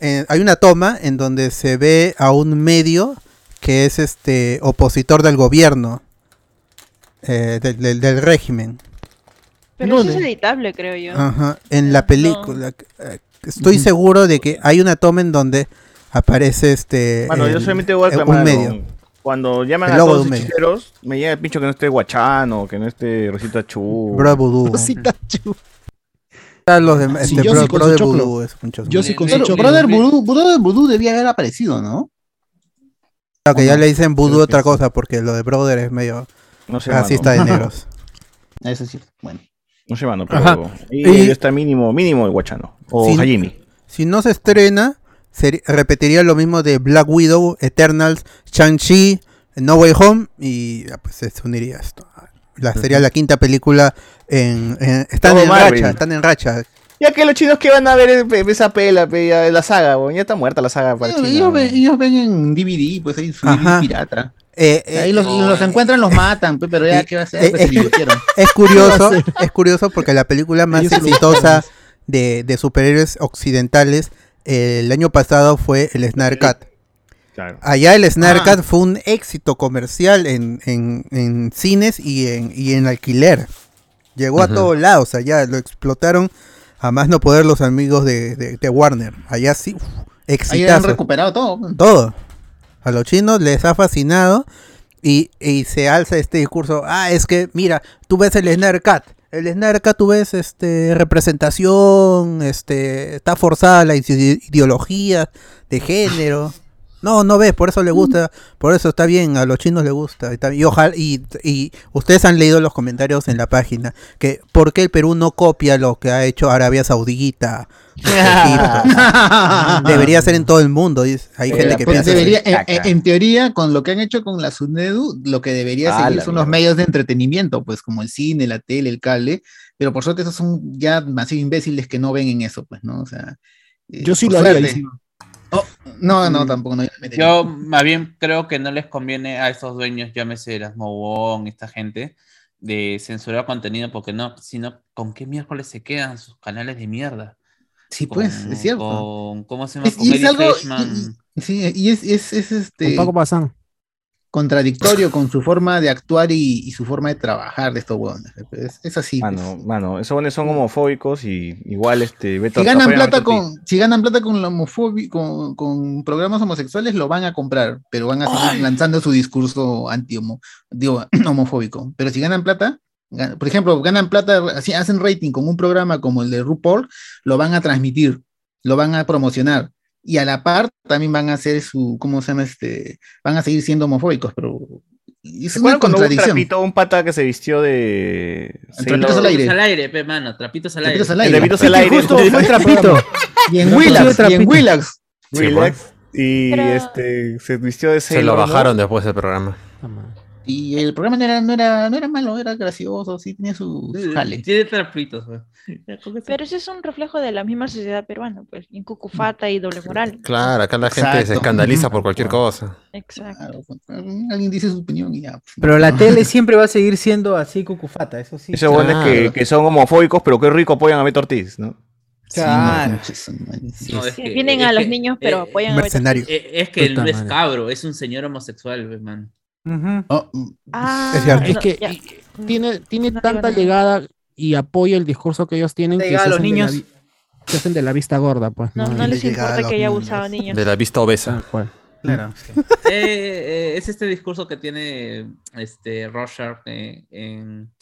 [SPEAKER 2] eh, hay una toma en donde se ve a un medio que es este opositor del gobierno, eh, del, del- del régimen.
[SPEAKER 15] Pero eso es editable, creo yo.
[SPEAKER 2] Ajá, en la película. Eh, Estoy seguro de que hay una toma en donde aparece este
[SPEAKER 3] Bueno, yo
[SPEAKER 2] el-
[SPEAKER 3] solamente voy a
[SPEAKER 2] eh,
[SPEAKER 3] reclamar
[SPEAKER 2] un
[SPEAKER 3] algo.
[SPEAKER 2] medio.
[SPEAKER 3] Cuando llaman
[SPEAKER 2] El
[SPEAKER 3] a
[SPEAKER 2] logo
[SPEAKER 3] todos
[SPEAKER 2] de un
[SPEAKER 3] los
[SPEAKER 2] medio.
[SPEAKER 3] hechiceros, me llega el pincho que no esté Guachano, que no esté Rosita Chu.
[SPEAKER 2] Bro Vudú. Rosita Están Los de,
[SPEAKER 10] Sí,
[SPEAKER 2] este,
[SPEAKER 10] yo
[SPEAKER 2] bro,
[SPEAKER 10] sí con
[SPEAKER 2] bro
[SPEAKER 10] su
[SPEAKER 2] de
[SPEAKER 10] choclo.
[SPEAKER 2] vudú, es un choclo.
[SPEAKER 10] Pero Brother Voodoo, Brother Voodoo debía haber aparecido, ¿no?
[SPEAKER 2] Claro, que
[SPEAKER 10] ¿O
[SPEAKER 2] ya
[SPEAKER 10] no?
[SPEAKER 2] le dicen vudú
[SPEAKER 10] Creo
[SPEAKER 2] otra cosa, porque lo de brother es medio
[SPEAKER 3] No sé,
[SPEAKER 2] así ah, está de
[SPEAKER 3] mano.
[SPEAKER 2] negros.
[SPEAKER 10] Eso sí, bueno.
[SPEAKER 3] No sé, mano, pero.
[SPEAKER 2] Ajá.
[SPEAKER 3] Y,
[SPEAKER 2] Y-
[SPEAKER 3] está mínimo, mínimo el Guachano. O
[SPEAKER 2] Si-
[SPEAKER 3] Hajimi.
[SPEAKER 2] Si no se estrena, seri- repetiría lo mismo de Black Widow, Eternals, Shang-Chi, No Way Home, y ya, pues se uniría esto. La, sería la quinta película en... en- están
[SPEAKER 3] Todo
[SPEAKER 2] en
[SPEAKER 3] Marvel.
[SPEAKER 2] racha, están en racha.
[SPEAKER 3] Ya que los chinos que van a ver eh, esa pela, pe, ya, la saga, weón, ya está muerta la saga para China.
[SPEAKER 10] Ellos ven, ellos ven en DVD, pues ahí su DVD pirata. ahí los, los encuentran, los matan, pues, pero ya, ¿qué va a hacer?
[SPEAKER 2] Eh,
[SPEAKER 10] Pues, se
[SPEAKER 2] eh,
[SPEAKER 10] divirtieron.
[SPEAKER 2] es curioso, es curioso porque la película más
[SPEAKER 10] Ellos se
[SPEAKER 2] exitosa de, de superhéroes occidentales eh, el año pasado fue el Snarkat.
[SPEAKER 3] Claro.
[SPEAKER 2] Allá el Snarkat fue un éxito comercial en, en- en cines y en, y en alquiler. Llegó a
[SPEAKER 13] Ujú.
[SPEAKER 2] todos lados, allá lo explotaron a más no poder los amigos de, de- de Warner. Allá sí, uf,
[SPEAKER 10] Ahí han
[SPEAKER 2] exitazo.
[SPEAKER 10] recuperado todo. pues.
[SPEAKER 2] Todo. A los chinos les ha fascinado y, y se alza este discurso. Ah, es que, mira, tú ves el Snarkat. El Snarkat tú ves este, representación, este, está forzada la ide- ideología de género. No, no ves, por eso le gusta, por eso está bien, a los chinos le gusta. está bien. Y, ojalá, y, y ustedes han leído los comentarios en la página, que por qué el Perú no copia lo que ha hecho Arabia Saudita. Egipto? Debería ser en todo el mundo, dice. hay
[SPEAKER 10] Pero,
[SPEAKER 2] gente que
[SPEAKER 10] pues,
[SPEAKER 2] piensa así.
[SPEAKER 10] debería- en, en- en teoría, con lo que han hecho con la SUNEDU, lo que debería
[SPEAKER 2] Ah,
[SPEAKER 10] seguir
[SPEAKER 2] la
[SPEAKER 10] son los medios de entretenimiento, pues como el cine, la tele, el cable, pero por suerte esos son ya demasiado imbéciles que no ven en eso, pues, ¿no? O sea, eh,
[SPEAKER 14] Yo sí
[SPEAKER 10] por
[SPEAKER 14] lo haría.
[SPEAKER 10] suerte. Oh,
[SPEAKER 14] ahí sí.
[SPEAKER 10] No,
[SPEAKER 2] Mm,
[SPEAKER 10] no, tampoco. No, yo me metería.
[SPEAKER 5] Yo más bien creo que no les conviene a esos dueños, llámese las Mobón, esta gente, de censurar contenido, porque no, sino con qué miércoles se quedan sus canales de mierda.
[SPEAKER 10] Sí, pues, es cierto.
[SPEAKER 5] Con, ¿Cómo se llama?
[SPEAKER 10] Es-
[SPEAKER 5] Con
[SPEAKER 10] y es
[SPEAKER 5] Eddie
[SPEAKER 10] algo,
[SPEAKER 5] Fleischman.
[SPEAKER 10] y- y- sí, y es, es, es, este
[SPEAKER 14] Con Paco Bazán.
[SPEAKER 10] contradictorio con su forma de actuar y, y su forma de trabajar de estos huevones. Es, es así. pues.
[SPEAKER 3] Mano, mano, esos buenos son homofóbicos y igual este. Beto
[SPEAKER 10] Si ganan,
[SPEAKER 3] Tapia-
[SPEAKER 10] plata con, si ganan plata con la homofobia, con, con programas homosexuales, lo van a comprar, pero van a seguir lanzando su discurso anti -homo, digo, homofóbico. Pero si ganan plata, gan- por ejemplo, ganan plata, así hacen rating con un programa como el de RuPaul, lo van a transmitir, lo van a promocionar. Y a la par también van a hacer su, ¿cómo se llama este? Van a seguir siendo homofóbicos, pero es
[SPEAKER 3] ¿Se
[SPEAKER 10] una
[SPEAKER 3] acuerdan cuando hubo un
[SPEAKER 10] contradicción.
[SPEAKER 3] trapito, un pata que se vistió de.
[SPEAKER 10] Trapitos al aire.
[SPEAKER 5] Al aire, pe, mano, trapitos al
[SPEAKER 10] Trapitos
[SPEAKER 5] aire.
[SPEAKER 3] El de Vitos al aire.
[SPEAKER 10] Y en Willax, y en Willax.
[SPEAKER 3] Willax, Y este, se vistió de
[SPEAKER 4] Se lo
[SPEAKER 3] Sailor Moon.
[SPEAKER 4] bajaron después del programa.
[SPEAKER 10] Y el programa no era, no era, no era malo, era gracioso, sí tenía su, su jale.
[SPEAKER 5] Tiene trapitos, güey.
[SPEAKER 15] Pero eso es un reflejo de la misma sociedad peruana, pues, incucufata y doble moral.
[SPEAKER 4] Claro, acá la gente se
[SPEAKER 10] Exacto.
[SPEAKER 4] escandaliza por cualquier cosa.
[SPEAKER 15] Exacto.
[SPEAKER 10] pues, Alguien dice su opinión y ya. pues,
[SPEAKER 16] Pero la tele siempre va a seguir siendo así cucufata, eso sí.
[SPEAKER 3] Esos buenos que, que son homofóbicos, pero qué rico apoyan a Beto Ortiz, ¿no?
[SPEAKER 16] Claro.
[SPEAKER 5] No, es que-
[SPEAKER 15] Vienen
[SPEAKER 5] es
[SPEAKER 15] a los
[SPEAKER 5] que-
[SPEAKER 15] niños, pero
[SPEAKER 5] eh,
[SPEAKER 15] apoyan a
[SPEAKER 2] mercenario.
[SPEAKER 5] Es, es que él no
[SPEAKER 2] Puta
[SPEAKER 5] es
[SPEAKER 2] madre.
[SPEAKER 5] cabro, es un señor homosexual, güey, man.
[SPEAKER 15] Ah,
[SPEAKER 2] Es cierto.
[SPEAKER 14] Es que y- tiene, tiene tanta llegada y apoya el discurso que ellos tienen que
[SPEAKER 15] Llega a
[SPEAKER 14] se
[SPEAKER 15] los
[SPEAKER 14] hacen de la
[SPEAKER 15] niños.
[SPEAKER 14] vi- se hacen de la vista gorda, pues.
[SPEAKER 15] No, no les importa que haya abusado a niños.
[SPEAKER 4] De la vista obesa.
[SPEAKER 14] Claro.
[SPEAKER 5] Eh, eh, es este discurso que tiene este Rorschach eh, en,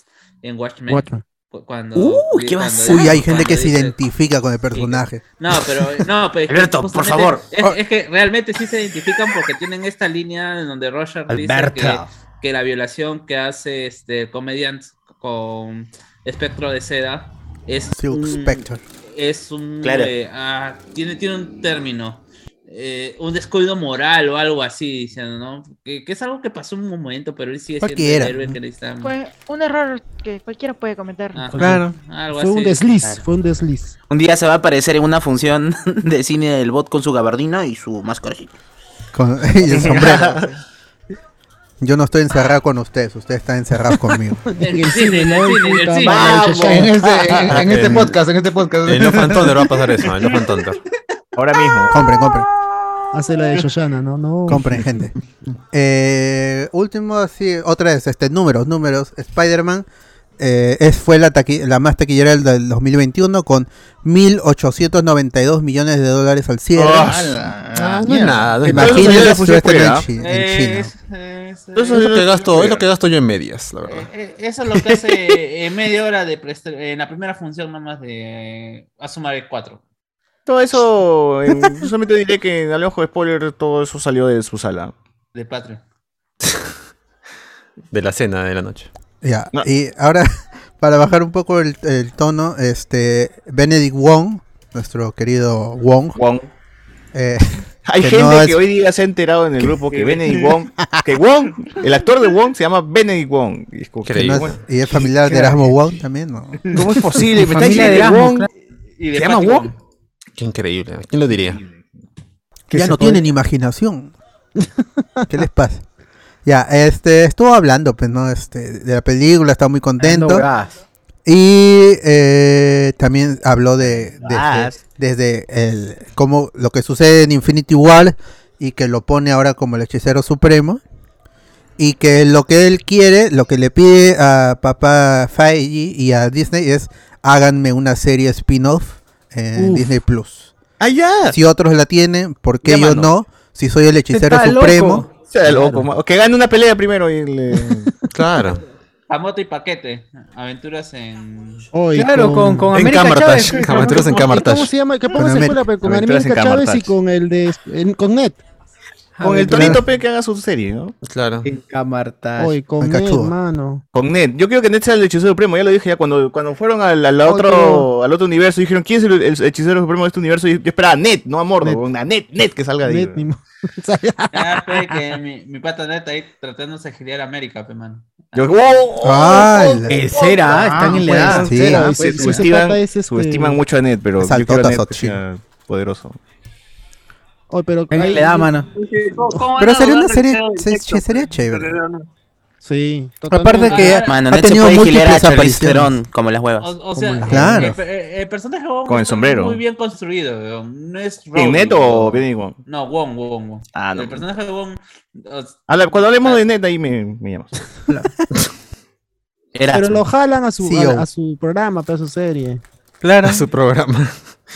[SPEAKER 5] en Watchmen.
[SPEAKER 2] Watchmen.
[SPEAKER 5] Cu- Cuando,
[SPEAKER 2] Uh,
[SPEAKER 5] di-
[SPEAKER 2] ¿qué va a
[SPEAKER 5] cuando
[SPEAKER 2] ser? Uy,
[SPEAKER 5] dice-
[SPEAKER 2] hay gente
[SPEAKER 5] cuando
[SPEAKER 2] que se
[SPEAKER 5] dice-
[SPEAKER 2] identifica con el personaje.
[SPEAKER 5] No, pero. No, pero es que
[SPEAKER 2] Alberto, por
[SPEAKER 5] justamente-
[SPEAKER 2] favor.
[SPEAKER 5] Es, es que realmente sí se identifican porque tienen esta línea en donde Roger dice
[SPEAKER 20] Alberto.
[SPEAKER 5] que, que la violación que hace este el comediante con espectro de seda es.
[SPEAKER 10] Mm.
[SPEAKER 2] Silk
[SPEAKER 5] un-
[SPEAKER 2] Spectre.
[SPEAKER 5] Es un.
[SPEAKER 2] Claro.
[SPEAKER 5] eh, ah, tiene, tiene un término. eh, un descuido moral o algo así, diciendo, ¿no? Que, que es algo que pasó en un momento, pero él sigue siendo el
[SPEAKER 2] Cualquiera.
[SPEAKER 5] héroe que necesitamos.
[SPEAKER 15] Fue un error que cualquiera puede cometer.
[SPEAKER 5] Claro. Algo
[SPEAKER 14] Fue un
[SPEAKER 5] así.
[SPEAKER 14] desliz,
[SPEAKER 5] Claro.
[SPEAKER 14] fue un desliz.
[SPEAKER 9] Un día se va a aparecer en una función de cine del bot con su gabardina y su máscara. así.
[SPEAKER 2] Con- y el sombrero. Yo no estoy encerrado con ustedes, ustedes están encerrados conmigo.
[SPEAKER 10] En el cine, en el cine, en el cine.
[SPEAKER 3] Vamos.
[SPEAKER 10] En este, en- en este
[SPEAKER 3] En-
[SPEAKER 10] podcast, en este podcast.
[SPEAKER 4] En Love and Thunder va a pasar eso, en Love and Thunder.
[SPEAKER 3] Ahora mismo.
[SPEAKER 2] Compren, compren.
[SPEAKER 14] Hace la de Shoshana, no, no.
[SPEAKER 2] Compren, gente. Eh, último, así, otra vez, este, números, números. Spider-Man eh, es, fue la, taqui- la más taquillera del, del 2021 con 1.892 millones de dólares al cierre.
[SPEAKER 10] Oh.
[SPEAKER 3] Ah,
[SPEAKER 4] Ah, no es nada. no es nada.
[SPEAKER 2] Imagínense si
[SPEAKER 4] Eso
[SPEAKER 2] hubiera este estado en
[SPEAKER 4] fuera.
[SPEAKER 2] chi- en China.
[SPEAKER 4] Eso es lo que gasto, es lo que gasto yo en medias, la verdad.
[SPEAKER 5] Eh, Eso es lo que hace eh, media hora de preste- en la primera función nomás de eh, a sumar el 4.
[SPEAKER 3] Todo eso, eh, yo solamente diré que al ojo de spoiler, todo eso salió de su sala.
[SPEAKER 5] De Patreon.
[SPEAKER 4] De la cena de la noche.
[SPEAKER 2] Ya,
[SPEAKER 4] No.
[SPEAKER 2] y ahora, para bajar un poco el, el tono, este Benedict Wong, nuestro querido Wong. eh,
[SPEAKER 3] Hay
[SPEAKER 2] que
[SPEAKER 3] gente
[SPEAKER 2] no
[SPEAKER 3] que
[SPEAKER 2] es-
[SPEAKER 3] hoy día se ha enterado en el grupo que Benedict Wong, que Wong, el actor de Wong se llama Benedict Wong. Y es como que,
[SPEAKER 2] que no es-
[SPEAKER 3] bueno,
[SPEAKER 2] y es familiar de Erasmo Wong también, ¿no?
[SPEAKER 3] ¿Cómo es posible? ¿Me está
[SPEAKER 2] Familia de
[SPEAKER 3] diciendo que
[SPEAKER 2] Erasmo,
[SPEAKER 3] Wong
[SPEAKER 2] claro.
[SPEAKER 3] se llama Wong?
[SPEAKER 4] Qué increíble. ¿Quién lo diría?
[SPEAKER 2] Que ya
[SPEAKER 4] se
[SPEAKER 2] no
[SPEAKER 4] puede-
[SPEAKER 2] tienen imaginación. ¿Qué les pasa? Ya, este, estuvo hablando, pues, ¿no? Este, de la película, está muy contento.
[SPEAKER 16] Hablando gas.
[SPEAKER 2] Y eh, también habló de, desde,
[SPEAKER 16] Gas.
[SPEAKER 2] desde el, cómo, lo que sucede en Infinity War y que lo pone ahora como el hechicero supremo. Y que lo que él quiere, lo que le pide a papá Feige y a Disney es háganme una serie spin-off en
[SPEAKER 3] Uf.
[SPEAKER 2] Disney Plus.
[SPEAKER 3] ¡Ah, ya!
[SPEAKER 2] Si otros la tienen, ¿por qué yo
[SPEAKER 3] Llámanos.
[SPEAKER 2] no? Si soy el hechicero
[SPEAKER 3] Está loco.
[SPEAKER 2] supremo.
[SPEAKER 3] Está loco, ma- Que gane una pelea primero y le...
[SPEAKER 4] Claro.
[SPEAKER 5] Jamote y paquete. Aventuras en.
[SPEAKER 14] Hoy
[SPEAKER 4] Claro, con- con En América Camartash, Chávez, con- Aventuras en Camartash.
[SPEAKER 14] ¿Cómo se llama? ¿Qué
[SPEAKER 4] Con
[SPEAKER 14] pongas en
[SPEAKER 4] América-
[SPEAKER 14] cola? Pero Con
[SPEAKER 4] Aventuras en
[SPEAKER 14] América Chávez y
[SPEAKER 4] Camartash.
[SPEAKER 14] con el de en- con Net.
[SPEAKER 3] Con el
[SPEAKER 14] Aventuras-
[SPEAKER 3] Torito P que haga su serie, ¿no?
[SPEAKER 4] Claro.
[SPEAKER 16] En Camartash.
[SPEAKER 14] Hoy con Net,
[SPEAKER 3] Cachudo.
[SPEAKER 14] mano.
[SPEAKER 3] Con Ned. Yo creo que Ned sea el hechicero supremo. Ya lo dije ya cuando, cuando fueron al, al otro, al otro universo. Dijeron, ¿quién es el, el hechicero supremo de este universo? Y yo esperaba a Ned, no a Mordo. weón, A Ned, Ned que salga de ahí.
[SPEAKER 14] Net,
[SPEAKER 3] weón.
[SPEAKER 14] ni mo-
[SPEAKER 5] Ah, pe, que mi, mi pata neta ahí tratándose de gilear América, pe, man.
[SPEAKER 3] Yo, "Oh, ¡wow!
[SPEAKER 2] Ah, el-
[SPEAKER 3] Eh,
[SPEAKER 2] será, están en la edad
[SPEAKER 3] pues,
[SPEAKER 2] será,
[SPEAKER 3] sí,
[SPEAKER 2] pues,
[SPEAKER 3] se
[SPEAKER 2] sí.
[SPEAKER 3] subestiman,
[SPEAKER 14] Ese pata es este-
[SPEAKER 3] subestiman mucho a Ned, pero yo
[SPEAKER 2] Saltó
[SPEAKER 3] quiero a Ned
[SPEAKER 2] Tazot,
[SPEAKER 3] que
[SPEAKER 2] sí.
[SPEAKER 3] sea poderoso.
[SPEAKER 14] Hoy, pero.
[SPEAKER 16] Venga, le da, mano.
[SPEAKER 2] Pero sería una serie, se- sería chévere.
[SPEAKER 14] Sí.
[SPEAKER 2] Aparte que
[SPEAKER 9] Mano,
[SPEAKER 2] ha
[SPEAKER 9] Necho
[SPEAKER 2] tenido
[SPEAKER 9] puede gilear a
[SPEAKER 2] múltiples
[SPEAKER 9] Charlize
[SPEAKER 2] apariciones.
[SPEAKER 9] Theron como las huevas.
[SPEAKER 5] O, o sea,
[SPEAKER 2] las
[SPEAKER 5] eh,
[SPEAKER 2] Claro.
[SPEAKER 5] el, pe- el personaje de Wong
[SPEAKER 3] Con el
[SPEAKER 5] está
[SPEAKER 3] sombrero.
[SPEAKER 5] Muy bien construido, weón. No es
[SPEAKER 3] ¿En Ned o Benedict Wong?
[SPEAKER 5] No, Wong, Wong, Wong.
[SPEAKER 3] Ah, no.
[SPEAKER 5] El personaje de Wong. o-
[SPEAKER 3] Habla- Cuando hablemos de Ned, ahí me, me llamas.
[SPEAKER 14] Pero lo jalan a su,
[SPEAKER 3] Sí,
[SPEAKER 14] a,
[SPEAKER 3] oh.
[SPEAKER 14] a su programa, pero a su serie.
[SPEAKER 4] Claro. su programa.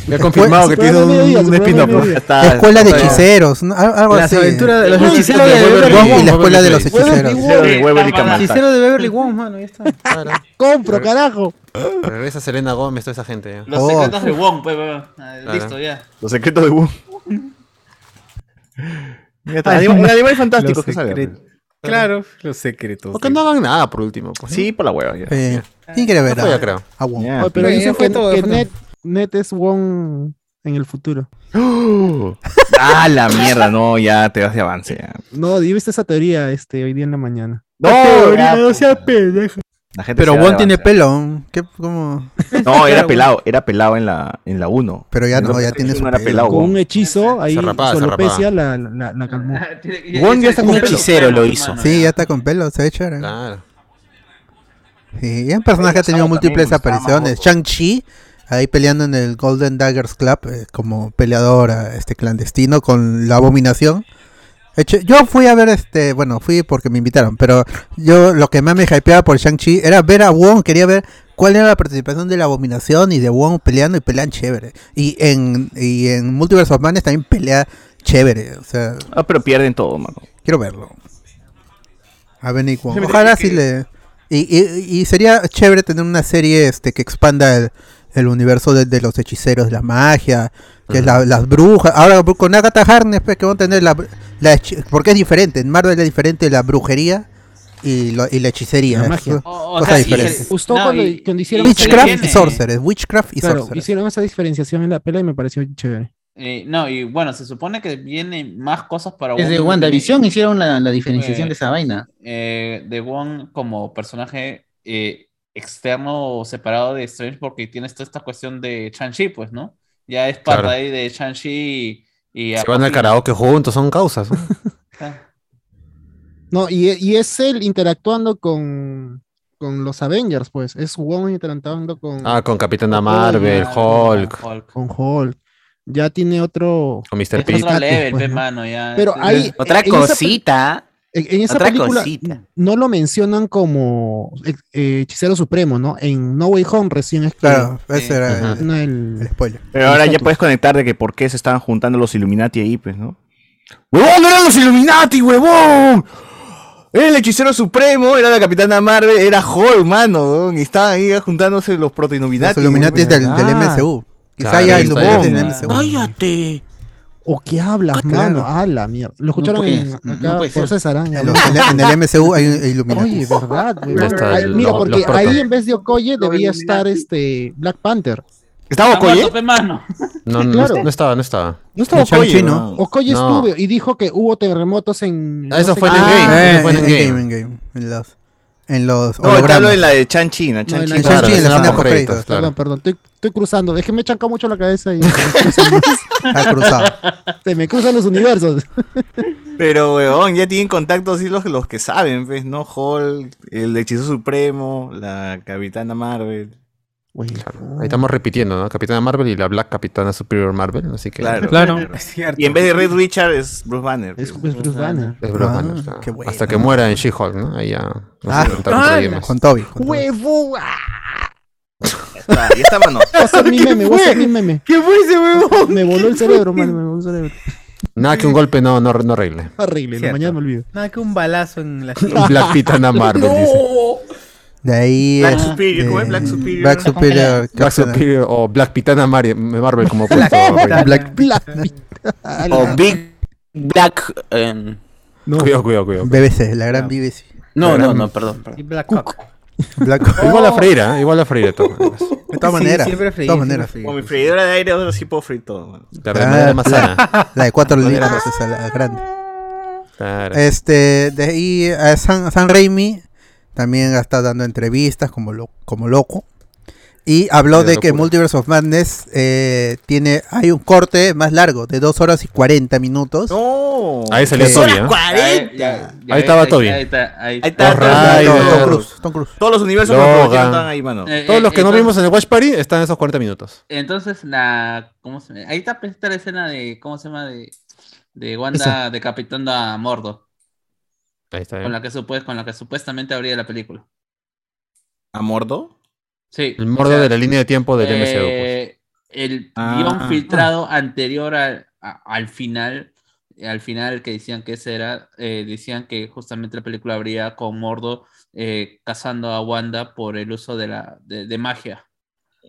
[SPEAKER 4] Me ha confirmado
[SPEAKER 14] Su
[SPEAKER 4] que tiene
[SPEAKER 14] programa de
[SPEAKER 4] un,
[SPEAKER 14] mediodía,
[SPEAKER 4] un
[SPEAKER 14] su programa de
[SPEAKER 4] spin-off.
[SPEAKER 14] mediodía.
[SPEAKER 4] Ya está,
[SPEAKER 2] escuela de
[SPEAKER 4] está bien.
[SPEAKER 2] hechiceros, ¿no? Al- algo
[SPEAKER 16] Las
[SPEAKER 2] así.
[SPEAKER 16] aventuras de los
[SPEAKER 2] Wong y
[SPEAKER 16] hechiceros de
[SPEAKER 2] la-
[SPEAKER 16] Beverly
[SPEAKER 2] Wong y la
[SPEAKER 16] Hills.
[SPEAKER 2] escuela de los hechiceros.
[SPEAKER 3] Hechicero de Waverly Camargo.
[SPEAKER 16] Hechicero de Beverly Wong, mano, ya está.
[SPEAKER 14] Compro, carajo.
[SPEAKER 4] Regresa Selena Gómez, toda esa gente. ¿eh? ya.
[SPEAKER 5] Los secretos de Wong, pe, pe, pe. Ah,
[SPEAKER 4] Claro.
[SPEAKER 5] Listo, ya.
[SPEAKER 3] Los secretos de Wu. Mira, está,
[SPEAKER 4] Ay,
[SPEAKER 3] anima-
[SPEAKER 4] los
[SPEAKER 3] el animal fantástico que pues. sale.
[SPEAKER 4] secretos.
[SPEAKER 16] Claro, los secretos.
[SPEAKER 4] Porque no hagan nada por último. Pues,
[SPEAKER 3] Sí, por la hueva. ya.
[SPEAKER 2] Eh, ¿Quién quiere ver?
[SPEAKER 4] No fue, ya creo.
[SPEAKER 2] A Wong.
[SPEAKER 3] Ya.
[SPEAKER 14] Hoy, pero
[SPEAKER 16] Pero ya
[SPEAKER 14] dicen
[SPEAKER 16] fue
[SPEAKER 14] que,
[SPEAKER 16] todo,
[SPEAKER 14] que
[SPEAKER 16] ya fue
[SPEAKER 14] Net, Net es Wong en el futuro.
[SPEAKER 3] Ah, la mierda, no, ya te vas de avance. ya.
[SPEAKER 14] No, yo viste esa teoría este, hoy día en la mañana.
[SPEAKER 2] No,
[SPEAKER 3] Oh, ya,
[SPEAKER 2] no seas pendejo.
[SPEAKER 3] La gente
[SPEAKER 2] Pero
[SPEAKER 3] se da
[SPEAKER 2] Won
[SPEAKER 3] la
[SPEAKER 2] tiene
[SPEAKER 3] base.
[SPEAKER 2] pelo. ¿Qué, cómo?
[SPEAKER 3] No, era pelado, era pelado en la, en la 1.
[SPEAKER 2] Pero ya
[SPEAKER 3] En
[SPEAKER 2] no,
[SPEAKER 3] la
[SPEAKER 2] ya
[SPEAKER 3] 1
[SPEAKER 2] tiene su
[SPEAKER 3] no era
[SPEAKER 2] pelo.
[SPEAKER 3] pelado.
[SPEAKER 14] Con
[SPEAKER 3] Wong.
[SPEAKER 14] un hechizo, ahí
[SPEAKER 3] Se rapaba, se
[SPEAKER 14] su alopecia
[SPEAKER 3] rapaba.
[SPEAKER 14] la, la, la calmó.
[SPEAKER 5] Wong ya está con Un pelo. hechicero lo hizo.
[SPEAKER 2] Sí, ya está con pelo, se ve chévere. Sí, y un personaje que ha tenido múltiples apariciones. Shang-Chi, ahí peleando en el Golden Daggers Club, eh, como peleador ah, este clandestino con la abominación. Hecho- Yo fui a ver este, bueno, fui porque me invitaron, pero yo lo que más me hypeaba por Shang-Chi era ver a Wong, quería ver cuál era la participación de la abominación y de Wong peleando y pelean chévere. Y en, y en Multiverse of Madness también pelea chévere, o sea,
[SPEAKER 3] Ah, pero pierden todo, mano.
[SPEAKER 2] quiero verlo. A Benny Wong.
[SPEAKER 3] Se me
[SPEAKER 2] Ojalá
[SPEAKER 3] dice
[SPEAKER 2] sí le. Y, y- y sería chévere tener una serie este que expanda el, el universo de, de los hechiceros, la magia, que es la- las brujas. Ahora con Agatha Harness, pues, que van a tener la, la hechi- porque es diferente. En Marvel es diferente la brujería y, lo- y la hechicería.
[SPEAKER 14] La
[SPEAKER 2] es
[SPEAKER 14] magia.
[SPEAKER 2] cosa
[SPEAKER 14] O- o sea, sí,
[SPEAKER 2] diferente.
[SPEAKER 14] justo No, cuando- y- cuando hicieron- se le
[SPEAKER 2] Witchcraft y
[SPEAKER 14] viene.
[SPEAKER 2] Sorcerer. Witchcraft y
[SPEAKER 14] Claro,
[SPEAKER 2] Sorcerer.
[SPEAKER 14] hicieron esa diferenciación en la pelea y me pareció chévere.
[SPEAKER 5] Eh, no, y bueno, se supone que vienen más cosas para
[SPEAKER 10] Desde
[SPEAKER 5] Wong.
[SPEAKER 10] WandaVision hicieron la, la diferenciación
[SPEAKER 5] Eh,
[SPEAKER 10] de esa vaina.
[SPEAKER 5] eh, de Wong como personaje eh, externo o separado de Strange porque tienes toda esta cuestión de Shang-Chi, pues, ¿no? Ya es parte
[SPEAKER 4] Claro.
[SPEAKER 5] ahí de Shang-Chi y, y Ah,
[SPEAKER 4] Se van al karaoke juntos, son causas. ¿no?
[SPEAKER 14] No, y, y es él interactuando con, con los Avengers, pues. Es Wong interactuando con,
[SPEAKER 4] Ah, con Capitana Marvel, Hulk,
[SPEAKER 14] con Hulk. Ya tiene otro.
[SPEAKER 4] con Mr.
[SPEAKER 5] Es
[SPEAKER 4] P.
[SPEAKER 5] otro level,
[SPEAKER 14] pues,
[SPEAKER 5] pe,
[SPEAKER 14] ¿no?
[SPEAKER 5] mano, ya.
[SPEAKER 14] Pero
[SPEAKER 5] Sí.
[SPEAKER 14] ahí.
[SPEAKER 9] Otra
[SPEAKER 14] en esa pel-
[SPEAKER 9] cosita.
[SPEAKER 14] En, en esa
[SPEAKER 9] Otra
[SPEAKER 14] película
[SPEAKER 9] cosita.
[SPEAKER 14] no lo mencionan como eh, eh, hechicero supremo, ¿no? En No Way Home recién es que-
[SPEAKER 2] Claro, ese era
[SPEAKER 14] Ajá.
[SPEAKER 2] el-
[SPEAKER 14] No, el-
[SPEAKER 2] spoiler.
[SPEAKER 3] Pero ahora ya
[SPEAKER 14] Exacto.
[SPEAKER 3] puedes conectar de que por qué se estaban juntando los Illuminati ahí, pues, ¿no?
[SPEAKER 20] ¡Huevón, no eran los Illuminati, huevón! Era el hechicero supremo, era la capitana Marvel, era Hulk, mano, huevón, y estaban ahí juntándose los proto-Illuminati.
[SPEAKER 2] Los Illuminati del, del
[SPEAKER 3] Ah.
[SPEAKER 2] MCU. Quizá
[SPEAKER 20] Claro,
[SPEAKER 2] haya
[SPEAKER 20] ahí está,
[SPEAKER 2] Illuminati
[SPEAKER 20] ahí
[SPEAKER 2] en el
[SPEAKER 20] está.
[SPEAKER 2] MCU.
[SPEAKER 9] ¡Cállate!
[SPEAKER 14] ¿O qué hablas, mano? A la mierda. Lo escucharon en,
[SPEAKER 2] Ah, puede-
[SPEAKER 14] acá
[SPEAKER 2] no puede
[SPEAKER 14] por
[SPEAKER 2] ser.
[SPEAKER 14] César Aña,
[SPEAKER 2] En,
[SPEAKER 14] ¿no?
[SPEAKER 2] los- en el MCU hay Illuminati.
[SPEAKER 14] Oye, verdad, güey.
[SPEAKER 2] Ya está
[SPEAKER 14] Ay,
[SPEAKER 2] el-
[SPEAKER 14] Mira,
[SPEAKER 2] lo-
[SPEAKER 14] porque
[SPEAKER 2] los proto.
[SPEAKER 14] ahí en vez de Okoye debía estar este Black Panther.
[SPEAKER 3] ¿Estaba
[SPEAKER 4] ¿eh?
[SPEAKER 5] Está muerto, pe, mano.
[SPEAKER 4] No, no,
[SPEAKER 14] Claro.
[SPEAKER 4] no estaba, no estaba.
[SPEAKER 14] No estaba
[SPEAKER 4] Shang-Chi,
[SPEAKER 14] Okoye,
[SPEAKER 4] ¿no?
[SPEAKER 14] Okoye
[SPEAKER 4] No.
[SPEAKER 14] estuvo y dijo que hubo terremotos en.
[SPEAKER 4] Ah, eso
[SPEAKER 14] sé
[SPEAKER 4] fue en
[SPEAKER 14] qué-
[SPEAKER 4] Endgame,
[SPEAKER 14] Ah,
[SPEAKER 4] eso
[SPEAKER 2] Eh,
[SPEAKER 4] fue en
[SPEAKER 2] en
[SPEAKER 4] Endgame.
[SPEAKER 2] Endgame, Endgame, En los, en los
[SPEAKER 3] No, te hablo
[SPEAKER 2] hologramas.
[SPEAKER 3] de la de Chan-Chi, la
[SPEAKER 14] No, en
[SPEAKER 3] Chan-Chi.
[SPEAKER 14] la
[SPEAKER 2] En
[SPEAKER 14] Claro,
[SPEAKER 2] Shang-Chi, en la
[SPEAKER 14] escena
[SPEAKER 2] escena
[SPEAKER 14] post
[SPEAKER 2] post créditos,
[SPEAKER 14] Perdón,
[SPEAKER 2] claro.
[SPEAKER 14] perdón, estoy, estoy cruzando. Es que me echan mucho la cabeza y.
[SPEAKER 2] Ha cruzado.
[SPEAKER 14] Se me cruzan los universos.
[SPEAKER 3] Pero, weón, ya tienen contactos así los, los que saben, pues, ¿no? Hulk, el hechizo supremo, la capitana Marvel.
[SPEAKER 4] Ahí estamos repitiendo, ¿no? Capitana Marvel y la Black Capitana Superior Marvel, así que...
[SPEAKER 3] Claro.
[SPEAKER 4] cierto.
[SPEAKER 3] Y en vez de Red Richard es Bruce Banner. pues. Es,
[SPEAKER 14] Bruce Banner.
[SPEAKER 4] Es Bruce
[SPEAKER 2] Ah,
[SPEAKER 4] Banner, está.
[SPEAKER 2] qué bueno.
[SPEAKER 4] Hasta que muera en She-Hulk, ¿no? Ahí ya... No
[SPEAKER 2] Ah,
[SPEAKER 4] se intentaron
[SPEAKER 2] ah,
[SPEAKER 4] seguir más.
[SPEAKER 2] con Toby.
[SPEAKER 14] ¡Huevo!
[SPEAKER 3] Está, y está, mano.
[SPEAKER 14] Voy a hacer mi
[SPEAKER 20] ¿Qué
[SPEAKER 14] meme, voy a
[SPEAKER 20] fue?
[SPEAKER 14] hacer mi meme.
[SPEAKER 20] ¿Qué fue ese huevón?
[SPEAKER 14] Me voló el cerebro, mano, me voló el cerebro.
[SPEAKER 4] Nada que un golpe no, no, no arregle.
[SPEAKER 14] Horrible, la mañana me olvido.
[SPEAKER 16] Nada que un balazo en la
[SPEAKER 4] Black Pitana Marvel, dice.
[SPEAKER 2] De ahí.
[SPEAKER 3] Black
[SPEAKER 2] este,
[SPEAKER 3] Superior, ¿cómo es? Black Superior.
[SPEAKER 2] Black Superior.
[SPEAKER 4] Black Superior o Black Pitana Mari- Marvel, como puso.
[SPEAKER 2] Black-
[SPEAKER 4] Black-
[SPEAKER 9] O Big Black. em,
[SPEAKER 4] Cuidado, cuidado, cuidado.
[SPEAKER 2] BBC, la gran BBC.
[SPEAKER 9] No, no, no, perdón. perdón.
[SPEAKER 16] Y Black Cook.
[SPEAKER 2] Black
[SPEAKER 4] Igual a Freira, ¿eh? igual a Freira. todo.
[SPEAKER 2] De todas
[SPEAKER 16] Sí,
[SPEAKER 2] maneras.
[SPEAKER 16] siempre
[SPEAKER 2] De
[SPEAKER 16] freír,
[SPEAKER 2] todas
[SPEAKER 16] siempre
[SPEAKER 2] maneras.
[SPEAKER 3] Con mi freidora de aire, ahora pues, sí puedo freír todo, mano.
[SPEAKER 4] La de madera más sana.
[SPEAKER 2] la, la de cuatro
[SPEAKER 4] La madera
[SPEAKER 2] libras,
[SPEAKER 4] más-
[SPEAKER 2] esa la grande.
[SPEAKER 4] Claro.
[SPEAKER 2] Este, de ahí a San, San Raimi también está dando entrevistas como, lo- como loco. Y habló
[SPEAKER 4] De
[SPEAKER 2] de, que
[SPEAKER 4] locura.
[SPEAKER 2] Multiverse of Madness eh, tiene, hay un corte más largo de 2 horas y 40 minutos.
[SPEAKER 3] ¡No!
[SPEAKER 4] Ahí salió
[SPEAKER 2] Eh,
[SPEAKER 4] Toby, ¿eh?
[SPEAKER 5] Ahí, ya, ya,
[SPEAKER 4] Ahí estaba
[SPEAKER 5] ahí-
[SPEAKER 4] Toby.
[SPEAKER 5] Ahí está, ahí
[SPEAKER 3] Ahí está,
[SPEAKER 5] está.
[SPEAKER 4] Los
[SPEAKER 3] Tom-
[SPEAKER 4] Raiders.
[SPEAKER 2] Tom Cruise, Tom Cruise.
[SPEAKER 3] Todos los universos que
[SPEAKER 4] Logan.
[SPEAKER 3] nos prometieron estaban ahí, mano.
[SPEAKER 5] Eh,
[SPEAKER 4] Todos los que no
[SPEAKER 5] entonces-
[SPEAKER 4] vimos en el Watch Party están en esos 40 minutos.
[SPEAKER 5] Entonces, la. ¿Cómo se llama? Ahí está, pues, está la escena de. ¿Cómo se llama? De, de Wanda
[SPEAKER 14] Esa.
[SPEAKER 5] decapitando a Mordo.
[SPEAKER 4] Ahí está. ¿eh?
[SPEAKER 5] Con la, que supu- con la que supuestamente habría la película.
[SPEAKER 3] ¿A Mordo?
[SPEAKER 5] Sí.
[SPEAKER 4] El mordo de la línea de tiempo del MCU. pues.
[SPEAKER 5] Eh, El
[SPEAKER 3] Ah.
[SPEAKER 5] guión filtrado anterior al, a- al final, al final que decían que ese era, eh, decían que justamente la película habría con Mordo eh, cazando a Wanda por el uso de la de, de magia.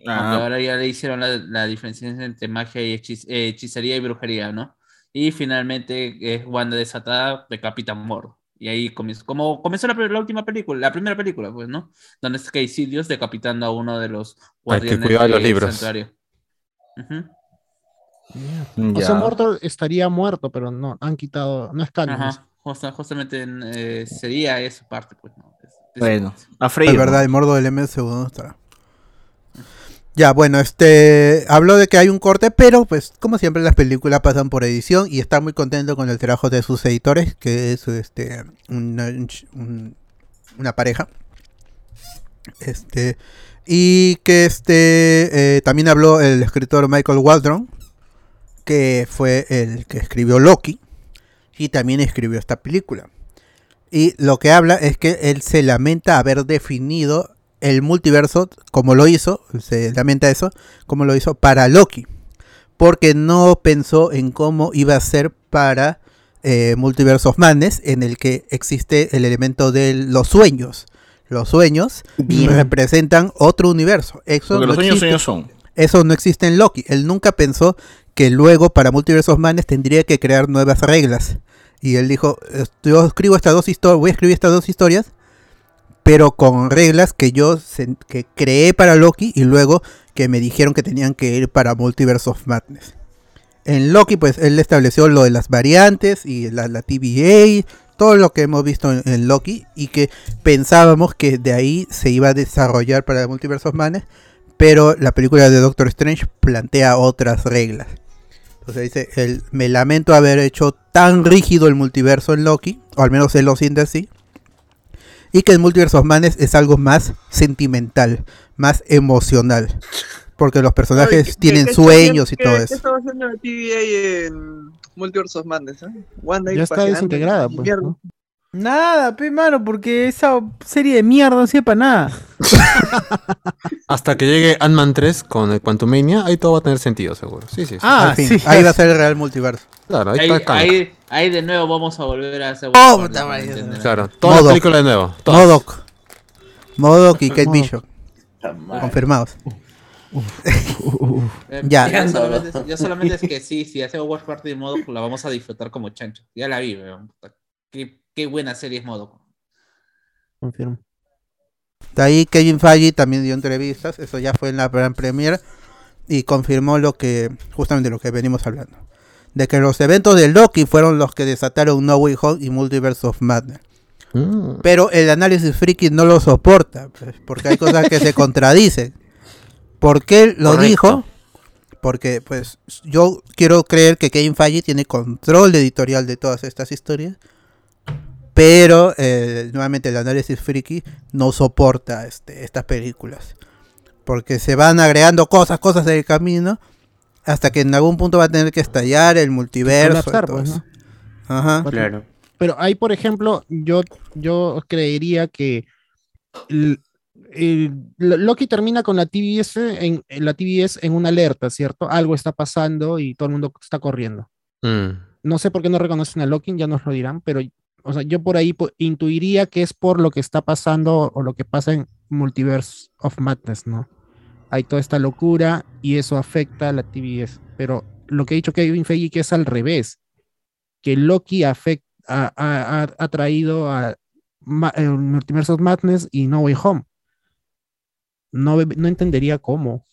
[SPEAKER 3] Ah,
[SPEAKER 5] Aunque ahora ya le hicieron la, la diferenciación entre magia y hechiz- eh, hechicería y brujería, ¿no? Y finalmente es Wanda desatada de Capitán Mordo. Y ahí comenzó, como comenzó la, pe- la última película, la primera película, pues, ¿no? Donde es Caecilius decapitando a uno de los
[SPEAKER 4] Al que cuidaba los
[SPEAKER 5] del
[SPEAKER 4] libros.
[SPEAKER 5] santuario. Ujú.
[SPEAKER 14] O
[SPEAKER 5] Ya.
[SPEAKER 14] sea, Mortal estaría muerto, pero no, han quitado, no es canon.
[SPEAKER 10] pues.
[SPEAKER 5] Ajá, justa- justamente en, eh, sería esa parte, pues no. Es- es-
[SPEAKER 2] Es verdad, el mordo del MCU no estará. Ya, bueno, este habló de que hay un corte, pero pues como siempre las películas pasan por edición y está muy contento con el trabajo de sus editores, que es este una, un ch- un- una pareja. Este y que este eh, también habló el escritor Michael Waldron, que fue el que escribió Loki y también escribió esta película. Y lo que habla es que él se lamenta haber definido el multiverso como lo hizo, se lamenta eso, como lo hizo para Loki. Porque no pensó en cómo iba a ser para eh, Multiverse of Madness, en el que existe el elemento de los sueños. Los sueños representan otro universo. Eso
[SPEAKER 3] Porque los sueños,
[SPEAKER 2] existe.
[SPEAKER 3] sueños son.
[SPEAKER 2] Eso no existe en Loki. Él nunca pensó que luego para Multiverse of Madness tendría que crear nuevas reglas. Y él dijo, "Es- yo escribo estas dos historias, voy a escribir estas dos historias, pero con reglas que yo sen- que creé para Loki y luego que me dijeron que tenían que ir para Multiverse of Madness. En Loki, pues él estableció lo de las variantes y la, la TVA, todo lo que hemos visto en, en Loki y que pensábamos que de ahí se iba a desarrollar para Multiverse of Madness, pero la película de Doctor Strange plantea otras reglas. Entonces dice, él, me lamento haber hecho tan rígido el multiverso en Loki, o al menos él lo siente así, y que el multiverso of Madness es algo más sentimental, más emocional, porque los personajes
[SPEAKER 12] Oye, ¿qué-
[SPEAKER 2] tienen
[SPEAKER 12] qué- qué-
[SPEAKER 2] sueños y
[SPEAKER 12] qué-
[SPEAKER 2] todo
[SPEAKER 12] qué
[SPEAKER 2] eso.
[SPEAKER 12] estaba haciendo la TVA en Multiverse of Madness, eh? Wanda ahí
[SPEAKER 14] Ya está
[SPEAKER 12] paseando,
[SPEAKER 14] desintegrada, pues.
[SPEAKER 12] mierda.
[SPEAKER 14] ¿no?
[SPEAKER 16] Nada, pe, mano, porque esa serie de mierda no sirve para nada.
[SPEAKER 4] Hasta que llegue Ant-Man 3 con el Quantumania, ahí todo va a tener sentido, seguro. Sí, Ah, sí. sí.
[SPEAKER 16] Ah,
[SPEAKER 2] Al fin, ahí va a ser el real multiverso.
[SPEAKER 4] Claro, ahí
[SPEAKER 5] Ahí,
[SPEAKER 4] está Kang.
[SPEAKER 5] ahí- ahí de nuevo vamos a volver a hacer.
[SPEAKER 2] Oh,
[SPEAKER 5] puta
[SPEAKER 4] Claro, toda
[SPEAKER 2] Modoc.
[SPEAKER 4] la película de nuevo. todas.
[SPEAKER 2] Modoc. Modoc y Kate
[SPEAKER 4] Modoc.
[SPEAKER 2] Bishop. Confirmados.
[SPEAKER 5] Eh, ya.
[SPEAKER 2] ya.
[SPEAKER 5] solamente, ya solamente es que sí, si hacemos Watch Party de Modoc, la vamos a disfrutar como chancho. Ya la vi, weón. Puta, Qué, qué buena serie es Modoc.
[SPEAKER 14] Confirmo.
[SPEAKER 2] De ahí Kevin Feige también dio entrevistas, eso ya fue en la gran premiere y confirmó lo que justamente lo que venimos hablando, de que los eventos de Loki fueron los que desataron No Way Home y Multiverse of Madness.
[SPEAKER 4] Mm,
[SPEAKER 2] Pero el análisis friki no lo soporta, pues, porque hay cosas que se contradicen. ¿Por qué lo
[SPEAKER 16] Correcto.
[SPEAKER 2] dijo? Porque pues yo quiero creer que Kevin Feige tiene control editorial de todas estas historias. Pero eh, nuevamente el análisis friki no soporta este, estas películas. Porque se van agregando cosas, cosas del camino. Hasta que en algún punto va a tener que estallar el multiverso. y
[SPEAKER 14] colapsar,
[SPEAKER 2] todo
[SPEAKER 14] pues,
[SPEAKER 2] eso. Ajá.
[SPEAKER 14] Claro. Pero ahí, por ejemplo, yo, yo creería que el- el- lo- Loki termina con la TBS en, en la TBS en una alerta, ¿cierto? Algo está pasando y todo el mundo está corriendo.
[SPEAKER 4] Mm.
[SPEAKER 14] No sé por qué no reconocen a Loki, ya nos lo dirán, pero o sea, yo por ahí po- intuiría que es por lo que está pasando o lo que pasa en Multiverse of Madness, ¿no? Hay toda esta locura y eso afecta a la TBS. Pero lo que ha dicho Kevin Feige que es al revés, que Loki afecta, ha, ha- ha- ha traído a Ma- el Multiverse of Madness y No Way Home. No, ve- no entendería cómo.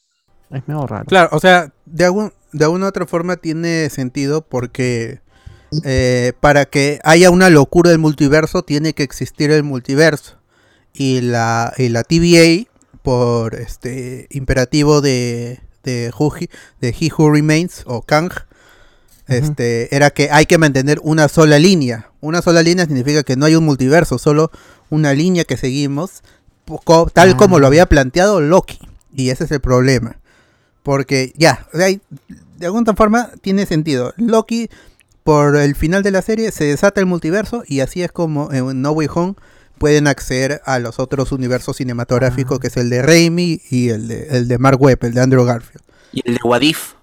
[SPEAKER 14] Es medio raro.
[SPEAKER 2] Claro, o sea, de, algún, de alguna u otra forma tiene sentido porque eh, para que haya una locura del multiverso tiene que existir el multiverso. Y la, y la TVA, por este imperativo de, de, Who He- de He Who Remains o Kang, este, era que hay que mantener una sola línea. Una sola línea significa que no hay un multiverso, solo una línea que seguimos, po- co- tal como lo había planteado Loki. Y ese es el problema. Porque ya, o sea, hay- de alguna forma tiene sentido. Loki, por el final de la serie, se desata el multiverso y así es como en No Way Home pueden acceder a los otros universos cinematográficos, que es el de Raimi y el de, el de Mark Webb, el de Andrew Garfield.
[SPEAKER 9] Y el de Wadif.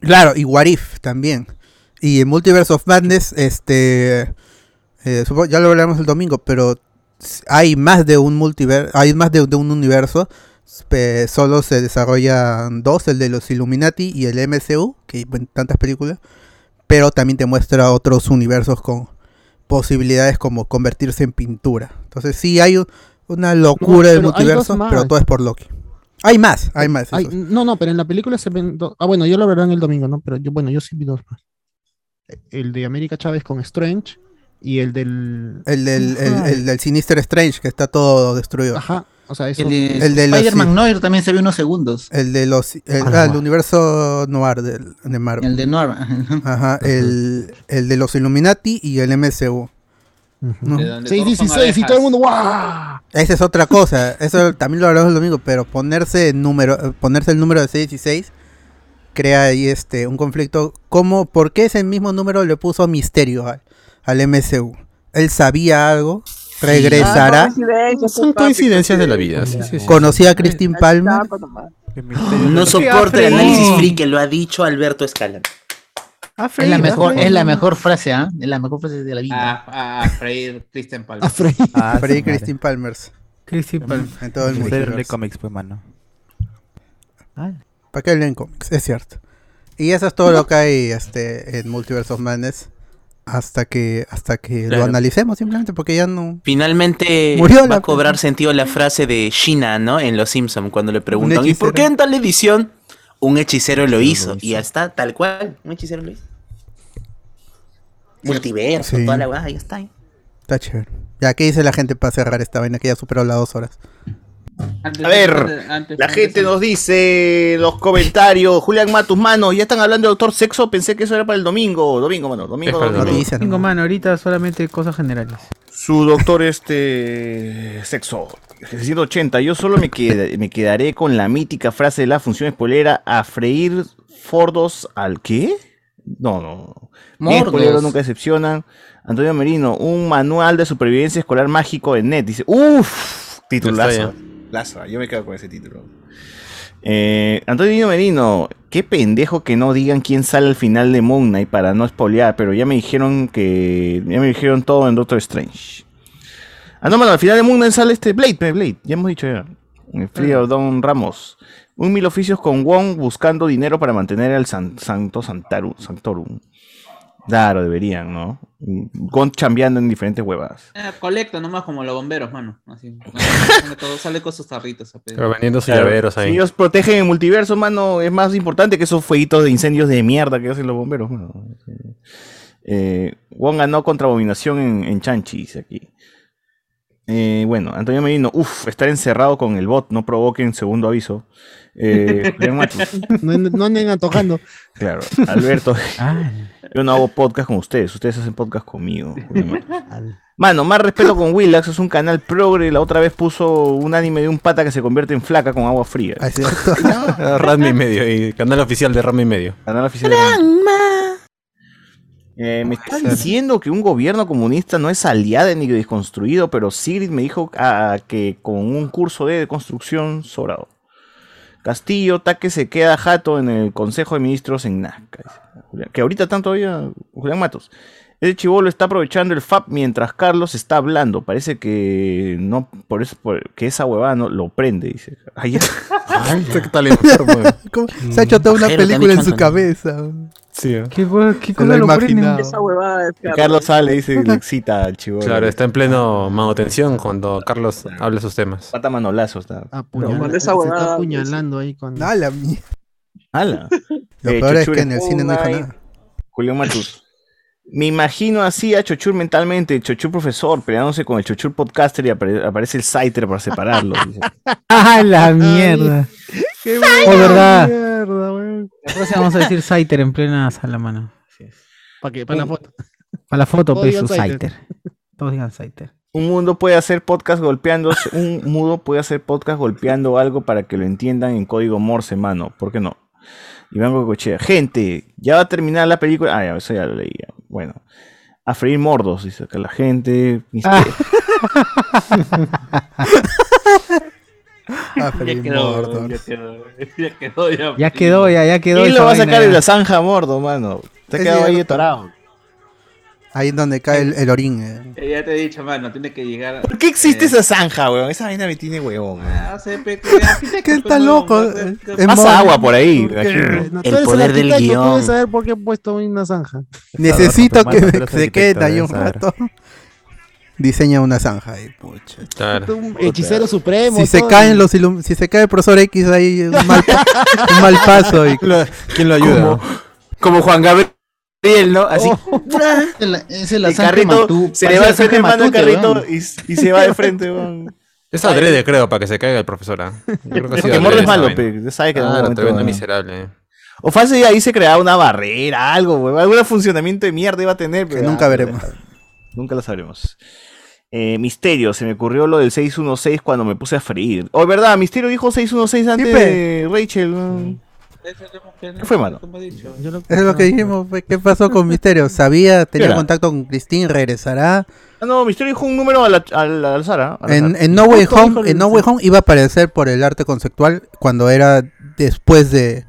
[SPEAKER 2] Claro, y What If también. Y en Multiverse of Madness, este. eh, supo- ya lo hablaremos el domingo, pero s- hay más de un multiverso, hay más de, de un universo. pe- solo se desarrollan dos, el de los Illuminati y el MCU, que hay en tantas películas. Pero también te muestra otros universos con posibilidades como convertirse en pintura. Entonces sí hay u- una locura del
[SPEAKER 14] pero hay dos
[SPEAKER 2] multiverso,
[SPEAKER 14] más.
[SPEAKER 2] pero todo es por Loki. Hay más, hay más.
[SPEAKER 14] Eh, Ay, no, no, pero en la película se ven. do- Ah, bueno, yo lo veré en el domingo, ¿no? Pero yo, bueno, yo sí vi dos más. El de América Chávez con Strange y el del.
[SPEAKER 2] El del, el,
[SPEAKER 14] Ajá.
[SPEAKER 2] el del Sinister Strange que está todo destruido.
[SPEAKER 14] Ajá. O sea, eso-
[SPEAKER 2] El
[SPEAKER 10] El
[SPEAKER 2] de,
[SPEAKER 10] de
[SPEAKER 2] los-
[SPEAKER 10] Spider-Man Noir también se ve unos segundos.
[SPEAKER 2] El de los. el-
[SPEAKER 10] Ah, no,
[SPEAKER 2] ah, el
[SPEAKER 10] ah.
[SPEAKER 2] universo noir del- de Marvel.
[SPEAKER 10] El de Noir.
[SPEAKER 2] Ajá. El, el de los Illuminati y el MCU. ¿no? Ah,
[SPEAKER 10] De donde
[SPEAKER 14] 616 y todo el mundo. ¡guau!
[SPEAKER 2] Esa es otra cosa. Eso también lo hablamos el domingo, pero ponerse el número, eh, ponerse el número de 616 crea ahí este un conflicto. ¿Cómo, ¿Por qué ese mismo número le puso misterio al, al MCU? Él sabía algo, regresará.
[SPEAKER 4] Son coincidencias de la vida. Sí, sí, sí.
[SPEAKER 2] Conocía a Christine Palmer.
[SPEAKER 9] No soporto el análisis free que lo ha dicho Alberto Escala.
[SPEAKER 10] Es la mejor, es la mejor frase, ¿ah? Es la mejor frase de la vida.
[SPEAKER 14] Ah,
[SPEAKER 5] A, a freír Ah, Kristen Palmer.
[SPEAKER 10] A freír.
[SPEAKER 2] Ah, Freddy
[SPEAKER 10] su madre.
[SPEAKER 2] Christine Palmers.
[SPEAKER 21] Christine Palmer.
[SPEAKER 2] En todo el
[SPEAKER 21] Freddy
[SPEAKER 2] mundo.
[SPEAKER 21] de
[SPEAKER 2] cómics, pues,
[SPEAKER 21] mano.
[SPEAKER 2] ¿Para qué leen cómics? Es cierto. Y eso es todo lo que hay este, en Multiverse of Madness. Hasta que, hasta que
[SPEAKER 9] Claro.
[SPEAKER 2] lo analicemos simplemente porque ya no.
[SPEAKER 9] Finalmente
[SPEAKER 2] Murió
[SPEAKER 9] va
[SPEAKER 2] la-
[SPEAKER 9] a cobrar sentido la frase de Sheena, ¿no? En Los Simpson cuando le preguntan, ¿y
[SPEAKER 2] hechicero.
[SPEAKER 9] por qué en tal edición un hechicero lo hizo? Y ya está, tal cual, un hechicero lo hizo. Multiverso,
[SPEAKER 2] Sí.
[SPEAKER 9] toda la weá, ahí está. ahí.
[SPEAKER 2] Está chévere. Ya, ¿qué dice la gente para cerrar esta vaina que ya superó las dos horas?
[SPEAKER 5] Antes-
[SPEAKER 3] A ver,
[SPEAKER 5] antes- antes-
[SPEAKER 3] la gente nos dice los comentarios. Julián Matus, mano, ya están hablando de doctor sexo. Pensé que eso era para el domingo. Domingo, mano, domingo, domingo.
[SPEAKER 21] Tengo mano, ahorita solamente cosas generales.
[SPEAKER 3] Su doctor, este. Sexo. 680. Yo solo me, qued- me quedaré con la mítica frase de la función espolera: a freír fordos al qué? No, no. Bien
[SPEAKER 10] Mordos.
[SPEAKER 3] espoleros nunca decepcionan. Antonio Merino, un manual de supervivencia escolar mágico en net. Dice: uff,
[SPEAKER 22] Está
[SPEAKER 3] titulazo. Laza, yo me quedo con ese título. Eh, Antonio Merino, qué pendejo que no digan quién sale al final de Moon Knight para no spoilear, pero ya me dijeron que. Ya me dijeron todo en Doctor Strange. Ah, no, mano, al final de Moon Knight sale este Blade, pe, Blade, ya hemos dicho ya. Eh, Frío Don Ramos. Un mil oficios con Wong buscando dinero para mantener al San- Santo Santaru- Sanctorum. Claro, deberían, ¿no? Y Wong chambeando en diferentes huevas.
[SPEAKER 5] Ah, colecta nomás como los bomberos, mano. Así. Sale todo- Sale con sus tarritos. a pedir.
[SPEAKER 4] Pero vendiendo sus
[SPEAKER 3] Claro.
[SPEAKER 4] llaveros ahí.
[SPEAKER 3] Si ellos protegen el multiverso, mano, es más importante que esos fueguitos de incendios de mierda que hacen los bomberos, mano. Eh, Wong ganó contra Abominación en, en Chanchi, dice aquí. Eh, bueno, Antonio Medino, uff, estar encerrado con el bot, no provoquen segundo aviso. Eh, Julián Matos,
[SPEAKER 14] No, no anden antojando.
[SPEAKER 3] claro, Alberto, yo no hago podcast con ustedes, ustedes hacen podcast conmigo. Julián Matos. Mano, más respeto con Willax, es un canal progre. La otra vez puso un anime de un pata que se convierte en flaca con agua fría.
[SPEAKER 2] Ah,
[SPEAKER 4] Ranma y medio, y canal oficial de Ranma y medio.
[SPEAKER 3] Canal oficial de Eh, me está diciendo que un gobierno comunista no es aliado ni desconstruido, pero Sigrid me dijo ah, que con un curso de construcción sobrado. Castillo, Taque se queda jato en el Consejo de Ministros en Nazca. dice Julián. Que ahorita tanto todavía Julián Matos. El chivolo está aprovechando el FAP mientras Carlos está hablando. Parece que no, por eso, por- que esa huevada no, lo prende, dice. Ay, ya.
[SPEAKER 2] ¿Cómo? Se
[SPEAKER 5] Mm.
[SPEAKER 2] ha hecho toda una
[SPEAKER 3] Pajero,
[SPEAKER 2] película
[SPEAKER 3] también
[SPEAKER 2] en su
[SPEAKER 3] chantan.
[SPEAKER 2] cabeza.
[SPEAKER 4] Sí.
[SPEAKER 21] ¿Qué, hue- qué
[SPEAKER 2] lo
[SPEAKER 21] cosa lo prende?
[SPEAKER 2] imaginaba.
[SPEAKER 21] weón?
[SPEAKER 23] Esa huevada es Carlos.
[SPEAKER 3] Carlos sale, dice, le excita al chivolo.
[SPEAKER 4] Claro, está en pleno manutención cuando Carlos habla sus temas.
[SPEAKER 3] Pata manolazo está.
[SPEAKER 14] Puñal-
[SPEAKER 23] manda esa
[SPEAKER 14] se
[SPEAKER 23] huevada,
[SPEAKER 12] pues.
[SPEAKER 14] está apuñalando ahí con.
[SPEAKER 2] Ah, la mierda.
[SPEAKER 3] Ala.
[SPEAKER 2] Lo
[SPEAKER 3] Eh,
[SPEAKER 2] peor es
[SPEAKER 3] Chochur
[SPEAKER 2] que en el cine no
[SPEAKER 5] Oh,
[SPEAKER 2] dijo
[SPEAKER 3] Fortnite.
[SPEAKER 2] nada.
[SPEAKER 3] Julián Matus. Me imagino así a Chochur mentalmente, Chochur profesor, peleándose con el Chochur podcaster y apare- aparece el Saiter para separarlo. dice.
[SPEAKER 21] ¡Ah, la mierda!
[SPEAKER 14] ¡Qué
[SPEAKER 21] Oh, verdad.
[SPEAKER 14] mierda, weón!
[SPEAKER 21] La próxima vamos a decir Saiter en plena sala, mano.
[SPEAKER 14] ¿Para qué? Para la foto.
[SPEAKER 21] Para la foto,
[SPEAKER 14] Todos
[SPEAKER 21] pues,
[SPEAKER 14] digan
[SPEAKER 21] su
[SPEAKER 14] Saiter.
[SPEAKER 21] Saiter. Todos digan Saiter.
[SPEAKER 3] Un mundo puede hacer podcast golpeándose, un mudo puede hacer podcast golpeando algo para que lo entiendan en código Morse, mano. ¿Por qué no? Iván Gocochea. Gente, ya va a terminar la película. Ah, ya, eso ya lo leía. Bueno. A freír mordos, dice acá la gente. Misterio.
[SPEAKER 2] Ah,
[SPEAKER 5] Ya
[SPEAKER 2] feliz
[SPEAKER 5] quedó,
[SPEAKER 2] Mordor.
[SPEAKER 5] ya quedó. Ya quedó, ya.
[SPEAKER 21] Ya quedó, ya, ya quedó.
[SPEAKER 3] Y
[SPEAKER 21] esa
[SPEAKER 3] lo va a
[SPEAKER 21] vaina,
[SPEAKER 3] sacar
[SPEAKER 21] ya.
[SPEAKER 3] de la zanja, mordo, mano. Te ha
[SPEAKER 2] Es
[SPEAKER 3] quedado ahí
[SPEAKER 2] cierto.
[SPEAKER 3] atorado.
[SPEAKER 2] Ahí es donde cae el, el orín. eh.
[SPEAKER 5] Eh, Ya te he dicho, mano, tiene que llegar.
[SPEAKER 3] ¿Por qué existe esa zanja, weón? Esa vaina me tiene huevón.
[SPEAKER 5] Ah, se pe- que- ah, fíjate
[SPEAKER 2] ¿Qué
[SPEAKER 5] que
[SPEAKER 2] está
[SPEAKER 5] fue, no,
[SPEAKER 2] loco? eh.
[SPEAKER 5] no, no, no,
[SPEAKER 2] Es
[SPEAKER 5] no.
[SPEAKER 3] Pasa agua por ahí.
[SPEAKER 14] No, tú
[SPEAKER 3] El
[SPEAKER 14] eres
[SPEAKER 3] poder del
[SPEAKER 14] arquitecto, tú
[SPEAKER 3] guión.
[SPEAKER 14] debes saber por qué he puesto una zanja.
[SPEAKER 2] Necesito
[SPEAKER 3] Adorno,
[SPEAKER 2] que
[SPEAKER 3] pero mano, tú eres
[SPEAKER 2] se quede
[SPEAKER 3] arquitecto,
[SPEAKER 2] ahí un
[SPEAKER 3] debes saber.
[SPEAKER 2] rato. diseña una zanja ahí, pucha.
[SPEAKER 4] Claro.
[SPEAKER 14] Un hechicero supremo.
[SPEAKER 2] Si se
[SPEAKER 14] todo.
[SPEAKER 2] caen los ilum- si se cae el profesor X ahí un mal, pa- un mal paso y
[SPEAKER 4] ¿Quién lo
[SPEAKER 2] ayuda?
[SPEAKER 24] Como Juan Gabriel, ¿no? Así.
[SPEAKER 2] Oh.
[SPEAKER 10] Es el
[SPEAKER 3] El carrito se le va al frente, mano el carrito y, y se va de frente, weón.
[SPEAKER 4] Es adrede, creo, para que se caiga el profesor. ¿ah? Yo creo que ha
[SPEAKER 3] Es
[SPEAKER 4] sido
[SPEAKER 3] que Morro
[SPEAKER 4] adrede
[SPEAKER 3] es malo,
[SPEAKER 4] esa vaina.
[SPEAKER 3] pe, sabe que
[SPEAKER 2] Ah,
[SPEAKER 3] en algún
[SPEAKER 4] Claro,
[SPEAKER 3] momento
[SPEAKER 4] tremendo
[SPEAKER 3] va.
[SPEAKER 4] miserable.
[SPEAKER 3] O fácil ahí se creaba una barrera, algo, weón. Algún funcionamiento de mierda iba a tener, pero.
[SPEAKER 2] nunca
[SPEAKER 3] ah,
[SPEAKER 2] veremos.
[SPEAKER 3] Nunca lo sabremos. Eh, Misterio, se me ocurrió lo del 616 cuando me puse a freír. O verdad, Misterio dijo 616 antes
[SPEAKER 2] pe.
[SPEAKER 3] de Rachel. weón. ¿Qué fue, mano?
[SPEAKER 2] Es lo que dijimos, pues, ¿qué pasó con Misterio? Sabía, tenía
[SPEAKER 3] Era.
[SPEAKER 2] contacto con Cristín, regresará.
[SPEAKER 3] Ah, no, Misterio dijo un número a la, a la- al azar, ¿ah? Al
[SPEAKER 2] En,
[SPEAKER 3] azar.
[SPEAKER 2] en No Way
[SPEAKER 3] Justo dijo
[SPEAKER 2] Home,
[SPEAKER 3] el-
[SPEAKER 2] en No Way Home iba a aparecer por el arte conceptual cuando era después de,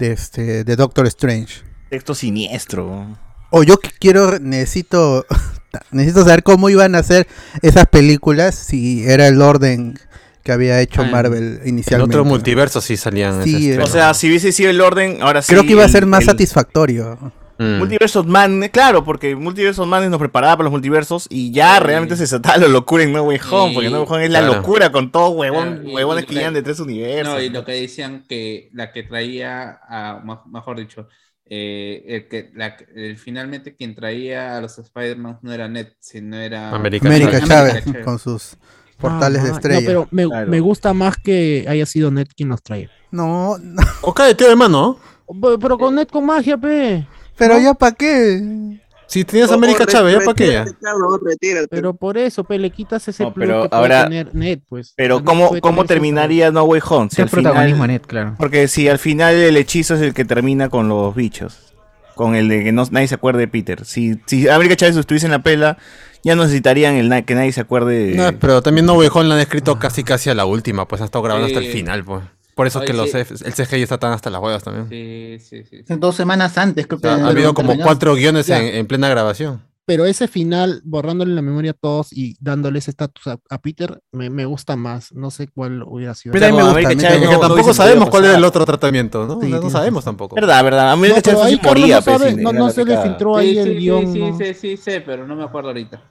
[SPEAKER 2] de este de Doctor Strange.
[SPEAKER 3] Texto siniestro.
[SPEAKER 2] O yo qui- quiero, necesito, necesito saber cómo iban a hacer esas películas si era el orden que había hecho Marvel
[SPEAKER 4] En
[SPEAKER 2] inicialmente.
[SPEAKER 4] otro multiverso sí salían.
[SPEAKER 2] Sí,
[SPEAKER 4] ese
[SPEAKER 2] era.
[SPEAKER 3] O
[SPEAKER 4] estreno.
[SPEAKER 3] sea, si hubiese sido el orden, ahora sí.
[SPEAKER 2] Creo que iba a ser
[SPEAKER 3] el-
[SPEAKER 2] más
[SPEAKER 3] el-
[SPEAKER 2] satisfactorio.
[SPEAKER 4] Mm.
[SPEAKER 3] Multiversos Man, eh, claro, porque Multiversos Man nos preparaba para los multiversos y ya realmente se desataba la locura en No Way Home,
[SPEAKER 5] Sí.
[SPEAKER 3] porque No Way Home es la
[SPEAKER 4] Claro.
[SPEAKER 3] locura con todo huevón,
[SPEAKER 5] Claro, y-
[SPEAKER 3] huevones
[SPEAKER 5] y-
[SPEAKER 3] que llegan de tres universos.
[SPEAKER 5] No, y lo que decían que la que traía, a, ma- mejor dicho, eh, el que, la, que- el- finalmente quien traía a los Spider-Man no era Ned, sino era
[SPEAKER 4] América
[SPEAKER 2] América Chávez
[SPEAKER 5] América
[SPEAKER 2] con sus portales de
[SPEAKER 14] Ah,
[SPEAKER 2] estrella.
[SPEAKER 14] No, pero me,
[SPEAKER 3] Claro.
[SPEAKER 14] me gusta más que haya sido Ned quien los trae.
[SPEAKER 2] No, no,
[SPEAKER 4] O cállate, hermano.
[SPEAKER 14] Pero, pero con Ned con magia, pe.
[SPEAKER 2] pero ya para qué.
[SPEAKER 4] Si tenías
[SPEAKER 25] O-
[SPEAKER 4] América
[SPEAKER 25] o re-
[SPEAKER 4] Chávez, ¿ya para qué? ya?
[SPEAKER 25] retírate, Carlos, retírate.
[SPEAKER 14] Pero por eso, pe, le quitas ese
[SPEAKER 3] No,
[SPEAKER 14] plus
[SPEAKER 3] pero
[SPEAKER 14] que puede
[SPEAKER 3] ahora-
[SPEAKER 14] tener Ned, pues.
[SPEAKER 3] Pero
[SPEAKER 14] Ned
[SPEAKER 3] ¿cómo,
[SPEAKER 14] puede
[SPEAKER 3] cómo
[SPEAKER 14] tener su-
[SPEAKER 3] terminaría No Way Home? Si
[SPEAKER 9] el
[SPEAKER 3] al
[SPEAKER 9] protagonismo
[SPEAKER 3] final,
[SPEAKER 9] net, claro.
[SPEAKER 3] porque si al final el hechizo es el que termina con los bichos, con el de que no, nadie se acuerde de Peter. Si, si América Chávez estuviese en la pela, ya no necesitarían el na- que nadie se acuerde. de-
[SPEAKER 4] No, pero también No Way Home la han
[SPEAKER 3] Ah.
[SPEAKER 4] escrito casi casi a la última, pues han estado grabando hasta el
[SPEAKER 5] Sí.
[SPEAKER 4] final, pues. Por eso es que
[SPEAKER 5] Ay,
[SPEAKER 4] los
[SPEAKER 5] sí.
[SPEAKER 4] F- el CGI está tan hasta las huevas también.
[SPEAKER 5] Sí, sí, sí.
[SPEAKER 10] Dos semanas antes, creo
[SPEAKER 4] O
[SPEAKER 10] que.
[SPEAKER 4] sea, ha habido como
[SPEAKER 10] terminó.
[SPEAKER 4] cuatro guiones
[SPEAKER 14] Ya.
[SPEAKER 4] en, en plena grabación.
[SPEAKER 14] Pero ese final, borrándole la memoria a todos y dándole ese estatus a, a Peter, me, me gusta más. No sé cuál hubiera sido.
[SPEAKER 2] Pero ahí me
[SPEAKER 3] Con
[SPEAKER 2] gusta, a mí
[SPEAKER 3] América
[SPEAKER 2] también.
[SPEAKER 3] Chávez
[SPEAKER 4] Es que
[SPEAKER 3] no- no
[SPEAKER 4] tampoco
[SPEAKER 3] hubiese
[SPEAKER 4] sabemos
[SPEAKER 3] podido
[SPEAKER 4] cuál era
[SPEAKER 3] pasar.
[SPEAKER 4] el otro tratamiento, ¿no?
[SPEAKER 14] Sí,
[SPEAKER 4] No- no
[SPEAKER 14] tienes
[SPEAKER 4] sabemos tampoco.
[SPEAKER 3] Verdad, verdad.
[SPEAKER 14] No,
[SPEAKER 3] América
[SPEAKER 14] pero
[SPEAKER 3] Chávez
[SPEAKER 14] ahí
[SPEAKER 3] sí
[SPEAKER 14] Carlos
[SPEAKER 3] moría,
[SPEAKER 14] no,
[SPEAKER 3] pues,
[SPEAKER 14] sabe,
[SPEAKER 3] sin-
[SPEAKER 14] no,
[SPEAKER 3] era
[SPEAKER 14] no
[SPEAKER 3] la
[SPEAKER 14] se le
[SPEAKER 3] picada.
[SPEAKER 14] filtró
[SPEAKER 5] Sí,
[SPEAKER 14] ahí
[SPEAKER 5] sí,
[SPEAKER 14] el
[SPEAKER 5] sí,
[SPEAKER 14] guión.
[SPEAKER 5] sí,
[SPEAKER 14] no.
[SPEAKER 5] sí, sí, sí, pero no me acuerdo ahorita.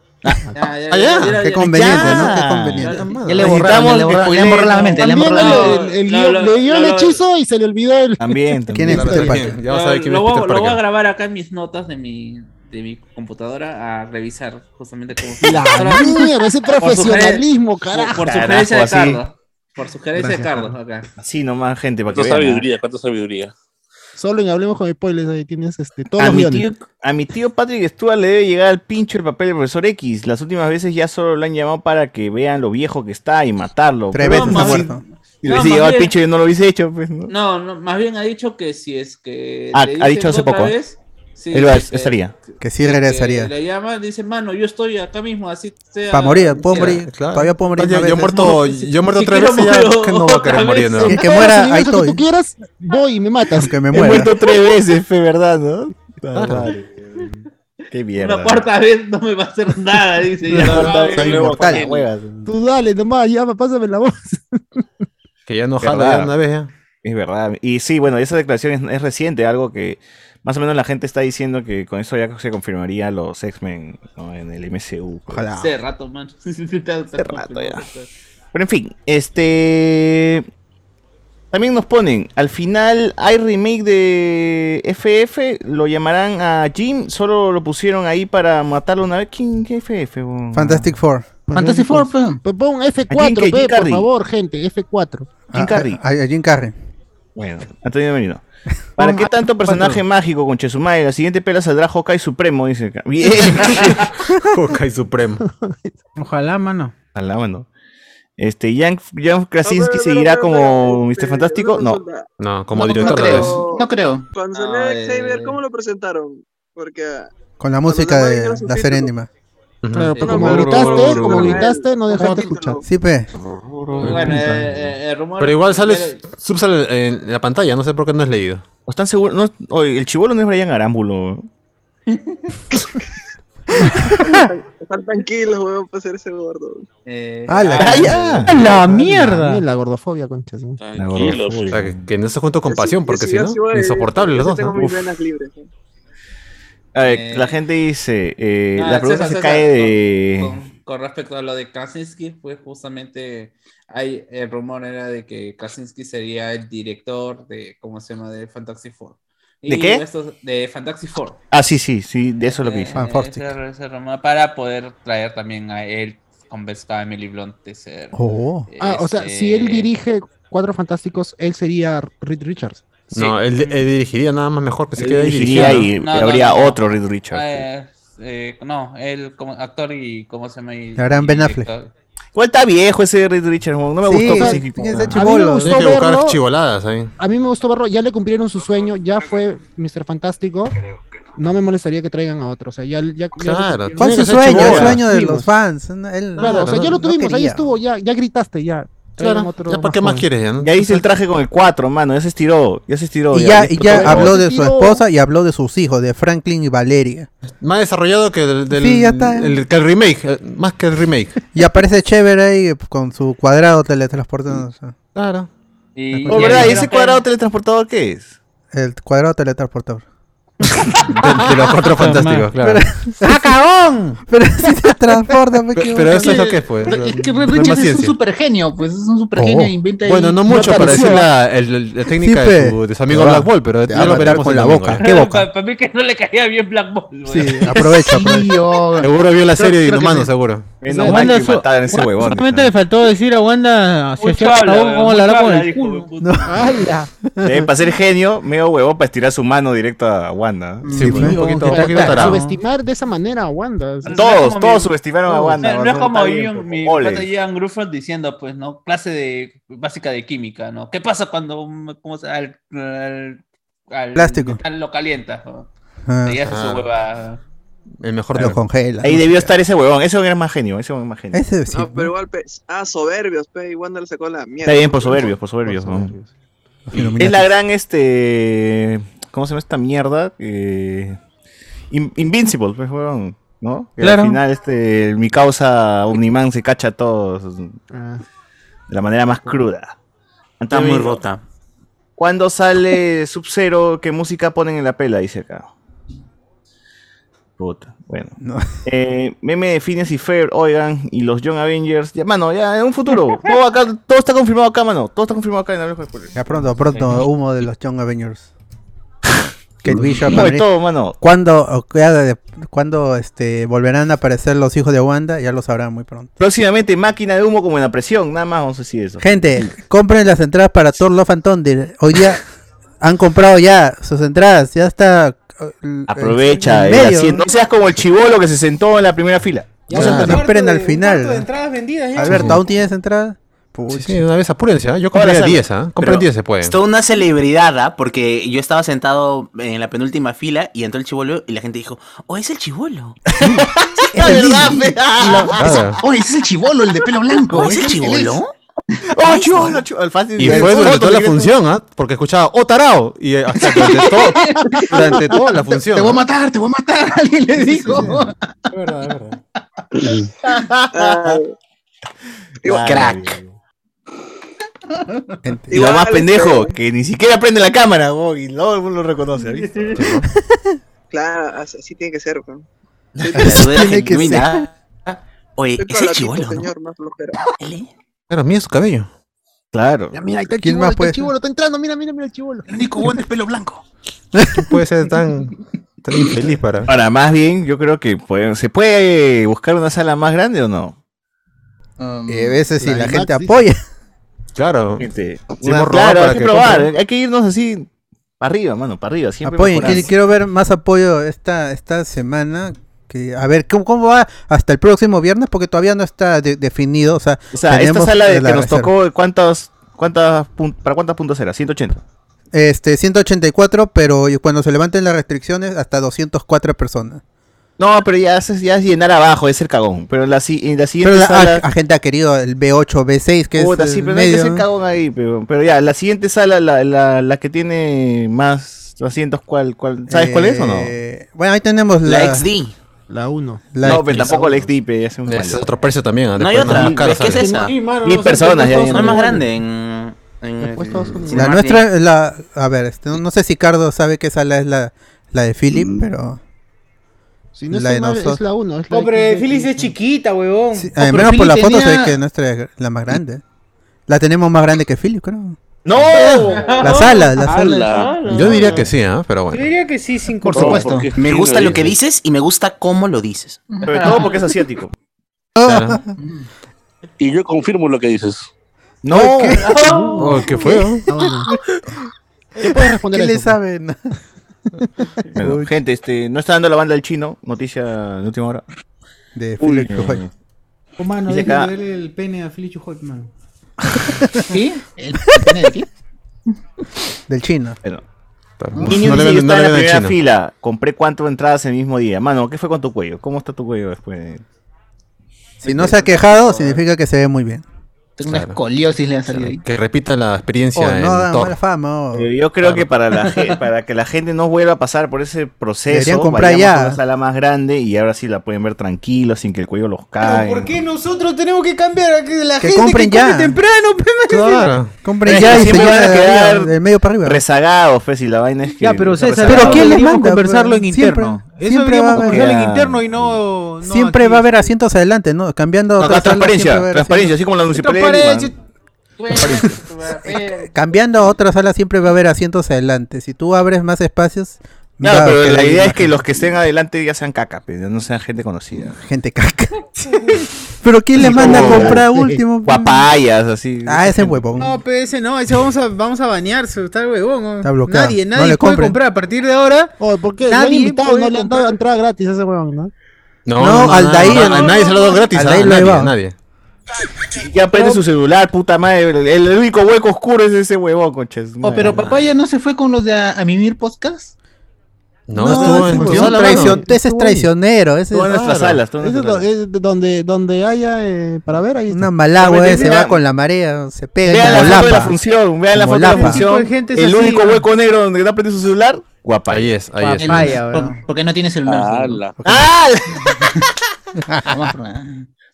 [SPEAKER 4] Ah, ya,
[SPEAKER 2] Qué conveniente, ¿no? Qué conveniente.
[SPEAKER 9] Ya le borraron, ya le borraron, le han borrado la mente, le han
[SPEAKER 14] También
[SPEAKER 9] borrado la
[SPEAKER 5] borrado.
[SPEAKER 14] el, el- el
[SPEAKER 5] No,
[SPEAKER 14] guión-
[SPEAKER 5] lo-
[SPEAKER 14] le dio el
[SPEAKER 5] no, lo-
[SPEAKER 14] hechizo y se le olvidó el.
[SPEAKER 3] También,
[SPEAKER 2] ¿Quién
[SPEAKER 3] también.
[SPEAKER 2] es este
[SPEAKER 4] Bien,
[SPEAKER 2] pata?
[SPEAKER 4] Ya vas a este ver quién
[SPEAKER 5] lo,
[SPEAKER 4] es
[SPEAKER 5] voy-
[SPEAKER 4] Peter
[SPEAKER 5] lo voy a
[SPEAKER 4] Parker.
[SPEAKER 5] grabar acá en mis notas de mi, de mi computadora a revisar justamente cómo
[SPEAKER 14] La
[SPEAKER 5] Ahora-
[SPEAKER 14] mierda, ese
[SPEAKER 5] Por
[SPEAKER 14] profesionalismo,
[SPEAKER 5] sugerencia-
[SPEAKER 14] carajo.
[SPEAKER 5] Por, por
[SPEAKER 3] Carajo,
[SPEAKER 5] sugerencia de
[SPEAKER 3] así.
[SPEAKER 5] Carlos. Por sugerencia de
[SPEAKER 14] Gracias,
[SPEAKER 5] Carlos acá.
[SPEAKER 3] Así nomás, gente, para que
[SPEAKER 26] ¿Cuánta
[SPEAKER 3] vean. ¿ah?
[SPEAKER 26] sabiduría? ¿Cuánta sabiduría?
[SPEAKER 14] Solo en Hablemos con Spoilers, ahí tienes este, todos
[SPEAKER 3] A
[SPEAKER 14] los
[SPEAKER 3] mi,
[SPEAKER 14] guiones.
[SPEAKER 3] tío, a mi tío Patrick Stewart le debe llegar al pincho el papel del profesor X. Las últimas veces ya solo lo han llamado para que vean lo viejo que está y matarlo.
[SPEAKER 2] Tres
[SPEAKER 3] Pero
[SPEAKER 2] veces
[SPEAKER 3] vamos,
[SPEAKER 2] ha muerto.
[SPEAKER 3] Si
[SPEAKER 5] No,
[SPEAKER 3] le
[SPEAKER 5] más
[SPEAKER 3] hubiese llegado al
[SPEAKER 5] bien-
[SPEAKER 3] pincho yo no lo hubiese hecho. Pues, ¿no?
[SPEAKER 5] No, no, más bien ha dicho que si es que.
[SPEAKER 3] Ah,
[SPEAKER 5] le
[SPEAKER 3] ha dicho
[SPEAKER 5] dicen
[SPEAKER 3] hace
[SPEAKER 5] otra
[SPEAKER 3] poco, ¿eh?
[SPEAKER 5] vez, sí,
[SPEAKER 3] Él va-
[SPEAKER 5] este,
[SPEAKER 3] estaría.
[SPEAKER 2] Que sí
[SPEAKER 5] que
[SPEAKER 2] regresaría.
[SPEAKER 5] Le llama, dice, mano, yo estoy acá mismo, así sea.
[SPEAKER 2] Para morir, puedo
[SPEAKER 5] sea".
[SPEAKER 2] morir.
[SPEAKER 4] Claro.
[SPEAKER 2] Todavía puedo morir.
[SPEAKER 4] Oye,
[SPEAKER 2] más
[SPEAKER 4] yo he
[SPEAKER 2] veces.
[SPEAKER 4] muerto, yo he muerto
[SPEAKER 5] Si
[SPEAKER 4] tres
[SPEAKER 5] quiero
[SPEAKER 4] veces ya
[SPEAKER 5] muero
[SPEAKER 4] que no voy a querer
[SPEAKER 5] otra
[SPEAKER 4] morir.
[SPEAKER 5] vez.
[SPEAKER 4] ¿no?
[SPEAKER 2] Que- que
[SPEAKER 14] Todos los
[SPEAKER 2] muera, ahí
[SPEAKER 14] universos que
[SPEAKER 2] estoy.
[SPEAKER 14] tú quieras, voy y me matas.
[SPEAKER 2] Que me
[SPEAKER 3] He
[SPEAKER 2] muera.
[SPEAKER 3] muerto tres veces, fue verdad, ¿no? Vale. Qué mierda.
[SPEAKER 5] Una cuarta vez no me va a hacer nada, dice. ya.
[SPEAKER 3] Soy inmortal. huevas.
[SPEAKER 14] Tú dale nomás, ya pásame la voz.
[SPEAKER 4] Que ya no
[SPEAKER 3] Verdad.
[SPEAKER 4] jala ya una vez ya.
[SPEAKER 3] Es verdad. Y sí, bueno, esa declaración es, es reciente, algo que más o menos la gente está diciendo que con eso ya se confirmaría los X-Men ¿no? en el MCU. pues.
[SPEAKER 2] Ojalá.
[SPEAKER 5] Hace rato, man. Hace
[SPEAKER 3] rato ya. Pero en fin, este. También nos ponen, al final hay remake de FF, lo llamarán a Jim, solo lo pusieron ahí para matarlo una vez. ¿Quién qué FF? weón?
[SPEAKER 2] Fantastic Four.
[SPEAKER 10] Fantasy Four, pues.
[SPEAKER 14] Pues pon
[SPEAKER 3] Allí en que
[SPEAKER 14] F4, pe, por
[SPEAKER 3] Jicari.
[SPEAKER 14] favor, gente, F4.
[SPEAKER 3] Jim Carrey.
[SPEAKER 2] Ah, A, a- a Jim Carrey.
[SPEAKER 3] Bueno, Antonio Merino. ¿Para qué tanto personaje mágico con Chesumai? La siguiente pela saldrá Hawkeye Supremo, dice. acá. Bien.
[SPEAKER 4] Hawkeye Supremo.
[SPEAKER 9] Ojalá, mano.
[SPEAKER 3] Ojalá, mano. Este, Jan, Jan Krasinski seguirá como Mr. Fantástico. No.
[SPEAKER 4] No, como
[SPEAKER 10] No,
[SPEAKER 4] director
[SPEAKER 10] no
[SPEAKER 4] tal vez.
[SPEAKER 10] creo. No creo.
[SPEAKER 25] Cuando salió
[SPEAKER 5] Ay,
[SPEAKER 25] Xavier,
[SPEAKER 5] ay,
[SPEAKER 25] ¿cómo lo presentaron? Porque.
[SPEAKER 2] Con la música
[SPEAKER 25] demás
[SPEAKER 2] de
[SPEAKER 25] dijeron su
[SPEAKER 2] la
[SPEAKER 25] título.
[SPEAKER 2] serénima.
[SPEAKER 14] Claro, pero
[SPEAKER 25] No,
[SPEAKER 14] como
[SPEAKER 25] no, no, no,
[SPEAKER 14] gritaste,
[SPEAKER 25] no, no,
[SPEAKER 14] como
[SPEAKER 25] no.
[SPEAKER 14] gritaste, no dejaste escuchar.
[SPEAKER 2] Sí, pe.
[SPEAKER 5] Bueno, eh, eh, el rumor.
[SPEAKER 4] Pero igual sale,
[SPEAKER 5] Pero-
[SPEAKER 4] subsale en la pantalla, no sé por qué no has leído.
[SPEAKER 3] ¿O están seguros? No, oye, el chivolo no es Brian Arámbulo.
[SPEAKER 25] Están tranquilos, weón, para hacerse gordo.
[SPEAKER 5] eh,
[SPEAKER 2] Ah, la-
[SPEAKER 5] ah,
[SPEAKER 3] ¡Calla!
[SPEAKER 9] ¡La
[SPEAKER 14] Mira,
[SPEAKER 9] mierda!
[SPEAKER 14] La gordofobia, concha. sí.
[SPEAKER 26] Tranquilos.
[SPEAKER 4] O sea, que, que no se junto con
[SPEAKER 25] Yo sí-
[SPEAKER 4] pasión,
[SPEAKER 25] yo
[SPEAKER 4] porque
[SPEAKER 25] sí-
[SPEAKER 4] si
[SPEAKER 25] yo
[SPEAKER 4] no,
[SPEAKER 25] sí voy-
[SPEAKER 4] insoportable
[SPEAKER 25] yo
[SPEAKER 4] los
[SPEAKER 25] sí
[SPEAKER 4] dos.
[SPEAKER 25] Tengo
[SPEAKER 4] ¿no?
[SPEAKER 25] mis
[SPEAKER 4] Uf.
[SPEAKER 25] venas libres. ¿eh?
[SPEAKER 3] A ver,
[SPEAKER 5] Eh.
[SPEAKER 3] la gente dice, eh,
[SPEAKER 5] Ah,
[SPEAKER 3] la pregunta se
[SPEAKER 5] César, César,
[SPEAKER 3] cae de...
[SPEAKER 5] con- con respecto a lo de Kaczynski, pues justamente hay, el rumor era de que Kaczynski sería el director de, ¿cómo se llama?, de Fantasy Four.
[SPEAKER 3] ¿De qué?
[SPEAKER 5] estos- de Fantasy Four.
[SPEAKER 3] Ah, sí, sí, sí, de eso es lo que
[SPEAKER 5] Eh,
[SPEAKER 3] dice.
[SPEAKER 5] ese- ese rumor para poder traer también a él con Vesca Emily Blunt de ser.
[SPEAKER 2] Oh.
[SPEAKER 14] Ah, o sea,
[SPEAKER 5] este,
[SPEAKER 14] si él dirige Cuatro Fantásticos, él sería Reed Richards.
[SPEAKER 4] No, él, él dirigiría nada más mejor. Pensé
[SPEAKER 3] Él
[SPEAKER 4] que él
[SPEAKER 3] dirigiría
[SPEAKER 4] dirigía,
[SPEAKER 3] y
[SPEAKER 4] ¿no?
[SPEAKER 3] habría otro Reed Richards.
[SPEAKER 5] eh, eh, no, él como actor y cómo se llama. Y,
[SPEAKER 2] La gran
[SPEAKER 5] y
[SPEAKER 2] Ben
[SPEAKER 5] director.
[SPEAKER 3] Igual está viejo ese Reed Richards, no me
[SPEAKER 2] Sí,
[SPEAKER 3] gustó.
[SPEAKER 2] sí,
[SPEAKER 3] ese tipo.
[SPEAKER 2] es de
[SPEAKER 3] Ah.
[SPEAKER 2] chibolo.
[SPEAKER 14] A mí me gustó
[SPEAKER 4] Tienes que buscar
[SPEAKER 14] verlo.
[SPEAKER 4] chivoladas ahí.
[SPEAKER 14] A mí me gustó verlo, ya le cumplieron su sueño, ya fue Mr. Fantástico. No me molestaría que traigan a otro, o sea, ya, ya, ya-
[SPEAKER 4] Claro,
[SPEAKER 2] Fue
[SPEAKER 14] tiene
[SPEAKER 2] su
[SPEAKER 14] que ser
[SPEAKER 2] sueño, el
[SPEAKER 14] chibola.
[SPEAKER 2] sueño de
[SPEAKER 14] Sí,
[SPEAKER 2] los fans. ¿no? Él-
[SPEAKER 14] Claro, o sea,
[SPEAKER 2] no-
[SPEAKER 14] ya lo
[SPEAKER 2] no
[SPEAKER 14] tuvimos, ahí
[SPEAKER 2] quería.
[SPEAKER 14] estuvo, ya, ya gritaste, ya. Traigan
[SPEAKER 4] Claro,
[SPEAKER 14] otro
[SPEAKER 4] ya para qué
[SPEAKER 14] joven.
[SPEAKER 4] más quieres ya. ¿no?
[SPEAKER 3] Ya hice el traje con el 4, mano, ya se estiró, ya se estiró.
[SPEAKER 2] Y ya, y
[SPEAKER 3] listo,
[SPEAKER 2] ya
[SPEAKER 3] todo.
[SPEAKER 2] habló de su
[SPEAKER 14] Tío.
[SPEAKER 2] esposa y habló de sus hijos, de Franklin y Valeria.
[SPEAKER 4] Más desarrollado que el, del,
[SPEAKER 2] Sí, ya está.
[SPEAKER 4] el- que el remake. eh, Más que el remake.
[SPEAKER 2] Y aparece chévere ahí con su cuadrado teletransportándose.
[SPEAKER 4] Claro.
[SPEAKER 5] Y,
[SPEAKER 3] Oh,
[SPEAKER 5] y
[SPEAKER 3] ¿verdad?
[SPEAKER 5] ahí
[SPEAKER 3] ¿Y ese
[SPEAKER 5] creo que-
[SPEAKER 3] cuadrado teletransportador qué es?
[SPEAKER 2] El cuadrado teletransportador.
[SPEAKER 4] De, de los cuatro fantásticos, claro.
[SPEAKER 2] ¡Ah, cagón! Pero si se transporta, me
[SPEAKER 4] Pero, eso es lo que fue.
[SPEAKER 10] Es que
[SPEAKER 4] no hay más
[SPEAKER 10] Reed Richards es un
[SPEAKER 4] ciencia.
[SPEAKER 10] supergenio, pues es un supergenio
[SPEAKER 4] Oh.
[SPEAKER 10] inventa ahí-
[SPEAKER 4] Bueno, no mucho para
[SPEAKER 10] apareció,
[SPEAKER 4] decir
[SPEAKER 10] ¿ah?
[SPEAKER 4] la, el- el- la técnica de, su, de su amigo Black Ball, pero ya lo veremos
[SPEAKER 2] con
[SPEAKER 4] el
[SPEAKER 2] la
[SPEAKER 4] domingo,
[SPEAKER 2] boca.
[SPEAKER 4] ya.
[SPEAKER 2] ¿Qué boca?
[SPEAKER 5] Para mí que no le caía bien Black Ball.
[SPEAKER 2] Sí,
[SPEAKER 5] güey.
[SPEAKER 2] aprovecha.
[SPEAKER 10] Sí, oh.
[SPEAKER 4] Seguro vio la
[SPEAKER 10] Creo-
[SPEAKER 4] serie de
[SPEAKER 10] creo que
[SPEAKER 4] Inhumanos,
[SPEAKER 10] sí.
[SPEAKER 4] seguro.
[SPEAKER 3] Menos mal Eh, que mataron a ese huevón.
[SPEAKER 27] Solamente le faltó decir a Wanda si
[SPEAKER 5] Mucho
[SPEAKER 27] hacía
[SPEAKER 5] habla,
[SPEAKER 27] jabón,
[SPEAKER 5] weón,
[SPEAKER 27] cómo la
[SPEAKER 5] mucho
[SPEAKER 27] hará con
[SPEAKER 5] habla,
[SPEAKER 27] el
[SPEAKER 5] hijo
[SPEAKER 27] culo.
[SPEAKER 5] de puta.
[SPEAKER 14] ¡Hala!
[SPEAKER 3] Debe Eh, para ser genio, medio huevón para estirar su mano directo a Wanda.
[SPEAKER 4] Sí, pues, un poquito, un poquito tarado.
[SPEAKER 14] Subestimar de esa manera a Wanda.
[SPEAKER 5] No es
[SPEAKER 3] Todos,
[SPEAKER 5] como
[SPEAKER 3] todos
[SPEAKER 5] mi-
[SPEAKER 3] subestimaron a
[SPEAKER 5] no,
[SPEAKER 3] Wanda.
[SPEAKER 5] No,
[SPEAKER 3] mano,
[SPEAKER 5] es como
[SPEAKER 3] está bien,
[SPEAKER 5] yo,
[SPEAKER 3] pues,
[SPEAKER 5] mi
[SPEAKER 3] ole.
[SPEAKER 5] pata Ian Gruffudd diciendo, pues, ¿no? Clase de, básica de química, ¿no? ¿Qué pasa cuando un- cómo se- al, al, al
[SPEAKER 2] Plástico.
[SPEAKER 5] metal lo calientas? ¿no?
[SPEAKER 2] Ah.
[SPEAKER 5] Y hace
[SPEAKER 4] Ah.
[SPEAKER 5] su hueva.
[SPEAKER 4] El mejor
[SPEAKER 2] Lo
[SPEAKER 4] de
[SPEAKER 2] congela.
[SPEAKER 3] Ahí debió estar ese huevón, ese huevón era más genio, ese huevón era más genio.
[SPEAKER 2] Ese sí.
[SPEAKER 28] No, pero igual, pe, ah, soberbios, pe, y Wanda le sacó la mierda.
[SPEAKER 3] Está bien, por soberbios, por soberbios. ¿no? Es la gran, este... ¿Cómo se llama esta mierda? Eh, In- Invincible, pues, huevón. ¿No? Que
[SPEAKER 27] Claro.
[SPEAKER 3] Al final, este, mi causa Omniman se cacha a todos de
[SPEAKER 14] Ah.
[SPEAKER 3] la manera más cruda.
[SPEAKER 9] Está muy rota.
[SPEAKER 3] ¿Cuándo sale Sub-Zero? ¿Qué música ponen en la pela? Dice acá. Puta, bueno.
[SPEAKER 2] No.
[SPEAKER 3] Eh, meme de Phineas y Fair, oigan, y los Young Avengers. Ya, mano, ya, en un futuro. Todo, acá, todo está confirmado acá, mano. Todo está confirmado acá en la de
[SPEAKER 2] Ya pronto, pronto, humo de los John Avengers. Kate Bishop.
[SPEAKER 3] Humo de
[SPEAKER 2] Ameri-
[SPEAKER 3] todo, mano.
[SPEAKER 2] ¿Cuándo, o qué- de- cuándo, este, volverán a aparecer los hijos de Wanda? Ya lo sabrán muy pronto.
[SPEAKER 3] Próximamente, máquina de humo como en la presión. Nada más vamos a decir eso.
[SPEAKER 2] Gente, compren las entradas para Thor Love and Thunder. Hoy día han comprado ya sus entradas. Ya está. eh, el-
[SPEAKER 3] Aprovecha
[SPEAKER 2] el
[SPEAKER 3] el
[SPEAKER 2] medio,
[SPEAKER 3] asiento. No seas como el chivolo que se sentó en la primera fila.
[SPEAKER 2] No,
[SPEAKER 3] seas
[SPEAKER 2] no
[SPEAKER 3] tan-
[SPEAKER 2] esperen al
[SPEAKER 29] Cuarto
[SPEAKER 14] ¿eh?
[SPEAKER 29] de
[SPEAKER 2] final.
[SPEAKER 29] entradas vendidas ya.
[SPEAKER 2] Alberto, ¿aún tienes entrada?
[SPEAKER 4] Sí, sí, una vez apúrense, ¿ah? yo compré
[SPEAKER 3] Ahora sale.
[SPEAKER 4] 10, ¿ah? compré
[SPEAKER 9] Pero
[SPEAKER 4] 10 se puede.
[SPEAKER 9] Es toda una celebridad, ¿ah? porque yo estaba sentado en la penúltima fila y entró el chivolo y la gente dijo, oh, es el chivolo.
[SPEAKER 10] Es el
[SPEAKER 9] verdad,
[SPEAKER 10] mismo.
[SPEAKER 9] fe.
[SPEAKER 4] Claro.
[SPEAKER 10] Oye, ese es el chivolo, el de pelo blanco.
[SPEAKER 9] ¿Oh, es el chivolo?
[SPEAKER 3] ¡Oh, chivolo! chivolo! Fácil.
[SPEAKER 4] Y fue durante
[SPEAKER 3] Foto,
[SPEAKER 4] toda la
[SPEAKER 3] si quieres-
[SPEAKER 4] función, ¿ah? porque escuchaba ¡Oh, tarao! Y eh, hasta durante, todo- durante toda la función. ¿ah?
[SPEAKER 10] Te voy a matar, te voy a matar. Alguien le dijo.
[SPEAKER 4] Es verdad, es verdad.
[SPEAKER 28] Ay,
[SPEAKER 3] Claro,
[SPEAKER 9] Crack.
[SPEAKER 3] bien.
[SPEAKER 2] Gente,
[SPEAKER 3] Y lo
[SPEAKER 28] Igual,
[SPEAKER 3] más pendejo,
[SPEAKER 28] este-
[SPEAKER 3] que ni siquiera prende la cámara, bo, y luego lo reconoce. ¿viste?
[SPEAKER 28] Claro, así, así tiene que ser, pe.
[SPEAKER 9] La duda
[SPEAKER 2] Tiene que
[SPEAKER 9] genuina. Oye,
[SPEAKER 28] Estoy
[SPEAKER 9] es
[SPEAKER 28] con
[SPEAKER 9] el
[SPEAKER 28] la
[SPEAKER 9] chivolo,
[SPEAKER 28] tipo,
[SPEAKER 9] ¿no?
[SPEAKER 28] señor, más flojera.
[SPEAKER 4] Claro, mira su cabello.
[SPEAKER 3] Claro.
[SPEAKER 14] Ya, mira, ahí está el
[SPEAKER 2] ¿Quién
[SPEAKER 14] chivolo,
[SPEAKER 2] más
[SPEAKER 14] ahí está
[SPEAKER 2] puede
[SPEAKER 14] el
[SPEAKER 2] ser?
[SPEAKER 14] chivolo, está entrando, mira, mira, mira el chivolo.
[SPEAKER 10] El único bueno es pelo blanco.
[SPEAKER 4] Puede ser tan, tan infeliz para.
[SPEAKER 3] Ahora, más bien, yo creo que puede- se puede buscar una sala más grande o no.
[SPEAKER 10] Um,
[SPEAKER 2] eh, a veces si
[SPEAKER 14] la
[SPEAKER 2] la,
[SPEAKER 14] IMAX
[SPEAKER 2] gente
[SPEAKER 14] dice-
[SPEAKER 2] apoya.
[SPEAKER 4] Claro.
[SPEAKER 3] Gente,
[SPEAKER 4] Sí, hemos
[SPEAKER 3] una-
[SPEAKER 4] robado
[SPEAKER 3] claro,
[SPEAKER 4] para
[SPEAKER 3] hay que,
[SPEAKER 4] que
[SPEAKER 3] probar.
[SPEAKER 4] compren.
[SPEAKER 3] Hay que irnos así, para arriba, mano, para arriba. Siempre
[SPEAKER 2] Apoyen,
[SPEAKER 3] mejorando.
[SPEAKER 2] quiero, quiero ver más apoyo esta, esta semana. Que, a ver, ¿cómo, cómo va hasta el próximo viernes? Porque todavía no está de- definido. O sea,
[SPEAKER 3] O sea, esta
[SPEAKER 2] tenemos
[SPEAKER 3] sala de, que nos
[SPEAKER 2] reserva.
[SPEAKER 3] tocó, ¿cuántas, cuántas pun- ¿para cuántas puntos era? 180.
[SPEAKER 2] Este, 184, pero cuando se levanten las restricciones, hasta 204 personas.
[SPEAKER 3] No, pero ya es, ya es llenar abajo, es el cagón. Pero en la, si- en la
[SPEAKER 2] Pero
[SPEAKER 3] siguiente
[SPEAKER 2] la, ah,
[SPEAKER 3] sala...
[SPEAKER 2] a- a gente ha querido el B8, B6, que
[SPEAKER 3] Puta,
[SPEAKER 2] es
[SPEAKER 3] sí,
[SPEAKER 2] el
[SPEAKER 3] pero no hay que
[SPEAKER 2] medio.
[SPEAKER 3] ser cagón ahí, pero, pero ya, la siguiente sala, la, la, la que tiene más asientos, ¿cuál, cuál, ¿sabes cuál es o no?
[SPEAKER 2] Eh, Bueno, ahí tenemos la,
[SPEAKER 9] La XD.
[SPEAKER 14] La 1.
[SPEAKER 2] la-
[SPEAKER 3] no, pero tampoco la XDP, ya se me
[SPEAKER 4] Es
[SPEAKER 3] fue.
[SPEAKER 4] otro precio también. ¿ah?
[SPEAKER 9] No hay
[SPEAKER 4] Después
[SPEAKER 9] otra.
[SPEAKER 4] más caro
[SPEAKER 9] ¿Ves qué es
[SPEAKER 4] sale.
[SPEAKER 9] esa? No
[SPEAKER 3] Mil personas ya.
[SPEAKER 9] es
[SPEAKER 3] llenan.
[SPEAKER 9] más grande en... en
[SPEAKER 14] Después todos son
[SPEAKER 9] en
[SPEAKER 2] la
[SPEAKER 9] Martin.
[SPEAKER 2] nuestra, la,
[SPEAKER 3] Mm.
[SPEAKER 2] a ver, este, no, no sé si Cardo sabe qué sala es la, la de Philip, pero
[SPEAKER 30] Si no
[SPEAKER 2] La
[SPEAKER 30] estoy
[SPEAKER 2] de
[SPEAKER 30] mal,
[SPEAKER 2] nosotros.
[SPEAKER 30] es la 1.
[SPEAKER 14] Oh, pero Phyllis es chiquita, huevón.
[SPEAKER 2] Al eh, menos por la foto se ve que nuestra es la más grande. La tenemos más grande que Philip, creo.
[SPEAKER 14] ¡No!
[SPEAKER 3] Ah, oh.
[SPEAKER 2] La sala, la sala.
[SPEAKER 14] Ala.
[SPEAKER 4] Yo diría que sí, ¿ah? pero
[SPEAKER 14] Yo
[SPEAKER 4] bueno.
[SPEAKER 14] diría que sí, sin
[SPEAKER 4] Por
[SPEAKER 14] control.
[SPEAKER 4] supuesto.
[SPEAKER 14] Porque-
[SPEAKER 9] Me
[SPEAKER 4] Sí,
[SPEAKER 9] gusta
[SPEAKER 4] lo
[SPEAKER 9] lo que
[SPEAKER 4] dice.
[SPEAKER 9] dices y me gusta cómo lo dices.
[SPEAKER 3] Sobre todo porque es asiático.
[SPEAKER 4] Claro.
[SPEAKER 31] Y yo confirmo lo que dices.
[SPEAKER 3] No.
[SPEAKER 4] Oh, ¿Qué fue? ¿eh?
[SPEAKER 30] ¿Qué puedes responder
[SPEAKER 2] ¿Qué
[SPEAKER 30] a
[SPEAKER 2] le
[SPEAKER 30] eso?
[SPEAKER 2] saben?
[SPEAKER 3] Bueno, gente, este, no está dando la banda del chino. Noticia de última hora.
[SPEAKER 2] De
[SPEAKER 3] Uy,
[SPEAKER 14] Oh, mano,
[SPEAKER 3] Dice
[SPEAKER 14] déjame
[SPEAKER 3] acá-
[SPEAKER 14] verle el pene a Philly Chujoy, mano.
[SPEAKER 10] ¿Sí?
[SPEAKER 14] Eh,
[SPEAKER 10] ¿El pene de qué?
[SPEAKER 2] Del chino.
[SPEAKER 3] Niño
[SPEAKER 2] No le
[SPEAKER 3] dice, yo
[SPEAKER 2] ven- no
[SPEAKER 3] estaba
[SPEAKER 2] le
[SPEAKER 3] en
[SPEAKER 2] ven
[SPEAKER 3] la
[SPEAKER 2] al
[SPEAKER 3] primera
[SPEAKER 2] chino.
[SPEAKER 3] fila. Compré cuatro entradas el mismo día. Mano, ¿qué fue con tu cuello? ¿Cómo está tu cuello después?
[SPEAKER 2] Si no se ha quejado, significa que se ve muy bien.
[SPEAKER 10] Una escoliosis le ha salido ahí.
[SPEAKER 4] Que repita la experiencia
[SPEAKER 2] Oh,
[SPEAKER 4] en
[SPEAKER 2] no hagan
[SPEAKER 4] Thor.
[SPEAKER 2] mala fama. oh.
[SPEAKER 3] Eh, Yo creo que para, la, ge- para que la gente no vuelva a pasar por ese proceso,
[SPEAKER 2] Deberían comprar
[SPEAKER 3] vayamos
[SPEAKER 2] ya.
[SPEAKER 3] a una sala más grande y ahora sí la pueden ver tranquilo, sin que el cuello los caiga.
[SPEAKER 14] ¿Por qué nosotros tenemos que cambiar a que la
[SPEAKER 2] Que
[SPEAKER 14] gente
[SPEAKER 2] compren
[SPEAKER 14] que come
[SPEAKER 2] ya.
[SPEAKER 14] temprano? pues, pe, man?
[SPEAKER 2] Compren
[SPEAKER 3] Es
[SPEAKER 2] ya
[SPEAKER 3] que
[SPEAKER 2] y se
[SPEAKER 3] siempre van a
[SPEAKER 2] llevan de arriba,
[SPEAKER 3] quedar
[SPEAKER 2] del medio para arriba.
[SPEAKER 3] Rezagados, pues, y la vaina es que...
[SPEAKER 14] Ya, pero
[SPEAKER 3] está
[SPEAKER 14] César,
[SPEAKER 3] rezagado.
[SPEAKER 14] ¿pero quién les manda?
[SPEAKER 32] Conversarlo en
[SPEAKER 2] Siempre-
[SPEAKER 32] interno. Eso
[SPEAKER 2] siempre
[SPEAKER 32] deberíamos
[SPEAKER 2] va a haber-
[SPEAKER 32] conversarlo en
[SPEAKER 2] Ya.
[SPEAKER 32] interno y no. no
[SPEAKER 2] siempre
[SPEAKER 32] aquí.
[SPEAKER 2] va a haber asientos adelante, ¿no? Cambiando
[SPEAKER 3] No,
[SPEAKER 2] otra
[SPEAKER 3] acá
[SPEAKER 2] sala, siempre
[SPEAKER 3] transparencia,
[SPEAKER 2] va a haber
[SPEAKER 3] transparencia, así
[SPEAKER 2] asientos.
[SPEAKER 3] como la municipalidad. de
[SPEAKER 14] Transparencia.
[SPEAKER 3] Lima.
[SPEAKER 10] pues,
[SPEAKER 2] Cambiando a otra sala siempre va a haber asientos adelante. Si tú abres más espacios, va
[SPEAKER 3] Claro,
[SPEAKER 2] a
[SPEAKER 3] pero
[SPEAKER 2] quedar
[SPEAKER 3] la idea
[SPEAKER 2] bien.
[SPEAKER 3] es que los que estén adelante ya sean caca, pero no sean gente conocida.
[SPEAKER 2] gente caca. pero quién le manda a
[SPEAKER 3] como-
[SPEAKER 2] comprar
[SPEAKER 3] sí.
[SPEAKER 2] último?
[SPEAKER 3] Guapayas, así.
[SPEAKER 2] Ah, ese huevón.
[SPEAKER 14] No, pero ese no, ese vamos a, vamos a banearse, está el huevón. ¿no?
[SPEAKER 2] Está bloqueado.
[SPEAKER 14] Nadie,
[SPEAKER 2] No
[SPEAKER 14] nadie
[SPEAKER 2] le
[SPEAKER 14] puede
[SPEAKER 2] compren.
[SPEAKER 14] comprar a partir de ahora.
[SPEAKER 30] Oye, Oh, ¿por qué?
[SPEAKER 14] Nadie
[SPEAKER 30] Nadie invitado,
[SPEAKER 14] puede
[SPEAKER 30] no le han dado entrada gratis a ese huevón, ¿no?
[SPEAKER 4] No,
[SPEAKER 2] No, Aldair,
[SPEAKER 4] no, a
[SPEAKER 2] no,
[SPEAKER 4] nadie se lo ha dado gratis.
[SPEAKER 2] Aldair
[SPEAKER 4] ¿ah?
[SPEAKER 2] lo
[SPEAKER 4] nadie,
[SPEAKER 2] llevaba.
[SPEAKER 4] nadie.
[SPEAKER 3] Ya prende su celular, puta madre. El, el único hueco oscuro es ese huevón, conches.
[SPEAKER 10] Oh, pero papá ya no se fue con los de A, a Mimir Podcast.
[SPEAKER 4] No,
[SPEAKER 2] No,
[SPEAKER 4] estuvo
[SPEAKER 2] ese
[SPEAKER 4] en
[SPEAKER 2] huevón
[SPEAKER 4] tu sala,
[SPEAKER 2] traicion-
[SPEAKER 4] mano.
[SPEAKER 2] ese es traicionero. Ese
[SPEAKER 3] Todas nuestras salas, todas
[SPEAKER 30] Eso es,
[SPEAKER 3] nuestras
[SPEAKER 30] do-
[SPEAKER 3] salas.
[SPEAKER 30] es donde, donde haya eh, para ver, ahí está.
[SPEAKER 2] Una malagua
[SPEAKER 3] Pero
[SPEAKER 2] eh, se
[SPEAKER 3] vean-
[SPEAKER 2] va con la marea, se pega
[SPEAKER 3] Vean la
[SPEAKER 2] como
[SPEAKER 3] foto de la
[SPEAKER 2] lapa.
[SPEAKER 3] función, vean la
[SPEAKER 2] Como
[SPEAKER 3] foto de la
[SPEAKER 2] lapa.
[SPEAKER 3] función.
[SPEAKER 14] Este Tipo de gente es
[SPEAKER 3] El
[SPEAKER 14] así,
[SPEAKER 3] único
[SPEAKER 14] ¿no?
[SPEAKER 3] hueco negro donde no prende su celular, guapa.
[SPEAKER 4] Ahí es, ahí es.
[SPEAKER 14] Papaya,
[SPEAKER 10] Por-
[SPEAKER 14] weón.
[SPEAKER 10] Porque no tiene celular.
[SPEAKER 3] ¡Ah!
[SPEAKER 10] Vamos por nada.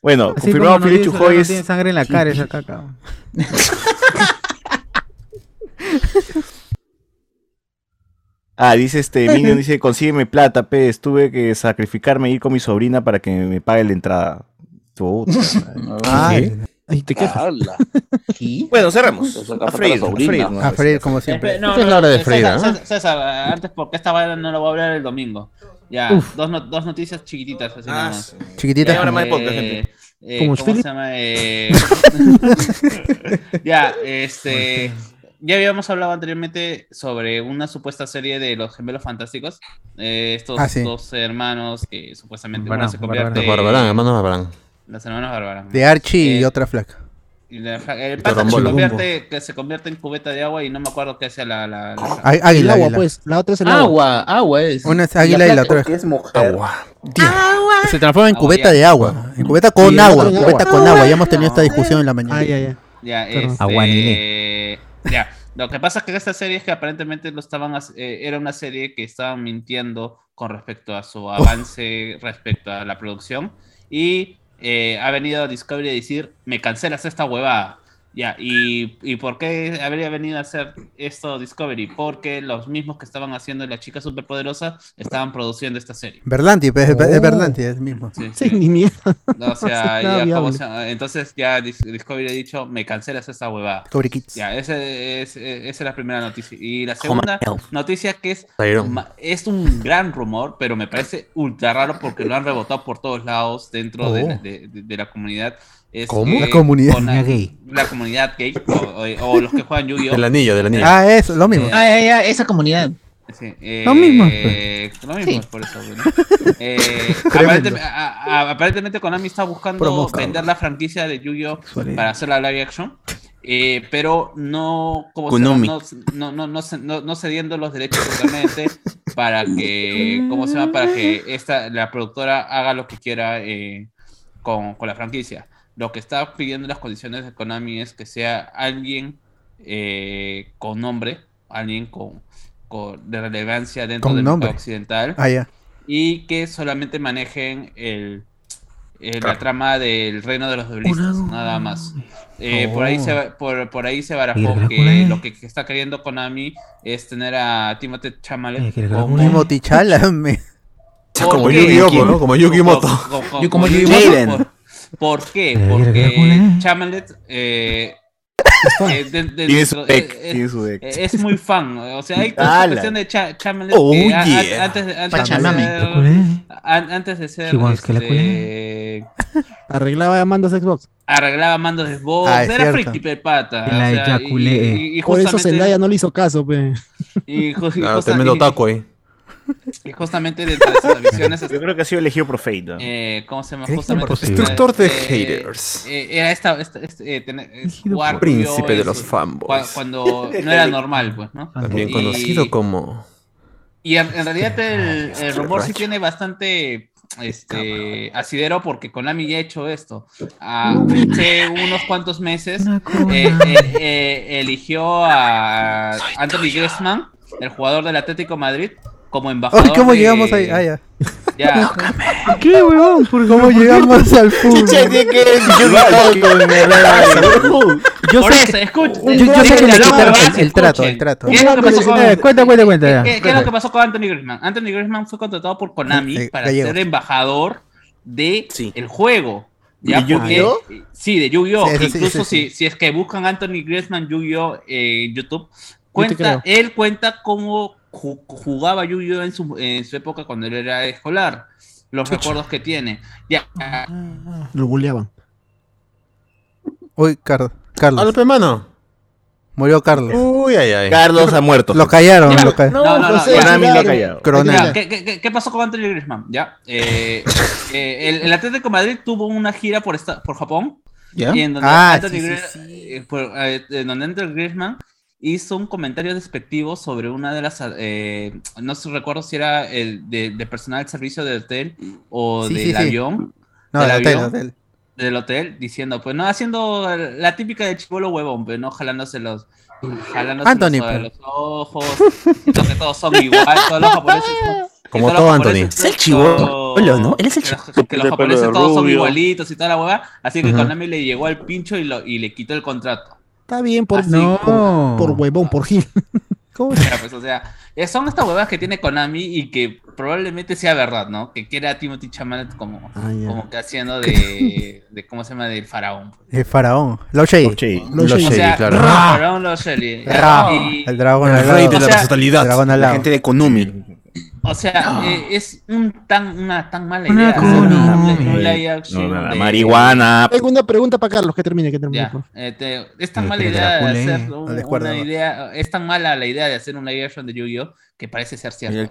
[SPEAKER 3] Bueno,
[SPEAKER 32] Así
[SPEAKER 3] confirmado
[SPEAKER 32] como no
[SPEAKER 3] Felipe
[SPEAKER 32] tiene-
[SPEAKER 3] Chujoy
[SPEAKER 32] no
[SPEAKER 3] es-
[SPEAKER 32] tiene sangre en la cara esa caca.
[SPEAKER 3] Ah, dice este, Minion dice, consígueme plata, pez. Tuve que sacrificarme y ir con mi sobrina para que me pague la entrada. Puta madre.
[SPEAKER 2] Ah,
[SPEAKER 30] Ay, ay, te quejas.
[SPEAKER 31] ¡Hala!
[SPEAKER 3] Bueno,
[SPEAKER 5] Pues
[SPEAKER 3] cerramos.
[SPEAKER 31] Saca
[SPEAKER 3] A freír,
[SPEAKER 31] para la
[SPEAKER 3] a freír.
[SPEAKER 31] sobrina.
[SPEAKER 3] ¿no?
[SPEAKER 2] A freír como siempre.
[SPEAKER 5] Espe- Eh, no,
[SPEAKER 4] Esta es
[SPEAKER 5] no,
[SPEAKER 4] la hora de
[SPEAKER 5] César,
[SPEAKER 4] freír, ¿ah?
[SPEAKER 5] César, César, antes porque esta vaina no lo voy a hablar el domingo. Ya,
[SPEAKER 4] Uf.
[SPEAKER 5] dos, no- dos noticias chiquititas así nada más.
[SPEAKER 2] Chiquititas.
[SPEAKER 5] Eh,
[SPEAKER 3] Ahora más de podcast, gente.
[SPEAKER 5] eh,
[SPEAKER 2] Como
[SPEAKER 5] ¿Cómo se
[SPEAKER 2] Philip.
[SPEAKER 5] llama? Eh, ya, este. Ya habíamos hablado anteriormente sobre una supuesta serie de los gemelos fantásticos. Eh, estos
[SPEAKER 2] Ah, sí.
[SPEAKER 5] dos hermanos que supuestamente uno
[SPEAKER 4] Barbarán,
[SPEAKER 5] se
[SPEAKER 4] Barbarán.
[SPEAKER 5] convierte.
[SPEAKER 4] Los Barbarán, hermanos Barbarán.
[SPEAKER 5] Los hermanos Barbarán.
[SPEAKER 2] De Archie y otra flaca.
[SPEAKER 5] Y la fra- el
[SPEAKER 4] De
[SPEAKER 5] pata que se,
[SPEAKER 4] Rombolo.
[SPEAKER 5] convierte, que se convierte en cubeta de agua y no me acuerdo qué hace la. la, Ah, la-
[SPEAKER 2] Ay,
[SPEAKER 30] El
[SPEAKER 2] águila,
[SPEAKER 30] agua,
[SPEAKER 2] águila.
[SPEAKER 30] pues. La otra es el
[SPEAKER 33] Ah,
[SPEAKER 30] agua.
[SPEAKER 10] Agua, agua es.
[SPEAKER 2] Ah, Una es águila y la otra
[SPEAKER 14] es
[SPEAKER 4] Agua.
[SPEAKER 2] se transforma en
[SPEAKER 5] Agua,
[SPEAKER 2] cubeta
[SPEAKER 5] ya.
[SPEAKER 2] de agua. En cubeta con
[SPEAKER 30] Sí,
[SPEAKER 2] agua,
[SPEAKER 30] agua.
[SPEAKER 2] cubeta con agua. Ya hemos tenido esta discusión en la mañana.
[SPEAKER 30] Ay, ay, ay.
[SPEAKER 5] Ya,
[SPEAKER 30] Perdón.
[SPEAKER 5] este,
[SPEAKER 32] Aguanile.
[SPEAKER 5] ya. Lo que pasa es que esta serie es que aparentemente lo estaban, hac- eh, era una serie que estaban mintiendo con respecto a su avance, respecto a la producción. Y eh, ha venido Discovery a decir, me cancelas esta huevada. Ya, y, ¿y por qué habría venido a hacer esto Discovery? Porque los mismos que estaban haciendo La Chica Superpoderosa estaban produciendo esta serie.
[SPEAKER 2] Berlanti, pues, es,
[SPEAKER 30] Oh.
[SPEAKER 2] es Berlanti, es el mismo.
[SPEAKER 5] Sí,
[SPEAKER 30] Sí,
[SPEAKER 5] sí.
[SPEAKER 30] ni mierda.
[SPEAKER 5] No, o sea,
[SPEAKER 30] Nada
[SPEAKER 5] ya, ¿cómo
[SPEAKER 30] viable.
[SPEAKER 5] se llama? entonces ya Dis- Discovery ha dicho, me cancelas esta huevada.
[SPEAKER 2] Discovery Kids.
[SPEAKER 5] Ya, ese es- eh, esa es la primera noticia. Y la segunda
[SPEAKER 9] Elf.
[SPEAKER 5] noticia que es,
[SPEAKER 4] Tyron.
[SPEAKER 5] ma- es un gran rumor, pero me parece ultra raro porque lo han rebotado por todos lados dentro de,
[SPEAKER 4] Oh.
[SPEAKER 5] la- de- de- de la comunidad. Es
[SPEAKER 4] ¿Cómo?
[SPEAKER 5] que
[SPEAKER 2] La comunidad
[SPEAKER 5] Conan-
[SPEAKER 32] gay.
[SPEAKER 5] La comunidad gay o, o- o los que juegan Yu-Gi-Oh!
[SPEAKER 4] Del anillo, del anillo.
[SPEAKER 2] Ah, es lo mismo.
[SPEAKER 5] Eh,
[SPEAKER 10] Ah, ya, ya, esa comunidad.
[SPEAKER 5] Sí, eh,
[SPEAKER 2] Lo mismo, pues.
[SPEAKER 5] Lo mismo
[SPEAKER 10] Sí.
[SPEAKER 5] es por eso. ¿no? Eh, aparentemente, a- a- aparentemente Konami está buscando
[SPEAKER 2] Promos, cabrón.
[SPEAKER 5] vender la franquicia de Yu-Gi-Oh para hacer la live action, eh, pero no, como se
[SPEAKER 9] Konami.
[SPEAKER 5] llama? no, no, no, no ce- no- no cediendo los derechos totalmente para que, ¿cómo se llama? Para que esta, la productora haga lo que quiera eh, con, con la franquicia. Lo que está pidiendo las condiciones de Konami es que sea alguien eh, con nombre, alguien con, con- de relevancia dentro
[SPEAKER 2] Con
[SPEAKER 5] del
[SPEAKER 2] nombre.
[SPEAKER 5] mercado occidental
[SPEAKER 2] Ah, ya.
[SPEAKER 5] y que solamente manejen el, el- la trama del reino de los duelistas, nada más. Eh, por, ahí
[SPEAKER 2] Oh.
[SPEAKER 5] se, va- por, por ahí se barajó
[SPEAKER 32] Mira,
[SPEAKER 5] que
[SPEAKER 32] Drácula.
[SPEAKER 5] lo que está queriendo Konami es tener a Timothée Chalamet
[SPEAKER 32] Mira,
[SPEAKER 5] como,
[SPEAKER 2] Timothy Chalamet.
[SPEAKER 5] ¿Por
[SPEAKER 4] como
[SPEAKER 5] qué?
[SPEAKER 4] Yugi Opo, ¿no? Como Yugi Moto.
[SPEAKER 5] Co- co-
[SPEAKER 4] Yo como
[SPEAKER 5] co-
[SPEAKER 4] Yugi
[SPEAKER 5] por-
[SPEAKER 4] Jaden.
[SPEAKER 5] por- ¿Por qué? Porque Chamalet eh, eh, de- de-
[SPEAKER 20] Tiene su
[SPEAKER 5] eh,
[SPEAKER 20] deck,
[SPEAKER 5] eh,
[SPEAKER 20] tiene su deck.
[SPEAKER 5] eh, Es muy fan. O sea, hay toda esta
[SPEAKER 20] Ala.
[SPEAKER 5] cuestión de Cha- Chamalet
[SPEAKER 20] Oh,
[SPEAKER 5] que a-
[SPEAKER 20] yeah.
[SPEAKER 5] a- antes, de- antes de
[SPEAKER 14] Pachamame.
[SPEAKER 5] ser, an- antes de ser
[SPEAKER 14] He wants que la
[SPEAKER 5] este,
[SPEAKER 14] Arreglaba Amanda's Xbox.
[SPEAKER 5] arreglaba mandos de Xbox,
[SPEAKER 14] Ah, es
[SPEAKER 5] era
[SPEAKER 14] cierto.
[SPEAKER 5] friki pe pata.
[SPEAKER 14] Y
[SPEAKER 5] o
[SPEAKER 14] la
[SPEAKER 5] sea,
[SPEAKER 14] eyaculé.
[SPEAKER 5] y- y- y
[SPEAKER 14] Por eso
[SPEAKER 5] justamente-
[SPEAKER 14] Zendaya no le hizo caso, pe.
[SPEAKER 5] y ju- y
[SPEAKER 4] Claro,
[SPEAKER 5] justa-
[SPEAKER 4] tremendo
[SPEAKER 5] y-
[SPEAKER 4] taco ahí.
[SPEAKER 5] Y justamente dentro de esas visiones
[SPEAKER 20] Yo creo que ha sido elegido por Fate. ¿no?
[SPEAKER 5] Eh, ¿Cómo se llama?
[SPEAKER 20] Elegido
[SPEAKER 5] Justamente,
[SPEAKER 20] por
[SPEAKER 5] eh,
[SPEAKER 20] Destructor de
[SPEAKER 5] eh,
[SPEAKER 20] haters.
[SPEAKER 5] eh, era esta, esta- este, eh, tener- eh, jugar
[SPEAKER 4] Príncipe
[SPEAKER 5] yo
[SPEAKER 4] de los
[SPEAKER 5] eso,
[SPEAKER 4] fanboys.
[SPEAKER 5] cua- Cuando no era normal, pues, ¿no?
[SPEAKER 4] También
[SPEAKER 5] Y-
[SPEAKER 4] conocido como.
[SPEAKER 5] Y en, en realidad el,
[SPEAKER 4] Este
[SPEAKER 2] Ah,
[SPEAKER 5] el rumor sí
[SPEAKER 4] rayo.
[SPEAKER 5] tiene bastante este asidero porque Konami ya ha hecho esto. Ah, hace unos cuantos meses eh, eh, eh, eligió a Anthony Griezmann, el jugador del Atlético Madrid, como embajador.
[SPEAKER 2] Ay, ¿Cómo
[SPEAKER 5] de-
[SPEAKER 2] llegamos ahí? Ah, ya.
[SPEAKER 5] Ya.
[SPEAKER 2] ¿Qué, huevón? ¿Cómo llegamos al fútbol?
[SPEAKER 5] Chiche, tiene que decir que no hay con Herrera.
[SPEAKER 2] Yo
[SPEAKER 5] Por
[SPEAKER 2] sé
[SPEAKER 5] eso,
[SPEAKER 2] que-
[SPEAKER 5] escuchen.
[SPEAKER 2] yo- yo sé que le
[SPEAKER 5] Escuchen,
[SPEAKER 2] quitaron
[SPEAKER 5] escuchen.
[SPEAKER 2] el- el trato, el trato.
[SPEAKER 5] ¿Qué es lo que pasó con-
[SPEAKER 16] Eh, Cuenta, cuenta, cuenta.
[SPEAKER 5] ¿Qué,
[SPEAKER 16] ya.
[SPEAKER 5] qué es lo que pasó con Anthony Griezmann? Anthony Griezmann fue contratado por Konami
[SPEAKER 16] Eh,
[SPEAKER 5] para
[SPEAKER 16] gallego.
[SPEAKER 5] ser embajador de el juego. ¿ya?
[SPEAKER 16] ¿De
[SPEAKER 5] Porque- eh,
[SPEAKER 16] Yu-Gi-Oh?
[SPEAKER 5] Sí, de Yu-Gi-Oh!
[SPEAKER 16] Sí, sí, sí, sí,
[SPEAKER 5] Incluso
[SPEAKER 16] sí.
[SPEAKER 5] Si, si es que buscan Anthony Griezmann Yu-Gi-Oh! eh, en YouTube,
[SPEAKER 16] te
[SPEAKER 5] cuenta,
[SPEAKER 16] creo.
[SPEAKER 5] él cuenta cómo ju- jugaba Yu-Gi-Oh! En su, en su época cuando él era escolar. Los
[SPEAKER 14] Chucha.
[SPEAKER 5] recuerdos que tiene. Ya.
[SPEAKER 16] Ah.
[SPEAKER 14] Lo bulleaban.
[SPEAKER 2] Uy, Car- Carlos.
[SPEAKER 4] Alpe, mano.
[SPEAKER 2] Murió Carlos.
[SPEAKER 4] Uy, ay, ay.
[SPEAKER 2] Carlos ha muerto. Lo callaron, lo ca-
[SPEAKER 5] No, no, no,
[SPEAKER 2] José,
[SPEAKER 5] ya.
[SPEAKER 2] Konami lo ha callado. Coronel.
[SPEAKER 5] Ya, ¿Qué, qué- qué- qué pasó con Anthony Griezmann? Ya. eh, eh, el, el Atlético de Madrid tuvo una gira por, esta- por Japón.
[SPEAKER 14] Ya.
[SPEAKER 5] Y en donde
[SPEAKER 14] Ah,
[SPEAKER 5] Anthony
[SPEAKER 14] sí, sí,
[SPEAKER 5] Grie- eh, por- eh, en donde Anthony Griezmann hizo un comentario despectivo sobre una de las. eh, no sé, recuerdo si era el de, de personal del servicio del hotel o
[SPEAKER 2] Sí,
[SPEAKER 5] del
[SPEAKER 2] sí, sí.
[SPEAKER 5] avión.
[SPEAKER 2] No, del hotel, hotel.
[SPEAKER 5] Del hotel, diciendo, pues no, haciendo la típica de chivolo huevón, pero no jalándose los. Jalándose
[SPEAKER 2] Anthony,
[SPEAKER 5] los,
[SPEAKER 2] pues.
[SPEAKER 5] los ojos, diciendo que todos son igual, todos los japoneses son- que
[SPEAKER 4] Como
[SPEAKER 5] todos los
[SPEAKER 4] todo
[SPEAKER 5] japoneses
[SPEAKER 4] Anthony.
[SPEAKER 5] son-
[SPEAKER 9] ¿no? Él es el
[SPEAKER 5] que los japoneses todos son igualitos y toda la hueá. Así que
[SPEAKER 4] Ujú.
[SPEAKER 5] Konami le llegó al pincho y, lo, y le quitó el contrato.
[SPEAKER 14] Está bien
[SPEAKER 33] Ah,
[SPEAKER 14] por,
[SPEAKER 5] Así.
[SPEAKER 14] Oh. por, por huevón, por Gil.
[SPEAKER 5] O sea, pues, o sea, eh, son estas huevas que tiene Konami y que probablemente sea verdad, ¿no? Que quiera a Timothy Chamalet como,
[SPEAKER 4] Ah,
[SPEAKER 5] como que haciendo de, de, ¿cómo se llama? Del faraón.
[SPEAKER 2] El faraón. Lo Shady.
[SPEAKER 5] Lo Shady, claro.
[SPEAKER 2] Ra.
[SPEAKER 5] Faraón Lo Shady.
[SPEAKER 2] Ra.
[SPEAKER 5] Y-
[SPEAKER 2] El dragón
[SPEAKER 5] El
[SPEAKER 2] al lado.
[SPEAKER 5] rey de la
[SPEAKER 2] O sea,
[SPEAKER 5] versatilidad.
[SPEAKER 2] el dragón al
[SPEAKER 9] La
[SPEAKER 2] lado.
[SPEAKER 9] gente de Konumi.
[SPEAKER 5] O sea, eh, es un tan, una tan mala
[SPEAKER 9] Una
[SPEAKER 5] idea. hacer un live- un live action de-
[SPEAKER 20] marihuana.
[SPEAKER 14] Tengo una pregunta para Carlos, que termine, que termine.
[SPEAKER 5] Ya,
[SPEAKER 14] por favor.
[SPEAKER 5] eh, te- es tan
[SPEAKER 14] El
[SPEAKER 5] mala
[SPEAKER 14] que
[SPEAKER 5] idea de
[SPEAKER 14] Dracula, eh,
[SPEAKER 5] hacer
[SPEAKER 14] no
[SPEAKER 5] un-
[SPEAKER 14] les guarda
[SPEAKER 5] una
[SPEAKER 14] nada.
[SPEAKER 5] idea, es tan mala la idea de hacer un live action de Yu-Gi-Oh que parece ser cierto.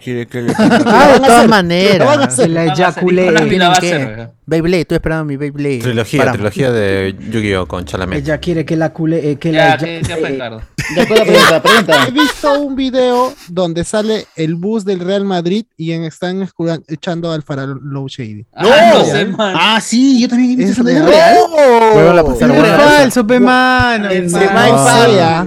[SPEAKER 2] Ah, de todas maneras.
[SPEAKER 5] Se
[SPEAKER 2] La
[SPEAKER 5] eyaculé.
[SPEAKER 2] eyaculé.
[SPEAKER 5] la va a
[SPEAKER 2] Tienen
[SPEAKER 5] hacer,
[SPEAKER 2] que-
[SPEAKER 5] weón.
[SPEAKER 2] Beyblade, estoy esperando mi Beyblade.
[SPEAKER 4] Trilogía,
[SPEAKER 2] Para.
[SPEAKER 4] trilogía de Yu-Gi-Oh! con Chalamet.
[SPEAKER 33] Ella quiere que la cule. eh, que
[SPEAKER 5] Ya,
[SPEAKER 33] la
[SPEAKER 5] te- ya fue, Carlos.
[SPEAKER 14] Ya con la
[SPEAKER 33] pregunta, pregunta.
[SPEAKER 14] He visto un video donde sale el bus del Real Madrid y en- están escu- echando al faraón Low Shady.
[SPEAKER 5] ¡No! no sé, man.
[SPEAKER 14] ah, sí, yo también
[SPEAKER 33] ¿Es
[SPEAKER 14] eso
[SPEAKER 33] real?
[SPEAKER 14] Vuelvo a
[SPEAKER 33] Es
[SPEAKER 14] vuelvo a
[SPEAKER 33] falso,
[SPEAKER 14] pasar.
[SPEAKER 33] pe, mano,
[SPEAKER 14] No
[SPEAKER 33] pe, mano.
[SPEAKER 14] sea,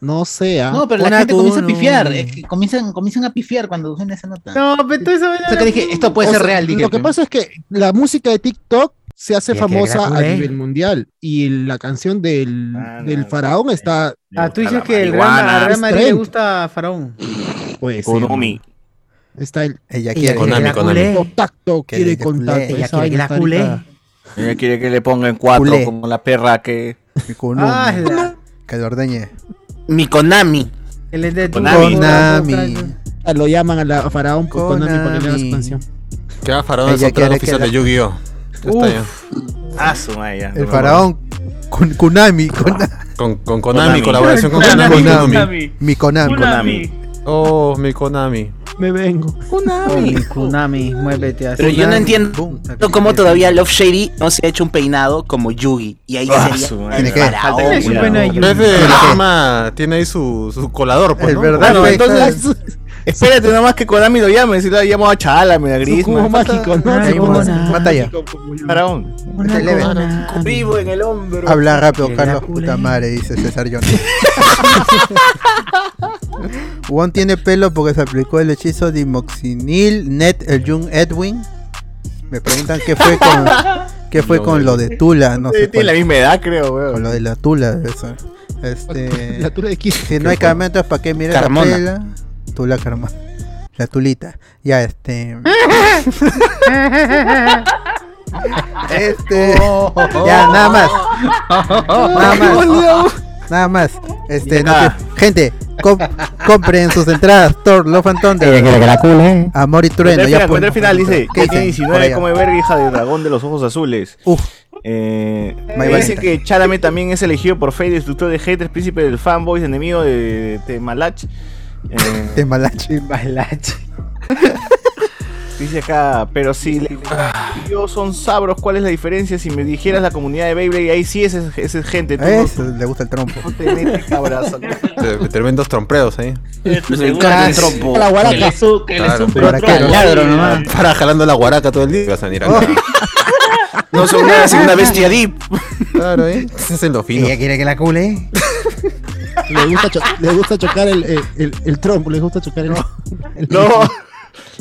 [SPEAKER 14] no sea.
[SPEAKER 10] No, pero
[SPEAKER 14] Una
[SPEAKER 10] la gente comienza a
[SPEAKER 14] con-
[SPEAKER 10] pifiar. es que comienzan, comienzan a pifiar cuando ven esa nota.
[SPEAKER 33] No, pero tú eso.
[SPEAKER 10] O sea, que dije, esto puede
[SPEAKER 14] O
[SPEAKER 10] ser
[SPEAKER 14] sea,
[SPEAKER 10] real, dije.
[SPEAKER 14] Lo que
[SPEAKER 10] pe.
[SPEAKER 14] pasa es que la música de TikTok se hace
[SPEAKER 10] Ya que
[SPEAKER 14] famosa a
[SPEAKER 10] gracule.
[SPEAKER 14] nivel mundial y la canción del, del faraón está.
[SPEAKER 33] Ah, tú dices que el Real, Ma- al Real Madrid le gusta a Faraón.
[SPEAKER 14] Pues,
[SPEAKER 20] Konami.
[SPEAKER 14] Está el.
[SPEAKER 2] Ella
[SPEAKER 20] quiere que la culé.
[SPEAKER 14] Contacto,
[SPEAKER 2] Que
[SPEAKER 14] quiere
[SPEAKER 2] le-
[SPEAKER 14] contacto.
[SPEAKER 2] culé, ella quiere
[SPEAKER 14] esa
[SPEAKER 2] que
[SPEAKER 14] vaina
[SPEAKER 2] la
[SPEAKER 14] está
[SPEAKER 2] culé.
[SPEAKER 14] ahorita.
[SPEAKER 20] Ella quiere que le pongan cuatro
[SPEAKER 2] Culé.
[SPEAKER 20] como la perra que.
[SPEAKER 2] Ah, Que lo ordeñe.
[SPEAKER 9] Mi Konami.
[SPEAKER 33] El es de
[SPEAKER 2] Konami.
[SPEAKER 14] Ah, Lo llaman a la faraón por Konami para que le haga su canción.
[SPEAKER 4] Que era faraón
[SPEAKER 2] Ella
[SPEAKER 4] es otra
[SPEAKER 2] quiere
[SPEAKER 4] oficial
[SPEAKER 2] que
[SPEAKER 4] de
[SPEAKER 2] la-
[SPEAKER 4] Yu-Gi-Oh! Ya está ya.
[SPEAKER 20] Ah, su madre, ya.
[SPEAKER 2] El faraón. Kun- Kunami. Konami.
[SPEAKER 4] Con, con Konami,
[SPEAKER 2] Konami.
[SPEAKER 4] colaboración con
[SPEAKER 2] Konami,
[SPEAKER 4] Konami.
[SPEAKER 2] Konami. Mi Konami.
[SPEAKER 4] Oh, mi Konami.
[SPEAKER 14] Me vengo.
[SPEAKER 33] Konami. Konami, muévete así.
[SPEAKER 9] Pero yo no entiendo cómo todavía Love Shady no se ha hecho un peinado como Yugi. Y ahí
[SPEAKER 4] Ah,
[SPEAKER 9] sería
[SPEAKER 4] su
[SPEAKER 9] un
[SPEAKER 4] madre.
[SPEAKER 9] faraón, Oh, weón.
[SPEAKER 4] Pero es de la forma, tiene ahí su, su colador, pues.
[SPEAKER 2] El
[SPEAKER 4] ¿no?
[SPEAKER 2] verdadero
[SPEAKER 4] Bueno,
[SPEAKER 2] Beto.
[SPEAKER 4] entonces.
[SPEAKER 20] Espérate nada más que Konami lo llame. Si lo llamo a Chala, me da gris.
[SPEAKER 14] cubo mágico, ¿no?
[SPEAKER 2] Ahí
[SPEAKER 14] Su cubo
[SPEAKER 2] más-
[SPEAKER 14] mágico.
[SPEAKER 2] mata ya.
[SPEAKER 20] Faraón.
[SPEAKER 2] Está leve.
[SPEAKER 20] Vivo en el hombro.
[SPEAKER 2] Habla rápido, Carlos,
[SPEAKER 4] ¿eh?
[SPEAKER 2] puta madre, dice César Jones. Juan tiene pelo porque se aplicó el hechizo dimoxinil net el Jung Edwin. Me preguntan qué fue con qué fue
[SPEAKER 20] No,
[SPEAKER 2] con lo de Tula, no sé.
[SPEAKER 20] Tiene la
[SPEAKER 2] cuál-
[SPEAKER 20] misma edad, creo, weón.
[SPEAKER 2] Con lo de la Tula, eso. Este,
[SPEAKER 14] La Tula de Quito.
[SPEAKER 2] Si no hay carmentos, ¿para qué mire la
[SPEAKER 14] Carmona.
[SPEAKER 2] pela? Tula Carmona. La tulita. Ya, este. este.
[SPEAKER 20] Oh.
[SPEAKER 2] Ya, nada más. Nada más. Nada más. Este, no te- gente, comp- compren sus entradas. Thor, Love and Thunder.
[SPEAKER 34] Ella quiere que la cule.
[SPEAKER 2] Amor y trueno.
[SPEAKER 3] Cuenta el
[SPEAKER 2] Ya
[SPEAKER 3] final, cuenta el final, dice,
[SPEAKER 2] ¿Qué
[SPEAKER 3] que tiene
[SPEAKER 2] dicen por
[SPEAKER 3] 19,
[SPEAKER 2] allá?
[SPEAKER 3] come verga, hija de dragón de los ojos azules. Eh,
[SPEAKER 2] My
[SPEAKER 3] dice
[SPEAKER 2] Valentine.
[SPEAKER 3] que Chalamet también es elegido por Fade, destructor de haters, príncipe del fanboys, enemigo de Temalach. Eh,
[SPEAKER 2] De Malachi.
[SPEAKER 3] Dice acá, pero si le- yo son sabros, ¿cuál es la diferencia? Si me dijeras la comunidad de Beyblade, ahí sí es, es, es gente. Tú no-
[SPEAKER 2] Eso, ¿Eh? le gusta el trompo.
[SPEAKER 3] no te metes, cabrazo.
[SPEAKER 4] Tre- Tremendos trompeos ahí.
[SPEAKER 9] Pues
[SPEAKER 3] Me encanta el trompo. La guaraca. Que le su- que le
[SPEAKER 4] Claro,
[SPEAKER 3] supe
[SPEAKER 4] para
[SPEAKER 3] otro
[SPEAKER 4] que- Oh,
[SPEAKER 3] ladro nomás.
[SPEAKER 4] Para jalando la guaraca todo el día. Vas a venir acá.
[SPEAKER 3] No son una segunda bestia deep.
[SPEAKER 4] Claro, ¿eh? Ese es el lo fino.
[SPEAKER 14] Ella quiere que la cule.
[SPEAKER 10] Le gusta, cho- le gusta chocar el, el, el, el trompo, le gusta chocar el. el-
[SPEAKER 3] No.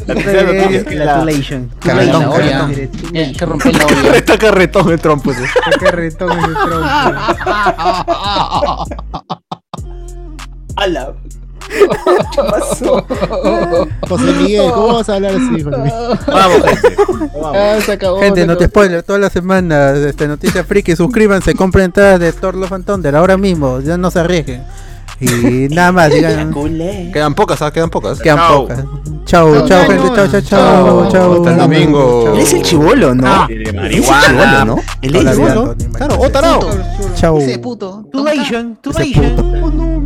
[SPEAKER 3] La tercera noticia es que la-
[SPEAKER 10] Congratulations.
[SPEAKER 3] Carretón,
[SPEAKER 10] La olla.
[SPEAKER 3] carretón.
[SPEAKER 10] Que rompe la olla.
[SPEAKER 3] Está carretón el trompo. sí.
[SPEAKER 35] Carretón en el tronco.
[SPEAKER 3] ¡Hala!
[SPEAKER 35] ¿Qué pasó?
[SPEAKER 10] José Miguel, ¿cómo vas a hablar así, José Miguel?
[SPEAKER 3] Vamos, gente.
[SPEAKER 10] Ah, se acabó,
[SPEAKER 2] Gente,
[SPEAKER 10] se
[SPEAKER 2] no te
[SPEAKER 10] acabó.
[SPEAKER 2] spoiler, toda la semana, este, Noticias Friki, suscríbanse, compren entradas de Thor Love and Thunder ahora mismo, ya no se arriesguen. Y nada más, digan.
[SPEAKER 4] Quedan pocas, ¿ah? Quedan pocas.
[SPEAKER 2] Quedan
[SPEAKER 4] Chao.
[SPEAKER 2] pocas. Chao, chao, gente, chao, chao, chao, chao.
[SPEAKER 4] Hasta el domingo.
[SPEAKER 9] Él es el chivolo, ¿no?
[SPEAKER 4] Ah,
[SPEAKER 9] Él es el
[SPEAKER 4] marihuana.
[SPEAKER 9] chivolo, ¿no? Él es el
[SPEAKER 4] Hola,
[SPEAKER 9] chibolo.
[SPEAKER 4] oh, Claro, o tarao.
[SPEAKER 2] Chao.
[SPEAKER 36] puto.
[SPEAKER 14] Tu Asian, tu
[SPEAKER 2] Ese
[SPEAKER 14] Asian.
[SPEAKER 2] puto.
[SPEAKER 14] Oh, no.